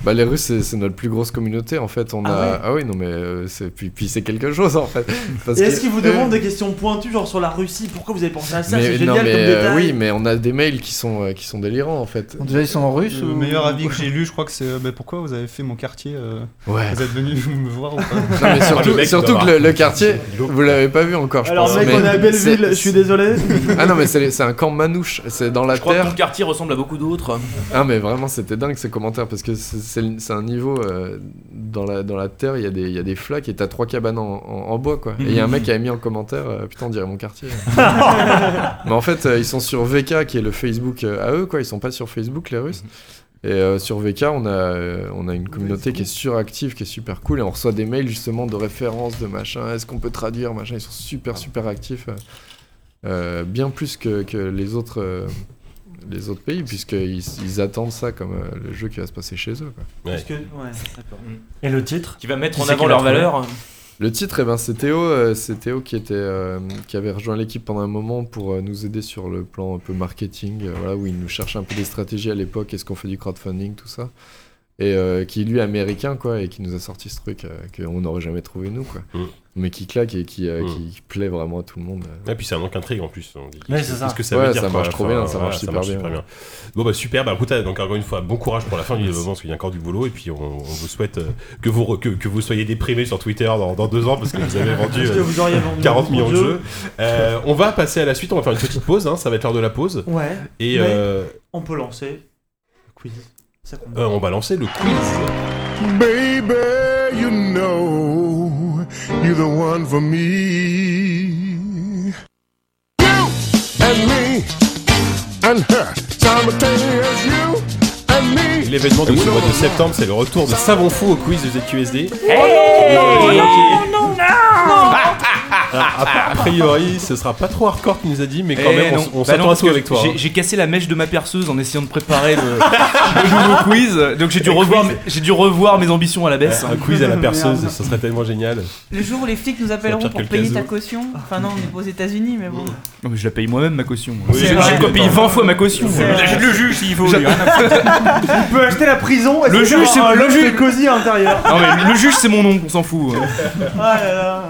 G: Bah les Russes c'est c'est notre plus grosse communauté en fait on
J: Ah
G: a
J: ouais
G: ah oui non mais euh, c'est puis, puis c'est quelque chose en fait Parce
J: Et
G: que-
J: est-ce qu'ils vous demandent des questions pointues, genre sur la Russie Pourquoi vous avez pensé à ça
G: mais,
J: C'est
G: non,
J: génial
G: mais,
J: comme
G: euh,
J: détail.
G: oui mais on a des mails qui sont euh, qui sont délirants en fait
K: déjà ils sont en russe
L: Le meilleur avis que j'ai lu, je crois que c'est euh, bah, pourquoi vous avez fait mon quartier euh,
G: Ouais.
L: Vous êtes venu me voir ou pas
G: non, mais surtout, surtout que Ah, le, le quartier, vous l'avez pas vu encore, je
J: Alors,
G: pense.
J: mec,
G: mais
J: on est à Belleville,
G: c'est-
J: je suis désolé.
G: Ah non, mais c'est c'est un camp manouche, c'est dans la
N: Je crois que
G: terre.
N: ton quartier ressemble à beaucoup d'autres.
G: Ah mais vraiment c'était dingue ces commentaires parce que c'est- c'est le- c'est un niveau euh, dans, la, dans la terre il y, a des- il y a des flaques et t'as trois cabanes en, en- en bois quoi. Et il y a un mec qui a mis en commentaire euh, putain on dirait mon quartier. mais en fait euh, ils sont sur VK qui est le Facebook euh, à eux quoi, ils sont pas sur Facebook les Russes. Et euh, sur VK on a, euh, on a une communauté qui est suractive, qui est super cool et on reçoit des mails justement de références, de machin, est-ce qu'on peut traduire machin, ils sont super super actifs. euh. Euh, bien plus que, que les autres euh, les autres pays puisqu'ils ils attendent ça comme euh, le jeu qui va se passer chez eux quoi.
J: Parce que- ouais, d'accord.
H: Et le titre
N: Qui va mettre
H: Qui
N: en
H: c'est
N: avant
H: qui l'a
N: leurs
H: trouvé
N: valeurs.
G: Le titre, eh ben, c'est Théo, euh, c'est Théo qui, était, euh, qui avait rejoint l'équipe pendant un moment pour euh, nous aider sur le plan un peu marketing, euh, voilà, où il nous cherchait un peu des stratégies à l'époque, est-ce qu'on fait du crowdfunding, tout ça. et euh, qui lui est américain quoi et qui nous a sorti ce truc euh, qu'on n'aurait jamais trouvé nous quoi
E: Mm.
G: mais qui claque et qui, euh, qui plaît vraiment à tout le monde
E: Et Ah, puis c'est un manque intrigue en plus. On dit.
G: Ouais,
E: Qu'est-ce
G: c'est ça.
E: qu'est-ce que ça
G: Ouais,
E: veut dire
G: ça
E: quoi,
G: marche trop bien, ça marche super bien.
E: Bon bah super, bah écoute, donc encore une fois, bon courage pour la fin du
G: Merci.
E: développement parce qu'il y a encore du boulot et puis on, on vous souhaite euh, que vous, re- que, que vous soyez déprimés sur Twitter dans, dans deux ans parce que vous avez vendu,
J: Parce que
E: euh,
J: vous auriez vendu
E: 40 millions de
J: beaucoup de
E: jeux.
J: jeux.
E: Euh, on va passer à la suite, on va faire une petite pause, hein, ça va être l'heure de la pause.
J: Ouais.
E: Et
J: mais
E: euh,
J: On peut lancer le quiz. Ça compte.
E: euh, on va lancer le quiz.
N: Baby, you know you're the one for me. You and me and her simultaneous. You and me.
E: L'événement de ce mois de septembre, c'est le retour de Savon Fou au quiz de ZQSD.
I: Oh
N: non,
E: euh, Et-
N: non, non,
G: Ah
E: Alors, ah, a, a priori, ce sera pas trop hardcore, tu nous as dit, mais quand
F: Eh
E: même, on
F: non.
E: s- on,
F: Bah non,
E: s'attend à
F: parce
E: tout
F: que
E: avec toi.
F: j'ai-
E: hein.
F: J'ai cassé la mèche de ma perceuse en essayant de préparer le, le nouveau quiz, donc j'ai dû revoir, mes- j'ai dû revoir mes ambitions à la baisse.
E: Un quiz à la perceuse, ça serait tellement génial.
I: Le jour où les flics nous
F: C'est
I: appelleront
F: pire que
I: pour
F: le
I: payer
F: casino.
I: ta caution. Enfin, non, on est pas aux États-Unis, mais bon.
F: Non mais je la paye moi-même ma caution.
E: Oui,
F: J'ai-
E: c'est
F: j'ai
E: vrai.
F: quoi payer
E: Attends.
F: 20 fois ma caution.
E: C'est vrai.
F: Je- s'il faut.
E: Je-
F: lui, hein. rien à foutre.
J: On peut acheter la prison et
F: Le
J: se
F: juge,
J: faire
F: c'est-
J: un
F: le
J: loft
F: juge-
J: cosy à l'intérieur.
F: Non, mais le juge c'est mon nom, on s'en fout. hein.
I: Oh
J: Ah là là.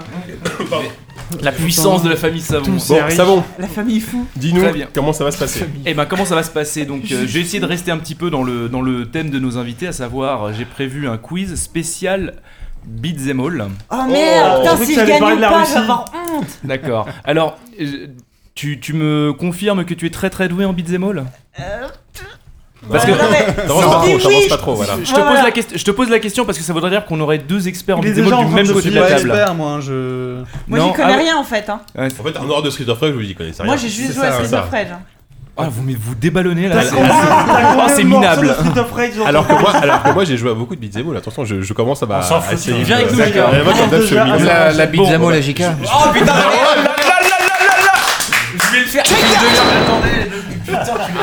F: La puissance de la famille Savon.
E: Bon, Savon.
I: La famille fou.
E: Dis-nous
F: Très bien.
E: comment ça va se passer.
F: Eh ben comment ça va se passer Donc euh, j'ai essayé de rester un petit peu dans le, dans le thème de nos invités, à savoir euh, j'ai prévu un quiz spécial Beat'em All.
I: Oh merde, putain, si je gagne ou pas, je vais avoir honte.
F: D'accord. Alors, euh, tu, tu me confirmes que tu es très très doué en beat'em all
I: Euh,
F: parce que
E: Ouais, non, mais- T'avances Bah, pas trop, t'avances pas trop, voilà.
F: Je te,
E: Ouais,
F: pose
E: voilà.
F: la question, je te pose la question parce que ça voudrait dire qu'on aurait deux experts en
L: Il est
F: beat'em
L: déjà
F: all
L: en
F: du
L: train
F: même
L: de
F: côté
L: se
F: de la
L: faire
F: table.
L: expert, moi, hein, je-
I: Moi, j'y
F: Non,
I: connais
F: ah ouais.
I: rien en fait. Hein.
F: Ouais.
E: En fait, en dehors de Street of Rage, vous y connaissez rien.
I: Moi, j'ai juste
E: C'est
I: joué
E: ça,
I: à
E: c'est
I: Street of
E: ça.
I: Rage. hein.
F: Ah, vous, mais vous déballonnez là.
E: T'as
F: c'est-
E: combien- t'as
F: Oh,
E: combien
F: c'est
E: de morceaux de
F: minable.
E: Street of Rage, genre Alors que moi, alors que moi j'ai joué à beaucoup de beat'em all. Attention, je, je commence à,
F: On s'en fout,
E: à essayer.
F: hein. Viens avec nous,
E: D'accord.
F: Jacques.
E: Moi, comme d'hab, je suis au
F: Déjà,
E: milieu.
F: la- la
E: Bon,
F: beat'em all,
E: bah,
F: la JK.
E: je-
F: Oh putain, la- la- la- Je vais le faire.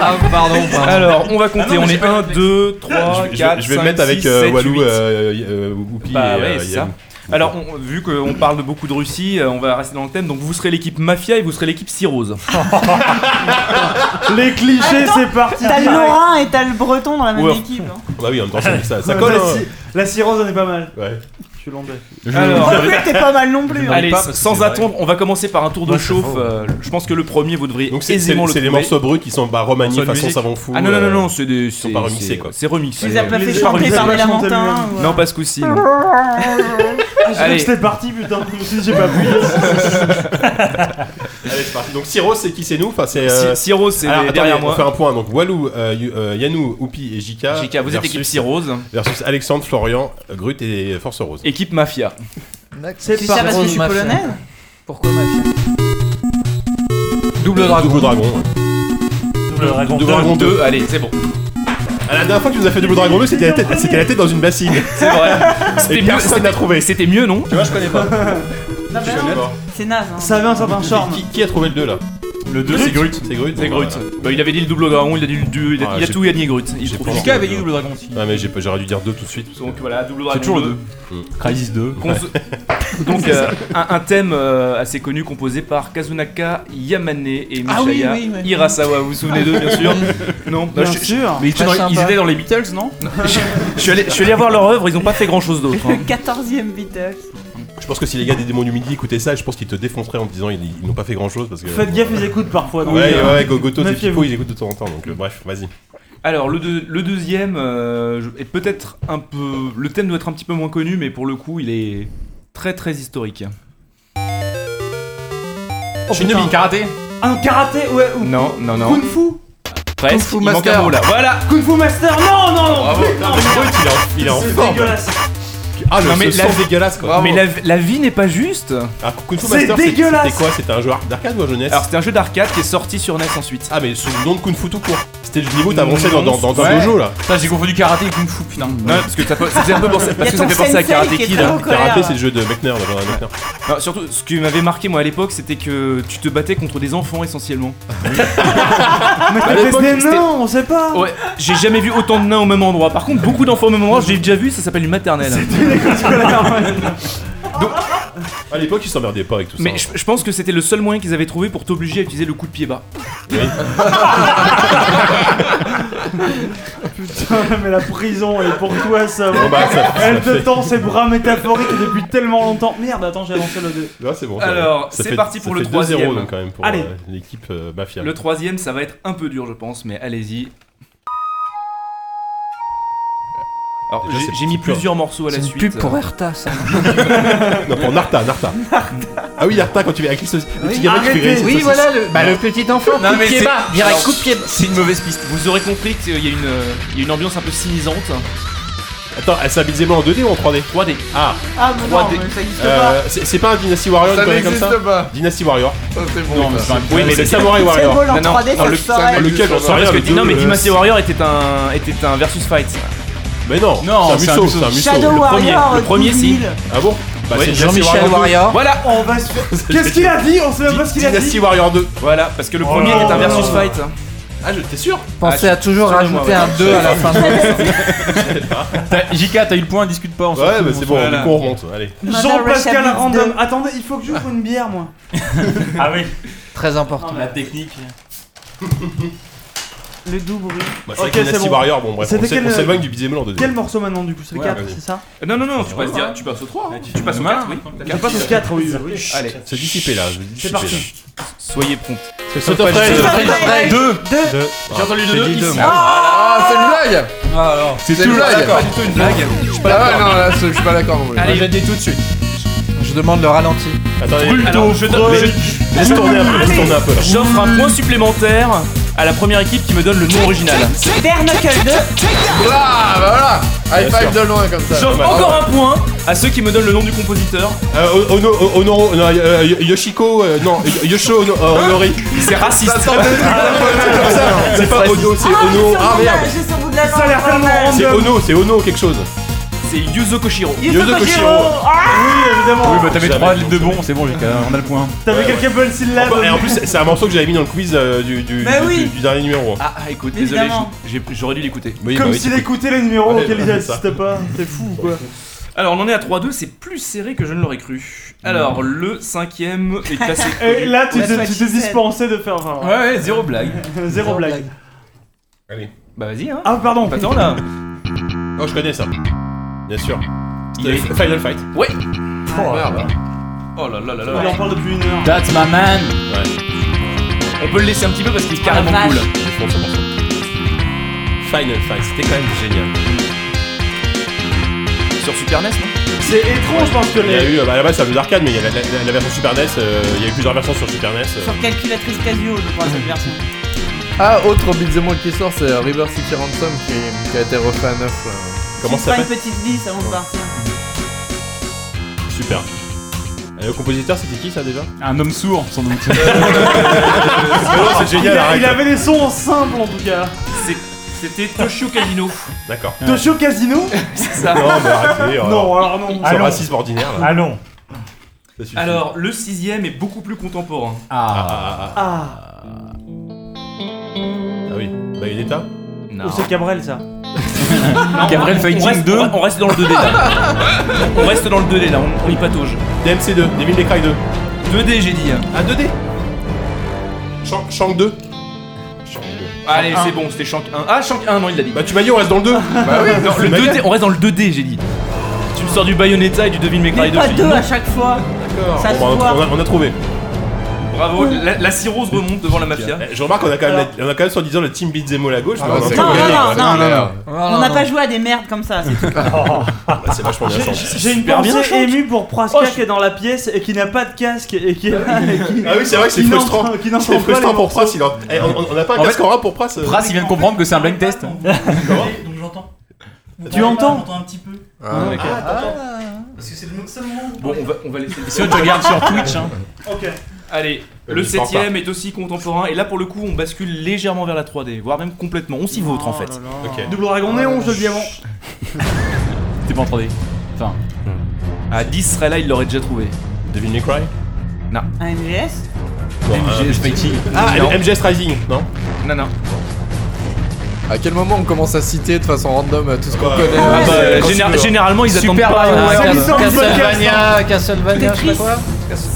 F: Ah, pardon, pardon. Alors, on va compter. on est 1, 2, 3,
E: je-
F: 4,
E: Je vais le mettre avec euh, Walou, euh, euh, Whoopi
F: Bah
E: et,
F: ouais,
E: euh,
F: c'est ça.
E: Yann.
F: Alors, on- vu qu'on parle de beaucoup de Russie, euh, on va rester dans le thème. Donc, vous serez l'équipe mafia et vous serez l'équipe cirrhose.
J: Les clichés,
I: Attends,
J: c'est parti.
I: T'as le Lorrain et t'as le Breton dans la même
E: Ouais.
I: équipe. hein.
E: Bah oui, en même temps, ça, ça, ça
J: Ouais,
E: colle.
J: la
E: hein.
J: ci- La cirrhose, on est pas mal.
E: Ouais.
J: Je suis landais.
F: Alors-
I: Oh, mais t'es pas mal non plus. hein.
F: Allez, sans attendre, on va commencer par un tour de chauffe. euh, je pense que le premier, vous devriez
E: Donc c'est- c'est
F: aisément le
E: c'est les
F: trouver.
E: morceaux bruts qui sont bah, remaniés
F: Morceaux de
E: façon
F: musique.
E: savon fou.
F: Ah non, non, non,
E: euh,
F: non, c'est des.
E: Ils sont
F: c'est-
E: pas
F: c'est-
E: remixés quoi.
F: C'est remixé.
I: Tu les as pas fait
F: C'est
I: chanter
F: remixé.
I: par les Lamentins.
F: Non, pas ce coup-ci. non.
J: Ah, j'ai cru
F: Allez.
J: que c'était parti, putain. Je me suis dit, j'ai pas appuyé.
E: Allez, c'est parti. Donc Siro, c'est qui c'est nous Enfin, c'est. euh,
F: Si- Siro, c'est
E: Alors, attendez,
F: derrière moi.
E: On fait un point. Donc Walou, euh, Yu- euh, Yanou, Oupi et Jika.
F: JK, vous êtes
E: versus-
F: équipe Cirrhose.
E: Versus Alexandre, Florian, Grut et Force Rose.
F: Équipe Mafia.
I: C'est ça parce que je suis polonaise
K: Pourquoi mafia
F: Double Dragon.
E: Double Dragon. ouais.
H: Double Dragon
E: Double Dragon 2.
F: Allez, c'est bon.
E: À la dernière fois que tu nous as fait Double Dragon 2, c'était la tête, c'était la tête dans une bassine.
F: C'est vrai.
E: Et
F: C'était mieux,
E: personne n'a trouvé.
F: C'était mieux, non
E: Tu vois, je connais pas.
I: Non,
E: Je
I: bah
E: suis
I: non,
E: honnête.
I: C'est naze. hein.
J: Ça avait un certain charme.
E: Qui, qui a trouvé le 2 là Le 2 c'est Grut. C'est Grut.
F: C'est
E: Bon,
F: Grut.
E: voilà.
F: Bah, il avait dit le double dragon, il a dit le deux, il a,
E: Ah,
F: il a
E: j'ai-
F: tout gagné Grut. Il trouve
E: pas
F: fort.
E: JK avait dit
M: Double Dragon aussi.
E: Ah mais j'ai pas- j'aurais dû dire 2 tout de suite.
F: Donc voilà, double dragon.
M: C'est toujours le
F: 2.
E: 2.
M: Crisis 2.
F: Qu'on se- Donc euh, un, un thème euh, assez connu composé par Kazunaka Yamane et Michaya
I: Ah oui, oui, oui.
F: Hirasawa. Vous vous souvenez d'eux, bien sûr Non,
E: Bah,
J: Bien
F: Non, je- je-
J: sûr.
F: Mais ils étaient,
J: Pas
F: dans, ils
J: sympa.
F: étaient dans les Beatles, non je, je suis allé, je suis allé voir leur œuvre, ils ont pas fait grand chose d'autre. hein.
I: Le 14ème Beatles.
E: Je pense que si les gars des démons du midi écoutaient ça, je pense qu'ils te défonceraient en te disant ils, ils n'ont pas fait grand chose parce que.
J: Faites gaffe, ils écoutent parfois.
E: Ouais,
J: donc,
E: ouais,
J: euh,
E: ouais, Go- Goto, des
J: méfiez-vous.
E: Pipo, ils écoutent de temps en temps, donc euh, bref, vas-y.
F: Alors le, deux- le deuxième euh, je- est peut-être un peu. Le thème doit être un petit peu moins connu, mais pour le coup, il est très très historique. Shinobi karaté
J: Oh, Un karaté, ouais. ou-
F: Non, non, non.
J: Kung Fu
F: Presque.
J: Kung Fu
F: il manque un
J: Master.
F: mot là. Voilà.
J: Kung Fu Master Non, non, non
F: Bravo.
J: putain,
E: mais Grut, il est en- il est en
J: C'est
E: forme.
J: dégueulasse
E: Ah, le
F: Non, mais
E: ce
F: la-
E: son dégueulasse quoi.
F: Mais la, la vie n'est pas juste.
E: Ah, Kung Fu
J: C'est
E: Master, c'est-
J: dégueulasse.
E: c'était quoi C'était un jeu d'arcade ou un jeunesse
F: Alors c'était un jeu d'arcade qui est sorti sur NES ensuite.
E: Ah, mais sous le nom de Kung Fu tout court. C'était le niveau t'avançais dans,
F: Non,
E: dans, dans, dans
F: ouais.
E: un dojo là.
M: Ça, j'ai confondu karaté et kung fu, putain.
F: Non, parce que ça, peut- ça fait un peu penser, parce
I: Y a
F: que ça
I: ton
F: fait penser à
I: sensei
F: Karate
I: qui est
F: Kid. hein.
I: très en colère.
E: Karaté, c'est le jeu de Mechner, dans un Mechner.
F: Non, surtout, ce qui m'avait marqué moi à l'époque, c'était que tu te battais contre des enfants essentiellement.
J: Mais
F: À
J: t'as
F: l'époque,
J: testé
F: c'était-
J: non, on sait pas
F: Ouais, j'ai jamais vu autant de nains au même endroit. Par contre, beaucoup d'enfants au même endroit, j'ai déjà vu, ça s'appelle une maternelle.
E: À l'époque, ils s'emmerdaient pas avec tout ça. hein.
F: Mais je, je pense que c'était le seul moyen qu'ils avaient trouvé pour t'obliger à utiliser le coup de pied bas.
J: Putain, mais la prison, elle est pour toi, ça.
E: Bon, bah, ça- ça
J: elle te
E: fait.
J: tend ses bras métaphoriques depuis tellement longtemps. Merde, attends, j'ai avancé le 2.
E: Là, c'est bon. ça
F: Alors,
E: va. Ça
F: c'est
E: fait-
F: parti
E: ça
F: pour le
E: fait 2-0,
F: troisième.
E: donc, quand même, pour
F: Allez.
E: euh, l'équipe euh, Bafia.
F: Le troisième, ça va être un peu dur, je pense, mais allez-y. Alors,
E: Déjà,
F: j'ai-
E: c'est-
F: j'ai mis
E: c'est plus-
F: plusieurs morceaux à la
K: c'est une
F: suite.
K: pub pour Erta, ça.
E: non, pour Narta, Narta. Ah oui, Narta, quand tu fais avec les saucisses. Le petit gamin qui fait
K: Arrêtez.
E: avec les
K: Oui,
E: saucisses.
K: voilà, le, bah,
E: Non.
K: le petit enfant,
F: Non,
K: coup de
F: mais
K: pied
F: c'est-
K: bas, direct
F: alors,
K: coup de pied bas.
F: C'est une mauvaise piste. Vous aurez compris qu'il y, a une, euh, il y a une ambiance un peu sinisante.
E: Attends, elle s'habille en 2D ou en 3D
F: 3D.
E: Ah
I: Ah, mais non,
F: 3D.
I: mais ça existe
E: Euh,
I: pas.
E: c'est c'est pas un Dynasty Warrior
G: Ça
E: une connerie comme
G: n'existe
E: ça
G: pas.
E: Dynasty Warrior. Bah,
G: Ça, c'est bon.
E: Non, mais
G: ça.
E: c'est pas un- Oui, mais
F: c'est-
E: le Samurai Warrior.
I: C'est bon, en 3D,
E: non,
I: ça
E: le-
I: se saurait.
E: lequel j'en sais rien.
F: Parce que-
E: le deux,
F: non, mais
E: euh,
F: Dynasty Warrior était un, était un versus fight.
E: Mais non,
F: Non,
E: c'est un musso, c'est un musso.
I: Shadow
E: Le premier-
I: Warrior,
E: le premier, si.
I: 2000.
E: Ah bon Bah,
F: Ouais,
E: c'est
F: Jean-Michel
E: Dynasty Warrior deux.
K: Warrior.
F: Voilà
J: On va se faire. Qu'est-ce qu'il a dit On sait même pas ce qu'il a dit.
E: Dynasty Warrior 2.
F: Voilà, parce que le premier
J: Oh.
F: est un versus fight. Ah, je t'es sûr
K: Pensez à toujours
F: excusez-moi,
K: rajouter
F: ouais.
K: un 2 à la fin de
B: T'as- JK, t'as eu le point, discute pas. on s'en
E: Ouais,
B: fout,
E: bah
B: on
E: c'est
B: s'en
E: bon,
B: fout.
E: du coup on remonte. Allez.
J: Jean-Pascal
I: Mother
J: Random.
I: Russia
J: Attendez, il faut que j'ouvre une bière, moi.
O: Ah oui.
K: Très important.
B: La technique.
J: Le doux bruit.
E: Bah, c'est vrai que Dynasty Warrior, bon bref, on
J: C'était
E: s'é-
J: quel- euh,
E: on s'éloigne du Bizemol en 2D.
J: Quel morceau maintenant, du coup C'est le
E: Ouais,
J: 4,
E: vas-y.
J: c'est ça
F: Euh, Non, non, non, tu
E: C'est
F: passes,
E: vrai,
F: direct- tu passes au
B: hein.
F: 3. Tu passes au 4, oui.
J: Je passe au 4, oui. oui.
F: Allez,
E: C'est dissipé là.
J: C'est parti.
F: soyez prompt.
E: Sauf pas
F: Fred.
E: du-
F: Sauf
K: Sauf pas du-
F: 2
E: Deux.
F: J'ai entendu
E: J'ai
F: le 2
E: dit deux,
F: ici.
E: moi.
G: Ah, c'est une blague
B: Ah, alors.
G: C'est
K: tout
G: une
K: le
G: blague
F: Pas du tout une blague. Je suis pas
G: Ah ouais,
F: d'accord.
G: non, là, c'est- je suis pas d'accord. non plus.
F: Allez,
K: je
F: je dis tout de suite.
K: Je demande le ralenti.
E: Attendez,
F: Alors, je donne- je-
E: laisse tourner un peu, laisse tourner un peu là.
F: J'offre un point supplémentaire à la première équipe qui me donne le nom original.
I: Bare Knuckle 2.
G: Ah, bah voilà High
E: Bien
G: five
E: sûr. oh,
G: de loin comme ça.
F: J'offre encore un point à ceux qui me donnent le nom du compositeur.
E: Euh, Ono- euh, Honoro- non, euh, Yo- Yoshiko, euh, non, Yo- Yosho Ono- euh, Honori. Ah,
F: C'est raciste.
G: Ah,
E: C'est pas Ono, c'est Ono. Ah merde,
I: J'ai sur le bout de la langue.
J: Ça a l'air tellement
E: c'est
J: random.
E: Ono, c'est Ono quelque chose.
F: C'est Yuzo Koshiro.
E: Yuzo Koshiro.
J: Oui, Ah, évidemment.
B: Oui, bah t'avais
E: Jamais,
B: 3 de
E: donc.
B: bons, c'est bon, JK, on a le point.
J: T'avais
E: ouais,
J: quelques bonnes syllabes.
E: Et en plus, c'est un morceau que j'avais mis dans le quiz euh, du, du-
I: Bah
E: du-
I: oui.
E: du- du dernier numéro.
F: Ah, ah, écoute, désolé,
I: Évidemment.
F: j'ai- j'ai- j'aurais dû l'écouter.
E: Oui, bah
J: Comme
E: oui,
J: s'il
E: c'est-
J: écoutait les numéros
E: Ouais,
J: auxquels il
E: ouais, c'est ça.
J: assistait pas. T'es fou ou quoi
F: Alors, on en est à 3-2, c'est plus serré que je ne l'aurais cru.
E: Mm.
F: Alors, le cinquième est classé.
J: Et là, tu
I: La
J: t'es
I: Swatch
J: tu t'es
I: Set.
J: dispensé de faire. enfin,
F: Ouais, ouais, zéro blague.
J: Zéro, blague.
F: Bah, vas-y, hein.
J: Ah, pardon.
F: Attends là.
E: Oh, je connais ça. Bien sûr. Euh,
F: Il est-
E: Final Fight.
F: Ouais.
G: Oh, merde.
F: Oh là là là
J: Il
F: là.
J: en parle depuis une heure.
B: That's my man.
F: On peut le laisser un petit peu parce qu'il est carrément
I: Ah,
F: cool.
I: vache.
E: Je fonce à morceau. Final Fight, c'était quand même génial.
F: Sur Super
E: E
F: NES, non
J: C'est étrange parce que
E: Il y a
J: les.
E: eu, euh, bah, à la base, c'est un jeu d'arcade, mais il y a la, la- la version Super NES, euh, il y a eu plusieurs versions sur Super NES. euh.
I: Sur calculatrice Casio, je crois, cette version.
G: Ah, autre beat'em all qui sort, c'est euh, River City Ransom qui, qui a été refait à neuf. là.
E: Comment
I: Tu
E: ça
I: prends
E: s'appelle
I: une petite vis avant de partir.
E: Super. Et le compositeur, c'était qui ça déjà
B: Un homme sourd, sans doute.
E: Ah non, c'est
J: Il,
E: génial,
J: a-
E: arrête.
J: il avait les sons simples en tout cas.
F: C'était Toshio Kazino.
E: D'accord.
J: Toshio Casino
F: C'est ça.
E: Non, mais arrêtez. euh,
J: Non, alors non.
E: Ce
O: Allons.
E: racisme ordinaire là.
O: Allons.
E: Ça suffit.
F: Alors, le sixième est beaucoup plus contemporain.
E: Ah, ah, ah,
J: Ah,
E: ah. Ah oui. Bayonetta
F: Non.
J: oh, c'est Cabrel ça.
B: Gabriel
F: on
B: Fighting
F: reste,
B: 2.
F: on- on reste dans le 2D là. on reste dans le 2D là, on, on y patauge.
E: DMC2, Devil May Cry 2.
F: 2D j'ai dit. hein.
E: Ah, 2D Shank, Shank 2 Shank 2.
F: Allez, c'est bon, c'était Shank 1. Ah, Shank 1, non, il l'a dit.
E: Bah, tu m'as dit, on reste dans le 2 Bah oui
F: Non, le 2D, on reste dans le 2D, j'ai dit. Tu me sors du Bayonetta et du Devil May Cry
I: Mais
F: 2.
I: pas
F: j'ai dit.
I: deux à chaque fois. Ça se
E: bah, on, a, on
I: voit.
E: a- on a trouvé.
F: Bravo, la, la cirrhose remonte devant la mafia.
E: Eh, Je remarque qu'on a quand même, la- on a quand même soi-disant le team Beat Zemo à gauche.
G: Ah,
E: mais
G: bah,
E: on a
G: c'est
E: quand
I: Non,
E: même
I: non,
E: gagné,
I: non,
E: quoi.
I: non.
G: Merde.
I: On
G: Ah,
I: n'a pas joué à des merdes comme ça. c'est tout.
E: Bah, C'est vachement bien. Shank.
J: J'ai une
F: Super bien,
J: pensée
F: Shank.
J: émue pour Praska qui est dans la pièce et qui n'a pas de casque et qui.
E: Ah oui, c'est vrai que c'est
J: Qui
E: frustrant.
J: n'entend- qui n'entend
E: C'est
J: pas
E: frustrant
J: les
E: pour
J: morceaux.
E: Pras. il en- eh, on, on- on a pas un
B: En
E: casque en rap pour Pras euh
B: Brass, il vient de comprendre que c'est un blind test.
P: Donc j'entends. Vous parlez
J: Tu
P: pas,
J: entends
P: J'entends un petit peu.
G: Ah,
F: Ouais.
P: Parce que c'est le seul moment où.
F: Bon, on va, on va laisser.
B: Si tu regardes sur Twitch, hein.
J: Ok.
F: Allez, le
E: Euh, je parle
F: septième est aussi contemporain. Et là, pour le coup, on bascule légèrement vers la 3D, voire même complètement. On s'y vautre en fait.
E: Ok.
J: Oh Double dragon néon, je le dis avant.
B: T'es pas en 3D. Enfin,
F: À 10 serait là, il l'aurait déjà trouvé.
E: Devil Hmm. May Cry
I: Un MGS
B: MGS Fighting.
E: Ah,
F: Non.
E: MGS Rising, non
F: Non, non.
G: À quel moment on commence à citer de façon random euh, tout ce qu'on
E: Ouais.
G: connaît
E: Ah,
G: euh,
E: bah,
G: quand tu
F: généra-
G: veux.
K: euh,
F: généralement, ils attendent pas.
K: Mario
J: Castlevania,
K: Castlevania, Castlevania, je sais pas quoi.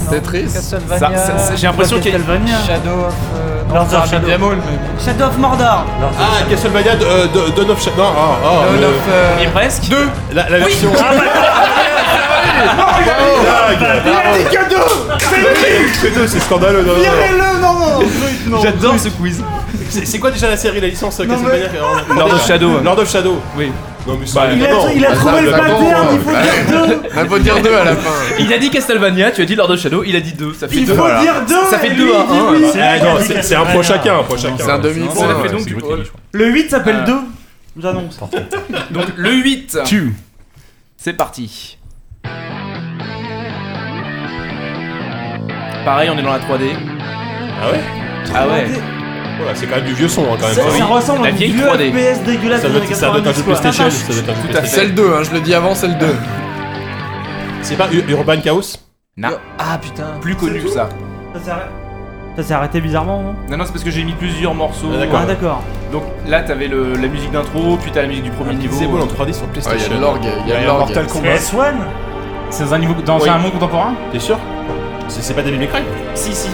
G: Tetris
K: Castlevania.
G: Ça- ça- j'ai l'impression qu'il y a-
K: Castlevania. Shadow of. euh, non,
G: Lords of
K: pas
G: Shadow.
K: Shadow.
I: Shadow of Mordor.
E: Ah, Castlevania, euh, de- Dawn of Shadow. Non, ah, ah,
K: Dawn
E: le-
K: of, euh,
E: Il est
B: presque.
E: Deux. La, la version.
J: Ah,
E: Eh,
J: oh.
E: C'est deux, c'est scandaleux. non, non, non.
J: non, Euh, non,
E: J'adore ce quiz. C'est c'est quoi déjà la série, la licence euh,
J: Non,
E: Castlevania
J: mais-
E: euh,
J: Lord of Shadow.
E: Lord of Shadow. Oui.
G: Bah,
E: Non, mais c'est-
J: il a-
E: non.
J: il a trouvé le pattern, il faut dire
G: deux. Il faut dire deux à la fin.
F: Il a dit Castlevania, tu as dit Lord of Shadow, il a dit deux. Ça fait
E: Il
F: deux.
E: faut dire deux,
F: Ça fait
E: et
F: deux
E: lui,
F: à
E: il dit
F: un.
E: oui.
F: alors.
E: Ah, non, c'est- c'est un point chacun, un point chacun.
G: C'est un demi-point,
F: Ça fait
G: ouais,
F: donc
G: c'est
F: du
G: vous qui
F: Paul.
J: Le 8 s'appelle
F: Ah.
J: 2. J'annonce.
F: Donc le 8.
B: Tu.
F: C'est parti. Pareil, on est dans la 3D.
E: Ah ouais
F: Ah ouais.
E: Voilà, c'est quand même du vieux son hein, quand même.
J: Ça, ça ressemble
F: La
J: à une
F: vieille
J: vieux
F: 3D.
J: FPS dégueulasse
E: Ça
J: des
E: doit
J: années
E: être- ça doit être un jeu
J: 90, quoi.
E: PlayStation.
J: Attends,
E: Ça doit être un jeu
F: Tout à fait.
G: C'est le
E: PlayStation.
G: 2, hein, je le dis avant, c'est le 2.
E: C'est pas U- Urban Chaos
F: Non.
K: Ah putain.
F: Plus connu que ça.
E: Ah.
J: Ça s'est arrêté- ça s'est arrêté bizarrement, non
F: Non, non, c'est parce que j'ai mis plusieurs morceaux.
E: Ah, d'accord.
J: Ah, d'accord.
F: Donc là, t'avais le- la musique d'intro, puis t'as la musique du premier niveau.
E: Ah, C'est beau en 3D sur
G: Ah, il y a
E: PlayStation.
G: de l'orgue, il y a de l'orgue.
E: Kombat.
H: S1
B: C'est dans un niveau, dans
E: Oui.
B: un monde contemporain
E: T'es sûr C'est c'est pas Devil May Cry
F: Si, si.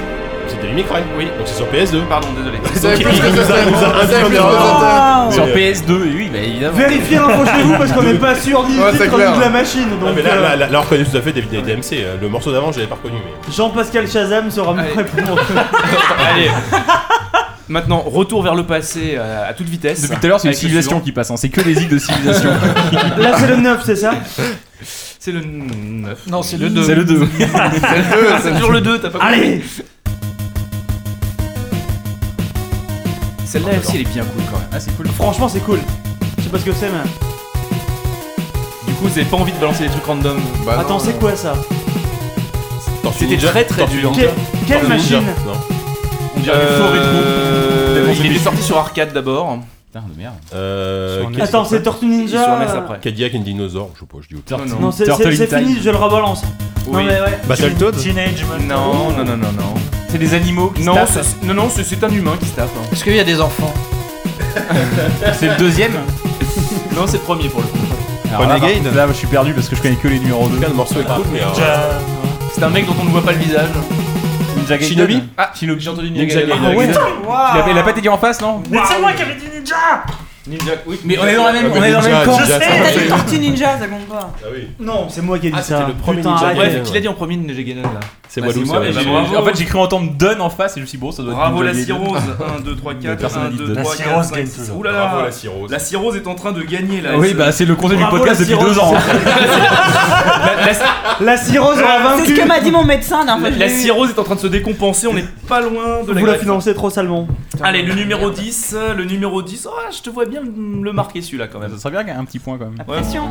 E: C'est Devil May Cry.
F: Oui.
E: Donc c'est sur PS2.
F: Pardon, désolé.
G: C'est
E: Donc,
G: plus
E: il
G: que
E: nous a-
G: ça,
E: il nous a
G: c'est
E: induit en
G: plus
E: erreur.
G: que ça.
E: Mais,
B: Sur
E: euh,
B: PS2, oui, bah évidemment.
J: Vérifiez l'info chez vous parce qu'on n'est pas sûr du
G: Ouais, c'est
J: titre
G: clair.
J: ni de la machine.
E: Non,
J: Donc,
E: Ah, mais là,
J: euh,
E: là, là, là, on reconnaît tout à fait David et DMC. euh, Le morceau d'avant, je l'avais pas reconnu. Mais...
J: euh, Jean-Pascal Chazam sera mon
F: Allez.
J: répondre.
F: Allez. Maintenant, retour vers le passé euh, à toute vitesse.
B: Depuis tout à l'heure, c'est une
F: Avec le
B: civilisation
F: suivant.
B: qui passe, hein. c'est que les îles de civilisation.
J: Là, c'est le 9, c'est ça
F: C'est le 9.
K: Non, c'est le 2.
B: c'est le 2.
G: C'est le 2, c'est
F: C'est toujours le 2, t'as pas compris.
J: Allez
F: Celle-là aussi, elle est bien cool quand même.
B: Ah, c'est cool.
J: Franchement, c'est cool. Je sais pas ce que c'est, mais.
F: Du coup, vous avez pas envie de balancer des trucs random.
G: Bah non,
J: Attends, c'est quoi ça
E: Tortue
F: C'était
E: Ninja-
F: très, très
E: Tortue
F: dur.
E: Ninja-
J: Que- Quelle
E: Tortue Ninja,
J: machine
E: Non.
F: On
B: dirait du faux rétro.
F: euh,
B: Tellement
F: Il
B: c'est
F: était
B: déçu.
F: sorti sur arcade d'abord.
B: Putain de merde.
E: Euh,
L: Sur
E: qu'est-ce
L: NES.
E: que
J: Attends,
E: c'est
J: c'est Tortue
F: Et sur NES
J: Ninja.
F: après.
E: Cadillac and Dinosaur, je sais pas, je dis autre.
B: Turtle-
J: Non, c'est-
B: Turtle
J: c'est
B: in
J: c'est
B: Time.
J: fini, je le rebalance. Non,
F: Oui.
J: mais ouais.
L: Battletoads
H: Teenage Mutant.
F: Non, non, non, non, non.
B: C'est des animaux qui se
F: Non,
B: tapent.
F: c'est- non, non, c'est- c'est un humain qui se tape. hein.
K: Est-ce qu'il y a des enfants
B: C'est le deuxième
F: Non, c'est le premier pour le coup.
B: Alors là,
L: Renegade.
B: par contre, Là, je suis perdu parce que je connais que les numéros 2.
E: Là, le morceau est cool, mais. euh,
H: Ninja-
F: C'est un mec dont on ne voit pas le visage.
B: Ninja Gaiden.
E: Shinobi
F: Ah, Shinobi, j'ai entendu Ninja
E: Ninja
F: Gaiden.
E: Gaiden.
B: Ah ouais. Il, a, il a pas été dit en face, non
H: Mais c'est moi qui avais dit Ninja
F: Ninja, oui.
B: Mais on est dans la même, on est dans Ah, le
E: Ninja,
B: même camp.
F: Eh,
E: Ninja,
H: Je sais,
E: ça
I: T'as
E: marche.
I: dit Tortue Ninja, ça compte pas.
E: Ah oui.
J: Non, c'est moi qui ai dit
E: Ah,
J: ça.
E: c'était le premier
J: Putain,
E: Ninja
J: arrête.
F: Bref,
E: Gaiden,
F: qui
E: ouais.
F: l'a dit en premier Ninja Gaiden là
E: C'est
B: Bah, c'est
E: Walou,
B: moi, mais
E: c'est
B: j'ai-
E: vrai.
B: En fait, j'ai cru entendre Dunn en face et je me suis dit, bon, ça doit être
F: Bravo
B: Ninja
F: la
B: Gaiden.
F: cirrhose 1, 2, 3, 4,
B: personne
F: 1,
B: n'a dit
F: 2,
B: deux.
F: 3,
H: La
F: 4,
H: cirrhose
F: 5,
H: gagne
F: 6.
H: toujours.
E: Bravo
F: Oulala
E: la cirrhose.
F: La cirrhose est en train de gagner là.
B: Oui,
F: Elle se-
B: bah c'est le conseil du
J: Bravo,
B: podcast
J: la
B: depuis
J: cirrhose.
B: deux ans.
J: La cirrhose aura
I: C'est ce
J: vaincu.
I: que m'a dit mon médecin d'un
F: La, la cirrhose est en train de se décompenser, on n'est pas loin de la
J: Vous la
F: greffe.
J: financez trop salement.
F: Allez, le numéro 10, euh, le numéro 10. Ah, je te vois bien le marquer celui-là quand même.
B: Ça serait bien qu'il y ait un petit point quand même.
I: Pression.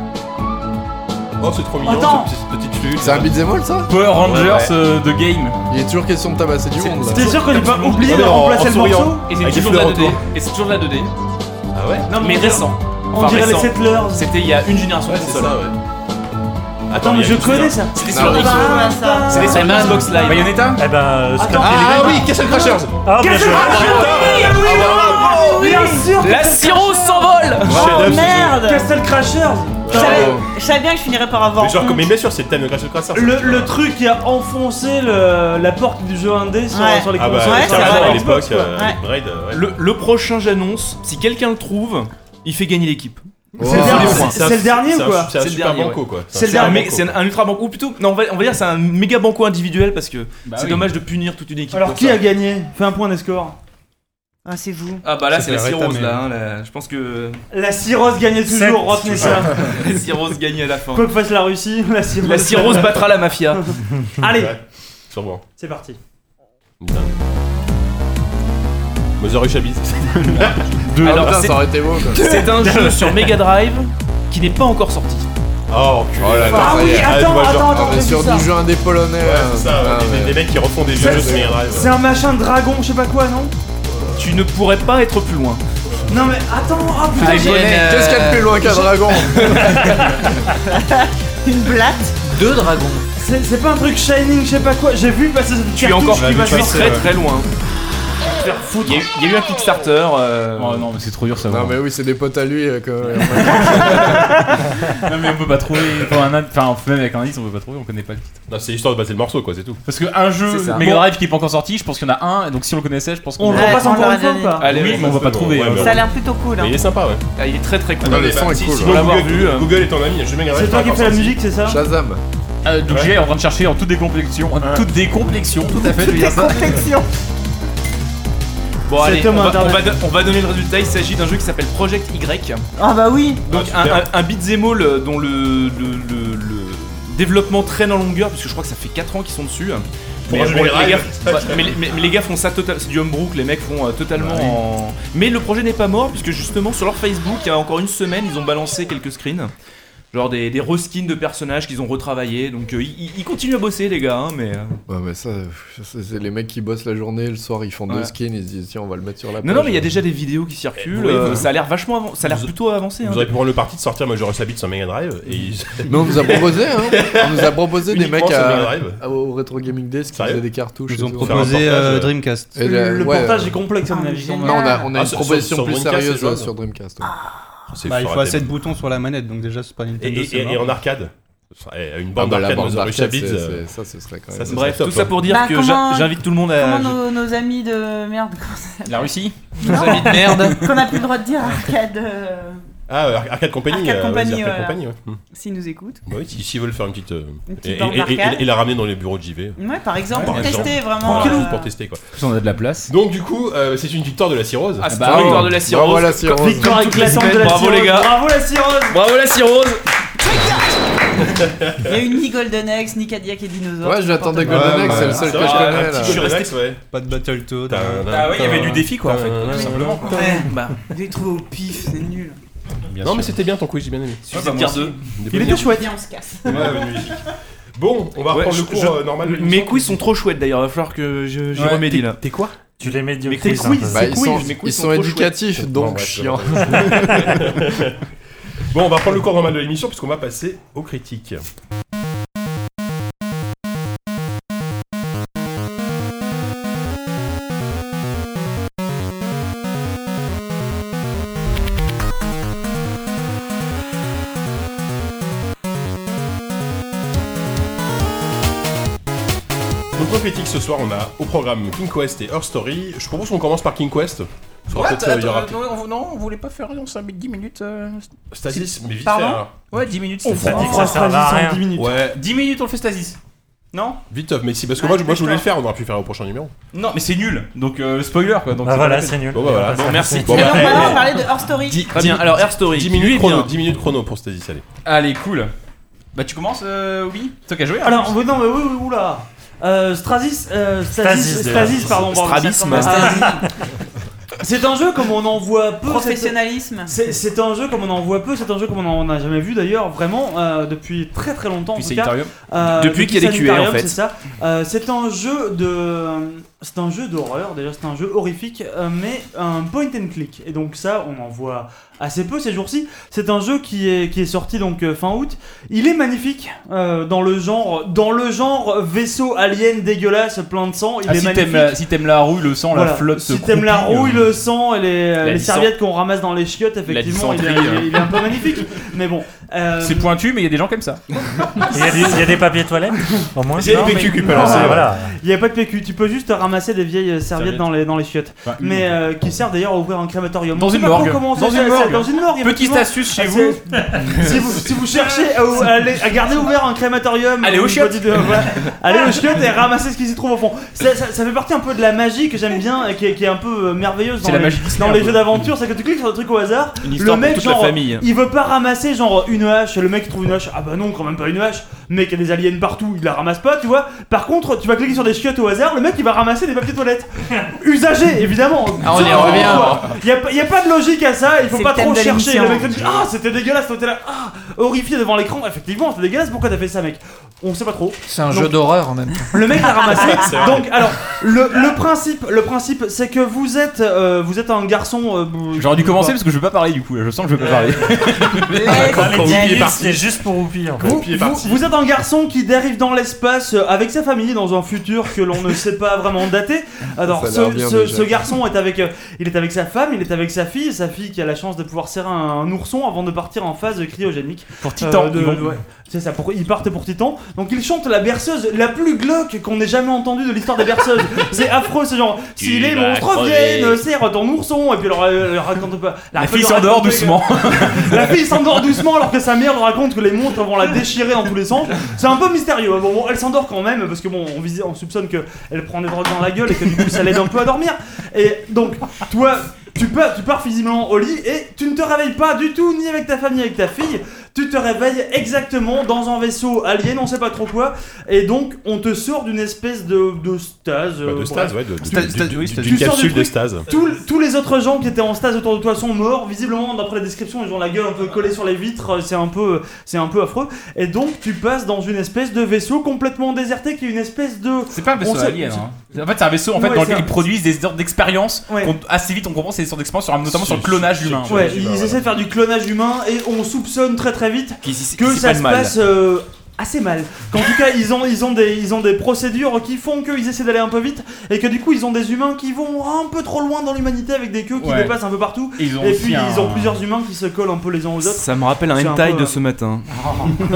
E: Oh, c'est trop mignon,
I: Attends.
E: cette petite flûte.
G: C'est un beat'em all ça
B: Power Rangers euh, de game.
G: Il est toujours question de tabasser du monde là.
J: T'es sûr qu'on n'a pas oublié de
E: Ah en- en
J: remplacer le
E: souriant.
J: morceau
F: Et c'est
E: Avec des
F: toujours de la
E: fleurs
F: 2D.
E: autour.
F: Et c'est toujours de la 2D.
E: Ah ouais
F: Non, mais récent.
J: On
F: Enfin,
J: dirait les
F: récent.
J: Settlers.
F: C'était il y a une génération de
E: Ouais, c'est
F: console.
E: ça, ouais.
J: Attends, mais je connais ça.
F: C'était
G: Non,
F: sur
G: mais-
F: Xbox.
I: Ah, ça.
F: C'était sur Xbox Live.
B: Bayonetta
H: Eh
F: euh,
H: ben, Scorpion.
E: Ah oui, Castle Crashers
H: Ah, bien joué.
J: Bien sûr
F: La cirrhose s'envole
I: Oh
E: Chef-d'œuvre,
I: merde
J: Castle Crashers
F: Oh.
I: Je savais- Je savais bien que je finirais par avoir
E: Mais genre,
I: honte.
E: comme il met sur, c'est le thème de Crashers Crashers.
J: le, le truc qui a enfoncé le- la porte du jeu indé sur,
I: Ouais. hein.
J: sur les
E: Ah
J: consoles.
E: bah,
I: Ouais,
J: sur
I: c'est
J: la
E: carrément, à
I: vrai.
J: Xbox,
E: l'époque,
J: quoi.
E: euh, avec Braid, euh, ouais.
F: Le, le prochain j'annonce, si quelqu'un le trouve, il fait gagner l'équipe.
G: Wow.
J: C'est le dernier,
E: un-
J: c'est-
E: un-
J: c'est le dernier
E: Oh, c'est
J: ou
E: un-
J: quoi
E: C'est un
F: C'est le
E: super
F: dernier,
E: banco quoi.
J: C'est
F: C'est
J: le
F: un,
J: dernier.
F: mé- c'est un- un ultra banco, ou plutôt, non, on va, on va dire c'est un méga banco individuel parce que c'est
B: oui.
F: dommage de punir toute une équipe.
J: Alors
F: pour
J: qui
F: ça.
J: a gagné Fais un point des scores.
I: Ah, c'est vous.
F: Ah bah là c'est
L: C'était
F: la
L: Reta,
F: cirrhose
L: mais-
F: là, hein, la- je pense que
J: La cirrhose gagnait
H: Sept.
J: toujours, retenez ça.
F: la cirrhose gagne à la fin.
J: Quoi que fasse la Russie, la cirrhose.
F: La cirrhose battra la mafia.
J: Allez,
E: Ouais. Sûrement.
J: c'est parti.
E: Putain. Mother et Chablis.
F: Alors
G: Putain,
F: c'est-
G: ça aurait été beau quoi.
F: c'est un jeu sur Mega Drive qui n'est pas encore sorti.
E: Oh putain.
G: Oh là là,
J: Ah
G: ça y
J: oui,
G: est.
J: attends,
E: moi, genre,
J: attends,
G: Ah,
J: attends,
G: mais
J: j'ai
G: sur
J: vu ça.
G: du jeu indé polonais.
E: Ouais,
G: euh,
E: c'est ça,
G: ah,
E: ouais, des,
G: ouais.
E: des mecs qui refont des vieux
J: C'est-
E: jeux sur Mega Drive.
J: C'est un machin de dragon, je sais pas quoi, non
F: Tu ne pourrais pas être plus loin.
J: Non mais attends, ah putain,
K: Ah,
J: j'ai-
K: j'ai- euh,
G: Qu'est-ce qu'il y a de plus loin qu'un dragon
I: Une blatte.
K: Deux dragons.
J: c'est c'est pas un truc shining, je sais pas quoi. J'ai vu passer cette
F: Tu es
J: cartouche
F: encore
J: qui va
F: tu es
J: sortir.
F: très très loin. Il y, a eu- il y a eu un Kickstarter. euh,
G: Oh
B: non, mais c'est trop dur ça.
G: Non, mais oui, c'est des potes à lui. euh, que-
B: non mais on peut pas trouver. Pour un ind- Enfin, même avec un indice, on peut pas trouver, on connaît pas le titre.
E: Non, Oh, bah, c'est l'histoire de passer le morceau, quoi, c'est tout.
B: Parce qu'un jeu Mega Drive qui est pas encore sorti, je pense qu'il y en a un, donc si on le connaissait, je pense qu'on
I: On le repasse encore une fois ou pas
B: Allez, oui, mais on va pas trouver.
E: Ouais,
B: hein.
E: mais
I: Ça a l'air plutôt cool. hein.
E: Mais il est sympa, ouais.
F: Ah, il est très très cool.
E: Attendez,
F: Le son
E: bah,
F: est
E: si-
F: cool.
E: si
F: On va
E: Google,
F: l'avoir vu, euh.
E: Google est ton ami, je vais
F: C'est toi qui fais la musique, c'est ça
G: Shazam.
B: Euh, donc
E: Ouais.
B: j'ai en train de chercher en toute décomplexion, en toute décomplexion, tout à fait. je veux dire ça.
F: Bon,
B: Cet
F: allez, on
B: homme
F: va,
B: Internet.
F: on va do- on va donner le résultat. Il s'agit d'un jeu qui s'appelle Project Y.
I: Ah bah oui
F: Donc
I: Ah,
F: un,
I: super.
F: un, un beat'em all euh, dont le, le- le- le développement traîne en longueur, parce que je crois que ça fait 4 ans qu'ils sont dessus.
E: Pour
F: Mais,
E: un jeu
F: bon,
E: Mega
F: les gars,
E: Drive.
F: bah, mais les- mais- mais les gars font ça total, c'est du homebrew que les mecs font euh, totalement
E: Ouais.
F: en. Mais le projet n'est pas mort, puisque justement sur leur Facebook, il y a encore une semaine, ils ont balancé quelques screens. Genre des, des reskins de personnages qu'ils ont retravaillés, donc euh, ils, ils- ils continuent à bosser les gars, hein, mais. euh,
G: Ouais, mais ça, pff, c'est c'est les mecs qui bossent la journée, le soir ils font
F: Ouais.
G: deux skins, ils se disent tiens, on va le mettre sur la
E: Ah,
F: Non, non, mais il y a déjà des vidéos qui circulent,
E: Oui,
F: euh,
E: vous-
F: ça a l'air vachement avan- ça a l'air
E: vous-
F: plutôt avancé. hein.
E: Vous auriez pu prendre le parti de sortir Majora's Habit sur Mega Drive. Et...
G: Mais on nous a proposé, hein. On nous a proposé des
E: Uniquement
G: mecs
E: sur Mega
G: à,
E: Drive.
G: à- au Retro Gaming Desk qui
E: Sérieux
G: faisaient des cartouches.
E: Ils ont
G: et tout.
E: proposé, Faire un portage, euh, euh,
L: Dreamcast.
G: Et
L: Le
G: ouais,
L: portage
G: ouais.
L: est complexe, à mon avis.
G: Non, on a, on a
L: euh, Ah,
G: une
L: sur-
G: proposition
L: sur- sur
G: plus
L: Dreamcast,
G: sérieuse
L: c'est jouable.
G: euh, sur Dreamcast. ouais.
E: C'est
L: Bah, il
E: sur
L: faut
E: la
L: 7
E: tête.
L: boutons sur la manette, donc déjà c'est pas
E: Et,
L: Nintendo.
E: et,
L: c'est
E: et
L: mort.
E: en arcade. Eh, Une bande
G: Ah bah, la bande
E: d'arcade, Majora's
G: d'arcade,
E: Habit.
G: c'est-
E: euh,
G: c'est- ça, ce serait quand même-
E: ce
F: Bref,
E: serait
F: tout
E: top,
F: ça
E: hein.
F: pour dire
I: Bah,
F: que
I: comment-
F: j'a- j'invite tout le monde à.
I: Comment nos, nos amis de merde. comment ça s'appelle
B: La Russie
I: Non.
F: Nos amis de merde.
I: Qu'on a plus le droit de dire arcade. euh,
E: Ah, euh, Arcade Company.
I: Arcade
E: euh, vas-y,
I: Company,
E: Arcade
I: voilà.
E: Company, ouais. Hmm.
I: S'ils nous écoutent.
E: Bah oui, si- s'ils veulent faire une petite. euh,
I: Une petite
E: et,
I: bande
E: et- et-
I: d'arcade.
E: et la ramener dans les bureaux de JV.
I: Ouais, par exemple, pour
E: par
I: tester
E: exemple.
I: vraiment.
E: Tranquillou,
I: euh,
E: Pour tester, quoi.
B: on a de la place.
E: Donc, du coup, euh, c'est une victoire de la cirrhose.
F: Ah, c'est une victoire de la cirrhose.
G: Bravo, la
F: Comme-
G: cirrhose.
F: comme
G: Victoire
F: toutes les
G: éclatante
F: semaines.
G: de la
F: Bravo les
G: cirrhose.
F: gars.
I: Bravo la cirrhose
F: Bravo la cirrhose.
I: Il y a eu ni Golden Axe, ni Cadillac et Dinosaur.
G: Ouais, je l'attendais
I: n'importe
G: Golden
I: quoi.
G: Axe, c'est le seul que je
E: Ah,
G: connais.
E: un petit
G: là.
E: jeu resté-
L: Pas de Battletoad.
E: Euh,
B: Ah ouais, il y avait du défi quoi en fait, tout simplement. quoi.
I: Ouais,
F: bah.
I: J'ai trouvé au pif, c'est nul.
E: Non, mais c'était bien ton quiz, j'ai bien aimé.
F: Ah, bah, moi aussi.
E: Des
F: Il
E: bonnes
F: était
E: idées.
F: chouette.
I: Viens, on se casse.
E: Ouais, ouais, magnifique. Bon, on va reprendre
F: je-
E: le cours
F: je-
E: euh, normal. de
F: Mes
E: l'émission.
F: quiz sont trop chouettes d'ailleurs, il va falloir que je- j'y
B: Ouais,
F: remédie
B: t'es-
F: là.
B: T'es quoi
H: Tu les mets du
F: Mais tes
H: quiz, un
F: quiz,
H: peu.
F: c'est
G: Bah, ils
F: quiz,
G: sont,
F: mes quiz
G: ils sont
F: trop chouettes. bah,
G: éducatifs,
E: Bon,
G: donc
E: bref,
G: chiant.
E: Bon, on va prendre le cours normal de l'émission puisqu'on va passer aux critiques. Donc en critique ce soir on a au programme King Quest et Earth Story. Je propose qu'on commence par King Quest. Ce sera
B: What
E: peut-être, euh, il y aura-
B: Attends, euh, non, on- non, on voulait pas faire non, 5 10 minutes. euh,
E: Stasis, mais vite fait. hein.
B: Pardon
E: alors.
B: Ouais, 10 minutes,
H: On
B: ça.
H: fera- on fera Stasis en 10 minutes.
E: Ouais,
B: 10 minutes, on le fait Stasis.
F: Non
E: vite off, mais si, parce que moi, je- moi je voulais le faire, on aurait pu le faire au prochain numéro.
B: Ah, Non, mais c'est nul. Donc euh, spoiler quoi. Donc
H: Bah
B: c'est pas
H: voilà,
B: la peine.
H: c'est nul.
E: Bon bah voilà,
H: Bon,
E: bon,
H: merci.
E: Bon,
I: Et
E: bah,
I: donc maintenant, on parlait de Horror Story.
F: Très bien, alors Air Story.
E: 10 minutes
F: lui,
E: chrono,
F: bien.
E: 10 minutes chrono pour Stasis, allez.
B: Allez, cool. Bah tu commences, euh, Obi Toi qui as joué en
J: Alors,
B: plus.
J: oui, non, mais oui, oui, oula. Euh, Strasis, euh, Stasis,
H: Stasis, déjà.
J: Stasis, pardon. pardon,
F: Strabisme. Ah,
J: ça commence- C'est un jeu comme on en voit peu. c'est-
I: Professionnalisme.
J: C'est c'est un jeu comme on en voit peu, c'est un jeu comme on n'a jamais vu d'ailleurs, vraiment, euh, depuis très très longtemps
B: Puis
J: en
B: c'est
J: tout cas.
B: Itarium.
J: Euh,
F: Depuis qu'il y a des
J: Sanitarium,
F: QA, en fait.
J: C'est ça. Euh, c'est un jeu de, c'est un jeu d'horreur. Déjà, c'est un jeu horrifique, euh, mais un point and click. Et donc ça, on en voit assez peu ces jours-ci. C'est un jeu qui est qui est sorti donc euh, fin août. Il est magnifique euh, dans le genre, dans le genre vaisseau alien dégueulasse, plein de sang. Il
B: Ah,
J: est
B: si
J: magnifique.
B: t'aimes la, si t'aimes la rouille, le sang,
J: Voilà.
B: la flotte.
J: Si t'aimes la
B: croupie,
J: rouille,
B: euh,
J: le sang et les,
B: la
J: les
B: dissent-
J: serviettes qu'on ramasse dans les chiottes, effectivement, il est,
B: dysenterie,
J: il est-
B: hein.
J: il est un peu magnifique. Mais bon. euh,
B: C'est pointu, mais il y a des gens comme ça.
H: Il y, a des- il y a des papiers toilettes Au moins.
E: C'est
J: Non,
E: les PQ
J: mais-
E: qui peut
J: non,
E: lancer.
J: mais
H: voilà.
J: Il n'y a pas de PQ, tu peux juste ramasser des vieilles euh, serviettes
B: Serviettes.
J: dans les, dans les chiottes.
B: Enfin, une.
J: mais euh, qui servent d'ailleurs à ouvrir un crématorium.
B: Dans
J: On sait
B: une
J: pas trop
B: morgue.
J: comment on
B: Dans
J: fait,
B: une
J: c'est-
B: morgue.
J: dans une morgue.
B: Petite
J: effectivement.
B: astuce chez
J: Ah,
B: vous.
J: c'est- si vous. Si vous cherchez à, à aller- à garder ouvert un crématorium,
B: Allez aux
J: une
B: chiottes.
J: petite- euh, voilà. allez aux chiottes et ramasser ce qui s'y trouve au fond. Ça, ça- ça fait partie un peu de la magie que j'aime bien et qui est, qui est un peu euh, merveilleuse
B: C'est
J: dans
B: la
J: les,
B: magie Disney,
J: dans
B: un
J: les
B: peu.
J: jeux d'aventure. C'est que tu cliques sur le truc au hasard,
F: Une histoire
J: le
F: pour
J: mec,
F: toute
J: genre,
F: la famille.
J: il veut pas ramasser genre une hache, le mec trouve une hache, ah bah non, quand même pas une hache, le mec il y a des aliens partout, il la ramasse pas, tu vois. Par contre, tu vas cliquer sur des chiottes au hasard, le mec il va ramasser des papiers toilettes. Usagés, évidemment.
B: Ah, on y
J: Sauf
B: revient.
J: quoi. Il y, a pas- il y a pas de logique à ça, il faut
I: C'est
J: pas
I: le thème
J: trop
I: de
J: chercher.
I: l'émission.
J: Le mec te dit, ah c'était dégueulasse, toi t'es là, ah, horrifié devant l'écran. Effectivement, c'est dégueulasse. Pourquoi t'as fait ça, mec On sait pas trop.
K: C'est un
J: Donc,
K: jeu d'horreur en même temps.
J: Le mec l'a ramassé.
K: C'est vrai.
J: Donc, alors, le, le principe, le principe, c'est que vous êtes, euh, vous êtes un garçon. euh,
B: J'aurais dû commencer parce que je veux pas parler du coup, là. je sens que je veux pas parler.
H: mais
B: Whoopi
H: Dialux,
B: est parti.
H: c'est juste pour Whoopi, en fait.
J: Vous, vous- vous êtes un garçon qui dérive dans l'espace euh, avec sa famille dans un futur que l'on ne sait pas vraiment dater. Alors
G: Ça a
J: ce,
G: l'air bien,
J: ce-
G: déjà.
J: ce garçon est avec, euh, il est avec sa femme, il est avec sa fille, sa fille qui a la chance de pouvoir serrer un, un ourson avant de partir en phase cryogénique. Euh,
B: Pour Titan,
J: de-
B: ils vont-
J: ouais. C'est ça, pour- ils partent pour Titan. Donc ils chantent la berceuse la plus glauque qu'on ait jamais entendue de l'histoire des berceuses. c'est affreux, c'est genre,
B: Tu
J: si les
B: vas
J: monstres
B: crever.
J: reviennent, serre ton ourson, et puis leur, euh, leur raconte pas.
B: La
J: leur
B: fille
J: raconte
B: s'endort
J: que-
B: doucement.
J: la fille s'endort doucement alors que sa mère lui raconte que les monstres vont la déchirer dans tous les sens. C'est un peu mystérieux. hein. Bon, bon, elle s'endort quand même parce que bon, on, vis- on soupçonne que elle prend des drogues dans la gueule et que du coup ça l'aide un peu à dormir. Et donc, toi, tu pars, tu pars physiquement au lit et tu ne te réveilles pas du tout ni avec ta famille ni avec ta fille. Tu te réveilles exactement dans un vaisseau alien, on sait pas trop quoi, et donc on te sort d'une espèce de, de stase.
E: Ouais, Bah, de
J: euh,
E: stase,
J: bref.
E: ouais, de-
J: Tu-
E: de-
J: tu-
E: de-
J: tu- tu sors du
E: d'une capsule de
J: truc,
E: stase.
J: tout- tous les autres gens qui étaient en stase autour de toi sont morts. Visiblement, d'après la description, ils ont la gueule un peu collée sur les vitres. C'est un peu, c'est un peu affreux. Et donc, tu passes dans une espèce de vaisseau complètement déserté, qui est une espèce de.
B: C'est pas un vaisseau alien. hein. En fait, c'est un vaisseau en fait,
J: Ouais,
B: dans
J: c'est
B: lequel
J: un-
B: ils produisent des sortes d'expériences.
J: Ouais.
B: qu'on- Assez vite, on comprend c'est des sortes d'expériences, sur- notamment sur le clonage humain.
J: Ouais, ils essaient de faire du clonage humain et on soupçonne très très vite
B: Qu'ils s'y-
J: que
B: qu'ils s'y
J: ça
B: prennent
J: se
B: mal.
J: passe euh, assez mal. Qu'en tout cas, ils ont, ils, ont des, ils ont des procédures qui font qu'ils essaient d'aller un peu vite et que du coup, ils ont des humains qui vont un peu trop loin dans l'humanité avec des queues qui
F: Ouais.
J: dépassent un peu partout.
F: Et ils ont
J: et
F: aussi
J: puis, ils
F: un-
J: ont plusieurs humains qui se collent un peu les uns aux autres.
F: Ça me rappelle un
J: C'est
F: hentai
E: euh,
J: peu- euh,
F: de ce matin.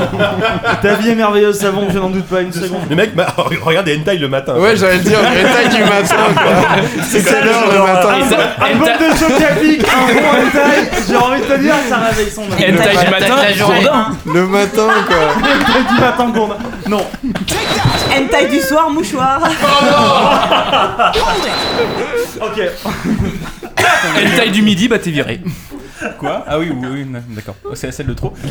J: Ta vie est merveilleuse, savon, je n'en doute pas une seconde.
E: Les mecs, bah, regarde des hentai le matin.
G: Ouais, j'allais le dire, les hentai du matin, quoi. C'est quelle heure, le matin
E: Ah,
B: Ah,
J: Un bon- Un bon de chocapic, un bon hentai, j'ai envie de te dire, ça réveille son âme.
G: Le Le matin, quoi.
J: Hentai du matin, Gourdin. Non.
I: Hentai du soir, mouchoir.
H: Oh
J: Ok.
B: Une taille du midi, bah t'es viré. Quoi Ah oui, oui, oui, non, d'accord. Oh, C'est la celle de trop.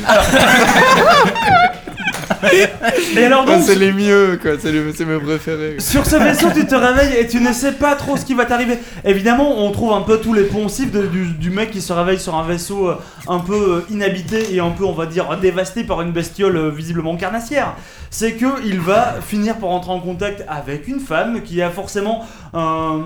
J: Et alors donc,
G: Ouais, Bah, C'est les mieux, quoi. C'est les- c'est mes préférés.
J: Sur ce vaisseau, tu te réveilles et tu ne sais pas trop ce qui va t'arriver. Évidemment, on trouve un peu tous les poncifs de- du, du mec qui se réveille sur un vaisseau euh, un peu euh, inhabité et un peu, on va dire, dévasté par une bestiole euh, visiblement carnassière. C'est que il va finir par entrer en contact avec une femme qui a forcément, euh,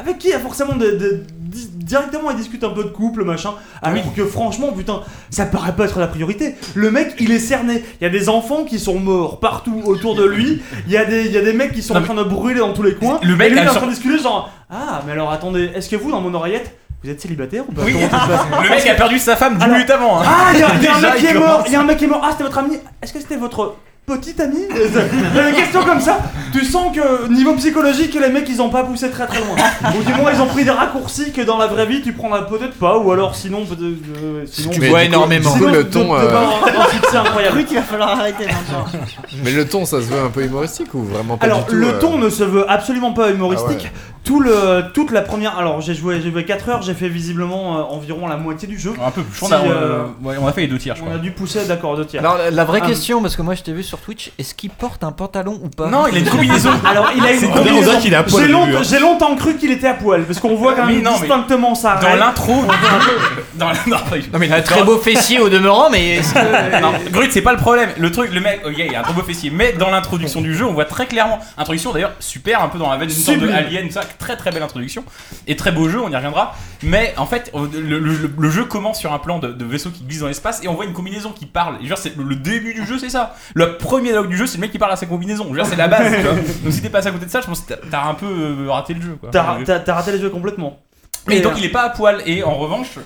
J: avec qui il y a forcément de, de- di- directement, il discute un peu de couple, machin. Alors que franchement, putain, ça paraît pas être la priorité. Le mec, il est cerné. Il y a des enfants qui sont morts partout autour de lui. Il y a des, il y a des mecs qui sont en train de brûler dans tous les coins.
B: Le mec
J: Et lui,
B: a
J: il est en
B: sur-
J: train de discuter genre ah mais alors attendez, est-ce que vous dans mon oreillette vous êtes célibataire ou pas
B: Oui.
J: Comment ça se passe
B: Le mec a perdu sa femme 10 minutes avant. hein.
J: Ah, il y a, y a un
B: Déjà,
J: mec qui
B: il
J: est mort,
B: commence.
J: il y a un mec qui est mort. Ah, c'était votre ami. Est-ce que c'était votre petite amie Il y a des questions comme ça. Tu sens que niveau psychologique, les mecs, ils ont pas poussé très très loin. Ou du moins, ils ont pris des raccourcis que dans la vraie vie, tu prendras peut-être pas. Ou alors, sinon, peut-être. euh, sinon,
G: tu Mais bois du coup- énormément. du coup, le
J: de-
G: ton,
J: de- de
G: euh,
J: pas avoir un succès incroyable.
I: Ruth, il va falloir arrêter maintenant.
G: Mais le ton, ça se veut un peu humoristique ou vraiment pas
J: Alors
G: du tout
J: le
G: euh,
J: ton ne se veut absolument pas humoristique.
G: Ah ouais.
J: Tout le, toute la première. Alors j'ai joué, j'ai joué 4 heures, j'ai fait visiblement euh, environ la moitié du jeu.
B: Un peu plus.
J: Si,
B: On a, on,
J: euh,
B: ouais, on a fait les deux tiers, je
J: on
B: crois.
J: a dû pousser d'accord deux tiers.
K: Alors Euh, la, la vraie
J: Ah,
K: question, hein. parce que moi je t'ai vu sur Twitch, est-ce qu'il porte un pantalon ou pas
B: Non, il a une combinaison.
J: Alors il a
B: C'est-
J: une
B: on dirait- on
J: combinaison.
B: dirait qu'il est à poil
J: J'ai
B: au début,
J: longtemps-
B: hein.
J: J'ai longtemps cru qu'il était à poil parce qu'on voit quand
B: Mais
J: même
B: non, mais
J: distinctement ça.
B: Dans l'intro, dans la- non,
K: Non mais il a un très beau fessier au demeurant, mais est-ce que-
B: non, Grut, c'est pas le problème. Le truc, le mec, ok, il y a un trop beau fessier, mais dans l'introduction du jeu, on voit très clairement. Introduction d'ailleurs super, un peu dans la veine d'une sorte de
J: Sublime.
B: Alien, ça, très très belle introduction et très beau jeu, on y reviendra. Mais en fait, on- le, le- le jeu commence sur un plan de, de vaisseau qui glisse dans l'espace et on voit une combinaison qui parle. Et genre, c'est le, le début du jeu, c'est ça. Le premier dialogue du jeu, c'est le mec qui parle à sa combinaison. Genre, c'est la base. tu vois. Donc si t'es passé à côté de ça, je pense que t'as- t'as un peu euh, raté le jeu. Quoi.
J: T'as t'as- t'as raté les jeux complètement.
B: Mais
J: Et,
B: donc
J: euh,
B: il est pas à poil et en revanche,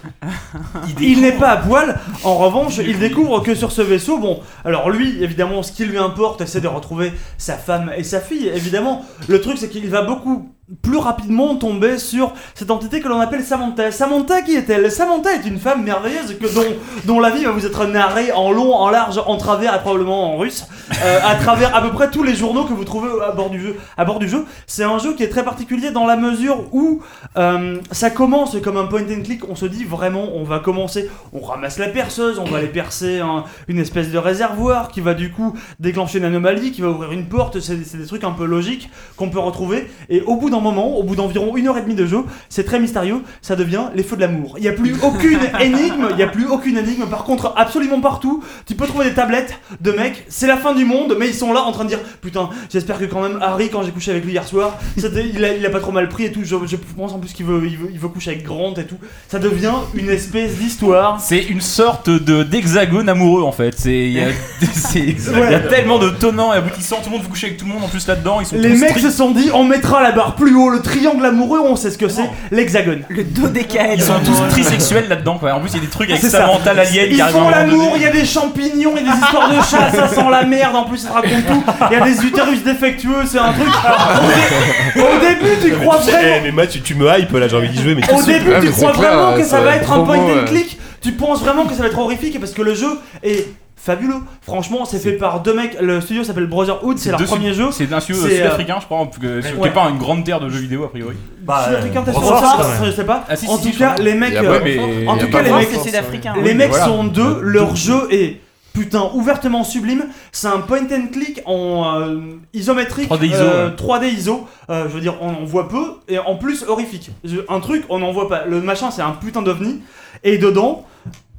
J: Il n'est pas à poil. En revanche, il découvre que sur ce vaisseau, bon, alors lui, évidemment, ce qui lui importe, c'est de retrouver sa femme et sa fille. Évidemment, le truc, c'est qu'il va beaucoup plus rapidement tomber sur cette entité que l'on appelle Samantha. Samantha, qui est-elle Samantha est une femme merveilleuse que, dont, dont la vie va vous être narrée en long, en large, en travers et probablement en russe, euh, à travers à peu près tous les journaux que vous trouvez à bord du jeu. À bord du jeu, c'est un jeu qui est très particulier dans la mesure où euh, ça commence comme un point and click. On se dit vraiment, on va commencer, on ramasse la perceuse, on va aller percer un- une espèce de réservoir qui va du coup déclencher une anomalie, qui va ouvrir une porte. C'est c'est des trucs un peu logiques qu'on peut retrouver. Et au bout d'un d'un moment, au bout d'environ une heure et demie de jeu, c'est très mystérieux, ça devient les feux de l'amour. Il n'y a plus aucune énigme, il n'y a plus aucune énigme. Par contre, absolument partout, tu peux trouver des tablettes de mecs, c'est la fin du monde, mais ils sont là en train de dire Putain, j'espère que quand même Harry, quand j'ai couché avec lui hier soir, c'était- il, a, il a pas trop mal pris et tout. Je, je pense en plus qu'il veut, il veut, il veut coucher avec Grant et tout. Ça devient une espèce d'histoire.
B: C'est une sorte de d'hexagone amoureux en fait. C'est il y a, c'est- il y a
J: Ouais.
B: tellement de tenants et aboutissants. Tout le monde veut coucher avec tout le monde en plus là-dedans. Ils sont
J: Les
B: tous
J: mecs
B: stricts.
J: se sont dit, on mettra la barre plus haut, le triangle amoureux, on sait ce que c'est, l'hexagone. Le dodécaèdre.
B: Oh. Ils sont tous trisexuels là-dedans quoi. En plus il y a des trucs avec
J: Ah, C'est
B: sa
J: ça.
B: mentale alien qui arrive
J: Ils
B: à un
J: font
B: moment
J: l'amour,
B: donné.
J: il y a des champignons, il y a des histoires de chats, ça sent la merde, en plus ça te raconte tout. Il y a des utérus défectueux, c'est un truc. Au début, tu crois
E: Eh,
J: vraiment.
E: mais moi, tu, tu me hype là, j'ai envie d'y jouer. Mais
J: Au début, tu crois vraiment
E: hein,
J: que ça va être un point and
E: de
J: click. Tu penses vraiment que ça va être horrifique et parce que le jeu est fabuleux. Franchement, c'est fait par deux mecs. Le studio s'appelle Brotherhood, c'est leur
B: deux
J: premier
B: sud-
J: jeu.
B: C'est d'un studio
J: C'est, euh,
B: sud-africain, je crois, en- que- qui
J: Ouais.
B: est pas une grande terre de jeux vidéo a priori.
J: Sud-africain, t'es sûr de ça Je sais pas.
B: Ah, si, si,
J: en
B: si,
J: tout
B: je
J: cas,
B: crois.
J: les mecs,
B: Y a
J: euh,
B: pas- mais-
J: en
B: y a
J: tout
B: pas
J: cas, les
B: de
J: mecs,
B: France,
I: c'est d'Africain,
J: Les
I: hein.
J: mecs
I: Voilà.
J: sont deux. Leur jeu est putain ouvertement sublime. C'est un point and click en euh, isométrique,
B: 3D iso,
J: euh,
B: ouais.
J: 3D iso. Euh, je veux dire, on en voit peu et en plus horrifique. Je- un truc, on n'en voit pas. Le machin, c'est un putain d'ovni. Et dedans,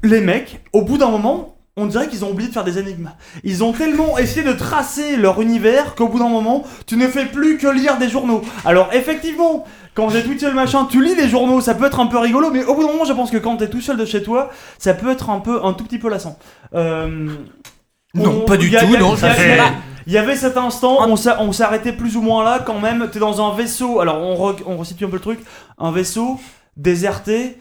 J: les mecs, au bout d'un moment, on dirait qu'ils ont oublié de faire des énigmes. Ils ont tellement essayé de tracer leur univers qu'au bout d'un moment, tu ne fais plus que lire des journaux. Alors effectivement, quand j'ai tweeté le machin, tu lis les journaux, ça peut être un peu rigolo, mais au bout d'un moment, je pense que quand t'es tout seul de chez toi, ça peut être un peu, un tout petit peu lassant. Euh,
K: Non, pas du
J: y a-
K: tout,
J: y a-
K: non,
J: y a-
K: ça
J: y a-
K: fait-
J: il y avait cet instant, on s'a- on s'arrêtait plus ou moins là quand même. T'es dans un vaisseau, alors on, re- on resitue un peu le truc. Un vaisseau déserté,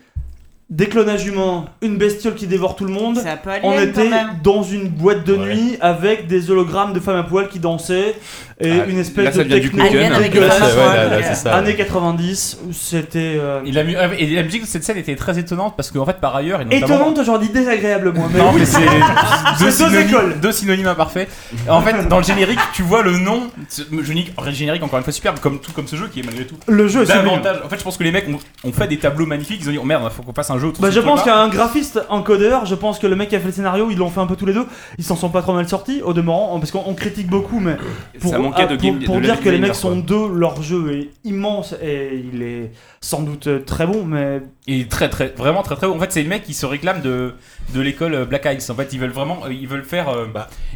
J: des clonages humains, une bestiole qui dévore tout le monde.
I: alien,
J: On
I: quand
J: était
I: même.
J: dans une boîte de nuit avec des hologrammes de femmes à poil qui dansaient et
B: Ah,
J: une espèce
B: là, ça
J: de
B: vient du
J: techno
B: Alien avec des
J: dégueulasse.
B: femmes à poil. Ouais, là, là, c'est ça,
J: Années
B: ouais.
J: 90, c'était. euh,
B: Et la, mu- et la musique de cette scène était très étonnante parce qu'en fait, par ailleurs, et notamment-
J: Étonnante, j'aurais dit désagréable moi. mais
B: Non,
J: oui.
B: mais c'est deux,
J: C'est deux
B: synonymes,
J: écoles.
B: deux synonymes imparfaits. En fait, dans le générique, tu vois le nom. ce- le Générique, le générique encore une fois superbe, comme tout comme ce jeu qui est malgré tout.
J: Le jeu est
B: davantage. En fait, je pense que les mecs ont, ont fait des tableaux magnifiques. Ils ont dit oh merde, faut qu'on fasse un jeu autour
J: Bah,
B: de
J: je
B: ce
J: pense qu'il y
B: truc-là.
J: a un graphiste, un codeur, je pense que le mec qui a fait le scénario, ils l'ont fait un peu tous les deux, ils s'en sont pas trop mal sortis, au demeurant, hein, parce qu'on on critique beaucoup, mais pour, ah,
D: Ça manquait de
J: pour-
D: game-
J: pour
D: de
J: dire
D: level
J: que les
D: designer,
J: mecs sont deux, leur jeu est immense et il est sans doute euh, très bon, mais
B: Et très très vraiment très très haut. En fait, c'est les mecs qui se réclament de, de l'école euh, Black Isles. En fait, ils veulent vraiment euh, ils veulent faire euh,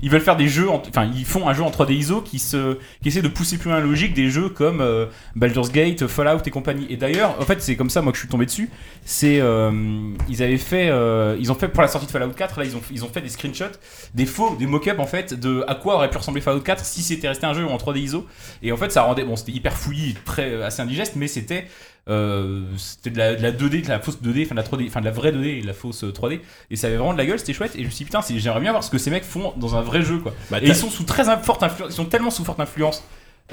B: ils veulent faire des jeux en- enfin ils font un jeu en 3D ISO qui se qui essaie de pousser plus loin la logique des jeux comme euh, Baldur's Gate, Fallout et compagnie. Et d'ailleurs, en fait, c'est comme ça moi que je suis tombé dessus. C'est euh, ils avaient fait euh, ils ont fait pour la sortie de Fallout 4, là ils ont ils ont fait des screenshots, des faux, des mock-ups en fait de à quoi aurait pu ressembler Fallout 4 si c'était resté un jeu en 3D ISO. Et en fait, ça rendait bon, c'était hyper fouillis, très euh, assez indigeste, mais c'était euh, c'était de la, de la 2D, de la fausse 2D, enfin de la 3D, enfin de la vraie 2D et de la fausse euh, 3D, et ça avait vraiment de la gueule, c'était chouette. Et je me suis dit putain, c'est- j'aimerais bien voir ce que ces mecs font dans un vrai jeu quoi.
E: Bah,
B: et
E: t'as-
B: ils sont sous très in- forte influence, ils sont tellement sous forte influence.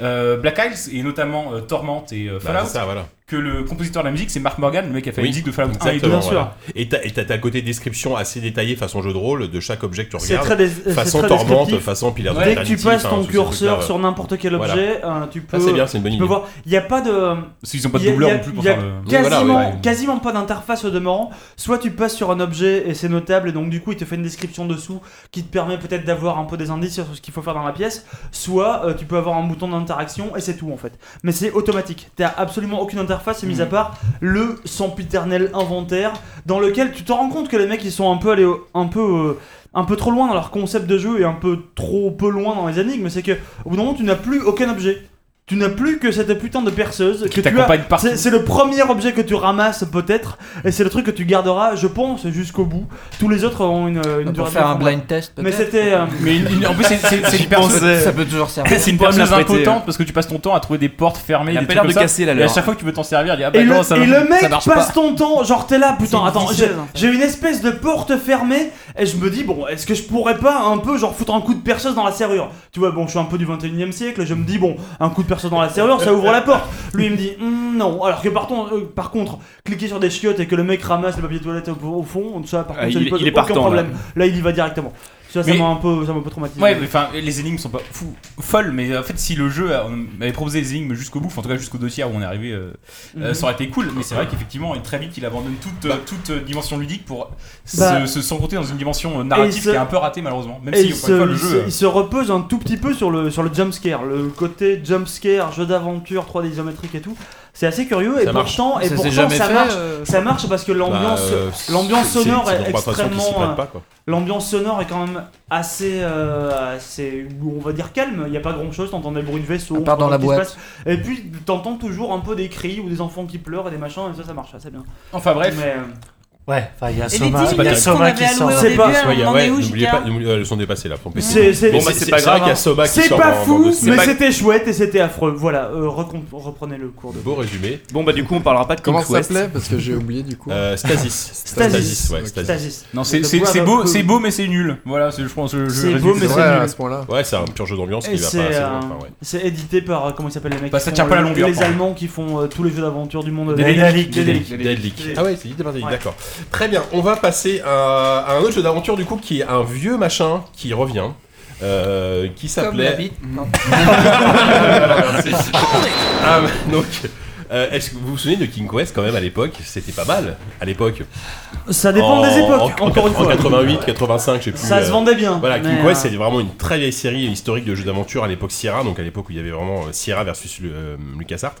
B: euh, Black Isles et notamment euh, Torment et euh,
E: Bah,
B: Fallout,
E: c'est ça, voilà.
B: que le compositeur de la musique c'est Mark Morgan, le mec qui a fait la musique de Fallout 1 et 2.
E: exactement, voilà. Et t'as- et t'as t'as le côté description assez détaillé façon jeu de rôle de chaque objet que tu
J: c'est
E: regardes.
J: très, dés- c'est
E: façon
J: très
E: tormente,
J: descriptif.
E: façon hein, pilier
J: Dès que tu passes ton curseur sur n'importe quel objet, euh, tu peux,
E: Ah, c'est bien, c'est une bonne
J: tu
E: idée.
J: peux voir. Il n'y a pas de.
B: Parce qu'ils ont pas de
J: il y a-
B: doubleur
J: il y a-
B: non plus pour
J: il y a
B: faire le-
J: Quasiment,
B: Oui, voilà, ouais, ouais.
J: quasiment pas d'interface au demeurant. Soit tu passes sur un objet et c'est notable, et donc du coup il te fait une description dessous qui te permet peut-être d'avoir un peu des indices sur ce qu'il faut faire dans la pièce. Soit euh, tu peux avoir un bouton d'interaction et c'est tout en fait. Mais c'est automatique. T'as absolument aucune interface, mis à part le sempiternel inventaire dans lequel tu te rends compte que les mecs ils sont un peu allés au- un peu. euh, un peu trop loin dans leur concept de jeu et un peu trop peu loin dans les énigmes, c'est que au bout d'un moment tu n'as plus aucun objet. Tu n'as plus que cette putain de perceuse que tu as.
B: t'accompagne partout.
J: C'est- C'est le premier objet que tu ramasses peut-être et c'est le truc que tu garderas, je pense, jusqu'au bout. Tous les autres ont une, une
K: Bah, Pour
J: durée
K: faire un
J: de-
K: blind test,
J: Mais
K: peut-être.
J: c'était. euh,
B: Mais une- une- en plus, c'est- c'est c'est
K: J'y
B: une personne.
K: pensais. Ça peut toujours servir.
B: C'est une
K: Faut pas me
B: personne
K: la prêter,
B: impotente
K: ouais.
B: parce que tu passes ton temps à trouver des portes fermées.
K: Elle a
B: des
K: pas
B: trucs
K: l'air de
B: comme ça.
K: casser, la
B: Et à
K: leur.
B: chaque fois que tu veux t'en servir, il dit ah bah
J: Et,
B: non,
J: le,
B: ça
J: et le mec
B: ça
J: passe
B: marche pas.
J: ton temps, genre t'es là, putain, attends, j'ai
B: vicieuse, en fait.
J: j'ai une espèce de porte fermée et je me dis, bon, est-ce que je pourrais pas un peu, genre, foutre un coup de perceuse dans la serrure Tu vois, bon, je suis un peu du 21 e siècle, je me dis, bon, un coup de perceuse dans la serrure, ça ouvre la porte. Lui, il me dit, Hmm, non, alors que par, ton- euh, par contre, cliquer sur des chiottes et que le mec ramasse le papier toilette au, au fond, ça, par
F: Ah,
J: contre, ça
F: il-
J: lui pose
F: il est
J: aucun
F: partant, là.
J: problème. Là. il y va directement. Tu vois, ça m'a un peu, ça m'a un peu traumatisé.
B: Ouais, mais enfin, les énigmes sont pas fou, folles, mais en fait, si le jeu a- avait proposé des énigmes jusqu'au bout, enfin, en tout cas jusqu'au dossier où on est arrivé, euh, euh,
J: Mhm.
B: ça aurait été cool. Mais c'est vrai qu'effectivement, et très vite, il abandonne toute,
E: Bah.
B: euh, toute euh, dimension ludique pour se-
J: Bah.
B: se, s'engouffrer dans une dimension euh,
J: Et il
B: narrative
J: se-
B: qui est un peu ratée, malheureusement. Même
J: et
B: si,
J: il,
B: encore
J: se,
B: une fois, le
J: il
B: jeu.
J: se-
B: euh,
J: il se repose un tout petit peu sur le, sur le jumpscare, le côté jumpscare, jeu d'aventure, 3D isométrique et tout. C'est assez curieux et
E: Ça marche.
J: pourtant, et
E: Ça s'est
J: pourtant,
E: jamais
J: ça
E: fait,
J: marche.
E: euh,
J: Ça marche parce que l'ambiance,
E: Bah, euh, c'est-
J: l'ambiance
E: c'est-
J: sonore
E: c'est
J: est,
E: dans Barbaration qui s'y
J: extrêmement. euh,
E: prête pas, quoi.
J: L'ambiance sonore est quand même assez, euh, assez, on va dire calme. Il n'y a pas grand chose. T'entends des bruits de vaisseau,
K: À part dans
J: t'entends
K: la
J: ce qui
K: boîte.
J: se passe. Et puis t'entends toujours un peu des cris ou des enfants qui pleurent et des machins. Et ça, ça marche assez bien.
B: Enfin bref.
J: Mais, euh,
H: Ouais, enfin, il y a
J: Et les
H: Soma,
J: 10
H: il y a
J: minutes
H: Soma
J: qu'on
H: qui
J: avait
H: sort.
J: allouées au C'est début, pas-
E: Parce qu'il y a-
J: On en est
E: ouais,
J: où,
E: n'oubliez
J: JK?
E: pas, n'oubliez- euh, elles sont dépassées là. pour le PC.
J: C'est c'est-
E: Bon, bah,
J: c'est-
E: c'est vrai qu'il y a Soma qui
J: C'est
E: sort
J: pas
E: dans- dans
J: fou,
E: deux semaines.
J: mais c'était chouette et c'était affreux. Voilà, euh, recom- reprenez le cours de.
E: Beau résumé.
F: Bon bah du coup on parlera pas de
G: Comment
F: King's
G: ça
F: Quest.
G: s'appelait Parce que j'ai oublié du coup.
E: Euh, Stasis. Stasis, ouais, Stasis.
B: Non, c'est, c'est, c'est beau, c'est beau, mais c'est nul. Voilà, c'est, je pense euh, le jeu.
J: C'est beau, mais c'est
E: Ouais,
J: nul.
E: à ce point-là. Ouais, c'est un pur jeu d'ambiance qui
J: Et
E: va pas
J: c'est,
E: assez loin,
J: euh,
E: enfin, ouais.
J: C'est édité par euh, comment ils s'appellent les mecs
B: Bah,
J: qui
B: ça
J: font
B: tient pas la
J: le-
B: longueur,
J: Les
B: par
J: Allemands qui font euh, tous les jeux d'aventure du monde.
E: Dédalic,
J: Dédalic.
E: Dédalic. Ah ouais, c'est dit Dédalic, d'accord. Très bien, on va passer à, à un autre jeu d'aventure du coup qui est un vieux machin qui revient. euh, qui
K: la
E: s'appelait.
K: bite. Non.
E: Merci. Ah, donc, euh, est-ce que vous vous souvenez de King Quest quand même à l'époque C'était pas mal à l'époque.
J: Ça dépend des époques,
E: en-
J: encore une
E: en
J: fois.
E: 88, 85, je sais plus. euh,
J: Ça se vendait bien,
E: Voilà, King
J: mais,
E: Quest,
J: euh,
E: c'est vraiment une très vieille série historique de jeux d'aventure à l'époque Sierra, donc à l'époque où il y avait vraiment euh, Sierra versus le, euh, LucasArts.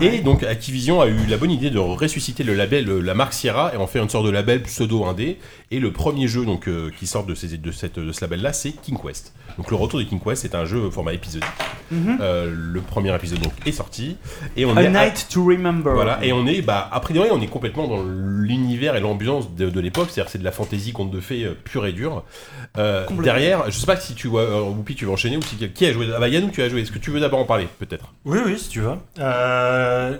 E: Et donc Activision a eu la bonne idée de ressusciter le label, euh, la marque Sierra, et en faire une sorte de label pseudo indé. Et le premier jeu donc euh, qui sort de, ces- de cette, de ce label-là, c'est King Quest. Donc le retour de King Quest, c'est un jeu au format épisodique.
J: Mhm.
E: Euh, le premier épisode donc est sorti, et on
J: A
E: est à-
J: Night to Remember.
E: voilà, et on est, bah, a priori, on est complètement dans l'univers et l'ambiance de, de l'époque, c'est-à-dire que c'est de la fantaisie conte de fées euh, pure et dure. Euh,
J: Complètement.
E: derrière, je sais pas si tu vois, euh, Whoopi, tu veux enchaîner ou si qui a joué. Ah bah Yannou, tu as joué, est-ce que tu veux d'abord en parler, peut-être
H: Oui, oui, si tu veux. Euh,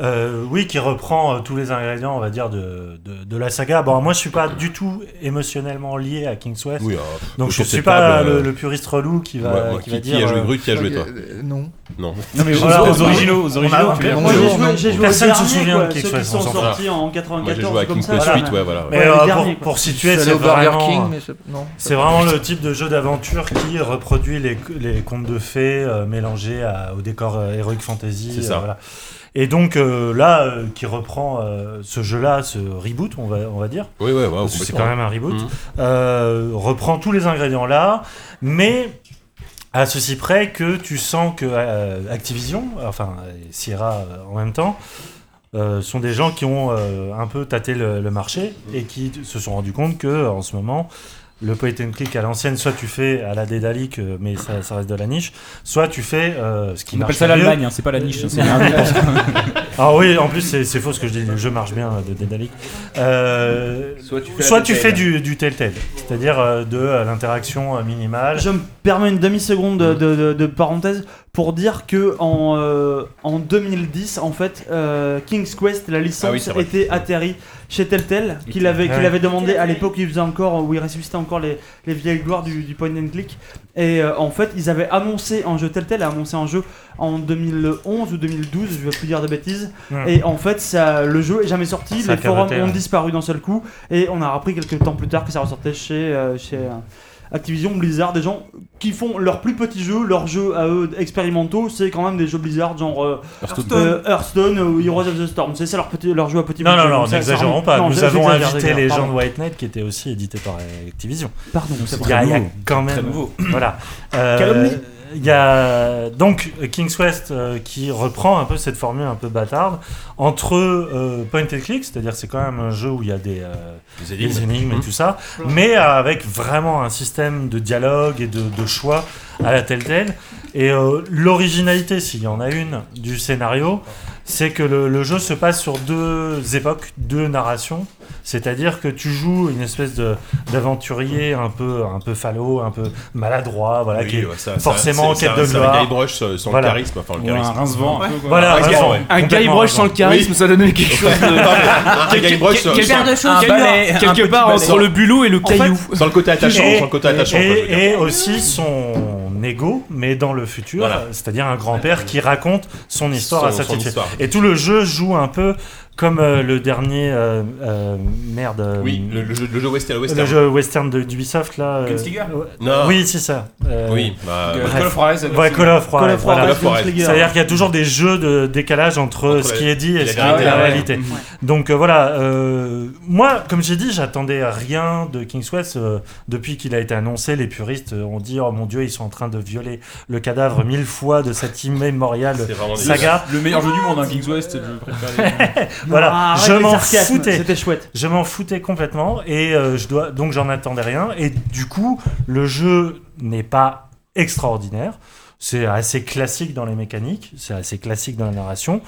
H: euh, oui, qui reprend euh, tous les ingrédients, on va dire, de, de, de la saga. Bon, moi, je suis pas du tout émotionnellement lié à King's West.
E: Oui, euh,
H: donc,
E: autour
H: je
E: de
H: suis
E: cette
H: pas
E: table,
H: le,
E: euh,
H: le puriste relou qui va,
E: Ouais, ouais,
H: qui va
E: qui- qui
H: dire.
E: a joué,
H: euh,
E: Grut, qui a joué, toi
K: Euh, non.
E: Non.
H: Non, mais voilà, on- on a- on a-
J: Moi j'ai joué, j'ai joué au
H: Personne se
J: dernier,
H: souvient
J: quoi,
H: de King
J: ceux qui
H: Quest, on
J: sont
H: s'en fout.
J: sortis en
E: Moi,
J: 94
E: j'ai joué à
J: comme
E: King
J: ça.
E: Quest
J: voilà.
E: 8, ouais, voilà.
H: Mais
J: les
H: euh, pour-
J: derniers,
H: pour,
J: quoi.
K: Je
H: situer,
K: suis
H: c'est
K: allé au Burger
H: vraiment,
K: King, mais c'est- non.
H: c'est vraiment le type de jeu d'aventure qui reproduit les, les contes de fées euh, mélangés à- au décor euh, heroic fantasy.
E: C'est ça.
H: voilà. Et donc euh, là, euh, qui reprend euh, ce jeu-là, ce reboot, on va, on va dire.
E: Oui, oui, ouais,
H: Parce que c'est
E: complètement.
H: quand même un reboot.
E: Mhm.
H: Euh, reprend tous les ingrédients là, mais à ceci près que tu sens que euh, Activision, enfin euh, Sierra euh, en même temps, euh, sont des gens qui ont euh, un peu tâté le, le marché et qui se sont rendus compte que euh, en ce moment le point and click à l'ancienne, soit tu fais à la dédalique, euh, mais ça, ça reste de la niche, soit tu fais euh, ce qui
B: On
H: marche
B: appelle ça
H: le mieux.
B: l'Allemagne, hein, c'est pas la niche, hein, c'est un
H: Ah oui, en plus c'est c'est faux ce que je dis, le jeu marche bien euh, de Dédalic. Euh,
F: Soit tu fais la
H: tu
F: Telltale.
H: fais du, du telltale, c'est-à-dire euh, de euh, l'interaction euh, minimale.
J: Je me permets une demi-seconde de, de- de parenthèse pour dire que en, euh, en 2010, en fait, euh, King's Quest, la licence,
E: Ah oui, c'est vrai.
J: était atterrie chez Telltale, qu'il avait, qu'il
H: Ouais.
J: avait demandé à l'époque où il faisait encore, où il ressuscitait encore les, les vieilles gloires du, du point and click. Et euh, en fait, ils avaient annoncé un jeu, Telltale a annoncé un jeu en 2011 ou 2012, je vais plus dire de bêtises.
H: Mm.
J: Et en fait, ça, le jeu est jamais sorti,
H: Ça a
J: les forums
H: caroté,
J: ont
H: ouais.
J: disparu d'un seul coup, et on a appris quelques temps plus tard que ça ressortait chez, euh, chez euh, Activision Blizzard, des gens qui font leurs plus petits jeux, leurs jeux à eux expérimentaux, c'est quand même des jeux Blizzard genre euh,
E: Hearthstone.
J: euh, Hearthstone ou Heroes of the Storm, c'est ça leur, petit, leur jeu à petit
H: Non, non,
J: budget,
H: non,
J: donc ça, ça
H: n'exagérons
J: remonte-
H: pas.
J: non,
H: Nous
J: j'exagère,
H: avons invité
J: j'exagère,
H: les gens
J: pardon.
H: de Whitenet qui étaient aussi édités par Activision.
J: Pardon, c'est
H: il y a,
J: vrai.
H: il y a quand même.
J: Très nouveau.
H: Voilà. Euh,
J: Calomnie.
H: Il y a donc euh, King's Quest euh, qui reprend un peu cette formule un peu bâtarde entre euh, point and click, c'est-à-dire c'est quand même un jeu où il y a des, euh,
E: Des énigmes.
H: des et
E: Mhm.
H: tout ça, mais avec vraiment un système de dialogue et de, de choix à la Telltale. Et euh, l'originalité, s'il y en a une, du scénario, c'est que le, le jeu se passe sur deux époques, deux narrations. C'est-à-dire que tu joues une espèce de d'aventurier un peu un peu falot, un peu maladroit, voilà,
E: Oui,
H: qui est
E: ouais, ça- ça-
H: forcément en
E: c'est-
H: quête
E: c'est
H: de
E: un- c'est un
H: gloire.
E: Guybrush, euh, sans charisme, enfin, le Ou un charisme. rince-vent, un peu, quoi.
H: Voilà,
E: Un
H: rince-vent,
E: ouais.
F: Un
H: complètement
F: Guybrush sans le
H: rince-vent.
F: charisme, ça donnait quelque chose de-
E: Un Guybrush,
F: Quel-
E: euh,
F: quel-
E: sans-
F: de choses un balai, un petit balai. En fait,
E: Sans le côté attachant,
H: Et-
E: sans le côté attachant. quoi, je veux dire.
H: Et, et aussi son ego, mais dans le futur,
E: Voilà.
H: c'est-à-dire un grand-père qui raconte son histoire
E: Son-
H: à sa
E: son
H: petite fille.
E: histoire.
H: Et tout le jeu joue un peu Comme euh, le dernier euh, euh, merde. euh,
E: Oui, le- le jeu- le jeu western-
H: Le
E: western.
H: jeu western de d'Ubisoft là. euh,
E: Gunslinger
H: Non.
E: Non.
H: Oui, c'est ça. Euh,
E: Oui, bah,
H: bref.
E: Call of Juarez,
H: Ouais, Call of Juarez,
E: Call of
H: voilà.
E: Juarez, Gunslinger.
H: C'est-à-dire qu'il y a toujours des jeux de décalage entre,
E: Entre
H: ce
E: la-
H: qui est dit et
E: la
H: ce qui est
E: vérité,
H: la
E: ouais.
H: réalité.
E: Mhm.
H: Donc euh, voilà, euh, moi, comme j'ai dit, j'attendais rien de King's West euh, depuis qu'il a été annoncé. Les puristes euh, ont dit oh mon dieu, ils sont en train de violer le cadavre mille fois de cette immémoriale
B: C'est vraiment des-
H: saga.
B: Le meilleur jeu du monde, hein, King's West, c'est le jeu préféré.
H: voilà,
B: Ah, arrête
H: je
B: les
H: m'en
B: sarcasmes,
H: foutais.
B: c'était
J: chouette.
H: Je m'en foutais complètement et euh, je dois donc j'en attendais rien et du coup le jeu n'est pas extraordinaire. C'est assez classique dans les mécaniques, c'est assez classique dans la narration.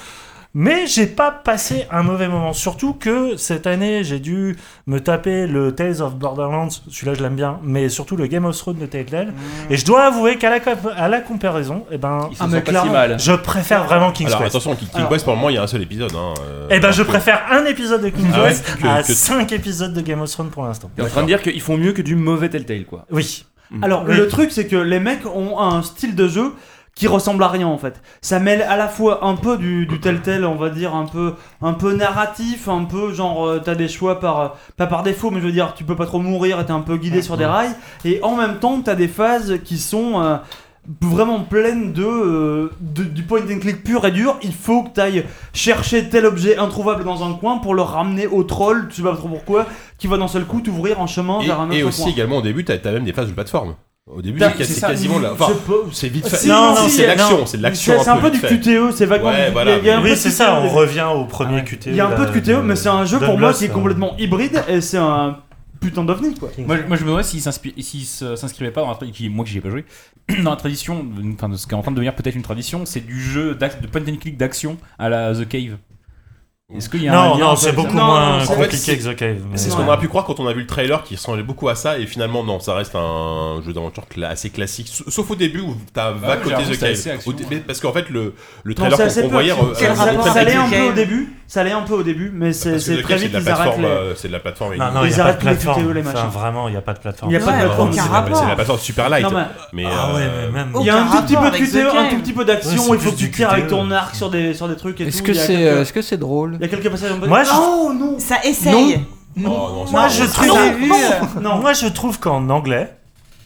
H: Mais j'ai pas passé un mauvais moment. Surtout que cette année, j'ai dû me taper le Tales of Borderlands, celui-là je l'aime bien, mais surtout le Game of Thrones de Telltale.
B: Mmh.
H: Et je dois avouer qu'à la, comp- à la comparaison, eh ben,
E: s'en Ah, mais sort pas clairement. si mal.
H: je préfère vraiment King's
E: Alors
H: Quest.
E: attention, King King
H: Alors,
E: Quest, pour le moment, il y a un seul épisode. Hein, euh,
H: eh ben,
E: alors
H: je
E: que-
H: préfère un épisode de King's
E: Ah ouais,
H: Quest
E: que-
H: à
E: que-
H: 5 épisodes de Game of Thrones pour l'instant.
F: T'es en train de dire qu'ils font mieux que du mauvais Telltale, quoi. Hmm.
H: Oui.
E: Mm.
J: Alors,
H: Oui.
J: le truc, c'est que les mecs ont un style de jeu qui ressemble à rien en fait. Ça mêle à la fois un peu du, du tel-tel, on va dire, un peu, un peu narratif, un peu genre euh, t'as des choix par, euh, pas par défaut, mais je veux dire, tu peux pas trop mourir et t'es un peu guidé sur des rails, et en même temps t'as des phases qui sont euh, vraiment pleines de, euh, de- du point and click pur et dur. Il faut que t'ailles chercher tel objet introuvable dans un coin pour le ramener au troll, tu sais pas trop pourquoi, qui va d'un seul coup t'ouvrir en chemin vers un autre
E: Et, et aussi
J: coin.
E: également au début, t'as t'as même des phases de plateforme. Au début,
J: T'as-
E: c'est ca-
J: c'est
E: c'est
J: ça.
E: quasiment là. Enfin,
J: Je peux- Ah,
E: c'est vite fait.
J: Si, non, si,
E: c'est de
J: non.
E: l'action, c'est de l'action.
J: C'est- c'est un peu
E: vite
J: du
E: fait.
J: QTE, c'est vaguement
E: Ouais,
J: du-
E: voilà.
J: il y a un peu
H: Oui,
J: de
H: c'est
J: QTE
H: ça,
J: au
H: on
J: début.
H: revient au premier QTE.
J: Il y a un peu de hein. QTE, mais c'est un jeu pour moi qui est
H: complètement
J: complètement hybride et c'est un putain d'ovni quoi.
B: Moi, je- moi, je me demandais s'il s'inspire- s'il se- s'inscrivait pas dans la tradition, moi que j'y ai pas joué, dans la tradition, de- enfin de ce qui est en train de devenir peut-être une tradition, c'est du jeu d'ac- de point and click d'action à la The Cave. Est-ce qu'il y a un
H: Non,
B: lien
H: non,
B: entre
H: c'est
B: les
H: beaucoup
B: deux
H: moins
E: En fait,
H: compliqué
E: c'est-
H: que The Cave. mais-
E: C'est ce qu'on aurait pu croire quand on a vu le trailer qui ressemblait beaucoup à ça, et finalement, non, ça reste un jeu d'aventure cla- assez classique. sa- Sauf au début où t'as va
B: ouais,
E: côté
B: j'avoue,
E: The
B: c'est assez
E: Cave.
B: action,
E: Au dé- mais Parce qu'en fait, le, le
J: Non,
E: trailer
J: c'est
E: qu'on
J: assez
E: qu'on
J: peu.
E: voyait. euh,
J: Quel
E: euh,
J: rapport
E: montrait
J: ça allait un
E: le-
J: peu au début, ça allait un peu au début, mais c'est
E: Parce que
J: c'est
E: The
J: très
E: Cave, c'est
J: vite
E: de la
J: ils arrêtent
E: plateforme.
J: les.
E: euh, C'est de la plateforme.
H: Non, non, il n'y
J: Ils
H: a pas de
J: arrêtent les
H: plateforme.
J: QTE, les machins.
H: Enfin, vraiment, il n'y a pas de plateforme.
J: Il y a pas de plateforme.
E: C'est la- c'est la plateforme super light.
J: Non, mais-
E: Mais,
H: Ah ouais,
E: euh,
H: mais même.
J: Il y a un
H: Aucun
J: tout petit peu de
H: rapport avec
J: QTE,
H: The
J: un
H: Game.
J: tout petit peu
H: Ouais,
J: d'action,
H: c'est
J: il faut que
H: plus
J: tu
H: du
J: tires avec
H: QTE.
J: ton arc sur des, sur des trucs et
K: Est-ce
J: tout.
K: que
J: il y a
K: c'est,
J: quelques-
K: euh, est-ce que c'est drôle
J: Il y a quelques passages en mode.
H: Moi, je-
J: Oh non
I: Ça essaye.
H: Non.
E: Oh, non, c'est
H: Moi,
E: pas
H: je
E: vrai.
H: trouve.
I: Non, non,
H: Moi, je trouve qu'en anglais,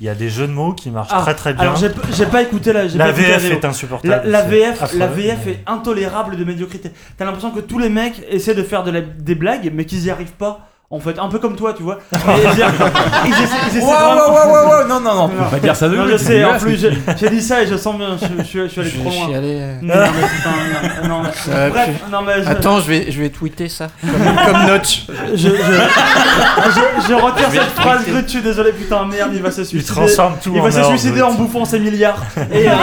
H: il y a des jeux de mots qui marchent
J: Ah,
H: très très bien.
J: Alors j'ai p- j'ai pas écouté la. j'ai
H: La
J: pas écouté
H: VF
J: vidéo.
H: est insupportable,
J: La, la
H: c'est
J: VF,
H: affreux,
J: la VF
H: mais-
J: est intolérable de médiocrité. T'as l'impression que tous les mecs essaient de faire de la- des blagues, mais qu'ils y arrivent pas. En fait, un peu comme toi, tu vois. Mais ils y arrivent- ils essaient- ils essaient
B: Wow,
J: vraiment-
B: wow, wow, wow, wow, non, non, non, on peut pas dire ça de
J: Non,
B: nous, ah,
J: je
B: c'est
J: sais, en
B: dégueulasse.
J: plus, j'ai j'ai dit ça et je sens bien, je, je suis- je suis allé
K: Je
J: trop
K: vais
J: loin.
K: chialer.
J: Non, mais putain, non, non.
K: Ça va
J: Bref,
K: plus.
J: non, mais je-
K: Attends, je vais, je vais tweeter ça. Comme, comme Notch.
J: Je, je, je- je retire
K: Je vais
J: cette phrase
K: tweeter.
J: Grut, je suis désolé, putain, merde, il va se suicider.
H: transforme tout
J: Il
H: en
J: va se
H: or,
J: suicider
H: Grut.
J: en bouffant ses milliards. Et euh,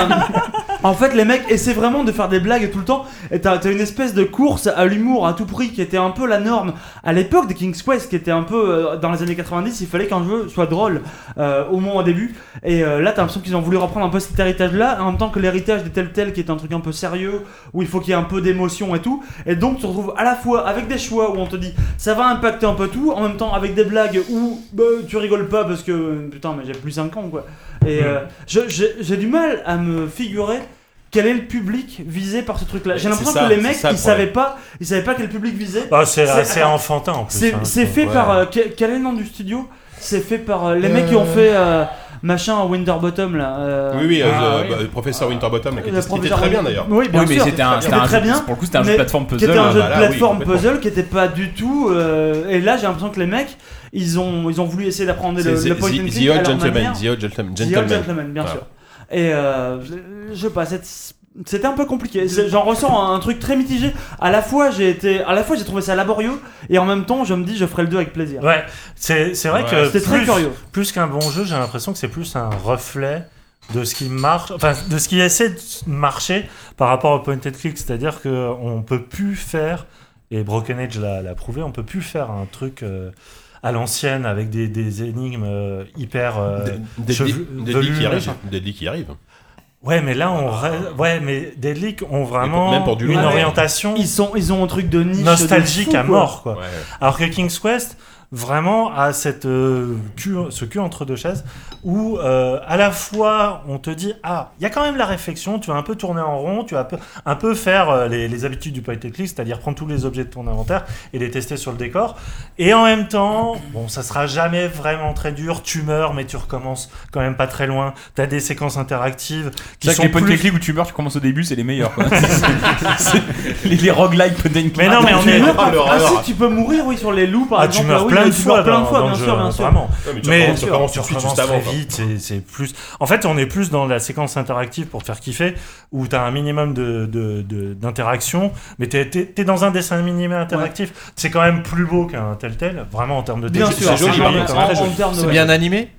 J: en fait, les mecs essaient vraiment de faire des blagues tout le temps. Et t'as t'as une espèce de course à l'humour à tout prix qui était un peu la norme à l'époque des King's Quest, qui était un peu euh, dans les années 90. Il fallait qu'un jeu soit drôle, euh, au moins au début. Et euh, là, t'as l'impression qu'ils ont voulu reprendre un peu cet héritage-là, en même temps que l'héritage des Telltale qui est un truc un peu sérieux, où il faut qu'il y ait un peu d'émotion et tout. Et donc, tu te retrouves à la fois avec des choix où on te dit ça va impacter un peu tout, en même temps avec des blagues où bah, tu rigoles pas parce que putain, mais j'ai plus 5 ans quoi. Et euh, je- j'ai j'ai du mal à me figurer. Quel est le public visé par ce truc-là J'ai
H: Ouais,
J: l'impression
H: c'est ça,
J: que les
H: c'est
J: mecs,
H: ça le
J: ils savaient
H: problème.
J: pas, ils savaient pas quel public visait.
H: Ah, c'est assez enfantin, en plus,
J: C'est
H: hein,
J: c'est
H: je
J: fait
H: trouve.
J: par
H: Ouais.
J: euh, quel, quel est le nom du studio C'est fait par euh, les
E: Euh,
J: mecs qui ont fait euh, machin à Winterbottom là. euh,
E: Oui, oui, euh,
J: Ah,
E: the- bah, le professeur Winterbottom, là, qui
J: le
E: était qui était
J: professeur
E: très bien
J: Win-
E: d'ailleurs.
J: Oui, bien sûr. C'était très bien,
B: pour le coup, c'était un jeu
J: mais
B: de plateforme
J: Qui était
B: puzzle,
J: un jeu de
B: bah là, oui,
J: plateforme
B: complètement.
J: puzzle qui était pas du tout. euh, et là, j'ai l'impression que les mecs, ils ont, ils ont voulu essayer d'apprendre le,
E: C'est-
J: le
E: c'est-
J: point
E: the-
J: and
E: the
J: click
E: old
J: à leur
E: gentleman,
J: manière.
E: the old gentle-
J: The old
E: gentleman.
J: gentleman, bien
E: Voilà.
J: sûr. Et euh, je, je sais pas, c'est- c'était un peu compliqué. C'est- J'en ressens un, un truc très mitigé. À la fois, j'ai été, à la fois, j'ai trouvé ça laborieux, et en même temps, je me dis, je ferai le 2 avec plaisir.
H: Ouais, c'est c'est vrai que
J: c'était très
H: plus-
J: curieux.
H: Plus qu'un bon jeu, j'ai l'impression que c'est plus un reflet de ce qui marche, enfin de ce qui essaie de marcher par rapport au point and click, c'est-à-dire que on peut plus faire et Broken Age l'a l'a prouvé, on peut plus faire un truc euh, à l'ancienne avec des, des énigmes euh, hyper euh,
E: Deadly-
H: chevelu-
E: Deadly
H: velues,
E: qui arrive.
H: machin.
E: Deadly qui arrive.
H: Ouais, mais là on rêve- ouais, mais Deadlick ont vraiment
E: même pour du
H: une
E: long.
H: orientation
J: Ils sont, ils ont un truc de niche de
H: nostalgique
J: fou,
H: à mort quoi.
E: Ouais.
H: Alors que King's Quest, vraiment à cette, euh, cul, ce cul entre deux chaises où euh, à la fois on te dit ah il y a quand même la réflexion tu vas un peu tourner en rond tu vas un peu, un peu faire euh, les, les habitudes du point and click c'est-à-dire prendre tous les objets de ton inventaire et les tester sur le décor et en même temps bon ça sera jamais vraiment très dur tu meurs mais tu recommences quand même pas très loin t'as des séquences interactives qui
B: C'est vrai
H: sont
B: que les point
H: plus-
B: and click où tu meurs, tu commences au début, c'est les meilleurs. quoi. C'est- c'est- les, les roguelike point and click.
H: Mais non, mais on est-
J: Ah,
H: Alors, alors,
J: si, tu peux mourir, oui, sur les loups, par
H: Ah, tu
J: exemple.
H: meurs
J: oui,
H: plein
J: mais
H: de
J: tu
H: fois,
J: meurs plein de
H: dans-
J: fois,
H: dans
J: bien
H: le
J: sûr,
H: jeu, euh,
J: bien sûr.
H: Vraiment.
J: bien sûr.
H: tu recommences très vite, et c'est plus. En fait, on est plus dans la séquence interactive pour te faire kiffer, où t'as un minimum de de- de- d'interaction, mais t'es t'es- t'es dans un dessin animé interactif. C'est quand même plus beau qu'un tel tel, vraiment en termes de
G: Bien
H: technique.
G: sûr, c'est joli,
H: quand même.
G: en- en termes de- C'est bien animé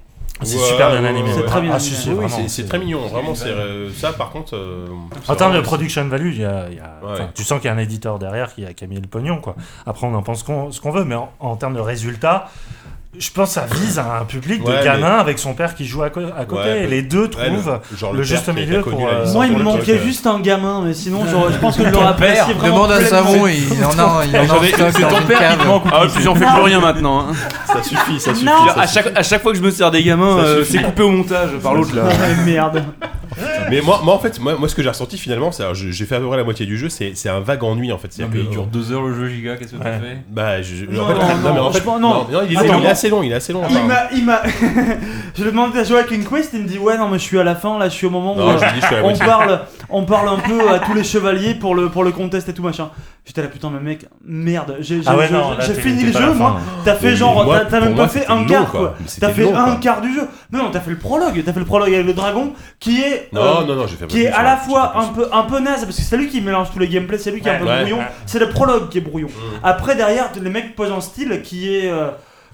H: C'est
E: Ouais,
H: super bien
E: hein. ouais,
H: animé.
E: ouais,
H: ouais.
E: ouais.
H: Ah, si, si,
E: Oui,
H: vraiment,
E: c'est- c'est très mignon. Vraiment, c'est euh, ça. Par contre, euh, c'est
H: En termes de
E: vraiment-
H: production value, il y a- il y a- enfin, tu sens qu'il y a un éditeur derrière qui a, qui a mis le pognon. Quoi. Après, on en pense qu'on- ce qu'on veut, mais en, en termes de résultats, je pense que ça vise à un public
E: Ouais,
H: de
E: mais-
H: gamins avec son père qui joue à, co- à côté.
E: Ouais,
H: et
E: mais-
H: les deux
E: ouais, le-
H: trouvent
E: genre
H: le,
E: le père
H: juste
E: qui a
H: milieu
E: connu
H: pour. euh,
E: la licence
J: Moi, il
E: pour
J: me
E: le
J: manquait
E: truc, euh.
J: juste un gamin, mais sinon, j'aurais- je pense que je
K: Ton
J: l'aurais
K: père,
J: apprécié vraiment.
K: demande à
J: pleinement.
K: Savon, il en a- il en a en J'avais- stock c'est dans ton une père qui cave. te manque ou
F: Ah ouais,
K: qui-
F: puis j'en fais plus rien maintenant. hein.
E: Ça suffit, ça suffit.
F: Genre,
E: ça
F: à,
E: suffit.
F: chaque, à chaque fois que je me sers des gamins,
E: Ça
F: euh,
E: suffit.
F: c'est coupé au montage par l'autre là.
J: merde.
E: Mais moi, moi en fait, moi, moi, ce que j'ai ressenti finalement, c'est alors, je- j'ai fait à peu près la moitié du jeu, c'est c'est un vague ennui en fait. C'est
B: Non, mais il dure deux heures le jeu giga, qu'est-ce que t'as fait
E: Bah, je-
B: Non,
E: en fait,
B: non,
E: mais en
B: non,
E: fait-
B: je pense-
E: non, non, il est long,
J: Attends.
E: il est assez long, il est assez long. hein.
J: Il
E: apparemment.
J: m'a, il m'a. je lui ai demandé à jouer avec une quest, il me dit ouais non mais je suis à la fin là, je suis au moment où
E: Non,
J: euh,
E: je lui ai dit, je suis à la
J: on
E: moitié.
J: parle, on parle un peu à tous les chevaliers pour le pour le contest et tout machin. J'étais là putain mais mec merde, j'ai, j'ai-
H: Ah ouais,
J: je-
H: non, là,
J: j'ai
H: t'es-
J: fini
H: t'es
J: le
H: pas à
J: jeu
H: la
J: moi.
H: fin, hein.
J: T'as fait
H: Mais
J: genre,
H: moi,
J: t'as, t'as
H: pour
J: même
H: moi,
J: pas fait
E: c'était
J: un
E: long,
J: quart
E: quoi.
J: quoi.
E: Mais c'était
J: T'as fait
E: long,
J: un
E: quoi.
J: quart du jeu. Non non, t'as fait le prologue, t'as fait le prologue avec le dragon qui est euh,
E: Non, non, non, j'ai fait un peu
J: qui est
E: plus,
J: à
E: ouais,
J: la fois un peu un peu naze parce que c'est lui qui mélange tous les gameplays, c'est lui qui est un
E: Ouais.
J: peu
E: Ouais.
J: brouillon.
E: Ouais. Mm.
J: C'est le prologue qui est brouillon. Après, derrière, les mecs posent un style qui est. euh,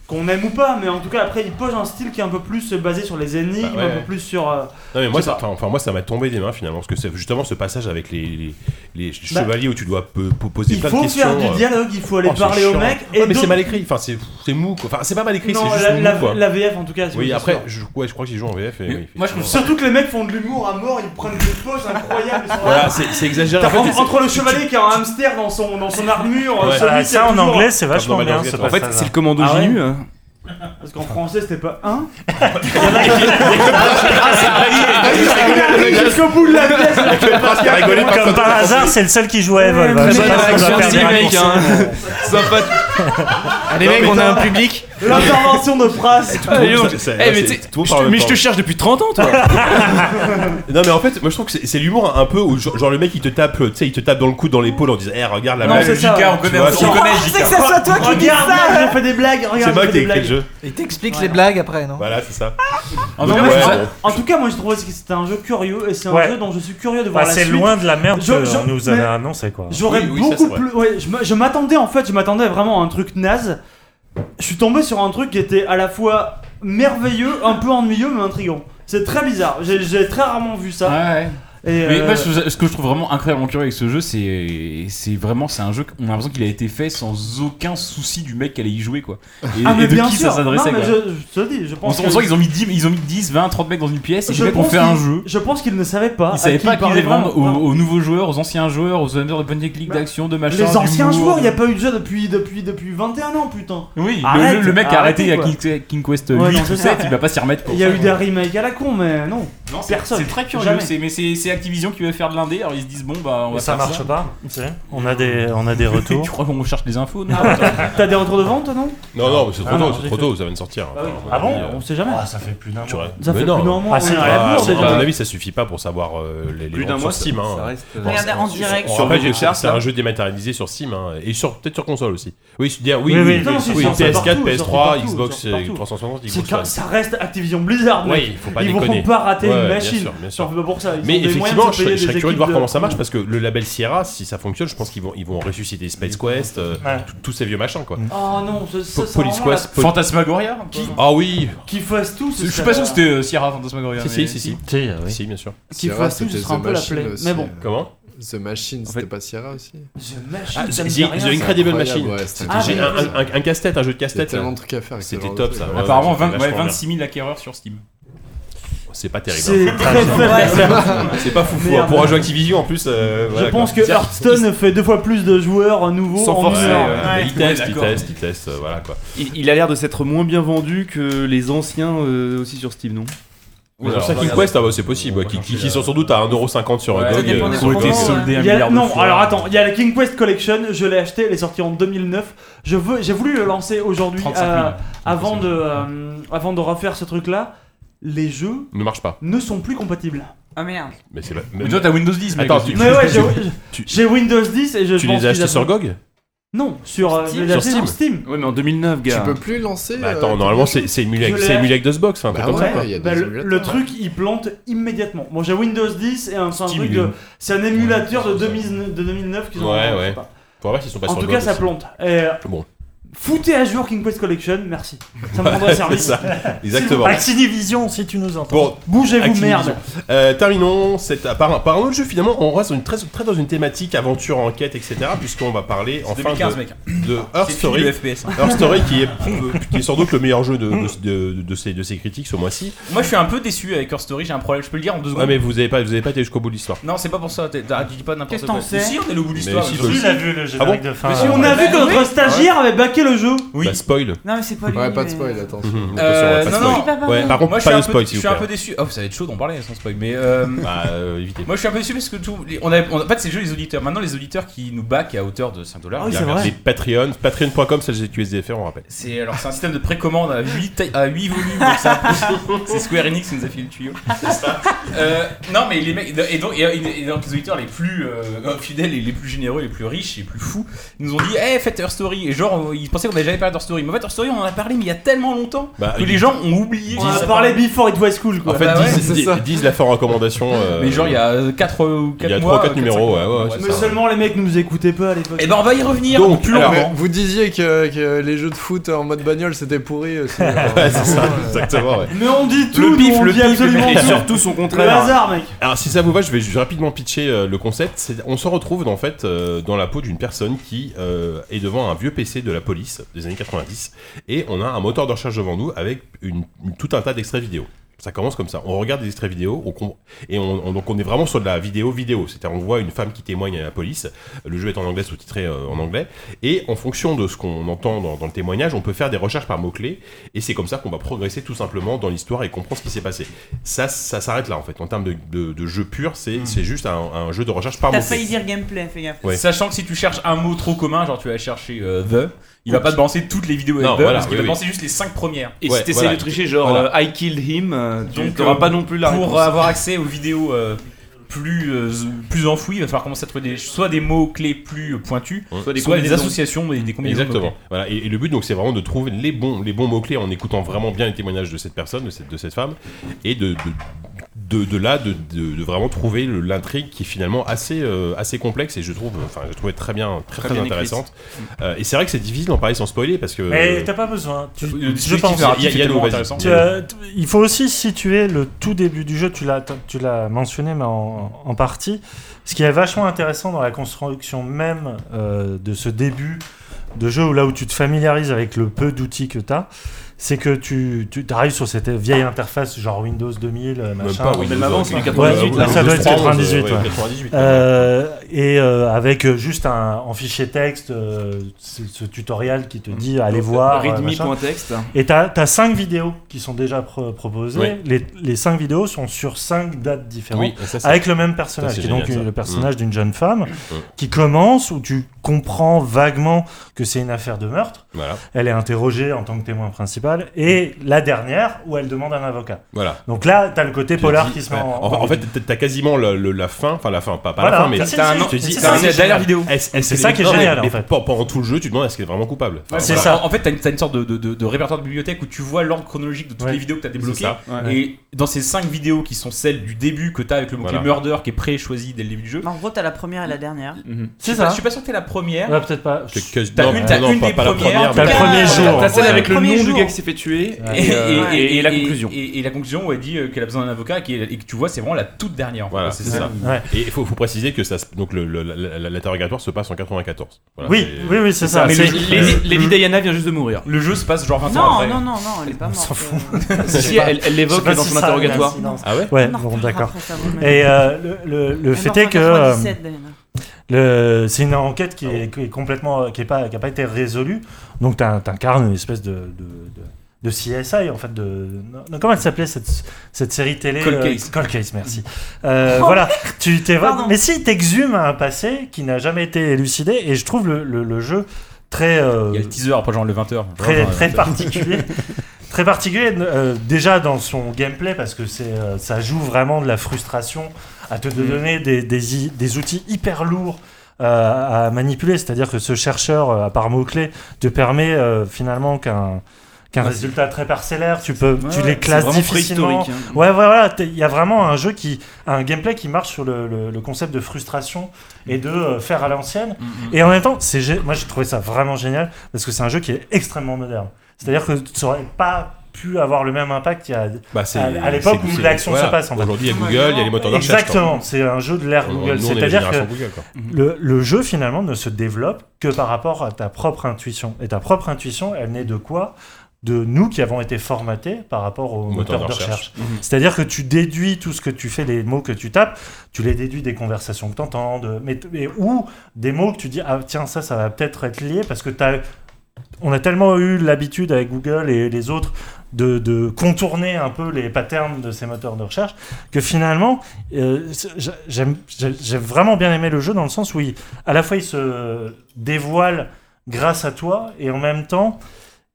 J: qu'on aime ou pas, mais en tout cas, après, ils posent un style qui est un peu plus euh, basé sur les énigmes,
E: Bah ouais.
J: un peu plus sur. euh,
E: Non mais moi,
J: je sais
E: ça,
J: pas.
E: enfin, enfin, moi ça m'a tombé des mains finalement parce que c'est justement ce passage avec les, les, les
J: Bah,
E: chevaliers où tu dois pe- pe- poser
J: il
E: plein de
J: faut
E: questions.
J: faire du
E: euh.
J: dialogue, il faut aller
E: c'est
J: parler au
E: chiant.
J: mec et
E: Ouais, mais
J: donc-
E: c'est mal écrit. Enfin c'est c'est mou quoi. Enfin c'est pas mal écrit,
J: Non,
E: c'est juste
J: la-
E: mou
J: la-
E: quoi.
J: la VF, en tout cas, c'est
E: Oui
J: une
E: après
J: histoire.
E: je, ouais, je crois que j'ai joué en VF. et oui,
B: moi, je trouve
E: effectivement.
J: Surtout que les mecs font de l'humour à mort, ils prennent des poses incroyables. ils sont
E: Voilà,
J: là.
E: c'est- c'est exagéré.
J: T'as-
E: En fait,
J: en-
E: c'est-
J: entre le chevalier qui a un hamster dans son, dans son armure,
E: Ouais.
J: euh, celui
E: Ah,
J: qui
E: ça,
J: a
E: en
J: toujours-
E: anglais, c'est vachement Comme dans bien, ce Madagascar.
F: En fait,
E: passage-là.
F: c'est le commando
J: Ah ouais
F: Ginu. hein.
J: Parce qu'en français, c'était pas un. Ah
H: Ah Jusqu'au
J: bout de la pièce,
H: là. Comme par hasard, c'est le seul qui joue à Evolve. Je sais pas si on doit faire des raccourcis,
J: hein.
F: hein.
H: mais-
K: Allez,
H: Non,
K: mec,
H: mais
K: on a un
H: attends.
K: public.
J: L'intervention de phrase.
K: Ah, dis donc.
E: Eh, mais t'es- je- mais je te cherche
F: depuis 30 ans, toi.
E: non mais en fait moi je trouve que c'est c'est l'humour un peu où genre genre, le mec il te tape tu sais il te tape dans le cou dans l'épaule en disant eh regarde la
J: Non,
E: blague
J: c'est ça.
E: Jika,
J: Tu vois,
E: on connaît, on connaît
J: c'est
E: Jika.
J: que ça soit toi qui dis
K: Regarde,
J: ça.
K: moi,
J: J'ai fait des blagues. Regarde,
E: C'est moi
J: j'ai
E: qui
J: fait des
E: ai écrit le
J: blagues. Ah
E: jeu.
K: Il t'explique les blagues après, non
E: Voilà c'est ça.
J: En,
E: Donc,
J: tout cas,
E: ouais,
J: moi,
E: bon.
J: en- en tout cas, moi je trouvais que c'était un jeu curieux et c'est un
H: Ouais.
J: jeu dont je suis curieux de voir
H: Bah,
J: la
H: c'est
J: suite.
H: loin de la merde
J: Je-
H: que
J: je-
H: on nous
J: mais
H: avait annoncé, quoi.
J: J'aurais
H: Oui, oui, ça,
J: beaucoup
H: c'est vrai.
J: plus. ouais, je me- je m'attendais en fait, je m'attendais vraiment à un truc naze. Je suis tombé sur un truc qui était à la fois merveilleux, un peu ennuyeux, mais intrigant. C'est très bizarre. J'ai- J'ai très rarement vu ça. Et,
B: Mais
J: euh,
B: moi, je- ce que je trouve vraiment incroyablement curieux avec ce jeu, c'est c'est vraiment c'est un jeu qu'on a l'impression qu'il a été fait sans aucun souci du mec qui allait y jouer quoi. Et,
J: Ah, mais
B: et de
J: bien
B: qui
J: sûr.
B: ça s'adressait
J: Non,
B: quoi.
J: mais je- je te le dis, je pense
B: on,
J: que-
B: on sent qu'ils ont mis 10, ils ont mis 10, 20, 30 mecs dans une pièce et
J: je
B: les mecs ont
J: pense
B: fait un
J: qu'il-
B: jeu.
J: Je pense qu'ils ne savaient pas.
B: Ils savaient
J: à
B: pas
J: qui
B: qu'ils allaient
J: parlaient
B: vendre
J: vraiment. Bah,
B: aux, aux nouveaux joueurs, aux anciens joueurs, aux amateurs de point and click d'action, de machin.
J: Les anciens
B: d'humour,
J: joueurs, il
B: de-
J: n'y a pas eu de jeu depuis, depuis, depuis 21 ans, putain.
B: euh. Oui, le-
J: Arrête,
B: le, le mec a arrêté
J: arrêtez,
B: à
J: quoi.
B: King, King Quest
J: Ouais,
B: 8
J: non,
B: ou
J: c'est
B: 7,
J: ça.
B: il va pas s'y remettres pour
J: Il y a
B: ça,
J: eu
B: quoi.
J: des remakes à la con, mais non.
B: Non, c'est-
J: personne.
B: C'est très curieux,
J: Jamais.
B: c'est- mais c'est c'est Activision qui veut faire de l'indé, alors ils se disent bon bah on
H: Mais
B: va
H: ça
B: faire
H: marche pas, tu sais. On a des, on a des retours.
B: tu crois qu'on cherche des infos non
J: Ah, T'as des retours de vente, non
E: Non non mais c'est trop
H: Ah,
E: tôt
H: non,
E: c'est
H: j'ai
E: trop
H: fait-
E: tôt ça vient de sortir.
J: Ah oui.
E: Enfin,
J: Ah bon
E: on va dire.
J: On sait jamais.
H: Ah, ça fait plus d'un
E: Tu
H: mois.
E: vois.
J: Ça
E: Mais
J: fait
E: non.
J: plus d'un mois, Ah, on c'est est à la vrai. bourre,
E: À
J: déjà.
E: mon avis, ça suffit pas pour savoir euh, les, les
F: Plus d'un
E: ventes
F: mois,
E: sur Steam.
F: ça-
E: hein.
F: ça reste, euh,
E: Bon,
F: Regardez,
E: c'est-
F: en direct.
E: on
F: Sur hein.
E: rappelle que
F: VGCharts,
E: C'est un
F: là.
E: jeu dématérialisé sur Steam hein, et sur peut-être sur console aussi. Oui, je veux dire, Ah oui,
J: Oui,
E: oui,
J: oui, non, c'est
E: oui,
J: sorti
E: PS4,
J: partout,
E: PS3,
J: sorti partout,
E: Xbox
J: sorti
E: euh,
J: partout.
E: 360,
J: C'est
E: Xbox
J: quand-
E: One.
J: ça reste Activision Blizzard, mec.
E: Ouais, il faut pas
J: Ils vous
E: déconner.
J: font pas rater
E: Ouais,
J: une
E: bien
J: machine.
E: sûr, bien sûr.
J: Ça fait pas pour ça. Ils ont des
E: Mais
J: moyens de
E: effectivement,
J: se
E: je,
J: payer
E: je serais
J: des
E: curieux de voir
J: équipes
E: comment ça marche parce que le label Sierra, si ça fonctionne, je pense qu'ils vont, ils vont ressusciter Space Quest, euh, tous- tous ces vieux machins quoi.
J: Oh non, ça, ça,
E: Po-
J: c'est
E: Police
J: vraiment la-
E: Quest, po-
B: Fantasmagoria
E: Ah oui.
J: Qu'ils fassent tout, ce
B: Je suis
J: serait-
B: pas sûr que c'était euh, Sierra Fantasmagoria.
E: Si,
B: mais- euh,
E: si, si, si.
H: Si, oui.
E: Si, bien sûr.
J: Qu'il
G: Sierra,
J: fasse tout, ce
G: c'était
J: sera un
G: The
J: peu la
G: Machine
J: plaie.
G: aussi,
J: Mais bon.
G: euh,
E: Comment
G: The Machine, c'était pas Sierra aussi
J: The Machine,
E: Ah,
J: ça me
E: si,
J: dit
E: The
J: rien, ça.
E: Incredible
G: incroyable,
E: Machine.
G: ouais, c'était
E: Ah, j'ai un,
G: génial.
E: un- un- un casse-tête, un jeu de
G: Il y a
E: casse-tête.
G: tellement
E: là.
G: de trucs à faire avec ce
E: C'était
G: genre de
E: top
G: truc.
E: ça.
B: Apparemment
E: Ouais, ouais,
B: vingt-
E: c'était
B: ouais,
E: vachement bien.
B: 26 000 acquéreurs sur Steam.
E: C'est pas terrible.
J: C'est
E: hein.
J: très faible.
E: C'est pas- C'est pas fou.
J: Merde.
E: Pour un jeu Activision en plus. euh, voilà,
J: Je pense que
E: quoi.
J: Hearthstone fait deux fois plus de joueurs nouveaux
E: Sans euh,
J: en
E: forcer,
J: une heure.
E: ouais, ouais. Il teste, il
F: d'accord.
E: teste, il teste, euh, voilà quoi.
F: Il, il a l'air de s'être moins bien vendu que les anciens euh, aussi sur Steam, non
E: Ouais, alors, King Quest, ah ouais, c'est possible, ouais, qui, qui, qui sont sans doute à 1,50€ sur
F: Ouais,
E: un
F: ça
E: GOG.
F: dépend des Qui ont été commandes, soldés
J: Il y a- non, alors attends, il y a la King Quest Collection, je l'ai acheté, elle est sortie en 2009. Je veux, j'ai voulu le lancer aujourd'hui
E: 35 000,
J: euh, avant de, euh, avant de refaire ce truc-là. Les jeux
E: Ne marche pas.
J: ne sont plus compatibles.
I: Ah merde.
E: Mais c'est pas-
B: Mais toi, t'as Windows 10, mec,
E: Attends,
B: aussi.
E: tu-
J: Mais ouais,
E: tu-
J: j'ai,
E: tu-
J: j'ai Windows 10 et je.
E: Tu
J: pense
E: les as
J: qu'ils
E: achetés sur
J: attendent-
E: GOG
J: Non, sur, euh, je les ai achetés sur Steam.
F: Ouais, mais en 2009, gars.
G: peux plus lancer,
E: Bah,
G: euh,
E: attends, normalement, c'est c'est émulé avec
J: Je l'ai-
E: c'est émulé avec DOSBox, enfin, un truc
G: Bah
E: comme ça.
G: ouais,
E: quoi.
G: il y a des
J: Bah, le,
G: émulateurs. hein.
J: le truc il plante immédiatement. Bon, j'ai Windows 10 et un, c'est un
E: Steam,
J: truc
E: il
J: de.
E: est-
J: C'est un émulateur de, 2000 de 2009 qu'ils ont
E: Ouais,
J: inventé, je
E: ouais.
J: sais pas.
E: Pour voir s'ils sont pas
J: En
E: sur
J: tout
E: le
J: cas,
E: blog
J: ça
E: aussi.
J: plante. Et, euh,
E: Bon.
J: Foutez à jour King Quest Collection, merci. Ça me rendrait
E: Ouais,
J: service.
E: c'est ça. Exactement.
H: Activision, si tu nous entends.
E: Bon,
J: bougez-vous,
E: Activision.
J: merde.
E: Euh, terminons cette, par, un, par un autre jeu finalement. On reste dans une très, très dans une thématique aventure, enquête, etc. Puisqu'on va parler enfin
B: 2015,
E: de,
B: mec.
E: de Earth
B: C'est
E: Story.
B: fini le FPS, hein.
E: Earth Story qui est, qui est sans doute le meilleur jeu de, de, de- de ces, de ces critiques ce mois-ci.
B: Moi, je suis un peu déçu avec Her Story, j'ai un problème, je peux le dire en deux secondes.
E: Ouais, mais vous avez pas, vous avez pas été jusqu'au bout de l'histoire.
B: Non, c'est pas pour ça, t'es- t'as- tu dis pas n'importe
I: Qu'est-ce
B: quoi.
I: t'en sais
B: Mais Si, on est le bout de
E: Mais
B: l'histoire.
E: si,
B: je-
E: toi aussi.
H: a vu le générique
E: Ah bon
H: de fin,
E: Mais si,
H: euh,
J: On a vu que notre
I: oui.
J: stagiaire avait baqué le jeu.
B: Oui.
E: Bah, spoil.
I: Non, mais c'est pas lui.
G: Ouais, pas de
I: mais-
G: spoil, attention.
E: Mhm,
B: Euh,
E: attention,
B: non,
E: on
B: non,
E: va pas spoiler.
I: pas
E: Ouais,
I: vrai.
E: par contre,
B: Moi, je suis
E: pas
B: un
E: de
B: peu,
E: spoil
B: je
E: s'il
B: suis
E: vous
B: un
E: plaît.
B: peu déçu. Oh, ça va être chaud d'en parler sans spoil. Mais euh,
E: Bah, euh, évitez.
B: moi, je suis un peu déçu parce que tout. les- On a, on a- en fait, c'est le jeu des auditeurs. Maintenant, les auditeurs qui nous back à hauteur de 5 dollars.
J: Ah oui, c'est
E: Les
J: vrai.
E: Patreon, patreon.com, c'est GQSDFR, on rappelle.
B: C'est alors c'est un système de précommande à 8, à huit volumes. donc c'est un peu- C'est Square Enix qui nous a fait le tuyau. Euh, non mais les mecs et donc, et- et donc les auditeurs les plus euh, fidèles et les plus généreux, les plus riches, les plus fous ils nous ont dit eh faites Her Story et genre euh, ils pensaient qu'on avait jamais parlé d'Her Story mais en fait Her Story on en a parlé mais il y a tellement longtemps
E: Bah,
B: que
E: il-
B: les gens ont oublié.
J: On a parlé Before It Was Cool
E: En
J: quoi.
E: fait,
B: bah ouais,
G: c'est
E: 10,
G: ça.
E: la forte recommandation. euh,
B: Mais genre il y a 4 ou 4
E: il y a
B: mois.
E: trois, quatre numéros, ouais, ouais, ouais,
J: Mais seulement les mecs nous écoutaient pas à l'époque.
G: Eh
B: Et ben on va y revenir
E: Donc,
B: plus
E: alors,
B: longuement.
G: Vous disiez que, que les jeux de foot en mode bagnole c'était pourri aussi.
E: Ouais, c'est ça, exactement, ouais.
J: Mais on dit tout, nous, on dit absolument
F: et
J: tout.
F: surtout son
J: Le
F: contraire.
J: hasard, mec.
E: Alors si ça vous va, je vais juste rapidement pitcher euh, le concept. C'est- On se retrouve en fait euh, dans la peau d'une personne qui euh, est devant un vieux PC de la police des années 90 et on a un moteur de recherche devant nous avec une- une- tout un tas d'extraits vidéo. Ça commence comme ça. On regarde des extraits vidéo on com- et on, on- donc on est vraiment sur de la vidéo vidéo. C'est-à-dire on voit une femme qui témoigne à la police. Le jeu est en anglais sous-titré euh, en anglais et en fonction de ce qu'on entend dans, dans le témoignage, on peut faire des recherches par mots clés et c'est comme ça qu'on va progresser tout simplement dans l'histoire et comprendre ce qui s'est passé. Ça, ça s'arrête là en fait. En termes de, de- de jeu pur, c'est c'est juste un, un jeu de recherche par mots
I: Hmm. T'as failli
E: clés.
I: dire gameplay, fais gaffe.
E: Ouais.
B: Sachant que si tu cherches un mot trop commun, genre tu vas chercher euh, the, il va pas te balancer toutes les vidéos avec
E: Non,
B: the,
E: voilà,
B: parce qu'il
E: oui,
B: va
E: oui.
B: te balancer juste les 5 premières.
F: Et
E: Ouais,
F: si t'essayes
E: voilà.
F: de tricher, genre
E: Voilà.
F: euh, I killed him, euh, tu
B: Donc,
F: t'auras
B: euh,
F: pas non plus la
B: Pour
F: réponse.
B: avoir accès aux vidéos euh, plus, euh, plus enfouies, il va falloir commencer à trouver des, soit des mots clés plus pointus,
F: Soit des
B: soit des
F: combinaisons.
B: associations et des combinaisons. de
E: Exactement.
B: mots-clés.
E: Voilà. Et, et le but donc c'est vraiment de trouver les bons les bons mots clés en écoutant vraiment bien les témoignages de cette personne, de cette de cette femme, et de de, de, de là de, de- de vraiment trouver le- l'intrigue qui est finalement assez euh, assez complexe et je trouve enfin je trouvais très bien très
F: Très
E: très,
F: bien
E: intéressante. Euh, et c'est vrai que c'est difficile d'en parler sans spoiler parce que
H: Mais t'as pas besoin. Tu-
B: Le
H: je
B: dispositif
H: pense.
B: narratif
E: euh, Il y a- il y a
B: est tellement
E: nos- vas-y.
B: intéressant.
H: Tu as- t- il faut aussi situer le tout début du jeu, tu l'as, tu l'as mentionné mais en, en partie. Ce qui est vachement intéressant dans la construction même euh, de ce début de jeu, où là où tu te familiarises avec le peu d'outils que tu as, c'est que tu, tu arrives sur cette vieille interface genre Windows 2000, euh,
E: même
H: machin.
E: pas Windows,
F: Même avant,
E: euh,
F: c'est
E: Windows-
F: du 98,
E: Windows
F: là.
H: Ça doit être
E: 3,
H: 98,
E: euh,
H: hein. ouais.
E: 98,
H: Euh, et euh, avec juste un, en fichier texte euh, ce, ce tutoriel qui te dit allez voir. euh, machin.
F: Readme.txt.
H: Et t'as as cinq vidéos qui sont déjà pro- proposées.
E: Oui.
H: Les, les cinq vidéos sont sur cinq dates différentes.
E: Oui, ça, c'est-
H: avec le même personnage,
E: Ça, c'est
H: qui est donc
E: génial, ça. Mm. Mmh.
H: le personnage d'une jeune femme, qui commence où tu comprends vaguement que c'est une affaire de meurtre.
E: Voilà.
H: Elle est interrogée en tant que témoin principal. Et la dernière, où elle demande un avocat.
E: Voilà.
H: Donc là, t'as le côté
E: Tu
H: polar
E: dis-
H: qui se met
E: ouais.
H: en,
E: en, en fait, t'as- t'as quasiment le- le- la fin, enfin la fin, pas, pas la
H: Voilà.
E: fin, mais
H: Si, si, si,
E: tu te
H: si,
E: dis,
H: si,
E: ah,
H: si,
E: c'est
H: si,
E: la dernière
H: si.
E: vidéo. Est-ce- est-ce
H: C'est
E: qu'elle
H: ça qui est
E: non, mais-
H: génial, en
E: mais
H: fait.
E: pe- Pendant tout le jeu, tu te demandes est-ce qu'elle est vraiment coupable. Enfin,
B: Voilà.
H: c'est ça.
B: En fait, t'as une, t'as une sorte de, de- de- de répertoire de bibliothèque où tu vois l'ordre chronologique de toutes
H: Ouais.
B: les vidéos que t'as débloquées.
E: ça.
F: Ouais.
B: Et dans ces 5 vidéos qui sont celles du début que t'as avec le mot-clé
E: Voilà.
B: murder qui est pré-choisi dès le début du jeu,
I: En gros, t'as la première et la dernière.
G: Mhm.
B: je suis pas- je suis pas sûr que t'es la première.
H: Ouais, peut-être pas.
E: Que- que-
B: T'as
E: non,
B: une, t'as
E: non,
B: une
E: pas-
B: des
E: pas la
B: premières.
E: première.
H: T'as le
E: mais-
H: premier
I: t'as-
H: jour.
F: T'as celle
I: Ouais,
F: avec le
I: premier
F: nom du
I: jour.
F: gars qui s'est s'est fait tuer.
B: Et, et-
F: euh,
B: et-
F: et la conclusion.
B: Et, et la conclusion où elle dit euh, qu'elle a besoin d'un avocat et, qu'elle- et que tu vois, c'est vraiment la toute dernière.
E: Voilà,
B: Quoi,
E: c'est ça. Et il faut, faut préciser que ça, se- donc le, le- la- la- l'interrogatoire se passe en 94. Voilà,
H: Oui, oui, oui, c'est ça.
E: Mais
H: C'est-
E: le-
H: le-
E: les-
H: le-
F: Lady Diana vient juste de mourir.
B: Le jeu se passe genre 20
I: Non,
B: ans après.
I: non, non, non, elle est pas
H: On
I: morte. Euh,
H: s'en fout.
F: Si, si, elle- elle l'évoque
H: Je sais pas
F: dans
H: si
F: son
H: ça a un
F: interrogatoire.
H: incident.
F: Ah ouais
H: Ouais,
F: On en
H: bon,
F: reparlera
H: d'accord.
F: après ça,
I: vous-même.
H: Et euh, le, le, le
I: Elle
H: fait
I: meurt en
H: est que.
I: 97,
H: euh,
I: Diana.
H: le- c'est une enquête qui
F: Ah
H: est, qui est complètement. euh, qui n'a pas, qui a pas été résolue. Donc, t'in- t'incarnes une espèce de. de, de de CSI en fait de non, non, comment elle s'appelait cette, cette série télé
F: Cold
H: euh,
F: Case.
H: Cold Case merci Euh,
F: Oh,
H: voilà tu t'es
F: Pardon.
H: mais si t'exhumes un passé qui n'a jamais été élucidé et je trouve le, le- le jeu très euh,
B: Il y a le teaser après genre le 20h.
H: très, très particulier. très particulier euh, déjà dans son gameplay parce que c'est euh, ça joue vraiment de la frustration à te donner des, des i- des outils hyper lourds euh, à manipuler. C'est-à-dire que ce chercheur, euh, à part mots-clés, te permet euh, finalement qu'un qu'un
F: Ouais.
H: résultat très parcellaire, tu peux,
F: Ah, Ouais,
H: tu
F: ouais,
H: les
F: c'est
H: classes
F: vraiment
H: difficilement.
F: préhistorique, hein.
H: Ouais, voilà, t'es- il y a vraiment un jeu qui, un gameplay qui marche sur le, le- le concept de frustration et de euh, faire à l'ancienne.
F: Mm,
H: Et en même temps, c'est gé- moi j'ai trouvé ça vraiment génial parce que c'est un jeu qui est extrêmement moderne. C'est-à-dire que tu n'aurais pas pu avoir le même impact il y a-
E: Bah, c'est-
H: à, à l'époque
E: c'est-
H: où
E: c'est-
H: l'action
E: voilà.
H: se passe. en fait.
E: Aujourd'hui, il y a Google, il y a les moteurs de recherche,
H: Exactement,
E: quoi.
H: c'est un jeu de l'ère
E: Nous, on
H: Google.
E: est la
H: C'est-à-dire que
E: génération Google, quoi.
F: Mm-hmm.
H: Mhm. le, le jeu finalement ne se développe que par rapport à ta propre intuition. Et ta propre intuition, elle naît de quoi De nous qui avons été formatés par rapport au moteur, de recherche.
F: Mhm.
H: C'est-à-dire que tu déduis tout ce que tu fais, les mots que tu tapes, tu les déduis des conversations que tu entends, ou des mots que tu dis, ah tiens, ça, ça va peut-être être lié parce que tu on a tellement eu l'habitude avec Google et les autres de, de contourner un peu les patterns de ces moteurs de recherche que finalement euh, c'est- j'a- j'aime- j'ai j'ai vraiment bien aimé le jeu dans le sens où il- à la fois il se dévoile grâce à toi et en même temps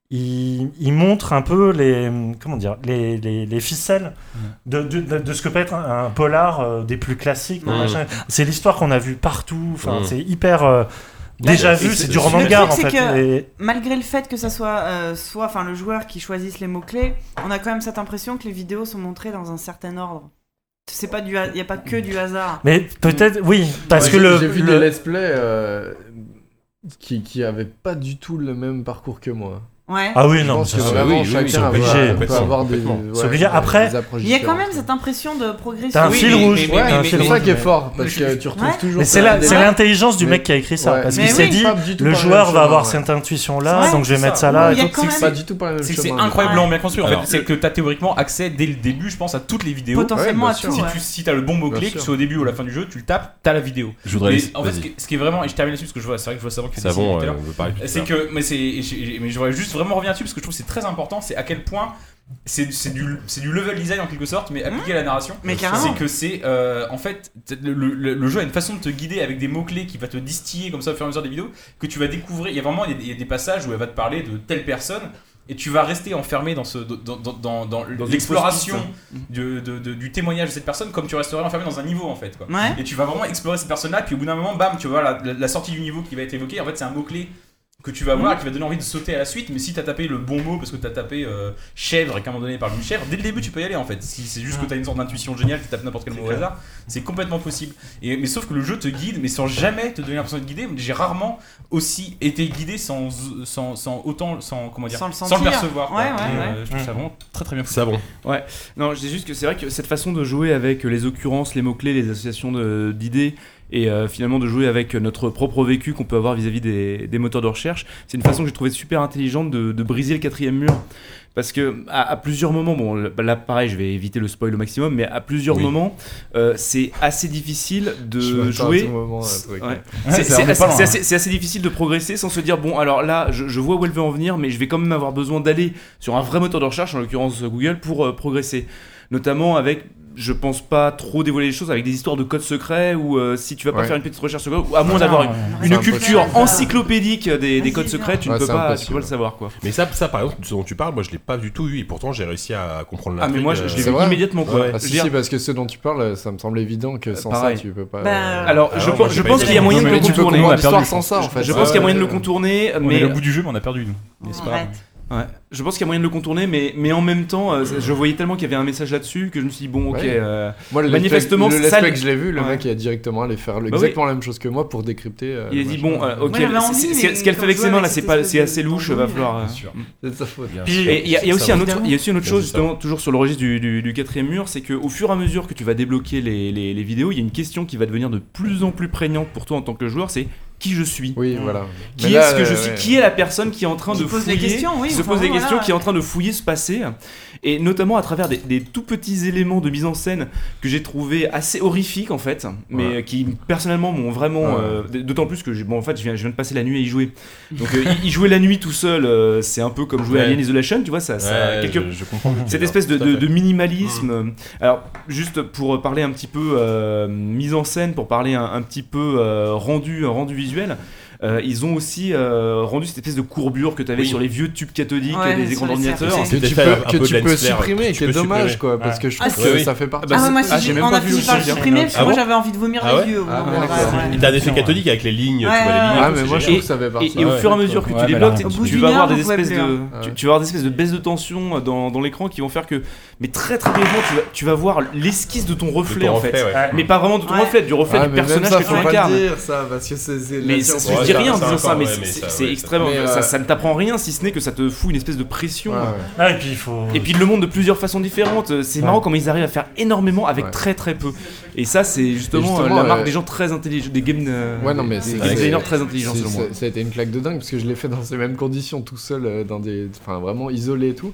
H: il, il montre un peu les comment dire les, les- les ficelles de, de- de- de ce que peut être un, un polar euh, des plus classiques
F: Mm.
H: machin. c'est l'histoire qu'on a vue partout enfin
F: Mm.
H: c'est hyper euh,
E: Ouais,
H: déjà
E: c'est-
H: vu
E: c'est-
H: c'est du
E: c'est-
H: roman de
E: le
H: gare en
E: truc,
H: fait
E: c'est
I: que,
H: et-
I: malgré le fait que ça soit euh, soit enfin le joueur qui choisisse les mots clés, on a quand même cette impression que les vidéos sont montrées dans un certain ordre. C'est pas du, ha- y a pas que du hasard.
H: Mais peut-être, oui, parce
G: Ouais,
H: que
G: j'ai-
H: le.
G: J'ai vu
H: le-
G: des let's play euh, qui, qui avaient pas du tout le même parcours que moi.
I: Ouais.
H: Ah oui,
G: Je
H: non,
G: pense
H: ça,
G: que
H: c'est-
G: vraiment,
H: oui, oui,
G: chacun
H: oui, c'est
G: va-
H: obligé.
G: peut avoir des.
H: Complètement.
G: ouais,
H: C'est
G: des
H: obligé. Après-
G: approches
I: Il y a quand
G: différentes.
I: même cette impression de progression.
H: T'as un fil rouge. t'as un fil
G: C'est ça
H: rouge,
G: qui est
H: mais-
G: fort, parce que tu retrouves
I: Ouais.
G: toujours.
H: Mais c'est
G: quand
H: la-
G: même des-
H: c'est l'intelligence du
G: Mais-
H: mec qui a écrit ça,
G: ouais.
H: parce
G: Mais
H: qu'il s'est
G: oui.
H: dit
G: Pas du tout
H: le
G: par la
H: joueur
G: même
H: va
G: chose,
H: avoir
G: ouais.
H: cette intuition
G: Ouais,
H: là, donc je vais
G: c'est
H: mettre
G: ça.
H: ça là.
G: Ouais,
H: et
G: il y a
H: tout.
G: quand même- Pas du tout par le même
B: C'est que c'est
G: chemin, mais-
B: incroyablement
G: Ouais.
B: bien construit. En
G: Alors-
B: fait, c'est que t'as théoriquement accès dès le début, je pense, à toutes les vidéos.
I: Potentiellement Ouais, bien à
B: si
I: sûr. tout,
B: Si,
I: ouais.
B: tu, si t'as le bon mot-clé,
I: Bien
B: que ce
I: sûr.
B: soit au début ou à la fin du jeu, tu le tapes, t'as la vidéo.
E: Je voudrais
B: Mais
E: laisser-
B: en fait, ce
E: vas-y.
B: qui, ce qui est vraiment, et je termine là-dessus parce que je vois, c'est vrai que je vois savoir qui fait
E: Savon,
B: tout à
E: euh,
B: l'heure.
E: on veut parler plus
B: C'est
E: tard.
B: que, mais c'est, et j'ai- mais je voudrais juste vraiment revenir dessus parce que je trouve que c'est très important. C'est à quel point c'est, c'est du, c'est du level design en quelque sorte, mais appliqué à la narration.
I: Mais carrément.
B: c'est que c'est, euh, en fait, t- le, le- le jeu a une façon de te guider avec des mots clés qui va te distiller comme ça au fur et à mesure des vidéos que tu vas découvrir. Il y a vraiment, il y a des- il y a des passages où elle va te parler de telle personne. Et tu vas rester enfermé dans, ce, dans, dans- dans- dans l'exploration de- de- de- du témoignage de cette personne comme tu resterais enfermé dans un niveau en fait. Quoi.
I: Ouais.
B: Et tu vas vraiment explorer cette personne-là, puis au bout d'un moment, bam, tu vois la, la- la sortie du niveau qui va être évoquée. En fait, c'est un mot-clé que tu vas voir
H: Mm.
F: Mhm.
B: qui va donner envie de sauter à la suite. Mais si t'as tapé le bon mot parce que t'as tapé euh, chèvre et qu'à un moment donné, il parle d'une chèvre, dès le début, tu peux y aller en fait. Si c'est juste
H: Mm.
B: que t'as une sorte d'intuition géniale, tu tapes n'importe quel mot au hasard, c'est complètement possible. Et, mais sauf que le jeu te guide, mais sans jamais te donner l'impression de guider. J'ai rarement aussi été guidé sans, sans, sans autant, sans, comment dire,
F: Sans le sentir.
B: percevoir. quoi.
F: Ouais, ouais,
B: Et, euh,
F: ouais.
B: je
H: Mm.
B: trouve ça vraiment très très bien. foutu.
E: Savon.
F: Mm. Ouais, non, je dis juste que c'est vrai que cette façon de jouer avec euh, les occurrences, les mots-clés, les associations de- d'idées, et euh, finalement de jouer avec notre propre vécu qu'on peut avoir vis-à-vis des, des moteurs de recherche, c'est une façon que j'ai trouvé super intelligente de, de briser le quatrième mur. Parce que à, à plusieurs moments, bon là pareil, je vais éviter le spoil au maximum, mais à plusieurs
B: Oui.
F: moments, euh, c'est assez difficile
G: Je
F: de
G: m'attends à
F: jouer.
G: tout moment à un truc.
F: Ouais.
G: Ouais, ça
F: C'est- c'est
G: remet
F: assez-
G: pas loin,
F: c'est
G: hein.
F: assez- c'est assez difficile de progresser sans se dire bon alors là je, je vois où elle veut en venir mais je vais quand même avoir besoin d'aller sur un vrai moteur de recherche en l'occurrence Google pour euh, progresser notamment avec je pense pas trop dévoiler les choses avec des histoires de codes secrets ou euh, si tu vas pas
G: Ouais.
F: faire une petite recherche sur Google, ou à moins
E: Non,
F: d'avoir
E: Ah, non,
F: une,
E: non.
F: une
E: C'est euh,
F: culture
E: impossible.
F: encyclopédique des, des codes secrets tu ne
E: Ouais,
F: peux
E: c'est
F: pas tu
E: impossible.
F: peux pas le savoir quoi
E: Mais ça, ça par exemple, ce dont tu parles, moi je l'ai pas du tout eu et pourtant j'ai réussi à comprendre euh, la
F: Ah, mais moi, je-
G: euh,
F: je l'ai vu immédiatement, quoi.
G: Ah,
F: Je
G: si,
F: veux dire-
G: si, parce que ce dont tu parles, euh, ça me semble évident que sans ça,
F: pareil.
G: tu peux pas.
F: Bah,
G: euh,
F: alors,
G: ah
F: je
G: ouais,
F: pense-
G: j'ai
F: je
G: pas
F: pense
G: été
F: qu'il y a moyen de
G: Mais
F: le
G: tu peux
F: contourner.
G: comprendre
F: On a perdu,
G: l'histoire
F: je
G: sans ça, en
F: pense.
G: fait. Euh,
F: Je pense qu'il y a moyen de le contourner,
B: On
F: mais-
B: est au bout du jeu, mais on a perdu nous. Mais c'est pas grave.
I: Arrête.
F: Ouais. Je pense qu'il y a moyen de le contourner, mais, mais en même temps, euh, ça- je voyais tellement qu'il y avait un message là-dessus que je me suis dit, bon, ok,
G: Ouais.
F: euh,
G: Moi, le let's play-
F: manifestement,
G: le let's
F: ça-
G: play que je l'ai vu, le
F: Ouais.
G: mec il a directement allé faire le-
F: Bah oui.
G: exactement la même chose que moi pour décrypter. euh,
F: Il a
G: le
F: dit,
G: machin.
F: bon, euh, ok, c'est- c'est- c'est- ce qu'elle fait avec ses mains là, c'est pas- c'est assez louche, va falloir. euh,
G: sûr.
F: mm.
G: C'est de sa faute. Bien sûr.
F: Et il y, a- il y a aussi
G: Ça
F: un
G: va.
F: autre, il y a aussi une autre
G: Bien
F: chose
G: sûr.
F: justement, toujours sur le registre du, du- du quatrième mur, c'est que au fur et à mesure que tu vas débloquer les, les- les vidéos, il y a une question qui va devenir de plus en plus prégnante pour toi en tant que joueur, c'est qui je suis.
G: Oui, voilà.
F: Qui
G: Mais
F: est
G: là,
F: ce que je
G: euh,
F: suis
G: ouais.
F: Qui est la personne qui est en train
G: Qui
F: de
G: pose Mm. des
F: fouiller,
G: questions, oui,
F: qui se
G: enfin,
F: pose des
G: voilà,
F: questions,
G: ouais.
F: qui est en train de fouiller ce passé, et notamment à travers des, des tout petits éléments de mise en scène que j'ai trouvé assez horrifiques en fait, mais
G: Ouais.
F: euh, qui personnellement m'ont vraiment,
G: Ouais.
F: euh, d- d'autant plus que j'ai- bon en fait je viens, je viens de passer la nuit à y jouer, donc euh, y, y jouer la nuit tout seul, euh, c'est un peu comme jouer à
E: Ouais.
F: Alien Isolation, tu vois ça, ça-
E: Ouais,
F: quelque-
E: je- je comprends.
F: cette espèce de,
E: Tout à
F: de-
E: fait.
F: de minimalisme. euh, Alors, juste pour parler un petit peu euh, mise en scène, pour parler un, un petit peu euh, rendu, rendu visuel. euh, ils ont aussi euh, rendu cette espèce de courbure que tu avais
G: Oui.
F: sur les vieux tubes cathodiques
G: Ouais,
F: des
G: sur
F: écrans
G: les
F: d'ordinateur.
G: cercles. Que tu peux- que tu peux supprimer, qui est dommage, quoi, parce que je trouve Ah, que si. ça fait partie.
I: Ah, moi, si j'ai- on a fini par le supprimer, parce que
E: Ah
I: moi,
E: bon
I: j'avais envie de vomir
E: Ah
I: les
E: ouais
I: yeux, au
E: Ah,
I: moment
E: d'accord.
I: de la-
E: Et T'as un effet cathodique avec les lignes, tu vois les lignes.
I: Ouais,
E: et
I: ouais,
E: tout,
G: mais moi,
E: c'est
G: je trouve
F: Et-
E: génial.
G: que ça fait
F: et,
G: partie.
F: et au
G: Ouais,
F: fur et à
G: ouais.
F: mesure que
G: Ouais,
F: tu
G: mais
F: débloques,
G: là,
F: tu-
G: au bout
F: tu
G: d'une
F: vas avoir
G: heure,
F: des
G: on pouvait
F: espèces
G: plus,
F: de,
G: hein.
F: tu, tu vas avoir des espèces de baisses de tension dans, dans l'écran qui vont faire que, mais très très brièvement, tu vas, tu vas voir l'esquisse de ton reflet en fait,
G: reflet, ouais.
F: mais pas vraiment de ton
G: Ouais.
F: reflet, du reflet
G: Ah,
F: du
G: mais même
F: personnage
G: ça,
F: que tu
G: faut pas
F: incarnes.
G: le dire, ça, parce que c'est- c'est-
F: Mais
G: la
F: ça
G: science-
F: se dit
G: Ouais,
F: rien en
G: ça,
F: disant
G: ça,
F: ça, mais
G: ouais,
F: c'est-
G: mais ça,
F: c'est
G: ouais,
F: c'est extrêmement.
G: mais, euh,
F: ça, ça ne t'apprend rien si ce n'est que ça te fout une espèce de pression.
G: Ouais, ouais.
H: Ah, et puis il faut.
F: Et puis ils le montrent de plusieurs façons différentes. C'est
H: Ouais.
F: marrant comment ils arrivent à faire énormément avec
G: Ouais.
F: très très peu. Et ça, c'est justement,
G: Et
F: euh,
G: justement,
F: la marque
G: euh,
F: des gens très intelligents, des game, euh,
G: Ouais, non, mais
F: des
G: c'est.
F: game designers
G: c'est-
F: très intelligents
G: c'est-
F: selon moi.
G: ça- Ça a été une claque de dingue parce que je l'ai fait dans ces mêmes conditions, tout seul, euh, dans des. Enfin, vraiment isolé et tout.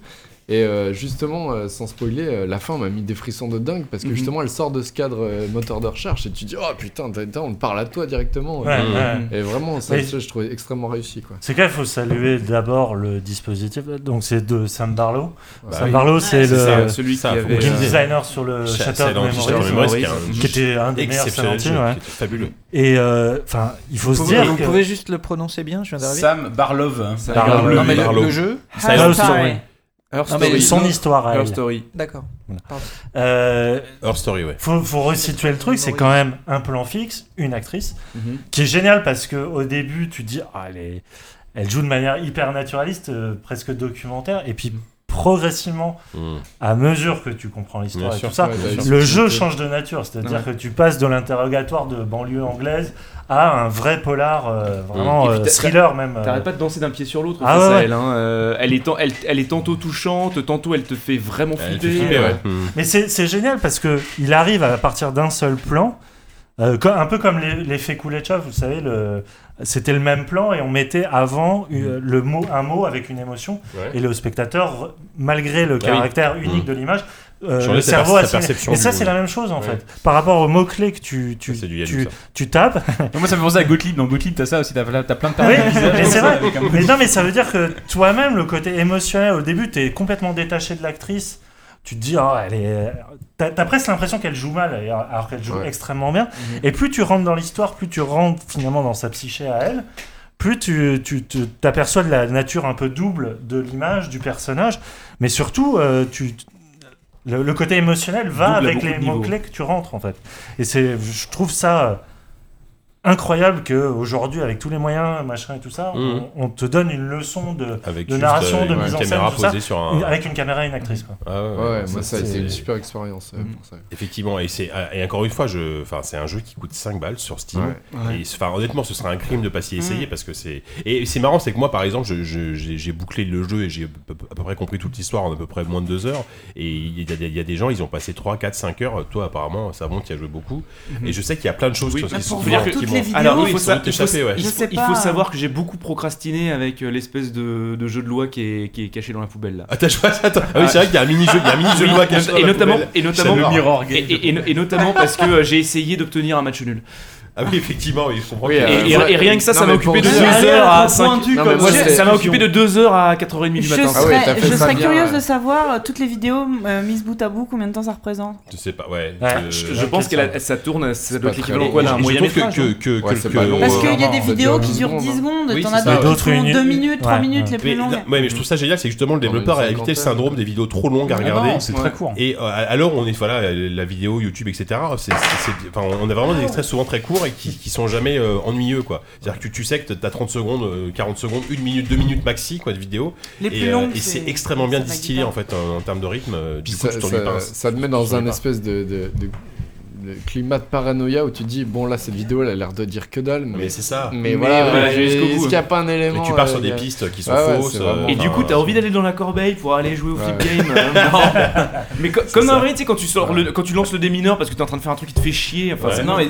G: Et euh, justement, euh, sans spoiler, euh, la fin m'a mis des frissons de dingue parce que
F: Mhm.
G: justement, elle sort de ce cadre euh, moteur de recherche et tu dis, oh putain, t'as- t'as- on parle à toi directement.
H: Ouais,
G: Et-
H: ouais.
G: Et vraiment, ça,
H: Mais-
G: ça, je trouvais extrêmement réussi quoi.
H: C'est quand même, faut saluer d'abord le dispositif. Donc, c'est de Sam Barlow.
G: Bah
H: Sam
G: oui.
H: Barlow, c'est
G: C'est ça,
H: le
G: celui qui
H: le
G: avait,
H: game
G: euh,
H: designer sur le
E: Sha-
H: Shattered
E: Silent
H: Memories,
E: Shattered Memories, qui est un
H: qui était un des meilleurs
E: exceptionnel
H: Silent Hill,
E: jeu,
H: ouais.
E: qui était fabuleux.
H: Et euh, enfin, il faut se
K: Vous-
H: dire.
K: Vous
H: que-
K: pouvez juste le prononcer bien, je viens d'arriver.
B: Sam Barlov. hein.
K: Sam
H: Barlow.
K: Barlow. Non, mais le-
H: Barlow.
K: le jeu
H: Silent
K: Her
H: Story.
K: Story.
H: Her
K: Non, mais
H: Story. Son
K: le-
H: histoire à
K: Her
H: elle.
K: Story. D'accord. Pardon.
H: Euh,
E: Her Story, ouais.
H: Faut, faut resituer le truc, c'est quand même un plan fixe, une actrice,
E: Mhm.
H: qui est géniale parce que au début, tu te dis, ah, elle, est- elle joue de manière hyper naturaliste, euh, presque documentaire, et puis progressivement,
E: Mhm.
H: à mesure que tu comprends
E: Bien
H: l'histoire et
E: sûr,
H: tout ça,
E: ouais, bien sûr.
H: le jeu change de nature, c'est-à-dire que
E: Ouais.
H: tu passes de l'interrogatoire de banlieue anglaise à un vrai polar, euh, vraiment
F: Et puis
H: euh,
F: t'a-
H: thriller
F: t'a-
H: même. euh.
F: T'arrêtes pas de danser d'un pied sur l'autre
H: Ah
F: face
H: ouais,
F: à
H: ouais.
F: elle. hein. Euh, elle, est tant- elle, elle est tantôt touchante, tantôt elle te fait vraiment
E: Elle
F: flipper.
E: fait flipper, ouais.
F: Euh,
E: Mm.
H: Mais c'est c'est génial parce que il arrive à partir d'un seul plan, euh, co- un peu comme l'e- l'effet Kuleshov, vous savez, le- c'était le même plan et on mettait avant euh,
F: Mm.
H: le mot, un mot avec une émotion
E: Ouais.
H: et le spectateur, malgré le
F: Bah
E: Ah oui.
H: caractère unique
E: Mm.
H: de l'image, euh,
E: Changer
H: le
E: sa
H: cerveau
E: per-
H: a
E: sa
H: signé.
E: perception
H: Et ça,
E: du-
H: c'est la même chose en
E: Ouais.
H: fait. Par rapport au mot-clé que tu, tu,
E: c'est du Yannou,
H: tu,
E: ça.
H: tu tapes,
B: Moi, ça me fait penser à Gottlieb. Dans Gottlieb, t'as ça aussi. T'as t'as plein de
H: oui,
B: personnages bizarres
H: mais
B: comme
H: c'est
B: ça,
H: vrai.
B: avec un-
H: Mais non, mais ça veut dire que toi-même, le côté émotionnel, au début, t'es complètement détaché de l'actrice. Tu te dis, oh, elle est. T'as t'as presque l'impression qu'elle joue mal, alors qu'elle joue
G: Ouais.
H: extrêmement bien.
B: Mhm.
H: Et plus tu rentres dans l'histoire, plus tu rentres finalement dans sa psyché à elle, plus tu tu- tu- t'aperçois de la nature un peu double de l'image, du personnage. Mais surtout, euh, tu. Le, le côté émotionnel va
F: Double à
H: avec
F: beaucoup
H: les
F: de niveaux.
H: mots-clés que tu rentres en fait. Et c'est, je trouve ça euh, incroyable que aujourd'hui, avec tous les moyens, machin et tout ça,
E: Mhm.
H: on, on te donne une leçon de,
E: Avec
H: de
E: juste,
H: narration,
E: euh,
H: de
E: une
H: mise en scène,
E: caméra
H: tout ça,
E: posée sur un-
H: une- avec une caméra et une actrice. Quoi. Mm.
E: Ah
G: Ouais, ouais, moi, ça a été une super expérience euh, pour ça.
E: Effectivement, et, c'est, euh, et encore une fois, je, enfin, c'est un jeu qui coûte 5 balles sur Steam.
G: Ouais. Ouais.
E: Et, enfin, honnêtement, ce serait un crime de pas
H: Mm.
E: s'y essayer parce que c'est. Et c'est marrant, c'est que moi, par exemple, je- je- j'ai j'ai bouclé le jeu et j'ai à peu- à peu près compris toute l'histoire en à peu près moins de 2 heures. Et il y, a des- il y a des gens, ils ont passé 3, 4, 5 heures. Toi, apparemment, ça monte, tu as joué beaucoup.
G: Mm-hmm.
F: Mhm.
E: Et je sais qu'il y a plein de choses
F: oui,
E: qui
G: Ah,
F: parce
E: sont
F: qu'il faut
E: qui
F: dire
E: m'ont-
F: que-
E: qui m'ont-
F: Alors,
E: oui,
F: il faut,
E: qui
F: sa-
E: m'ont
F: il faut-
E: échappé, ouais.
F: il
E: Je
F: faut-
E: sais
F: il
E: pas.
F: faut savoir que j'ai beaucoup procrastiné avec euh, l'espèce de, de jeu de loi qui est, qui est caché dans la poubelle là.
E: Ah, t'as joué à ça, toi Ah oui, c'est vrai qu'il y a un mini-jeu- il y a un mini-jeu de loi caché dans
F: et
E: la
F: notamment,
E: poubelle.
F: et notamment,
E: C'est le mirror
F: et, et- et- et notamment parce que euh, j'ai essayé d'obtenir un match nul.
E: Ah oui, effectivement, oui, je comprends.
F: et,
E: que-
F: et- et rien que ça,
E: Non,
F: ça m'a
E: mais pour
F: occupé de
E: dire-
F: 2 heures à 5
E: pointu, Non, mais comme moi, ça. c'est-
F: Ça m'a occupé de 2 heures à 4h30 du
I: Je
F: matin.
I: serais, je serais curieuse de savoir euh, toutes les vidéos euh, mises bout à bout, combien de temps ça représente.
E: Je sais pas, ouais.
F: Ouais. Je- je pense qu'elle a- ça tourne, ça doit être l'équivalent quoi, d'un
E: Et je
F: moyen
E: trouve que-
F: métrage,
E: que-
F: hein.
E: que-
F: Ouais,
E: que-
F: c'est
E: que-
F: pas long,
I: Parce qu'il y a
F: vraiment,
I: des
F: ça dure
I: vidéos qui
F: 10
I: durent
F: secondes,
I: 10 secondes,
F: Oui,
I: t'en
F: c'est
I: as
F: ça,
I: d'autres qui
F: ouais. D'autres,
I: font
F: une-
I: 2 minutes, 3 minutes les plus
E: mais,
I: longues.
E: non, ouais, mais je trouve ça génial, c'est que justement le développeur a évité le
G: cinquantaine.
E: syndrome des vidéos trop longues à
G: Ah non,
E: regarder.
G: c'est très
F: hein.
G: court.
I: Ah
E: Et euh, alors, on est voilà, la vidéo YouTube, etc. c'est- c'est- c'est- enfin, on a vraiment des extraits souvent très courts et qui, qui sont jamais euh, ennuyeux quoi. C'est-à-dire que tu, tu sais que t'as 30 secondes, euh, 40 secondes, 1 minute, 2 minutes maxi quoi de vidéo.
G: Les
E: et euh,
G: plus longues,
E: et c'est
G: c'est-
E: extrêmement bien
G: ça va
E: distillé
G: guitare.
E: en fait en, en termes de rythme. euh, Du
G: Puis
E: coup,
G: ça,
E: tu t'ennuies
G: ça,
E: pas.
G: ça te
E: Tu
G: met dans
E: t'ennuies
G: un
E: pas.
G: espèce de, de- de- de climat de paranoïa où tu te dis bon là cette vidéo elle a l'air de dire que dalle mais,
E: c'est ça
G: mais voilà,
E: voilà,
G: mais
E: jusqu'au
G: est-ce
E: bout.
G: qu'il n'y a pas un
E: Et
G: élément
E: tu pars
G: euh,
E: sur des
G: gars
E: pistes qui sont
G: Ouais, ouais,
E: fausses,
G: c'est
E: euh,
G: vraiment-
F: Et du coup, t'as envie d'aller dans la corbeille pour aller jouer au flip game. euh, non. Mais co- comme un vrai, tu sais, quand tu, sors le- quand tu lances le démineur parce que t'es en train de faire un truc qui te fait chier. Enfin,
B: Ouais.
F: c'est-
B: Non, mais-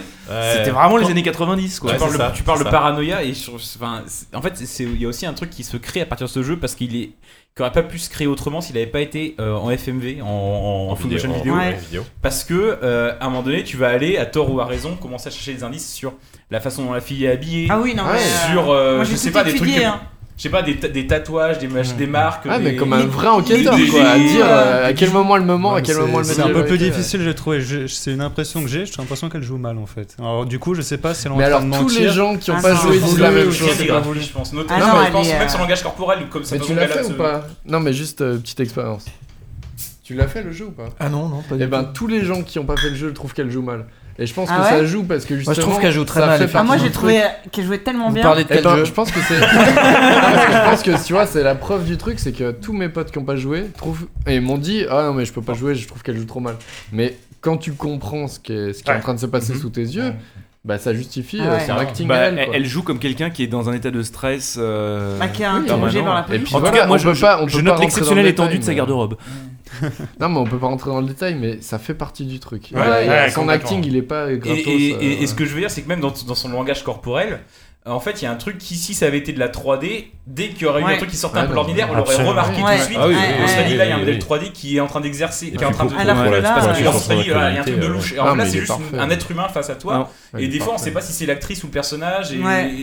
F: c'était vraiment les
B: Quand-
F: années 90 quoi.
B: Tu parles, de- tu parles de paranoïa et je- enfin, c'est- en fait, c'est- il y a aussi un truc qui se crée à partir de ce jeu parce qu'il est qui aurait pas pu se créer autrement s'il n'avait pas été euh, en FMV, en, en, en
E: vidéo,
B: Foundation
E: en-
B: Vidéo.
E: ouais, vidéo.
B: Parce que euh, à un moment donné, tu vas aller à tort ou à raison commencer à chercher des indices sur la façon dont la fille est habillée.
I: Ah oui, non, mais, euh,
B: sur euh,
I: moi, j'ai
B: je sais
I: tout
B: pas des trucs.
I: étudié,
B: que-
I: hein.
B: Je sais pas, des, ta- des tatouages, des, mach- des marques.
G: ah mais
B: des-
G: comme un
B: des-
G: vrai enquêteur
B: des-
G: quoi à
B: des-
G: dire euh,
B: euh,
G: à quel moment le moment à quel moment euh. le
L: C'est un
G: métier,
L: peu
G: ouais.
L: plus difficile, j'ai trouvé. Je- je- C'est une impression que j'ai. J'ai l'impression qu'elle joue mal en fait. Alors du coup, je sais pas si elle est en
G: Mais
L: train
G: alors,
L: de
G: tous
L: mentir.
G: les gens qui ont Ah pas non. joué disent
L: Voulu
G: la même
L: ou
G: chose,
L: pas
G: c'est pas
L: voulu.
G: voulu.
B: Je pense, notamment,
G: Ah non,
B: je pense
G: elle est,
B: même
G: euh,
B: sur le langage corporel, comme ça
G: mais
B: dans
G: tu
B: son
G: l'as
B: galop,
G: fait ou
B: ce-
G: pas non mais juste euh, petite expérience tu l'as fait le jeu ou pas
K: Ah non, non, pas
G: et
K: du
G: ben
K: tout.
G: tous les gens qui ont pas fait le jeu trouvent qu'elle joue mal et je pense
I: Ah
G: que
I: ouais
G: ça joue parce que
K: Moi, je
G: justement
K: trouve qu'elle joue très
G: ça
K: mal,
G: fait
K: elle fait
I: Ah, moi
G: partie
I: j'ai
G: du
I: trouvé
G: truc.
I: qu'elle jouait tellement bien.
G: Eh ben, Je pense que c'est. Non, parce que je pense que tu vois, c'est la preuve du truc, c'est que tous mes potes qui ont pas joué trouvent et m'ont dit ah non mais je peux pas jouer, je trouve qu'elle joue trop mal. Mais quand tu comprends ce qui est, ce qui est en train de se passer sous tes yeux, bah ça justifie euh, son acting.
F: Mhm. Bah,
G: à elle,
F: elle,
G: quoi.
F: elle joue comme quelqu'un qui est dans un état de stress. euh,
G: Bah, qui est interrogé
F: permanent.
G: par la police. Et puis
F: en tout
G: voilà,
F: cas, moi
G: on
F: je,
G: peut pas- on
F: je
G: peut pas
F: note
G: rentrer
F: l'exceptionnelle
G: dans le
F: étendue de
G: détail,
F: sa
G: mais-
F: garde-robe.
G: non mais on peut pas rentrer dans le détail, mais ça fait partie du truc.
B: Ouais,
G: Voilà, il y a-
B: ouais,
G: son
B: complètement.
G: acting il est pas
B: Et,
G: gratos.
B: et- et-
G: euh,
B: et ce que je veux dire, c'est que même dans, dans son langage corporel, euh, en fait, il y a un truc qui, si ça avait été de la 3D, dès qu'il y aurait eu
I: Ouais.
B: un truc qui sortait
I: Ouais,
B: un peu
I: non,
B: l'ordinaire, on l'aurait
I: absolument.
B: remarqué tout
I: Ouais.
B: de suite.
I: Ah oui,
B: et on
I: oui,
B: serait dit,
I: oui,
B: là, il y a un
I: oui,
B: modèle
I: oui.
B: 3D qui est en train d'exercer, qui est
I: puis
B: en train de.
I: pour- Alors pour que la- là, pour la
B: Et on
I: suite,
B: serait dit,
I: on
B: voilà, il y a un
I: serait
B: truc de
I: connecté,
B: louche. Et
I: ouais.
B: en
I: Ah,
B: fait, là,
I: mais
B: c'est
I: il est
B: juste une-
I: parfait.
B: un être humain face à toi.
I: Non,
B: Et
I: il est
B: des fois, on
I: parfait.
B: sait pas si c'est l'actrice ou le personnage. Et
I: Ouais.
B: et- et-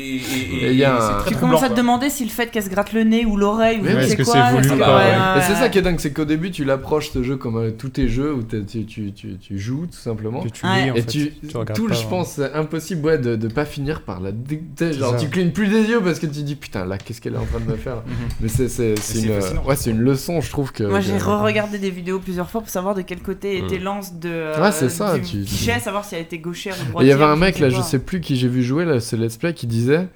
G: Et il y a
B: et
G: un-
B: c'est très
I: Tu
B: troublant,
I: commences à te
B: quoi.
I: demander si le fait qu'elle se gratte le nez ou l'oreille ou
G: Mais
I: je
G: est-ce
I: sais
G: que
I: quoi.
G: c'est voulu
I: est-ce
G: ou
I: que-
G: pas
I: ouais,
G: ouais.
I: ouais,
G: Et c'est
I: ouais.
G: ça qui est dingue, c'est qu'au début tu l'approches ce jeu comme euh, tous tes jeux où t'es- tu, tu, tu, tu joues tout simplement.
L: Que tu lis, Ouais. en
G: Et
L: fait.
G: tu,
L: Tu regardes
G: tout,
L: pas,
G: je
L: hein.
G: pense, c'est impossible ouais, de, de pas finir par la. dé- tu sais, Genre
L: ça.
G: tu clignes plus des yeux parce que tu dis putain là qu'est-ce qu'elle est en train de me faire. Mais c'est c'est- c'est
L: c'est
G: une,
L: fascinant.
G: ouais, c'est une leçon je trouve que.
I: Moi j'ai
G: que-
I: re-regardé des vidéos plusieurs fois pour savoir de quel côté était
G: Mm.
I: l'anse de.
G: Ouais, c'est ça,
I: du
G: tu-
I: guichet, savoir si elle était gauchère ou
G: Et
I: droitière.
G: il y avait un
I: ou
G: mec là, je
I: quoi.
G: sais plus qui j'ai vu jouer là, ce let's play qui disait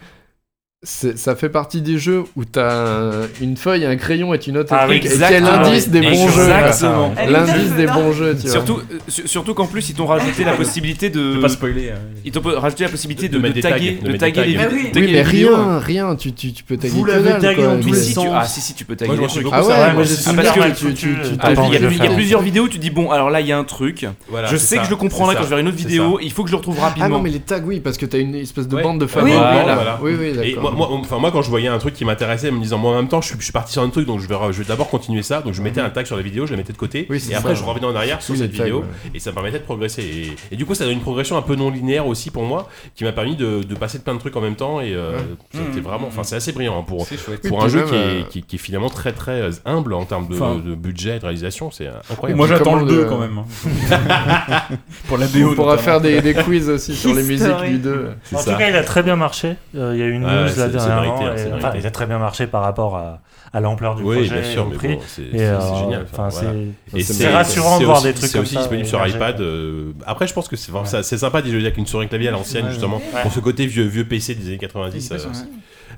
G: c'est- ça fait partie des jeux où t'as un- une feuille, un crayon et tu notes un
F: Ah oui,
G: truc et qu'il y a
F: exactement.
G: l'indice des bons jeux. là.
F: Exactement.
G: L'indice des bons jeux, tu
F: surtout,
G: vois.
F: euh, sur- surtout qu'en plus, ils t'ont rajouté la possibilité de.
G: De pas spoiler,
B: hein.
F: Ils t'ont rajouté la possibilité de,
E: De mettre
F: de
E: des tags,
F: taguer,
E: de
F: de
E: mettre
F: taguer
E: des
F: les
E: tags.
F: vidéos.
E: Mais oui,
F: taguer
G: Oui, mais
F: les vidéos.
G: rien, rien, tu, tu, tu peux taguer
F: Vous
G: que
F: l'avez
G: dalle,
F: tagué
G: quoi,
F: en tous
G: mais-
F: les Si, tu- ah, si, si, tu peux taguer
G: Moi, je
F: les
G: me suis
F: trucs.
G: beaucoup fait
F: Ah,
G: avoir,
F: ouais,
G: c'est
F: ah,
G: super
F: parce
G: mal
F: que
G: foutu,
F: tu-
G: tu- tu-
F: tu- ah,
G: t'as
F: Il y a-
G: envie de
F: il y a
G: faire.
F: plusieurs vidéos, tu dis, bon, alors là, il y a un truc.
G: Voilà,
F: Je
G: c'est
F: sais que
G: ça,
F: je le comprendrai
G: c'est ça,
F: quand je verrai une autre
G: c'est
F: vidéo.
G: ça.
F: Il faut que je le retrouve
G: Ah non,
F: rapidement.
G: mais les tags, oui, parce que t'as une espèce de bande de fans.
E: Oui,
G: Voilà.
E: voilà.
G: oui, oui,
E: Et moi,
G: d'accord.
E: moi, enfin, moi, quand je voyais un truc qui m'intéressait, me disant, moi, en même temps, je suis, je suis parti sur un truc, donc je vais, je vais d'abord continuer ça. Donc, je mettais
B: Mhm.
E: un tag sur la vidéo, je la mettais de côté,
G: Oui, c'est
E: et après,
G: ça.
E: je revenais en arrière sur
G: Oui,
E: cette
G: les tags,
E: vidéo,
G: ouais.
E: et ça me permettait de progresser. Et, et du coup, ça donne une progression un peu non linéaire aussi pour moi, qui m'a permis de, de passer de plein de trucs en même temps, et euh, c'était vraiment, enfin, c'est assez brillant hein, pour,
B: Mhm. C'est chouette.
E: pour
B: Oui,
E: un
B: puis
E: jeu
B: même,
E: qui,
B: euh,
E: est, qui, qui est finalement très très euh, humble en termes de,
B: Enfin.
E: de budget et de réalisation, c'est incroyable.
B: Moi, j'attends le 2 quand même. hein. Pour la BO.
G: On pourra
E: notamment.
G: faire des, des quiz aussi sur les musiques
H: Historique.
G: du 2.
H: En tout cas, il a très bien marché. Euh, Il y a eu une
E: Ouais,
H: news
E: c'est-
H: là
E: c'est
H: dernièrement.
E: mérité, hein,
H: et-
E: c'est
H: enfin,
E: mérité.
H: il a très bien marché par rapport à, à l'ampleur du
E: Oui,
H: projet.
E: bien sûr,
H: et au
E: mais
H: prix.
E: bon, c'est
H: Et,
E: c'est- c'est
H: euh,
E: génial.
H: enfin,
E: enfin, voilà.
H: c'est-
E: Et
H: C'est rassurant de voir
E: aussi-
H: des trucs
E: c'est
H: comme
E: aussi
H: ça.
E: disponible sur
H: émerger.
E: iPad. euh, après, je pense que c'est vraiment- ça- c'est sympa d'y jouer avec une souris clavier à l'ancienne,
H: Ouais,
E: justement,
H: ouais.
E: pour ce côté vieux, vieux PC des années 90.
H: Ouais,
E: euh,
H: ouais.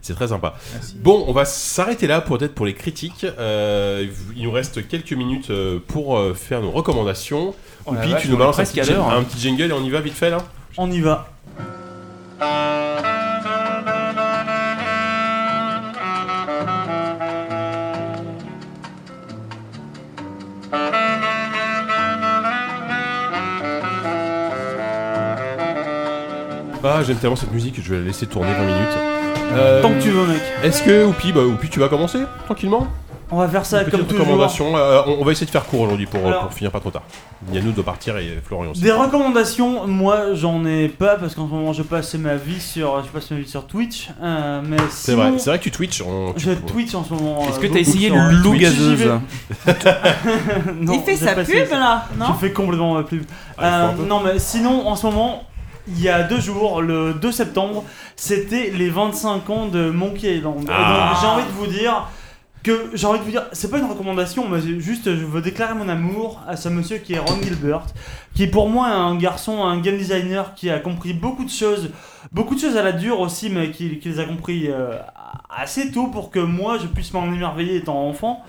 E: c'est très sympa. Bon, on va s'arrêter là pour peut-être pour les critiques. Euh, il nous reste quelques minutes euh, pour euh, faire nos recommandations.
L: Oh
E: Ou
L: la
E: puis
L: vache,
E: tu nous
L: on est
E: balances un
L: presque
E: petit,
L: à l'heure, hein.
E: un petit jingle et on y va vite fait là.
J: On y va.
E: Ah, j'aime tellement cette musique, je vais la laisser tourner 20 minutes.
J: Tant que tu veux, mec.
E: Est-ce que, Oupi, bah, Oupi, tu vas commencer tranquillement
J: On va faire ça
E: Une petite
J: comme toujours.
E: recommandation. euh, on, on va essayer de faire court aujourd'hui pour,
J: Alors-
E: pour finir pas trop tard. Yannou doit partir et Florian aussi.
J: Des recommandations, moi j'en ai pas parce qu'en ce moment je passe ma vie sur, je passe ma vie sur Twitch. euh, mais
E: C'est vrai,
J: sinon,
E: c'est vrai que tu Twitch. On, tu-
J: Je Twitch en ce moment.
F: Est-ce
J: euh,
F: que t'as
J: beaucoup
F: essayé
J: sur,
F: le
J: euh,
F: loup
J: Twitch.
F: gazeuse
J: Non,
I: Il fait
J: j'ai
I: sa
J: pas
I: pub,
J: essayé ça.
I: là, non
J: Je fais complètement ma pub.
I: Ah, il
J: Euh,
I: faut un peu.
J: non, mais sinon, en ce moment, il y a deux jours, le 2 septembre, c'était les 25 ans de Monkey Island. Et donc,
F: Ah.
J: j'ai envie de vous dire que j'ai envie de vous dire, c'est pas une recommandation, mais c'est juste je veux déclarer mon amour à ce monsieur qui est Ron Gilbert, qui est pour moi un garçon, un game designer qui a compris beaucoup de choses, beaucoup de choses à la dure aussi, mais qui, qui les a compris euh, assez tôt pour que moi je puisse m'en émerveiller étant enfant.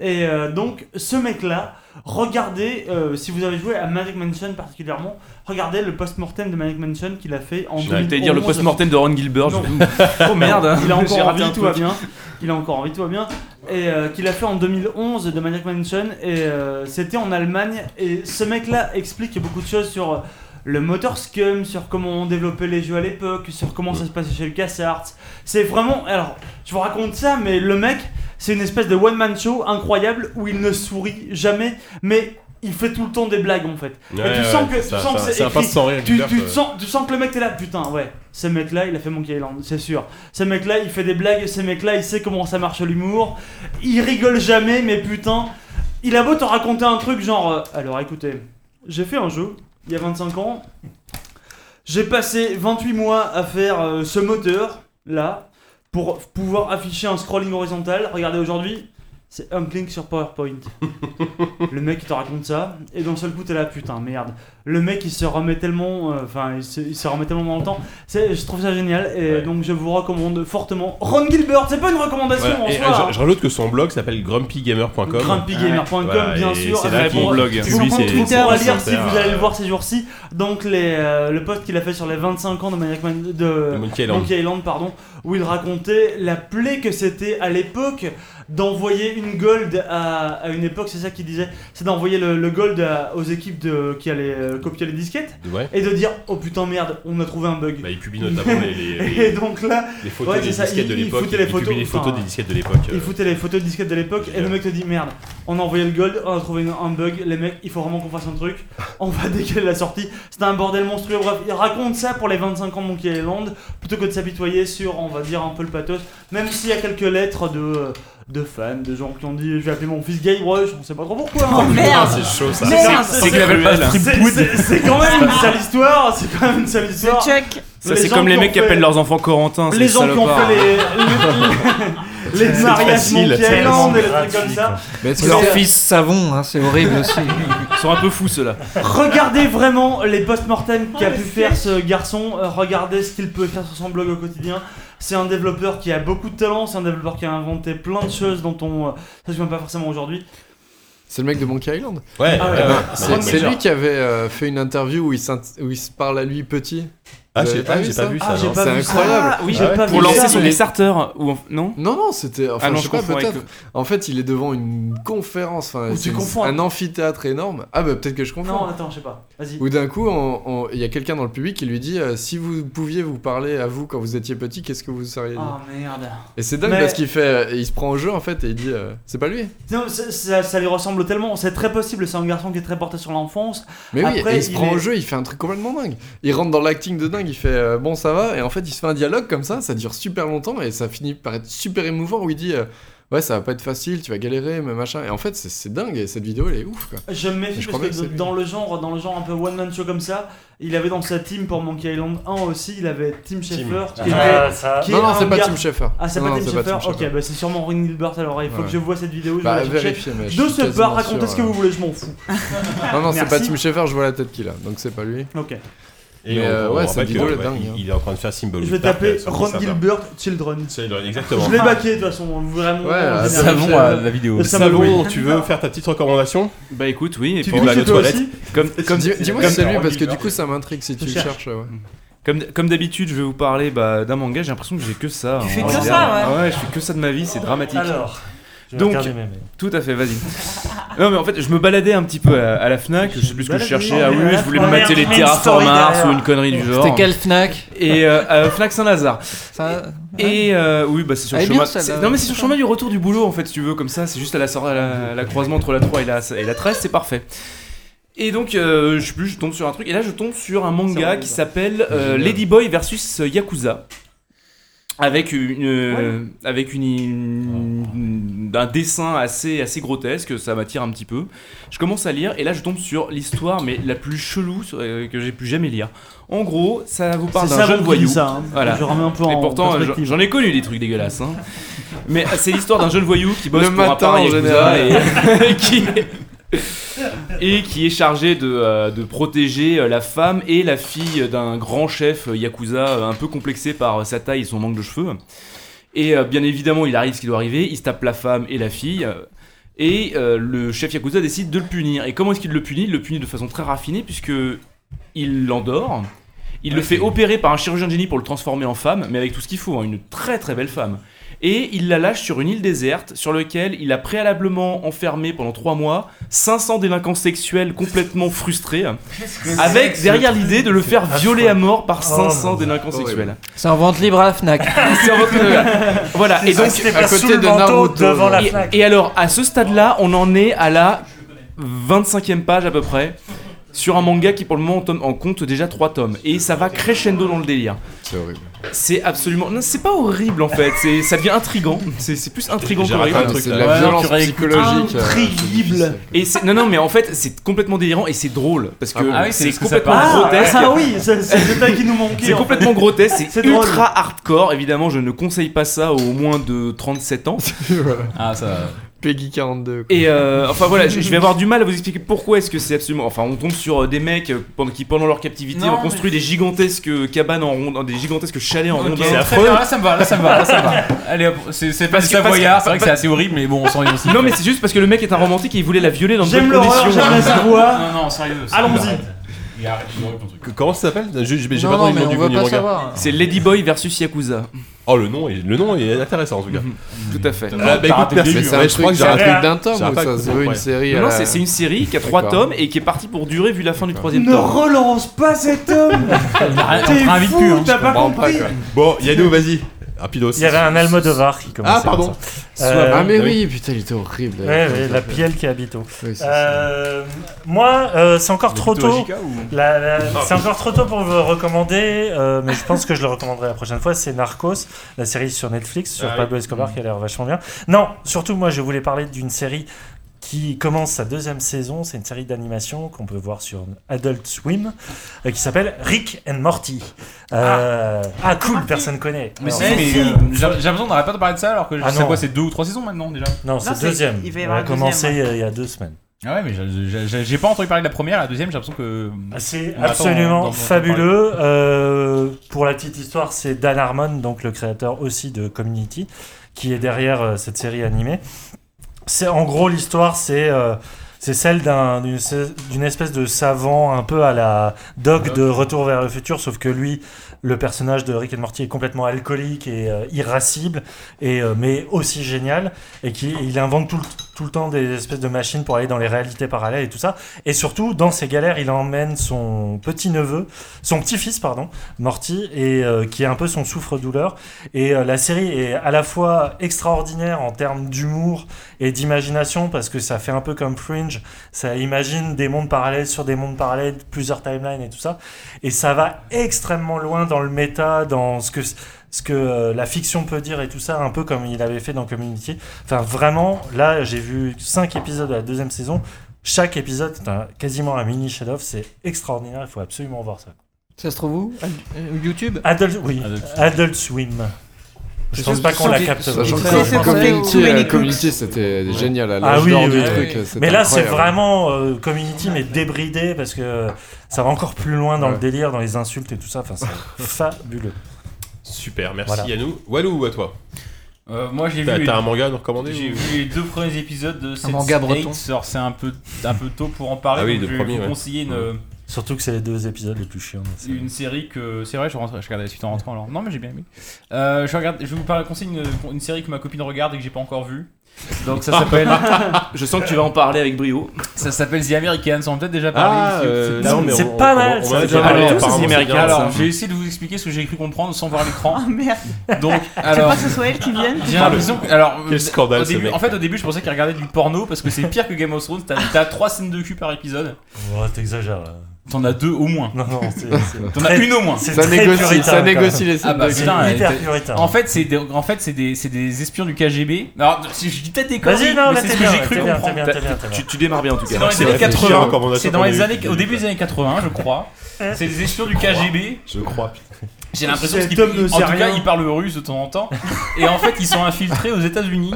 J: Et euh, donc ce mec-là, regardez, euh, si vous avez joué à Magic Mansion particulièrement, regardez le post-mortem de Magic Mansion qu'il a fait en
F: J'allais
J: 2011.
F: dire le post-mortem de Ron Gilbert,
J: Non.
F: je-
J: Oh merde, il a
F: J'ai
J: encore
F: raté
J: envie,
F: un
J: tout va
F: truc.
J: bien. Il a encore envie, tout va bien. Et euh, qu'il a fait en 2011 de Maniac Mansion. Et euh, c'était en Allemagne. Et ce mec-là explique beaucoup de choses sur euh, le moteur Scum, sur comment on développait les jeux à l'époque, sur comment ça se passait chez LucasArts. C'est vraiment. Alors, je vous raconte ça, mais le mec, c'est une espèce de one-man show incroyable où il ne sourit jamais. Mais. Il fait tout le temps des blagues en fait. Et
E: Ouais,
J: tu
E: ouais,
J: sens que,
E: ça-
J: tu sens que
E: ça-
J: c'est
E: ça
J: écrit.
E: passe sans rire,
J: Tu-
E: Gilbert,
J: tu
E: euh.
J: sens sens- tu sens que le mec t'es là, putain, ouais, ce mec là, il a fait Monkey Island, c'est sûr. Ce mec là, il fait des blagues, ce mec là, il sait comment ça marche l'humour. Il rigole jamais, mais putain, il a beau te raconter un truc genre, euh, alors écoutez, j'ai fait un jeu il y a 25 ans, j'ai passé 28 mois à faire euh, ce moteur là pour pouvoir afficher un scrolling horizontal. Regardez aujourd'hui, c'est un clic sur PowerPoint. le mec il te raconte ça et d'un seul coup t'es là putain merde. Le mec il se remet tellement, euh, enfin il, se, il se remet tellement dans le temps. C'est- je trouve ça génial et donc je vous recommande fortement Ron Gilbert. C'est pas une recommandation
E: Voilà,
J: en
E: et,
J: soi.
E: euh,
J: hein.
E: je, je rajoute que son blog s'appelle grumpygamer.com.
J: GrumpyGamer.com,
E: Voilà,
J: bien
E: et
J: sûr.
E: C'est là qu'il
J: Vraiment,
E: blog.
J: Vous comptez Twitter à lire si vous allez le voir ces jours-ci. Donc les, euh, le post qu'il a fait sur les 25 ans de, Maniac Man- de,
E: De Monkey Island.
J: pardon, où il racontait la plaie que c'était à l'époque d'envoyer une gold à, à une époque, c'est ça qu'il disait, c'est d'envoyer le, le gold à- aux équipes de, qui allaient euh, copier les disquettes
E: Ouais.
J: et de dire oh putain merde, on a trouvé un bug.
E: Bah, il publie notamment les- les-
J: et donc là,
E: les photos
J: ouais,
E: des
J: c'est ça,
E: disquettes
J: il-
E: de
J: il
E: l'époque,
J: foutait les
E: il publie
J: photos,
E: les photos
J: enfin,
E: des disquettes de l'époque,
J: il
E: euh,
J: foutait les photos de disquettes de l'époque et le mec te dit merde, on a envoyé le gold, on a trouvé une- un bug, les mecs, il faut vraiment qu'on fasse un truc, on va décaler la sortie. C'était un bordel monstrueux. Bref, il raconte ça pour les 25 ans de Monkey Island plutôt que de s'apitoyer sur, on va dire, un peu le pathos, même s'il y a quelques lettres de. euh, De fans, de gens qui ont dit je vais appeler mon fils Guy Rush, on sait pas trop pourquoi. hein.
E: Oh, merde. C'est chaud, ça.
J: Merde.
E: C'est- c'est que l'appelle pas
J: C'est-
E: Stripwood.
J: c'est- C'est quand même une sale histoire, c'est quand même une sale histoire.
F: Ça,
J: Les
F: c'est
J: gens
F: comme les
J: ont
F: mecs qui
J: fait-
F: appellent leurs enfants Corentin.
J: les gens qui ont fait les- les, les,
F: C'est
J: mariages
F: facile,
J: Monkey
F: c'est
J: Island et les
F: tellement
J: trucs comme
F: gratuit,
J: ça.
K: Mais
J: Et
K: leur
J: c'est-
K: fils savon, hein, c'est horrible aussi.
F: Ils sont un peu fous ceux-là.
J: Regardez vraiment les post-mortem qu'a
F: Oh,
J: pu
F: le
J: faire ce garçon. euh, Regardez ce qu'il peut faire sur son blog au quotidien. C'est un développeur qui a beaucoup de talent. C'est un développeur qui a inventé plein de choses dont on euh, ne se souvient pas forcément aujourd'hui.
G: C'est le mec de Monkey Island
E: Ouais, euh,
G: Ah
E: ouais, ouais.
G: c'est,
E: Ron
G: c'est lui
E: Gilbert.
G: qui avait euh, fait une interview où il, s'int- où il se parle à lui petit.
E: Ah,
G: Vous
E: j'ai
G: avez
E: pas- j'ai pas vu ça, Ah, non. j'ai pas
G: c'est
E: vu ça.
G: incroyable.
E: Ah, oui, j'ai pas
F: Pour
E: vu
F: lancer
E: ça.
F: son
G: Il est-
F: Kickstarter ou en- non
G: Non, non, c'était. Enfin,
F: Ah non,
G: je sais
F: je
G: pas,
F: confonds avec
G: peut-être. En fait, il est devant une conférence. Enfin,
J: Ou
G: c'est
J: tu
G: une-
J: confonds.
G: un amphithéâtre énorme. Ah, bah peut-être que je confonds.
J: Non, attends, je sais pas. Vas-y.
G: Où d'un coup, on- on- il y a quelqu'un dans le public qui lui dit euh, Si vous pouviez vous parler à vous quand vous étiez petit, qu'est-ce que vous seriez dit
J: Oh, merde.
G: Et c'est dingue
J: Mais-
G: parce qu'il fait. euh, il se prend au jeu en fait et il dit euh, C'est pas lui
J: Non, ça, ça- ça lui ressemble tellement. C'est très possible. C'est un garçon qui est très porté sur l'enfance.
G: Mais oui,
J: Après,
G: et il se prend
J: est-
G: au jeu, il fait un truc complètement dingue. Il rentre dans l'acting de dingue, il fait euh, bon ça va, et en fait il se fait un dialogue comme ça, ça dure super longtemps et ça finit par être super émouvant où il dit euh, ouais ça va pas être facile, tu vas galérer, mais machin. Et en fait c'est- c'est dingue, et cette vidéo elle est ouf quoi.
J: Je me méfie
G: Et je
J: parce
G: crois
J: que,
G: bien que c'est lui.
J: dans le genre, dans le genre un peu one man show comme ça, il avait dans sa team pour Monkey Island 1 aussi, il avait Tim Schafer.
G: Ah,
J: qui
G: ah,
J: était-
G: ça.
J: qui
G: Non,
J: est
G: non,
J: un
G: c'est pas
J: gars-
G: Tim Schafer.
J: Ah, c'est
G: Non,
J: pas
G: non,
J: Tim
G: c'est pas
J: Schafer.
G: Tim Schafer.
J: Ok, bah c'est sûrement Ron Gilbert. Alors il faut
G: Ouais.
J: que je vois cette vidéo. Je
G: Bah,
J: vais la chercher.
G: vérifier, mais je
J: De
G: suis
J: ce
G: quasiment
J: part, racontez
G: sûr,
J: ce que
G: ouais.
J: vous voulez, je m'en fous.
G: non non c'est pas
J: Merci.
G: Tim Schafer, je vois la tête qu'il a, donc c'est pas lui.
J: Ok.
E: Et
G: mais
E: on-
G: euh,
E: on
G: ouais
E: rappelle
G: cette
E: que,
G: vidéo elle
E: ouais,
G: est dingue. hein.
E: Il est en train de faire Symbol.
J: Je vais
E: Dark,
J: taper
E: euh, sur
J: Ron
E: Kickstarter.
J: Gilbert Children.
E: Children, exactement.
H: Ah.
J: Je l'ai baqué de toute façon, vous vraiment.
E: Ouais,
J: en
E: euh,
J: général,
E: savon
J: je-
E: à la vidéo.
J: Le savon,
E: Savon,
J: oui.
E: tu veux faire ta petite recommandation
F: Bah écoute, oui, et
E: Tu
F: puis
E: dis
F: bah,
E: que
F: la
E: toi
F: toilette.
E: aussi
F: Comme,
E: Dis-
F: comme,
G: dis-moi
F: comme-
G: que c'est lui,
F: Ron
G: parce que
F: Gilbert.
G: du coup, ça m'intrigue si tu le cherches, ouais.
F: Comme, comme d'habitude, je vais vous parler bah, d'un manga, j'ai l'impression que j'ai que ça.
J: Tu
F: en
J: fais que
F: réserve.
J: ça, ouais.
F: je fais que ça de ma vie, c'est dramatique.
J: Alors, je vais
F: Donc,
J: regarder mes mails.
F: tout à fait, vas-y. Non mais en fait je me baladais un petit peu à, à la Fnac, je sais plus ce que je
J: baladais,
F: cherchais, ah
J: mais
F: oui
J: à la
F: je voulais me
J: Fnac.
F: mater les
J: Main
F: Terraform
J: story
F: Mars
J: derrière.
F: ou une connerie du genre.
K: C'était quelle Fnac
F: Et euh, euh, Fnac Saint-Lazare.
K: Ça-
F: Et euh, oui bah c'est sur
K: Elle
F: le
K: est bien,
F: chemin.
K: celle-là.
F: c'est- Non mais c'est sur le chemin du retour du boulot en fait si tu veux comme ça, c'est juste à la, sor- à la, à la croisement entre la 3 et la, et la 13, c'est parfait. Et donc, euh, je sais plus, je tombe sur un truc. Et là, je tombe sur un manga qui s'appelle euh,
B: Génial.
F: Ladyboy versus euh, Yakuza. Avec, une, euh, avec une, une- un dessin assez, assez grotesque, ça m'attire un petit peu. Je commence à lire et là je tombe sur l'histoire, mais la plus chelou euh, que j'ai pu jamais lire. En gros, ça vous parle
J: C'est
F: d'un
J: ça,
F: jeune
J: Van
F: voyou.
J: Cleef, ça, hein.
F: Voilà.
J: Je remets un peu
F: et
J: en
F: pourtant, euh,
J: perspective.
F: j'en j'en ai connu des trucs dégueulasses. hein. Mais c'est l'histoire d'un jeune voyou qui bosse
G: Le
F: pour un
G: matin,
F: parrain
G: en
F: Yakuza
G: général.
F: et, qui et qui est chargé de, euh, de protéger euh, la femme et la fille d'un grand chef euh, Yakuza euh, un peu complexé par euh, sa taille et son manque de cheveux. Et euh, bien évidemment, il arrive ce qui doit arriver, il se tape la femme et la fille. euh, Et euh, le chef Yakuza décide de le punir. Et comment est-ce qu'il le punit Il le punit de façon très raffinée puisque il l'endort. Il le fait opérer par un chirurgien de génie pour le transformer en femme, mais avec tout ce qu'il faut, hein, une très très belle femme. Et il la lâche sur une île déserte sur laquelle il a préalablement enfermé pendant 3 mois 500 délinquants sexuels complètement frustrés, avec derrière l'idée de le faire violer à mort par 500 délinquants sexuels.
K: C'est en vente libre à la Fnac.
F: C'est en vente libre à la Fnac. Voilà, et donc
K: À côté de Naruto, voilà.
F: et, et alors, à ce stade-là, on en est à la 25e page à peu près. Sur un manga qui pour le moment en, tome- en compte déjà 3 tomes. Et ça va crescendo dans le délire.
G: C'est horrible.
F: C'est absolument. Non, c'est pas horrible en fait. C'est, ça devient intrigant. C'est, c'est plus intrigant
G: J'ai
F: qu'horrible.
G: raté un truc, C'est de là. la violence
F: tu réécoutes.
G: psychologique, euh,
F: Intriguible. Et c'est- non, non, mais en fait, c'est complètement délirant et c'est drôle. Parce que
J: Ah oui, c'est
F: c'est,
J: parce que ça
F: complètement
J: parle. Ah,
F: grotesque.
J: ah oui, c'est- c'est le détail qui nous manquait,
F: C'est
J: en fait.
F: complètement grotesque. C'est,
J: C'est drôle.
F: ultra hardcore. Évidemment, je ne conseille pas ça aux moins de 37 ans. Ah, ça.
G: Peggy 42. quoi.
F: Et euh, enfin voilà, je je vais avoir du mal à vous expliquer pourquoi est-ce que c'est absolument. Enfin, on tombe sur euh, des mecs euh, pendant- qui pendant leur captivité
B: Non,
F: ont construit des gigantesques euh, cabanes en rond, des gigantesques chalets en
B: Ok,
F: rondins.
B: très bien, là, ça me va, là, ça me va, là, ça me va. Allez, hop, c'est- c'est pas
F: Parce
B: du Savoyard, c'est vrai que
F: parce-
B: c'est assez horrible, mais bon, on s'en est aussi.
F: Non, mais c'est juste parce que le mec est un romantique et il voulait la violer dans de
B: J'aime
F: bonnes
B: l'horreur,
F: conditions.
B: j'aime la savoir.
F: Non, non, sérieux.
B: sérieux, arrête.
E: Que- Comment ça s'appelle Je- je- J'ai
F: Non,
E: pas
F: non,
E: entendu
F: mais
E: le nom
F: on
E: du
F: veut
E: du
F: pas
E: manga.
F: savoir. C'est Ladyboy versus Yakuza. Mhm.
E: Oh, le nom est, le nom est intéressant en tout cas.
F: Tout à fait.
E: Euh, bah, écoute, merci.
G: Mais c'est
E: Ouais,
G: un
E: je
G: truc-
E: crois que j'ai
G: c'est un
E: raté-
G: truc d'un tome
E: j'ai
G: ou
E: raté-
G: ça se veut une
E: ouais.
G: série
F: Non,
G: à
F: non,
G: la-
F: c'est c'est une série qui a 3
G: D'accord.
F: tomes et qui est partie pour durer vu la fin du troisième
J: Ne
F: tome.
J: relance pas cet homme T'es fou, t'as pas compris
E: Bon, Yannou, vas-y. Rapidos.
H: Il y avait un Almodovar qui commençait.
E: Ah, pardon.
H: comme ça. Euh,
G: ah, mais oui, putain, il était horrible.
H: Ouais, ouais, la pielle qui habite au.
G: Oui, c'est
H: Euh, moi, euh, c'est encore
G: Mais
H: trop
G: plutôt
H: tôt.
B: hein,
G: AJK ou-
H: La- la-
G: Ah.
H: c'est encore trop tôt pour vous recommander, euh, mais je pense que je le recommanderai la prochaine fois. C'est Narcos, la série sur Netflix sur
L: Ah oui.
H: Pablo
B: Mm.
H: Escobar qui a l'air vachement bien. Non, surtout moi, je voulais parler d'une série qui commence sa deuxième saison. C'est une série d'animation qu'on peut voir sur Adult Swim euh, qui s'appelle Rick and Morty. Euh, ah, cool, personne connaît.
B: Mais
H: Alors,
B: si, mais euh, j'ai j'ai l'impression qu'on n'arrête pas de parler de ça alors que je
H: Ah
B: sais
H: non.
B: quoi, c'est deux ou trois saisons maintenant déjà.
H: Non, c'est deuxième.
B: Il
H: On a commencé euh, il y a deux semaines.
B: Ah ouais, mais j'ai- j'ai- j'ai j'ai pas entendu parler de la première, la deuxième, j'ai l'impression que.
H: Ah, C'est
B: on attend
H: absolument
B: d'entendre parler.
H: fabuleux. Euh, pour la petite histoire, c'est Dan Harmon, donc le créateur aussi de Community, qui est derrière euh, cette série animée. C'est en gros l'histoire, c'est euh, c'est celle d'un- d'une se- d'une espèce de savant un peu à la Doc de Retour vers le futur, sauf que lui, le personnage de Rick and Morty est complètement alcoolique et euh, irascible, et euh, mais aussi génial, et qui il invente tout le, tout le temps des espèces de machines pour aller dans les réalités parallèles et tout ça. Et surtout, dans ses galères, il emmène son petit neveu, son petit-fils pardon, Morty, et euh, qui est un peu son souffre-douleur. Et euh, la série est à la fois extraordinaire en termes d'humour et d'imagination parce que ça fait un peu comme Fringe, ça imagine des mondes parallèles sur des mondes parallèles, plusieurs timelines et tout ça. Et ça va extrêmement loin dans le méta, dans ce que ce que euh, la fiction peut dire et tout ça, un peu comme il avait fait dans Community. Enfin, vraiment, là, j'ai vu cinq épisodes de la deuxième saison. Chaque épisode est un- quasiment un mini chef-d'œuvre. C'est extraordinaire. Il faut absolument voir ça.
K: Ça se trouve où Euh, YouTube
H: Adult, oui. Adult Swim. Je pense pas qu'on la capte.
G: Sachant que Community, euh, Community, c'était génial. à
H: Ah
G: l'âge
H: oui,
G: d'or
H: oui,
G: du
H: oui.
G: truc, c'était
H: mais là c'est
G: incroyable.
H: vraiment euh, community mais débridé parce que ça va encore plus loin dans le délire, dans les insultes et tout ça. Enfin, c'est fabuleux.
E: Super, merci
H: Voilà.
E: Yannou. Walou, à toi.
B: Euh, moi, j'ai
E: T'as-
B: vu-
E: T'as un manga à nous recommander
B: J'ai
E: ou-
B: vu les deux premiers épisodes de Sense
K: manga breton.
B: Eight, alors c'est un peu, un peu tôt pour en parler.
E: Ah oui,
B: donc
E: les
B: je vais
E: premiers,
B: vous
E: ouais.
B: conseiller une, euh,
E: Ouais.
H: Surtout que c'est les deux épisodes les plus chiants.
B: C'est une série que c'est vrai je, rentre, je regardais la suite en rentrant alors non mais j'ai bien aimé Euh, je, regarde, je vais vous parler- conseiller une, une série que ma copine regarde et que j'ai pas encore vue donc ça s'appelle
F: Je sens que tu vas en parler avec brio
B: ça s'appelle The Americans on en a peut-être déjà parlé
F: Ah,
B: ici.
F: euh,
B: Cette-
F: non, mais C'est on- pas on- mal, on ça. en a déjà
B: Alors,
F: parlé,
B: tout,
F: apparemment,
B: c'est
F: c'est
B: américain.
F: bien, ça.
B: alors j'ai essayé de vous expliquer ce que j'ai cru comprendre sans voir l'écran
I: Ah merde.
B: donc
I: Je
B: alors
I: pense que ce soit elle qui vienne.
B: j'ai l'impression que- alors
E: Quel
B: euh,
E: scandale,
B: au
E: ce
B: début-
E: mec.
B: en fait au début je pensais qu'elle regardait du porno parce que c'est pire que Game of Thrones t'as- t'as trois scènes de cul par épisode
H: Oh, t'exagères. là.
B: T'en as deux au moins.
H: Non, non, c'est- c'est
B: T'en as
H: très-
B: une au moins.
H: c'est Ça très négocie- puritain, ça négocie quand même. les scènes
B: Ah bah,
H: de
B: putain,
H: guerre.
B: elle
H: Hyper
B: était-
H: puritain.
B: En fait, c'est des, en fait, c'est des, c'est des espions du KGB. Alors, si je dis peut-être des
H: Vas-y,
B: conneries,
H: non,
B: mais
H: là,
B: c'est
H: t'es
B: ce que
H: bien,
B: j'ai
H: ouais,
B: cru
H: t'es bien,
B: comprendre.
H: t'es bien, t'es bien, t'es bien.
F: Tu- tu démarres bien, en tout cas.
B: C'est dans les
F: C'est
B: années
F: la fiche
B: 80.
F: recommandation
B: C'est dans
F: qu'on a
B: les
F: eue
B: années,
F: depuis le
B: au
F: début.
B: début des années 80, je crois. C'est des espions du KGB.
E: Je crois,
B: putain. J'ai l'impression
J: Cet
B: qu'ils
J: homme ne
B: en
J: sait
B: tout cas,
J: rien.
B: ils parlent russe de temps en temps. Et en fait, ils sont infiltrés aux États-Unis.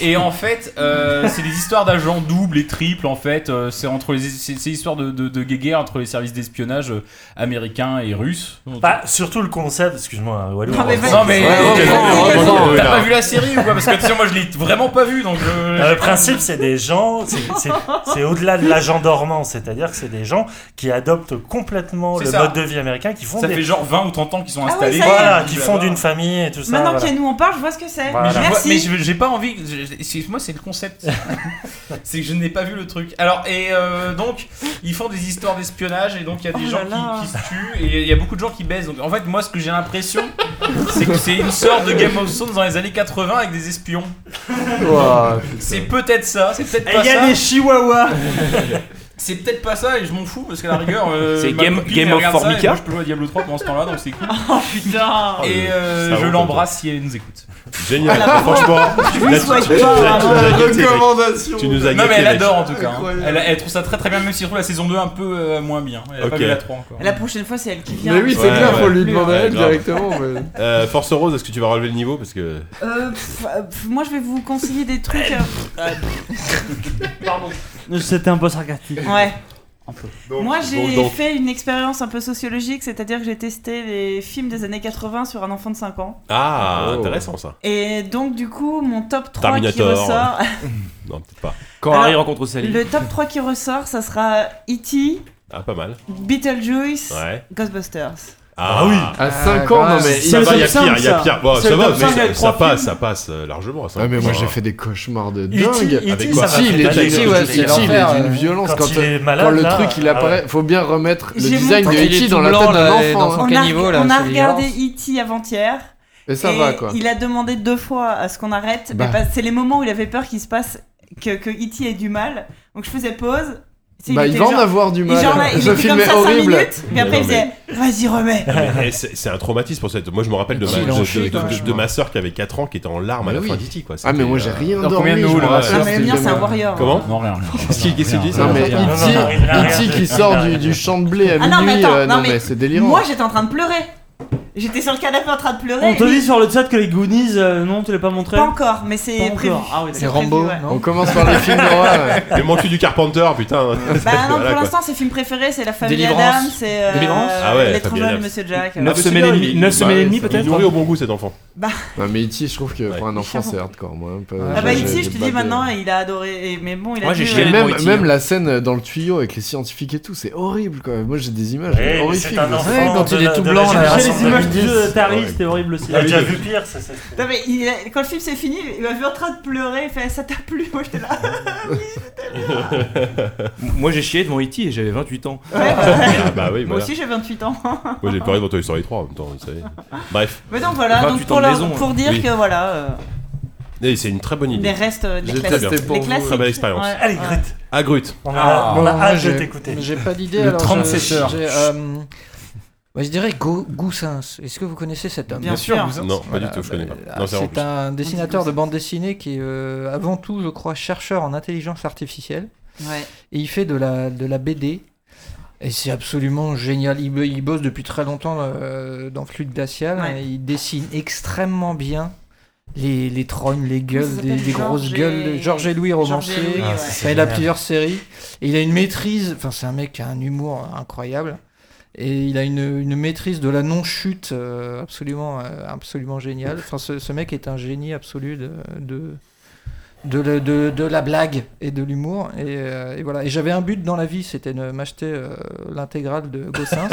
B: Et en fait, euh, c'est des histoires d'agents doubles et triples. En fait, Euh, c'est entre les c'est c'est histoire de, de, de guéguerre entre les services d'espionnage euh, américains et russes.
H: Bah, surtout le concept, excuse-moi, Walou.
B: Non mais, euh,
H: vas-y.
B: t'as pas vu la série ou quoi Parce que tu sais, moi je l'ai vraiment pas vu donc. euh,
H: Euh, le principe, c'est des gens, c'est- c'est c'est au-delà de l'agent dormant, c'est-à-dire que c'est des gens qui adoptent complètement
B: C'est
H: le
B: ça.
H: mode de vie américain, qui font
B: Ça
H: des-
B: fait genre 20 ou 30 ans qu'ils sont
I: Ah oui,
B: installés.
I: ça y est.
H: Voilà, qui font d'une famille et tout ça.
I: Maintenant
H: voilà.
I: qu'il y a nous on parle, je vois ce que c'est.
H: Voilà.
I: Merci.
B: Mais je- j'ai pas envie. je- je- c'est- Moi, c'est le concept. c'est que je n'ai pas vu le truc. Alors, et euh, donc, ils font des histoires d'espionnage et donc il y a des
I: Oh
B: gens
I: là là.
B: qui, qui se tuent et il y a beaucoup de gens qui baissent. Donc, en fait, moi, ce que j'ai l'impression, c'est que c'est une sorte de Game of Thrones dans les années 80 avec des espions.
G: Ouah, putain.
B: c'est peut-être ça. C'est peut-être
J: Et
B: pas
J: il y a
B: ça.
J: des chihuahuas
B: C'est peut-être pas ça et je m'en fous parce qu'à la rigueur. euh,
F: C'est
B: ma
F: Game-
B: copine,
F: Game
B: elle
F: of
B: regarde ça, et
F: Formica.
B: moi, Je peux jouer à Diablo 3 pendant ce temps-là donc c'est cool.
I: Oh putain
B: Et euh,
E: Ah, Ça
B: je
E: vaut
B: l'embrasse si elle nous écoute.
I: Ah,
E: Génial, franchement. là, tu- tu-
I: hein.
E: là, tu nous as gâtés, mec. Tu nous as
B: Non mais
E: gâtés,
B: elle
E: mec.
B: adore en tout cas. hein.
I: Incroyable.
B: Elle, elle trouve ça très très bien même si elle trouve la saison 2 un peu euh, moins bien. Elle a pas
E: Ok.
B: vu la 3 encore.
I: La prochaine fois, c'est elle qui vient.
G: Mais oui, c'est
E: Ouais,
G: clair,
E: ouais.
G: faut lui demander à elle
E: Ouais, grave.
G: directement. mais-
E: Euh, Force Rose, est-ce que tu vas relever le niveau Parce que.
I: Euh, pff, euh, pff, moi, je vais vous conseiller des trucs. euh, Pardon.
J: C'était un peu sarcastique.
I: Ouais.
J: Un peu.
I: Moi,
J: donc,
I: j'ai
J: donc.
I: fait une expérience un peu sociologique, c'est-à-dire que j'ai testé les films des années 80 sur un enfant de 5 ans. oh.
E: Ah,
G: Oh.
E: intéressant ça.
I: Et donc, du coup, mon top 3
E: Terminator.
I: qui ressort.
E: non, peut-être pas.
F: Quand
I: Alors,
F: Harry rencontre Sally.
I: Le top 3 qui ressort, ça sera E.T.,
E: Ah, pas mal.
I: Beetlejuice,
E: Ouais.
I: Ghostbusters.
E: Ah, oui
G: À cinq ans, non, mais-
E: Ça
G: C'est
E: va,
G: le
E: il y a
G: top
E: pire,
G: cinq,
E: il y a
G: ça.
E: pire. Ah, Bon,
G: C'est
E: ça
G: le
E: va,
G: top
E: mais
G: cinq
E: ça-
G: avec
E: ça
G: trois
E: passe,
G: films.
E: ça passe euh, largement. ça.
G: Ah mais moi
E: Ça
G: j'ai
E: va.
G: fait des cauchemars de
E: E.T.,
G: dingue
E: E.T.,
G: avec
E: E ça
G: quoi
E: m'a fait
G: Si, il
E: mal.
G: est
E: E.T.,
G: d'une- si,
E: ouais, c'est
G: si, il est
E: l'enfer,
G: d'une
E: euh,
G: violence
E: quand
G: quand,
E: il est
G: quand
E: malade,
G: le
E: là,
G: truc il
E: ah
G: apparaît.
E: ouais.
G: Faut bien remettre le
I: J'ai
G: design
I: montré-
G: de
I: Il est
G: E.T.
I: tout
G: dans la
I: blanc,
G: tête d'un
I: là,
E: euh,
G: enfant.
I: on
G: hein.
I: a, on a regardé E.T. avant-hier.
G: Et ça va, quoi.
I: Il a demandé deux fois à ce qu'on arrête.
G: Bah.
I: mais parce- C'est les moments où il avait peur qu'il se passe que, que E.T. ait du mal. Donc je faisais pause. Tu sais,
G: Bah, il
I: était
G: va en avoir du
I: il-
G: mal.
I: Genre, là, il
G: Je
I: était comme
G: filmais
I: ça cinq
G: horrible.
I: minutes. Puis après, il
E: Non, mais-
I: faisait Vas-y, remets.
E: Non, mais, eh, c'est c'est un traumatisme pour ça. Moi, je me rappelle de ma,
G: Qu'il
E: de,
G: en chie,
I: hein,
E: de- de-
G: toi,
E: de-
G: je
E: de ma soeur qui avait 4 ans, qui était en larmes à la
G: Mais
E: fin
G: oui.
E: d'E.T. quoi.
G: Ah, mais
E: C'était,
G: moi, j'ai
E: euh,
G: rien
E: Alors,
G: dormi,
E: combien de
G: je
E: nous,
G: me
E: là,
I: Ah,
G: rappelle,
E: sur
G: c'était
E: ces
G: bien,
E: gamins
G: c'est un
I: hein.
G: warrior.
E: Comment
B: Non, rien. rien.
E: Qu'est-ce qu'il qu'est-ce qu'il dit ça
G: Non mais
E: Non, non,
G: E.T.
E: non, il a rien
G: E.T.
E: dit.
G: qui sort du, du champ de blé à
I: Ah non, mais
G: minuit,
I: attends,
G: euh,
I: non,
G: non
I: mais
G: mais c'est délirant.
I: Moi, j'étais en train de pleurer. J'étais sur le canapé en train de pleurer.
J: On te dit
I: Et-
J: sur le chat que les Goonies, euh, non, tu l'as pas montré
I: Pas encore, mais c'est
J: Pas encore.
I: prévu.
J: Ah oui,
I: C'est
G: C'est
I: prévu,
G: Rambo,
I: ouais.
G: on commence par les films d'horreur. ouais.
E: Mais mon cul du Carpenter, putain.
I: Bah non,
E: Voilà,
I: pour
E: quoi.
I: l'instant, ses films préférés, c'est La famille
E: Délivrance.
I: Adam, c'est euh,
E: Délivrance. Ah ouais,
I: L'étranger
E: Famille
I: de
E: Adams.
I: Monsieur Jack.
E: Neuf
I: euh,
E: semaines et demie. Neuf
G: Bah,
E: semaines et
G: ouais,
E: demie,
G: ça-
E: peut-être. hein. Nourri au bon goût, cet enfant.
I: Bah.
G: Non mais E.T. je trouve que pour un enfant
I: Méchant.
G: c'est hardcore moi. un peu.
I: Ah bah
G: J'ai-
I: ici,
G: j'ai euh,
I: je te
G: pas
I: dis
G: de-
I: maintenant, il a adoré. et- Mais bon, il a
G: Moi, j'ai
I: dû,
G: chialé E
I: euh,
G: même,
I: pour E.T.,
G: même
I: hein.
G: la scène dans le tuyau avec les scientifiques et tout, c'est horrible quoi. Moi j'ai des images
H: Ouais, Eh, mais
G: horrifiques.
H: c'est un
G: de ça.
H: enfant Ouais, quand de il est la- tout de la blanc, là,
J: J'ai
G: Ouais.
J: les
H: E
J: images du jeu Atari,
G: Ouais.
J: c'était horrible aussi.
H: Il a déjà vu pire, Ah, ça, ça.
I: Non mais il a- quand le film s'est fini, il m'a vu en train de pleurer, il fait ça t'a plu, moi j'étais là.
F: Moi j'ai chié
E: E
F: devant E.T. et j'avais 28 ans.
I: Ouais, bah,
E: Ah bah oui,
I: moi
E: voilà.
I: aussi j'ai 28 ans.
E: Moi, j'ai pleuré devant Toy Story 3 en même temps, vous savez. Bref.
I: Mais donc voilà, donc pour, leur-
E: hein.
I: pour dire que voilà. euh,
E: Et c'est une très bonne idée.
I: Des restes, euh, des
E: J'ai
I: classiques.
E: très bien.
I: Des classiques.
E: Très belle expérience.
I: Ouais. Ah, Allez, Grut.
E: À Grut.
H: On a- on a
K: Bon, moi,
H: hâte de
K: Ah. j'ai-
H: t'écouter.
K: J'ai pas d'idée.
H: Le
K: alors, je-
H: 37 heures.
K: j'ai, euh, bah, je dirais Go Goussens. Est-ce que vous connaissez cet homme Euh,
E: Bien Bien sûr, sûr. Goussens. Non, pas du tout, je connais pas. Non, c'est en
K: c'est
E: plus.
K: un dessinateur de bande dessinée qui est euh, avant tout, je crois, chercheur en intelligence artificielle.
I: Ouais.
K: Et il fait de la, de la BD. Et c'est absolument génial. Il, il bosse depuis très longtemps euh, dans Fluide Glacial.
I: Ouais.
K: Et il dessine extrêmement bien les, les trognes, les gueules,
I: Ça
K: des,
I: s'appelle
K: des grosses
I: Georges et-
K: gueules. de- Georges et Louis,
I: Georges et
K: romancier.
I: Louis, Ah, ouais. ça,
K: Enfin,
I: c'est
K: il a
I: génial.
K: plusieurs séries. Et il a une maîtrise. Enfin, c'est un mec qui a un humour incroyable. Et il a une, une maîtrise de la non-chute euh, absolument, euh, absolument géniale. Enfin, ce, ce mec est un génie absolu de, de, de, la- de- de la blague et de l'humour. Et, euh, et voilà. Et j'avais un but dans la vie, c'était de m'acheter euh, l'intégrale de Gossens.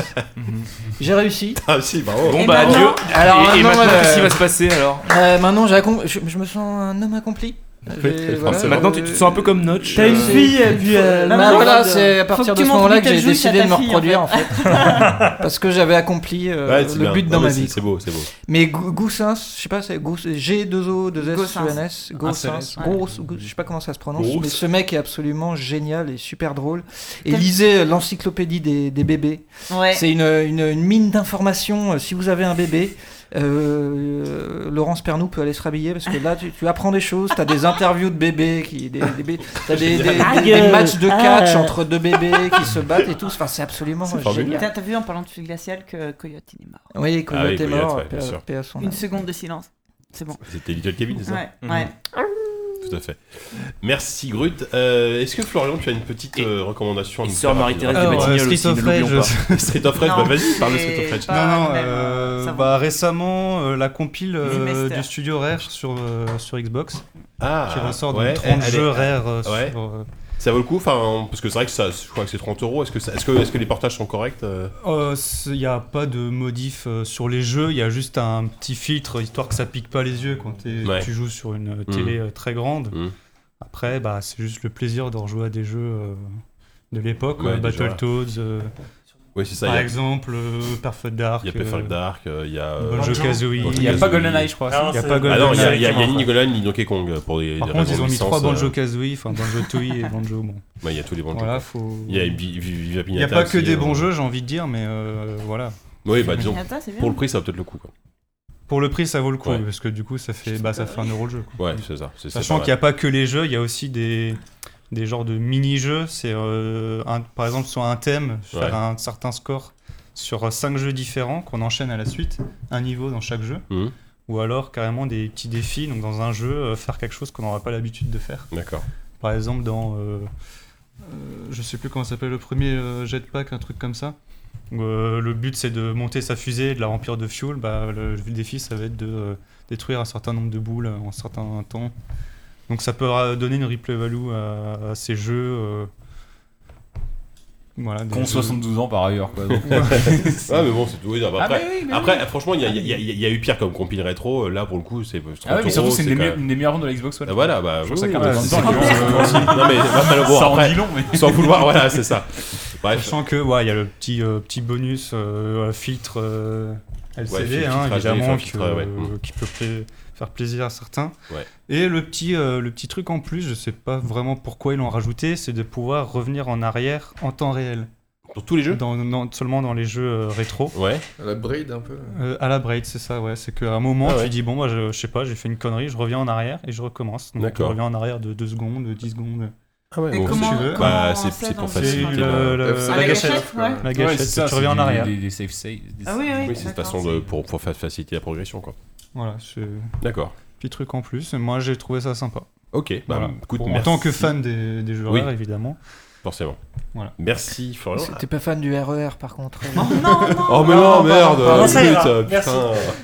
K: J'ai réussi.
E: Ah si, bravo.
F: Bon, bah,
K: maintenant-
F: adieu.
K: Alors,
F: Et- et
K: maintenant,
F: maintenant,
K: euh,
F: qu'est-ce qui va se passer, alors
K: euh, Maintenant, j'ai accom- je, je me sens un homme accompli. J'ai- voilà,
I: euh,
F: Maintenant tu te sens un peu comme Notch.
K: T'as une
F: Euh,
K: fille, elle vit, euh,
F: Bah,
K: Bah,
F: voilà.
K: voilà,
I: de-
K: c'est à
I: faut
K: partir
I: que
K: de
I: tu
K: ce
I: montres
K: moment-là que j'ai
I: Beetlejuice à
K: décidé
I: ta
K: de me
I: fille, en
K: reproduire en
I: fait.
K: fait. Parce que j'avais accompli euh,
E: Ouais, c'est
K: le
E: bien.
K: but
E: Non,
K: dans ma
E: mais c'est-
K: vie.
E: C'est beau, c'est beau.
K: Mais Gou- Goussens, je sais pas, c'est Gous- G2O2S,
I: Goussens.
K: UNS,
I: Un
K: Goussens,
I: seul S, ouais.
K: Gouss- Gouss- hein, je sais pas comment ça se prononce,
I: Gouss.
K: mais ce mec est absolument génial et super drôle. Et
I: Quel-
K: lisez euh, l'encyclopédie des, des bébés.
I: Ouais.
K: C'est une, une- une mine d'informations. euh, Si vous avez un bébé, euh, Laurence Pernou peut aller se rhabiller parce que là, tu, tu apprends des choses. T'as des interviews de bébés, qui, des, des bé- t'as des, des- des-
I: Ta
K: des
I: gueule.
K: matchs de
I: Ah.
K: catch entre deux bébés qui se battent et tout. Enfin, c'est absolument
I: C'est
K: génial.
I: T'as t'as vu en parlant de fil glacial que Coyote il est mort. Ah.
K: Oui, Coyote Ah oui, est Coyote, mort, ouais, paix- bien sûr. paix à son
I: Une
K: âme.
I: seconde de silence. C'est bon.
E: C'était Little Kevin, c'est ça
I: Ouais,
E: Mhm.
I: ouais.
E: Tout à fait. Merci Grut. Euh, Est-ce que Florian, tu as une petite euh, recommandation à nous
F: Sœur
E: faire
F: Marie-Thérèse
L: Ah
E: rapidement
F: des Alors, Batignolles euh, Street aussi, of ne l'oublions Rage. pas.
E: Street of Rage,
F: Non,
E: bah vas-y, parle de
F: c'est
E: Street of Rage.
L: Non, non,
F: hein,
L: euh, bah, récemment, euh, la compile euh,
E: Remaster.
L: du studio Rare sur, euh, sur Xbox
E: Ah,
L: qui ressort
E: ouais,
L: donc 30
E: elle est-
L: jeux Rare. euh,
E: ouais.
L: sur, euh,
E: Ça vaut le coup, enfin, parce que c'est vrai que ça, je crois que c'est 30 euros. Est-ce que, ça- est-ce que, est-ce que les portages sont corrects euh
L: Il n'y Oh, a pas de modif euh, sur les jeux, il y a juste un petit filtre histoire que ça pique pas les yeux quand t'es-
E: Ouais.
L: tu joues sur une
E: Mhm.
L: télé euh, très grande.
E: Mhm.
L: Après, bah, c'est juste le plaisir de rejouer à des jeux euh, de l'époque,
E: Ouais,
L: euh,
E: des jeux rares.
L: Battletoads, euh,
E: Oui, c'est ça,
L: par
E: il y a-
L: exemple, euh, Perfect Dark.
E: Il y a Perfect
L: euh,
E: Dark, euh, il y a. euh,
L: Banjo Kazooie.
E: Banjo-Kazooie.
L: Il n'y a pas
E: Ah non, il y a- il y a
L: Goldeneye,
E: il y a ni Golden ni Donkey Kong euh, pour des.
L: Par
E: des
L: contre,
E: raisons
L: ils
E: de
L: ont mis
E: licence,
L: trois
E: euh,
L: Banjo Kazooie, enfin Banjo Tooie et Banjo. Bon.
E: bah, il y a tous les Banjo.
L: Voilà,
E: quoi.
L: faut-
E: Il y a Vi- Vi- Viva
L: Il n'y a
E: Pinata
L: pas que
E: aussi,
L: des
E: euh,
L: bons jeux, j'ai envie de dire, mais euh, voilà.
E: Oui, bah disons.
L: Pinata, c'est bien.
E: Pour le prix, ça vaut peut-être le coup. quoi.
L: Pour le prix, ça vaut le coup,
E: Ouais.
L: parce que du coup, ça fait, bah, ça fait un euro le jeu. quoi.
E: Ouais, c'est ça, c'est- c'est
L: Sachant
E: pas
L: qu'il n'y a pas que les jeux, il y a aussi des, des genres de mini-jeux. C'est euh, un- par exemple sur un thème, faire
E: Ouais.
L: un certain score sur euh, cinq jeux différents qu'on enchaîne à la suite, un niveau dans chaque jeu.
E: Mhm.
L: Ou alors carrément des petits défis, donc dans un jeu, euh, faire quelque chose qu'on n'aura pas l'habitude de faire.
E: D'accord.
L: Par exemple, dans. euh, euh, je sais plus comment ça s'appelle le premier euh, jetpack, un truc comme ça. où, euh, le but c'est de monter sa fusée et de la remplir de fuel. Bah, le, le défi ça va être de euh, détruire un certain nombre de boules euh, en un certain temps. Donc ça peut euh, donner une replay value à, à ces jeux. euh, voilà, des
B: Qu'ont
L: jeux-
B: 72 ans par ailleurs, quoi, donc. euh,
L: Ouais.
E: ah mais bon c'est tout oui, non, bah,
B: Ah,
E: après,
B: mais oui, mais
E: après,
B: oui.
E: franchement il y a, il y a- il y a- il y a eu pire comme compil rétro euh, là pour le coup c'est
B: Ah ouais, mais surtout, c'est une des meilleures- une des meilleures
E: ventes
B: ventes de la Xbox One.
E: ah, voilà bah
B: Je trouve
E: oui,
B: ça
E: oui,
B: quand même
E: ouais,
B: dans le
E: c'est-
B: temps,
E: c'est-
B: que-
E: c'est- non mais bah, bon,
B: euh, Ça en
E: après,
B: dit long, mais-
E: sans vouloir voilà c'est ça bref
L: Sachant que ouais, il y a le petit euh, petit bonus euh, filtre euh, LCD
E: filtre
L: hein,
E: HD,
L: évidemment
E: enfin, filtre,
L: que-
E: ouais.
L: euh, qui peut pla- faire plaisir à certains.
E: Ouais.
L: Et le petit euh, le petit truc en plus, je sais pas vraiment pourquoi ils l'ont rajouté, c'est de pouvoir revenir en arrière en temps réel.
E: Pour tous les jeux
L: Seulement dans les jeux euh, rétro.
E: Ouais.
G: À la braid un peu.
L: Euh, à la braid, c'est ça, ouais. C'est qu'à un moment,
E: Ah ouais.
L: tu dis, bon, bah, je, je sais pas, j'ai fait une connerie, je reviens en arrière et je recommence. Donc,
E: D'accord.
L: Je reviens en arrière de 2 secondes, 10 secondes.
E: Ah ouais, Et bon, comment-
L: si tu veux.
E: comment Bah, c'est- on fait c'est pour dans ce- faciliter
L: C'est
E: la-
L: le- le-
E: Ah,
L: la,
E: la
L: gâchette.
E: gâchette, ouais.
L: La gâchette,
E: Ouais, c'est
L: tu
E: ça,
L: reviens
E: c'est
L: en
E: du-
L: arrière.
E: des- des safe saves, des- Ah oui, oui, Oui, c'est une d'accord. façon de- pour- pour fa- faciliter la progression, quoi.
L: Voilà, c'est.
E: D'accord.
L: Petit truc en plus, et moi j'ai trouvé ça sympa.
E: Ok, bah, écoute,
L: en
E: merci.
L: tant que fan des, des jeux
E: Oui.
L: rares, évidemment.
E: forcément
L: Voilà.
E: merci Florian
K: T'es pas fan du RER par contre.
E: oh mais non, merde
K: pardon.
E: euh, putain,
K: Merci.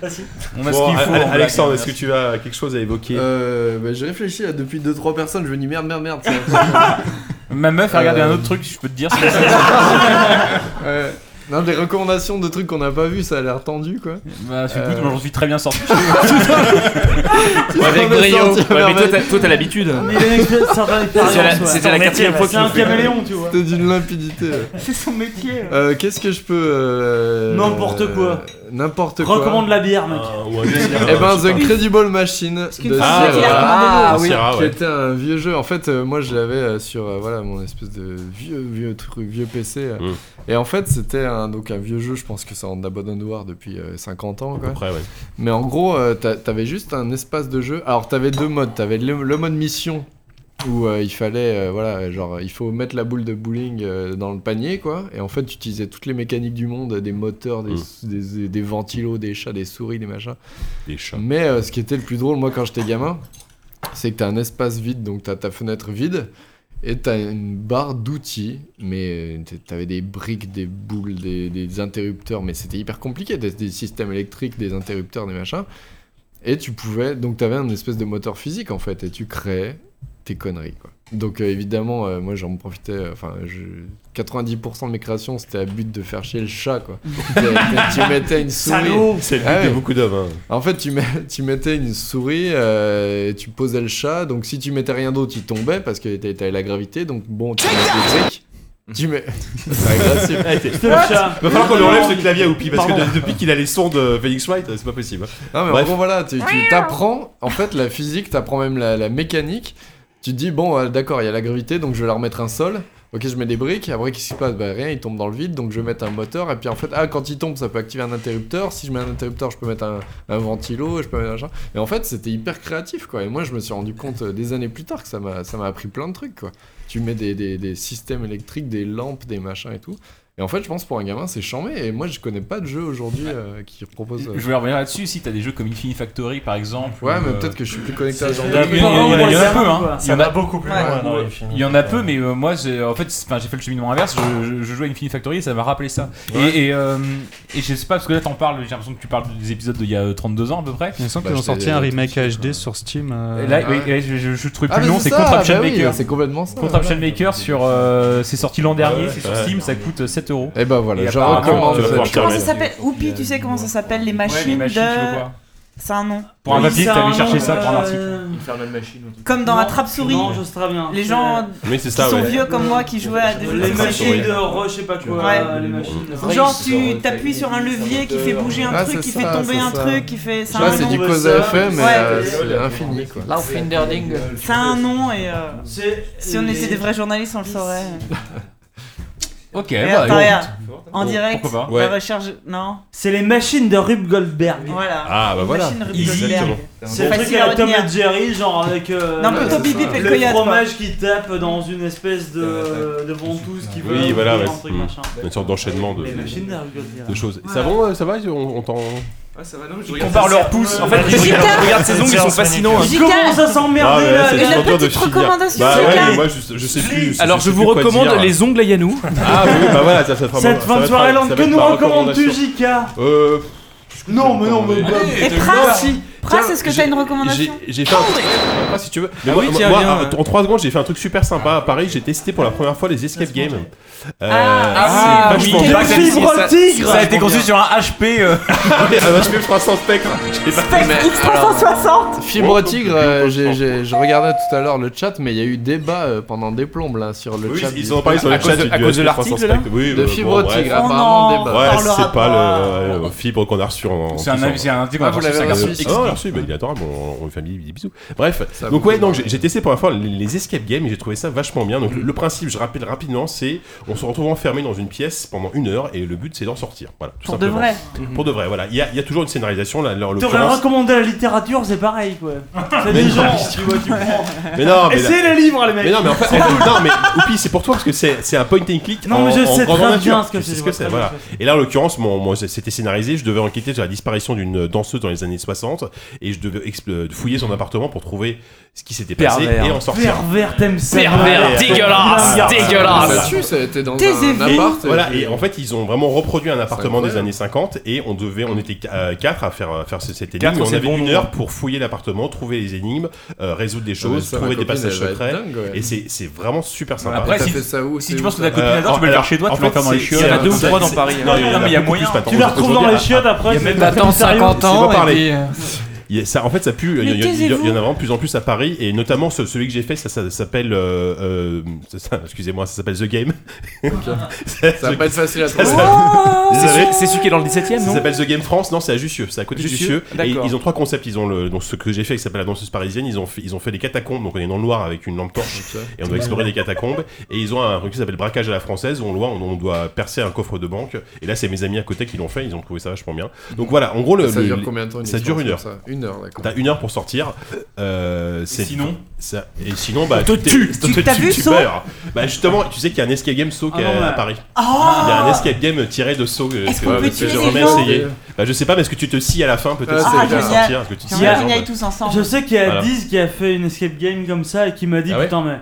E: putain.
K: On a
E: Bon,
K: ce qu'il faut en blague.
B: hein.
E: Alexandre est-ce que tu as quelque chose à évoquer
G: Euh, bah, j'ai réfléchi là, depuis 2-3 personnes, je me dis merde, merde, merde.
B: Ma meuf a regardé
G: Euh,
B: un autre truc, je peux te dire.
G: Ouais. Non, des recommandations de trucs qu'on n'a pas vu, ça a l'air tendu quoi. Euh.
B: Bah, tu doutes, moi, j'en suis très bien sorti.
G: Tu
B: Avec
G: t'en es
B: brio.
G: sorti
B: Ouais, mais toi,
G: merveille.
B: t'as- toi, t'as l'habitude. Mais il a une expérience, ça va, il parle, C'est la- ouais. c'était la quatrième fois qu'il le fait.
G: C'était d'une limpidité.
I: C'est son métier. ouais.
G: Euh, Qu'est-ce que je peux. euh,
J: N'importe quoi.
G: N'importe quoi.
J: Recommande la bière, mec.
E: Ah,
G: Eh ben, The Incredible Machine
J: qu'une
G: de
J: fois, il a
G: Sierra.
J: recommandé
G: Ah
J: l'autre.
G: oui,
J: Sierra,
G: qui
J: ouais.
G: était un vieux jeu. En fait, euh, moi, je l'avais euh, sur euh, voilà mon espèce de vieux vieux truc, vieux PC. euh. Et en fait, c'était un donc un vieux jeu. Je pense que ça en abandonnoir depuis euh, 50 ans. Quoi.
E: peu près, ouais.
G: Mais en gros, euh, t'a- t'avais juste un espace de jeu. Alors, t'avais deux modes. T'avais le, le mode mission où euh, il fallait, euh, voilà, genre, il faut mettre la boule de bowling euh, dans le panier, quoi. Et en fait, tu utilisais toutes les mécaniques du monde, des moteurs, des,
E: Mm.
G: des, des- des ventilos, des chats, des souris, des machins.
E: Des chats.
G: Mais euh, ce qui était le plus drôle, moi, quand j'étais gamin, c'est que t'as un espace vide, donc t'as ta fenêtre vide. Et t'as une barre d'outils, mais euh, t- t'avais des briques, des boules, des, des interrupteurs, mais c'était hyper compliqué, des, des systèmes électriques, des interrupteurs, des machins. Et tu pouvais, donc t'avais un espèce de moteur physique en fait, et tu créais tes conneries quoi. Donc euh, évidemment, euh, moi j'en profitais, euh, enfin je- 90% de mes créations c'était à but de faire chier le chat quoi. T'as- t'as- tu mettais une souris. Ah
E: Salaud C'est le but de
G: ouais.
E: beaucoup d'hommes, hein.
G: En fait, tu, mets- tu mettais une souris, euh, et tu posais le chat, donc si tu mettais rien d'autre, il tombait parce que t'a- t'avais la gravité, donc bon, tu mets des briques. Tu mets. C'est agressif.
E: C'était Ah, le chat. Va falloir qu'on lui enlève ce clavier à Oupi parce que de- depuis qu'il a les sons de Phoenix Wright, c'est pas possible. hein.
G: Non, mais
E: Bref.
G: en gros, voilà, tu, tu t'apprends, en fait, la physique, t'apprends même la, la mécanique. Tu te dis, bon, euh, d'accord, il y a la gravité, donc je vais leur mettre un sol. Ok, je mets des briques, et après, qu'est-ce qui se passe Bah rien, il tombe dans le vide, donc je vais mettre un moteur, et puis en fait, ah, quand il tombe, ça peut activer un interrupteur. Si je mets un interrupteur, je peux mettre un, un ventilo, je peux mettre un machin. Et en fait, c'était hyper créatif, quoi. Et moi, je me suis rendu compte euh, des années plus tard que ça m'a ça m'a appris plein de trucs, quoi. Tu mets des, des- des systèmes électriques, des lampes, des machins et tout. Et en fait, je pense pour un gamin, c'est chambé. Et moi, je connais pas de jeu aujourd'hui euh, qui propose. euh,
B: Je voulais revenir là-dessus, si t'as des jeux comme Infinity Factory par exemple.
G: Ouais,
B: ou,
G: mais
B: euh,
G: peut-être que je suis plus connecté à ce genre de
B: Il y en
G: jeu.
B: a- il y en a- il y en a
G: Ouais,
B: peu, hein.
G: ouais.
B: Il y en a
G: beaucoup plus loin dans les films.
B: Il y en a peu, mais euh, moi, j'ai- en fait, c'est- enfin, j'ai fait le cheminement inverse. Je, je- je jouais à Infinity Factory et ça m'a rappelé ça.
E: Ouais.
B: Et, et, euh, et je sais pas, parce que là, t'en parles, j'ai l'impression que tu parles des épisodes d'il y a euh, 32 ans à peu près.
L: Il me
G: Bah,
L: semble qu'ils ont sorti un remake HD sur Steam. euh,
B: Et là, oui, et je, je, je trouvais plus
G: Ah,
B: le
G: mais
B: nom,
G: c'est
B: c'est
G: ça,
B: Contraption
G: bah oui,
B: Maker.
G: c'est complètement ça,
B: Contraption Maker sur. euh, c'est sorti l'an dernier,
G: Ouais,
B: c'est sur
G: ouais.
B: Steam, ça coûte 7 euros.
G: Et bah voilà, je
B: apparemment,
G: recommande
B: euh,
G: cette
B: Comment
I: Comment ça
B: ça
I: s'appelle Oupi, tu sais comment ça s'appelle Les machines,
B: machines, tu veux
I: de.
B: voir.
I: C'est un nom.
B: Pour un papier,
I: c'est
B: t'avais
I: nom,
B: cherché ça pour un
I: euh,
B: article.
F: Infernal Machine.
I: Comme dans
J: Non,
I: Attrape-souris.
J: non, je sais très bien.
I: Les gens
E: Mais c'est
I: qui
E: ça,
I: sont
E: ouais.
I: vieux comme moi qui jouaient à des jeux de
J: Les
I: société.
J: machines de re, je sais pas quoi.
I: Ouais.
J: les machines de-
I: Genre tu t'appuies sur un levier qui fait bouger un
G: Ah,
I: truc,
G: c'est
I: qui
G: ça,
I: fait tomber
G: c'est
I: un
G: ça.
I: truc, qui fait.
G: Là,
I: un
G: c'est du
I: nom.
G: cause à effet, mais
I: Ouais.
G: euh, c'est infini, quoi.
K: Laufhinderding.
I: C'est un nom et euh, si on
K: les-
I: était des vrais journalistes, on le saurait.
B: Ok,
I: Et
B: bah,
I: attends,
B: écoute.
I: regarde, en
B: Bon,
I: direct,
B: pourquoi pas.
I: la
B: Ouais.
I: recherche, non
J: C'est les machines de Rube Goldberg.
I: Voilà.
E: Ah, bah voilà.
I: Machine Rube
E: Easy,
I: Goldberg.
E: exactement.
J: C'est le
I: Facile
J: truc
I: à
J: avec Tom
I: retenir.
J: et Jerry, genre avec euh,
I: Non, plutôt
J: le-
I: Bibi
J: le
I: Coyote, quoi.
J: fromage qui tape dans une espèce de, de ventouse qui veut.
E: Oui, voilà,
J: ouvrir
E: ouais.
J: un truc,
E: Mm.
J: machin.
E: une sorte d'enchaînement de,
J: Les machines de Harry Potter.
E: de choses.
J: Voilà.
E: Ça va, euh, ça va, on, on t'en.
F: Ouais, ça va, non, mais je
B: Ils
F: regarde
B: comparent
F: ça,
B: leurs
F: c'est-
B: pouces. En
F: Ouais.
B: fait, je
F: Jika.
B: regarde- regarde ces ongles, ils sont
F: Séance
B: fascinants. hein.
F: manuelle.
J: Euh, Comment ça s'emmerdait là
E: Ah, c'est
J: là
E: une sorte de
I: petite
E: filière.
I: recommandation,
E: Bah
I: Jika.
E: ouais, mais moi, je, je sais plus. je
F: Alors,
E: sais
F: je
E: plus
F: vous
E: quoi
F: recommande
E: dire. euh,
F: les ongles à Yanou.
E: Ah oui, bah voilà, ça, ça fera
J: Cette
E: ça va
J: fin de
E: être-
J: soirée
E: ça va
J: lente,
E: être
J: que nous
E: ma
J: recommandes-tu,
E: recommandation.
J: Jika
E: Euh.
J: Non, mais non, mais.
I: Et Prince, Prince, est-ce que t'as une recommandation
E: J'ai- J'ai fait un truc. Ah, si tu veux.
F: Ah
E: moi,
F: oui,
E: moi-
F: tiens,
E: moi,
F: viens.
E: en- en 3 secondes, j'ai fait un truc super sympa. Pareil, j'ai testé pour la première fois les escape games. Euh,
B: Ah,
E: c'est
B: oui,
E: vachement
B: quelle
E: bien.
B: fibre
E: Ça-
B: tigre
E: ça a été conçu
B: sur un HP. euh,
E: un HP 300 Spectre. J'ai pas
G: Mais alors,
I: 360
G: Fibre Tigre, euh, j'ai- j'ai- je regardais tout à l'heure le chat, mais il y a eu débat euh, pendant des plombes là sur le
E: Oui,
G: chat.
E: ils
G: du-
E: en ont parlé sur
G: À
E: le
G: cause
E: chat
G: de-
E: du
G: à cause de
E: USB
G: l'article,
E: 300 Spectre.
G: là
E: Oui,
G: De
E: euh,
G: Fibre
E: bon,
G: au Tigre,
E: bref.
G: apparemment, Oh non, débat. on
E: Ouais,
G: parlera
E: c'est pas
G: pas.
E: le euh, fibre qu'on a reçu en.
B: C'est un- c'est un article qu'on a Ah, vous reçu sur l'avez la reçu carte.
E: Ah, on l'a reçu, bah, il est adorable, on, on lui fait des bisous. Bref, donc ouais, donc j'ai j'ai testé pour la fois les, les escape games et j'ai trouvé ça vachement bien.
G: Mm-hmm.
E: Donc le- le principe, je rappelle rapidement, c'est on se retrouve enfermé dans une pièce pendant une heure et le but c'est d'en sortir. Voilà, tout
I: Pour de
E: simplement.
I: vrai.
G: Mm-hmm.
E: Pour de vrai, voilà. Il y a, il y a toujours une scénarisation là, en
J: T'aurais
E: l'occurrence.
J: recommandé la littérature, c'est pareil quoi. C'est
E: Mais
J: des
E: non.
J: gens, tu vois, tu prends.
E: Mais non, mais
J: Essayez
E: là-
J: les livres, les mecs.
E: Mais non, mais en fait, en fait, non, mais Oupi, c'est pour toi parce que c'est c'est un point and click.
J: Non, mais
E: en-
J: je
E: en
J: sais
E: grandeur
J: très
E: nature.
J: bien ce que
E: Tu
J: c'est,
E: sais
J: je
E: ce
J: vois
E: que c'est.
J: très
E: Voilà.
J: bien ce
E: Et là, en l'occurrence, mon- moi, c'était scénarisé. Je devais enquêter sur la disparition d'une danseuse dans les années 60 et je devais expl- fouiller son appartement pour trouver ce qui s'était passé
F: Pervers.
E: et en sortir.
J: Pervers, t'aimes ça.
F: Pervers, dégueulasse,
E: Ah,
F: dégueulasse.
E: voilà.
G: Là-dessus, ça a été dans
J: Taisez-vous.
G: un appart.
E: Et voilà, et en fait, ils ont vraiment reproduit un appartement des
G: incroyable.
E: années 50 et on devait, on était euh, quatre à faire, à faire ce- cette énigme.
F: Quatre,
E: Et on
F: c'est
E: avait
F: bon
E: une
F: nombre.
E: heure pour fouiller l'appartement, trouver les énigmes, euh, résoudre des
G: mais
E: choses,
G: ça, ma
E: trouver des
G: copine,
E: passages
G: elle va être
E: secrets.
G: dingue, ouais.
E: Et c'est c'est vraiment super sympa.
G: Après, T'as si- fait ça où,
B: si
G: c'est
B: tu
G: où,
B: penses que
G: ça
B: ta copine adore, tu peux le faire chez toi, tu peux le faire dans les chiottes.
E: Il y en a deux ou
B: Ça,
E: trois dans
B: c'est-
E: Paris.
B: Non, mais il y a moyen.
J: Tu la retrouves dans les chiottes après. c'est
E: pas
J: plus sérieux.
E: euh, Il y a- ça, en fait, ça pue. Il y, a-
J: Mais
E: il y a- il y en
J: taisez-vous.
E: a vraiment de plus en plus à Paris, et notamment ce- celui que j'ai fait, ça, ça s'appelle. euh, euh, ça- ça- Excusez-moi, ça s'appelle The Game.
G: Ça va pas être facile à
E: Ça-
G: trouver.
E: ça-
G: C'est
E: Désolé.
G: celui- c'est celui qui est dans le 17e,
E: Ça
G: non
E: s'appelle The Game France. Non, c'est à Jussieu. C'est à côté de
G: Jussieu
E: Jussieu. Et
G: D'accord.
E: ils ont trois concepts. Ils ont le, donc ce que j'ai fait, qui s'appelle la danseuse parisienne. Ils ont fait, ils ont fait les catacombes. Donc on est dans le noir avec une lampe torche,
G: Ok.
E: et on doit explorer les catacombes. Et ils ont un truc qui s'appelle braquage à la française. Où on doit, on doit percer un coffre de banque. Et là, c'est mes amis à côté qui l'ont fait. Ils ont trouvé ça vachement bien. Donc voilà. En gros, le,
G: Ça
E: le-
G: dure
E: le-
G: combien de temps, une
E: Ça dure
G: expérience
E: une heure.
G: comme ça Une heure, d'accord.
E: T'as une heure pour sortir. Euh, c'est-
B: sinon
E: ça- Et sinon, bah,
B: On te
E: t'es-
B: tue.
E: t'es-
B: Tu- t'as
E: tu-
B: vu
E: tu
B: Saw
E: meurs. Bah justement, tu sais qu'il y a un escape game Saw qui est
B: non,
E: à
B: ouais.
E: Paris.
B: Ah
E: Il y a un escape game tiré de Saw. euh,
I: Est-ce
E: que-
I: qu'on peut
E: que
I: tuer
E: j'ai
I: des
E: jamais
I: gens
E: essayé. Bah je sais pas, mais est-ce que tu te scies à la fin peut-être
G: Ah,
E: si
G: c'est
E: tu veux
G: génial.
E: sortir, est-ce que tu te scies à la jambe
I: ensemble.
J: Je sais qu'il y a
E: Voilà.
J: 10 qui a fait une escape game comme ça et qui m'a dit
E: Ah ouais
J: putain mais.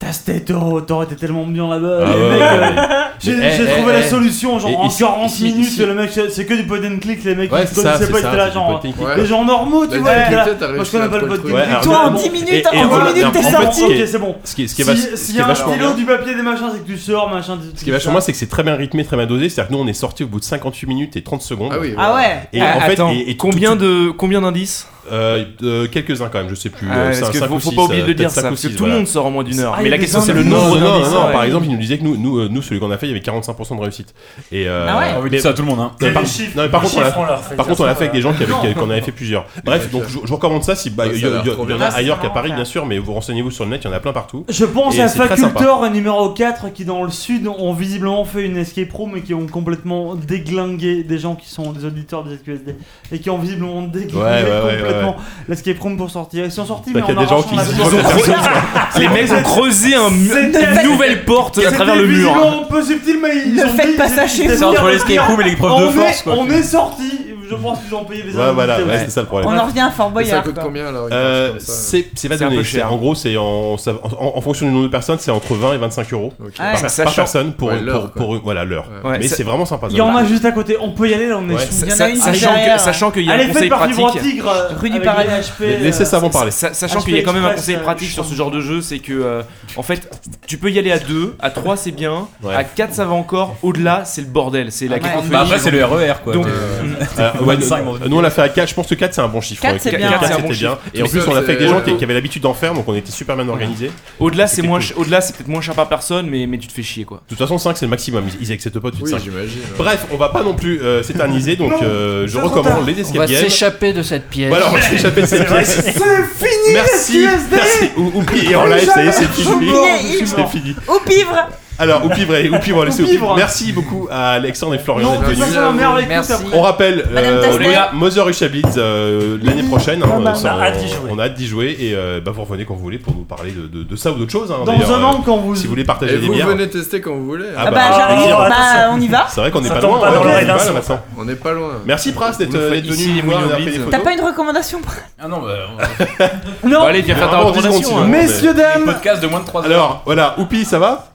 J: T'as cet taureau, t'aurais été tellement bien là-bas.
E: Ah
J: Et
E: ouais,
J: mec,
E: ouais,
J: euh,
E: ouais.
J: J'ai
E: Mais,
J: j'ai
E: eh,
J: trouvé
E: eh,
J: la
E: eh.
J: solution, genre
E: Et
J: en
E: ici-
J: 40
E: ici-
J: minutes,
E: ici-
J: le mec, c'est c'est que du point and click, les mecs,
E: Ouais,
J: ils
E: c'est
J: se connaissaient
E: ça,
J: pas, ils
E: c'est
J: étaient
E: ça,
J: là,
E: c'est du
J: genre.
E: point and click.
J: Les
E: Ouais.
J: gens normaux, tu
E: Bah,
J: vois,
E: t'as-
J: ils étaient là.
E: t'as
J: Moi, je
E: réussi
J: connais
E: à
J: pas le point and
E: trouver le truc.
J: click.
E: Ouais,
J: Toi,
E: alors,
J: en 10
E: et-
J: minutes,
E: et-
J: en
E: et-
J: 20
E: et-
J: hein. minutes, t'es
E: en
J: sorti,
E: plus, ce qui
J: ok,
E: est-
J: c'est bon.
E: ce qui est- ce qui est
J: Si-
E: vachement- ce
J: S'il
E: qui
J: y
E: est
J: a un
E: vachement
J: stylo
E: bien.
J: du papier, des machins, c'est que tu sors, machin.
E: Ce qui est vachement bien, c'est que c'est très bien rythmé, très bien dosé. C'est-à-dire que nous, on est sorti au bout de 58 minutes et 30 secondes.
G: Ah oui,
I: Ah ouais
E: Et en fait,
F: Attends,
E: et- et tout-
F: combien de combien d'indices
E: Euh, euh, Quelques-uns quand même, je sais plus.
F: Ah,
E: euh,
F: parce
E: cinq-
F: que
E: cinq
F: faut-
E: ou
F: faut
E: six,
F: pas oublier
E: euh,
F: de le dire,
E: peut-être cinq
F: ça,
E: ou
F: parce que
E: six,
F: tout le monde sort en moins d'une heure. Ah, Mais il y la a des question,
E: question
F: c'est indices, le
E: Non,
F: nombre
E: non, non,
F: d'indices,
E: non,
F: ouais.
E: Par exemple, il nous disait que nous, nous, euh, nous celui qu'on a fait, il y avait 45% de réussite. Et euh,
B: Ah ouais. Ah oui,
E: mais-
B: ça, tout le monde, hein.
E: Mais par,
B: Les chiffres,
E: non, mais par
B: les
E: contre, on l'a-
B: chiffres, on leur fait
E: par
B: ça,
E: contre, on l'a fait
B: ça,
E: avec des gens qui avaient-
B: non. Ah,
E: qui- qu'on avait fait plusieurs. Bref, donc je, je recommande ça. Si bah,
G: Ouais, ça
E: il y, a-
G: a l'air
E: il y a-
G: trop
E: il y en
G: bien.
E: a ailleurs qu'à Paris, bien sûr, mais vous renseignez-vous sur le net, il y en a plein partout.
J: Je pense
E: Et
J: à
E: c'est très sympa.
J: Facultor numéro 4 qui dans le sud ont visiblement fait une escape room et qui ont complètement déglingué des gens qui sont des auditeurs des ZQSD et qui ont visiblement déglingué
E: Ouais, ouais, ouais,
J: complètement
E: ouais,
J: l'escape room pour sortir. Ils sont sortis mais
E: T'as
J: en
E: qu'il y a des gens
J: arrachant
E: qui
J: la
E: se
J: porte.
E: sont creusés.
F: Les mecs ont creusé un mu-
J: C'était-
F: une nouvelle porte à
J: C'était
F: travers le mur.
J: visiblement un peu subtil mais ils
I: Ne
J: ont
I: faites
J: dit-
I: pas ça chez
J: ils ont
I: vous.
J: dit
F: C'est entre
J: à
F: l'escape
J: dire,
F: room et l'épreuve de
J: on
F: force,
J: est-
F: quoi.
J: On est sorti. Je pense qu'ils ont payé des
E: Ouais, voilà,
J: indemnités.
E: ouais, c'est ça le problème.
I: On en revient à Fort Boyard.
G: coûte
I: quoi.
G: combien alors
E: Euh,
G: hein.
E: c'est c'est pas
F: C'est un
E: donné.
F: peu
E: c'est-
F: cher.
E: En gros, c'est en, ça- en, en fonction du nombre de personnes, c'est entre 20 et 25 euros
I: Ah ouais.
E: par,
F: Sachant-
E: par personne pour,
G: Ouais,
E: pour,
G: l'heure,
E: pour-
G: quoi.
E: pour- voilà l'heure.
F: Ouais.
E: Euh, Mais
F: Ça-
E: c'est vraiment sympa.
J: Il y en a juste à côté. On peut y aller là, on est
E: Ouais.
J: sous.
I: Il y en
F: Ça-
I: a une
F: sachant,
I: derrière.
F: que, sachant qu'il y a
J: Allez,
F: un
J: faites
F: conseil
J: par du
F: pratique.
J: Roi Tigre. euh,
I: Rue du
J: avec
I: Paradis
J: les
I: HP,
J: euh,
E: Laissez savant parler.
F: Sa- sachant
J: HP
F: qu'il y a quand même un conseil
J: Express,
F: pratique
J: euh,
F: sur ce genre de jeu, c'est que euh, en fait tu peux y aller à 2, à 3 c'est bien,
E: Ouais.
F: à 4 ça va encore, au-delà c'est le bordel, c'est E la
I: Ouais.
F: cacophonie.
B: Bah après c'est le
E: E
B: RER quoi.
F: Donc,
E: Euh, ouais,
B: 25,
E: nous, nous, on l'a fait à 4, je pense que 4 c'est un bon chiffre.
I: 4, c'est
E: Quatre-
I: bien.
E: quatre,
F: C'est un
E: c'était
F: bon
E: bien.
F: chiffre.
E: Et en
G: Mais
E: plus
G: ça,
E: on l'a fait avec des
G: c'est-
E: gens qui, qui avaient l'habitude d'en faire, donc on était super bien organisés.
F: au-delà c'est
E: quelque
F: moins
E: chose.
F: ch- au-delà c'est peut-être moins cher par personne mais, mais tu te fais chier quoi.
E: De toute façon 5 c'est le maximum, ils, ils acceptent pas tout de
G: Oui,
E: 5.
G: j'imagine. ouais.
E: Bref, on va pas non plus euh, s'éterniser, donc euh, je
J: c'est trop tard.
E: recommande les
K: On va
E: escape games.
K: s'échapper de cette pièce.
E: Voilà, on va s'échapper de cette pièce.
J: C'est fini
E: Merci,
J: SQSD.
E: merci. Ou- Oupi est en live, ça y est, c'est fini.
I: Il est
E: C'est fini.
I: Au pivre
E: Alors, Oupi, vrai, Oupi, on va laisser
J: Oupi,
E: Oupi.
J: vrai.
E: Merci beaucoup à Alexandre et Florian
J: Non,
E: d'être
J: c'est
E: venus.
J: pas ça, merde, écoute,
K: Merci.
J: après.
E: On rappelle,
I: Madame
E: euh,
I: Tastet.
E: on a Mother Russia Blitz euh, l'année prochaine. hein,
H: On a-
E: ça,
H: on a hâte d'y jouer.
E: on a hâte d'y jouer. Et euh, bah, vous revenez quand vous voulez pour nous parler de, de- de ça ou d'autre chose. hein,
J: Dans
E: d'ailleurs,
J: un an,
E: euh,
J: quand vous.
E: si vous voulez partager
G: Et
E: des
G: vous
E: bières.
G: venez tester quand vous voulez.
E: Ah
I: Ah
E: bah,
I: bah j'arrive,
E: plaisir.
I: bah on y va
E: C'est vrai qu'on est
H: Ça
E: pas
H: tombe
E: loin.
H: pas
E: ouais,
H: dans
E: on
H: l'oreille
E: est pas
H: d'un
E: là,
H: sourd.
E: maintenant.
G: On n'est pas loin.
E: Merci Pras d'être
F: Vous le
E: euh,
F: faites
E: d'être
F: ici,
E: venu
F: les
E: nous
F: Williams
E: avoir fait des
F: Blitz.
E: photos.
I: T'as pas une recommandation
B: Ah non, bah, on...
J: Non,
B: Bon, allez, viens faire ta
E: Vraiment, disons,
B: recommandation.
E: disons.
B: hein.
J: messieurs, dames,
B: Podcast de moins de 3 heures.
E: Alors voilà, Oupi, ça va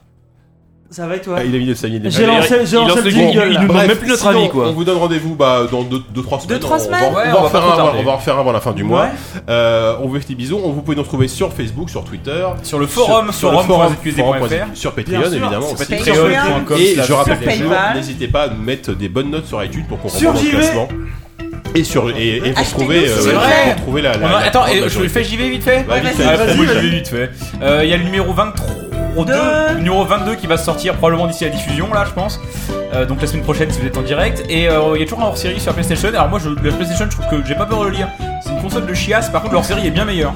J: ça va et toi
E: Ah, Il a mis le saigner des
J: J'ai
E: Allez,
J: lancé j'ai
F: il
J: lancé
F: lance
J: le
F: le jingle,
J: jingle.
F: il
J: là.
F: nous demande
E: Bref,
F: même plus notre
E: sinon,
F: avis quoi.
E: On vous donne rendez-vous bah, dans 2-3 deux, deux, trois semaines.
I: trois
E: on va-
I: semaines
E: on va,
B: Ouais,
E: en
B: on va pas trop
E: faire un avant,
B: tarder.
E: on va en faire un avant la fin du mois.
J: Ouais.
E: Euh, on vous fait des petits bisous. On vous pouvez nous retrouver sur Facebook, sur Twitter,
B: Sur le forum,
E: sur, le forum, forum,
B: forum.zqsd.fr.
E: sur Patreon
J: sûr,
E: évidemment.
J: sur
E: aussi.
I: Patreon.
E: Et je rappelle
I: Sur
E: toujours,
I: PayPal.
E: n'hésitez pas à nous mettre des bonnes notes sur iTunes pour qu'on
J: Sur
E: remonte dans le
J: JV.
E: classement. Et sur et, et vous
I: Achetez-nous,
E: retrouvez
I: c'est
E: euh,
B: vrai.
E: vous retrouvez la, la,
B: On a-
E: la bah,
B: Attends,
E: grande
B: et je
E: majorité. Bah,
B: le fais, j'y vais vite fait
E: Vas-y,
B: Ouais,
E: vas-y,
B: vas-y,
E: vas-y,
B: moi,
E: vas-y.
B: j'y vais vite fait. Euh, Il y a le numéro 23,
I: Deux.
B: le numéro 22 qui va sortir probablement d'ici la diffusion, là, je pense. Euh, donc la semaine prochaine, si vous êtes en direct. Et euh, il y a toujours un hors-série sur PlayStation. Alors moi, je, la PlayStation, je trouve que j'ai pas peur de le lire. C'est une console de chiasse, par contre, leur série est bien meilleure.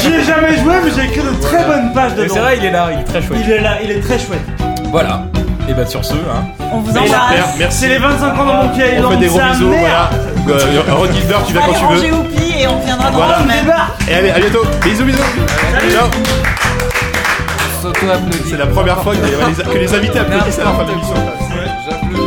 J: J'y ai jamais joué, mais Ah j'ai écrit de très bonnes pages
B: Mais c'est
J: dedans.
B: vrai, il est là, il est très chouette.
J: Il est là, il est très chouette.
B: Voilà. Et bah sur ce, hein.
I: On vous
E: Mer-
I: embrasse
E: Merci.
J: C'est les 25 ans dans mon pied.
E: On fait des gros bisous. Voilà. Euh, Rod Gilbert, tu vas quand
I: Allez,
E: tu
I: rangez
E: veux.
I: Oupi et on viendra dans
E: Voilà.
I: la semaine.
E: Et allez, à bientôt. Bisous, bisous. Ciao.
K: S'auto-applaudir.
E: C'est la première fois que les, que les invités applaudissent à la fin de l'émission.
G: J'applaudis.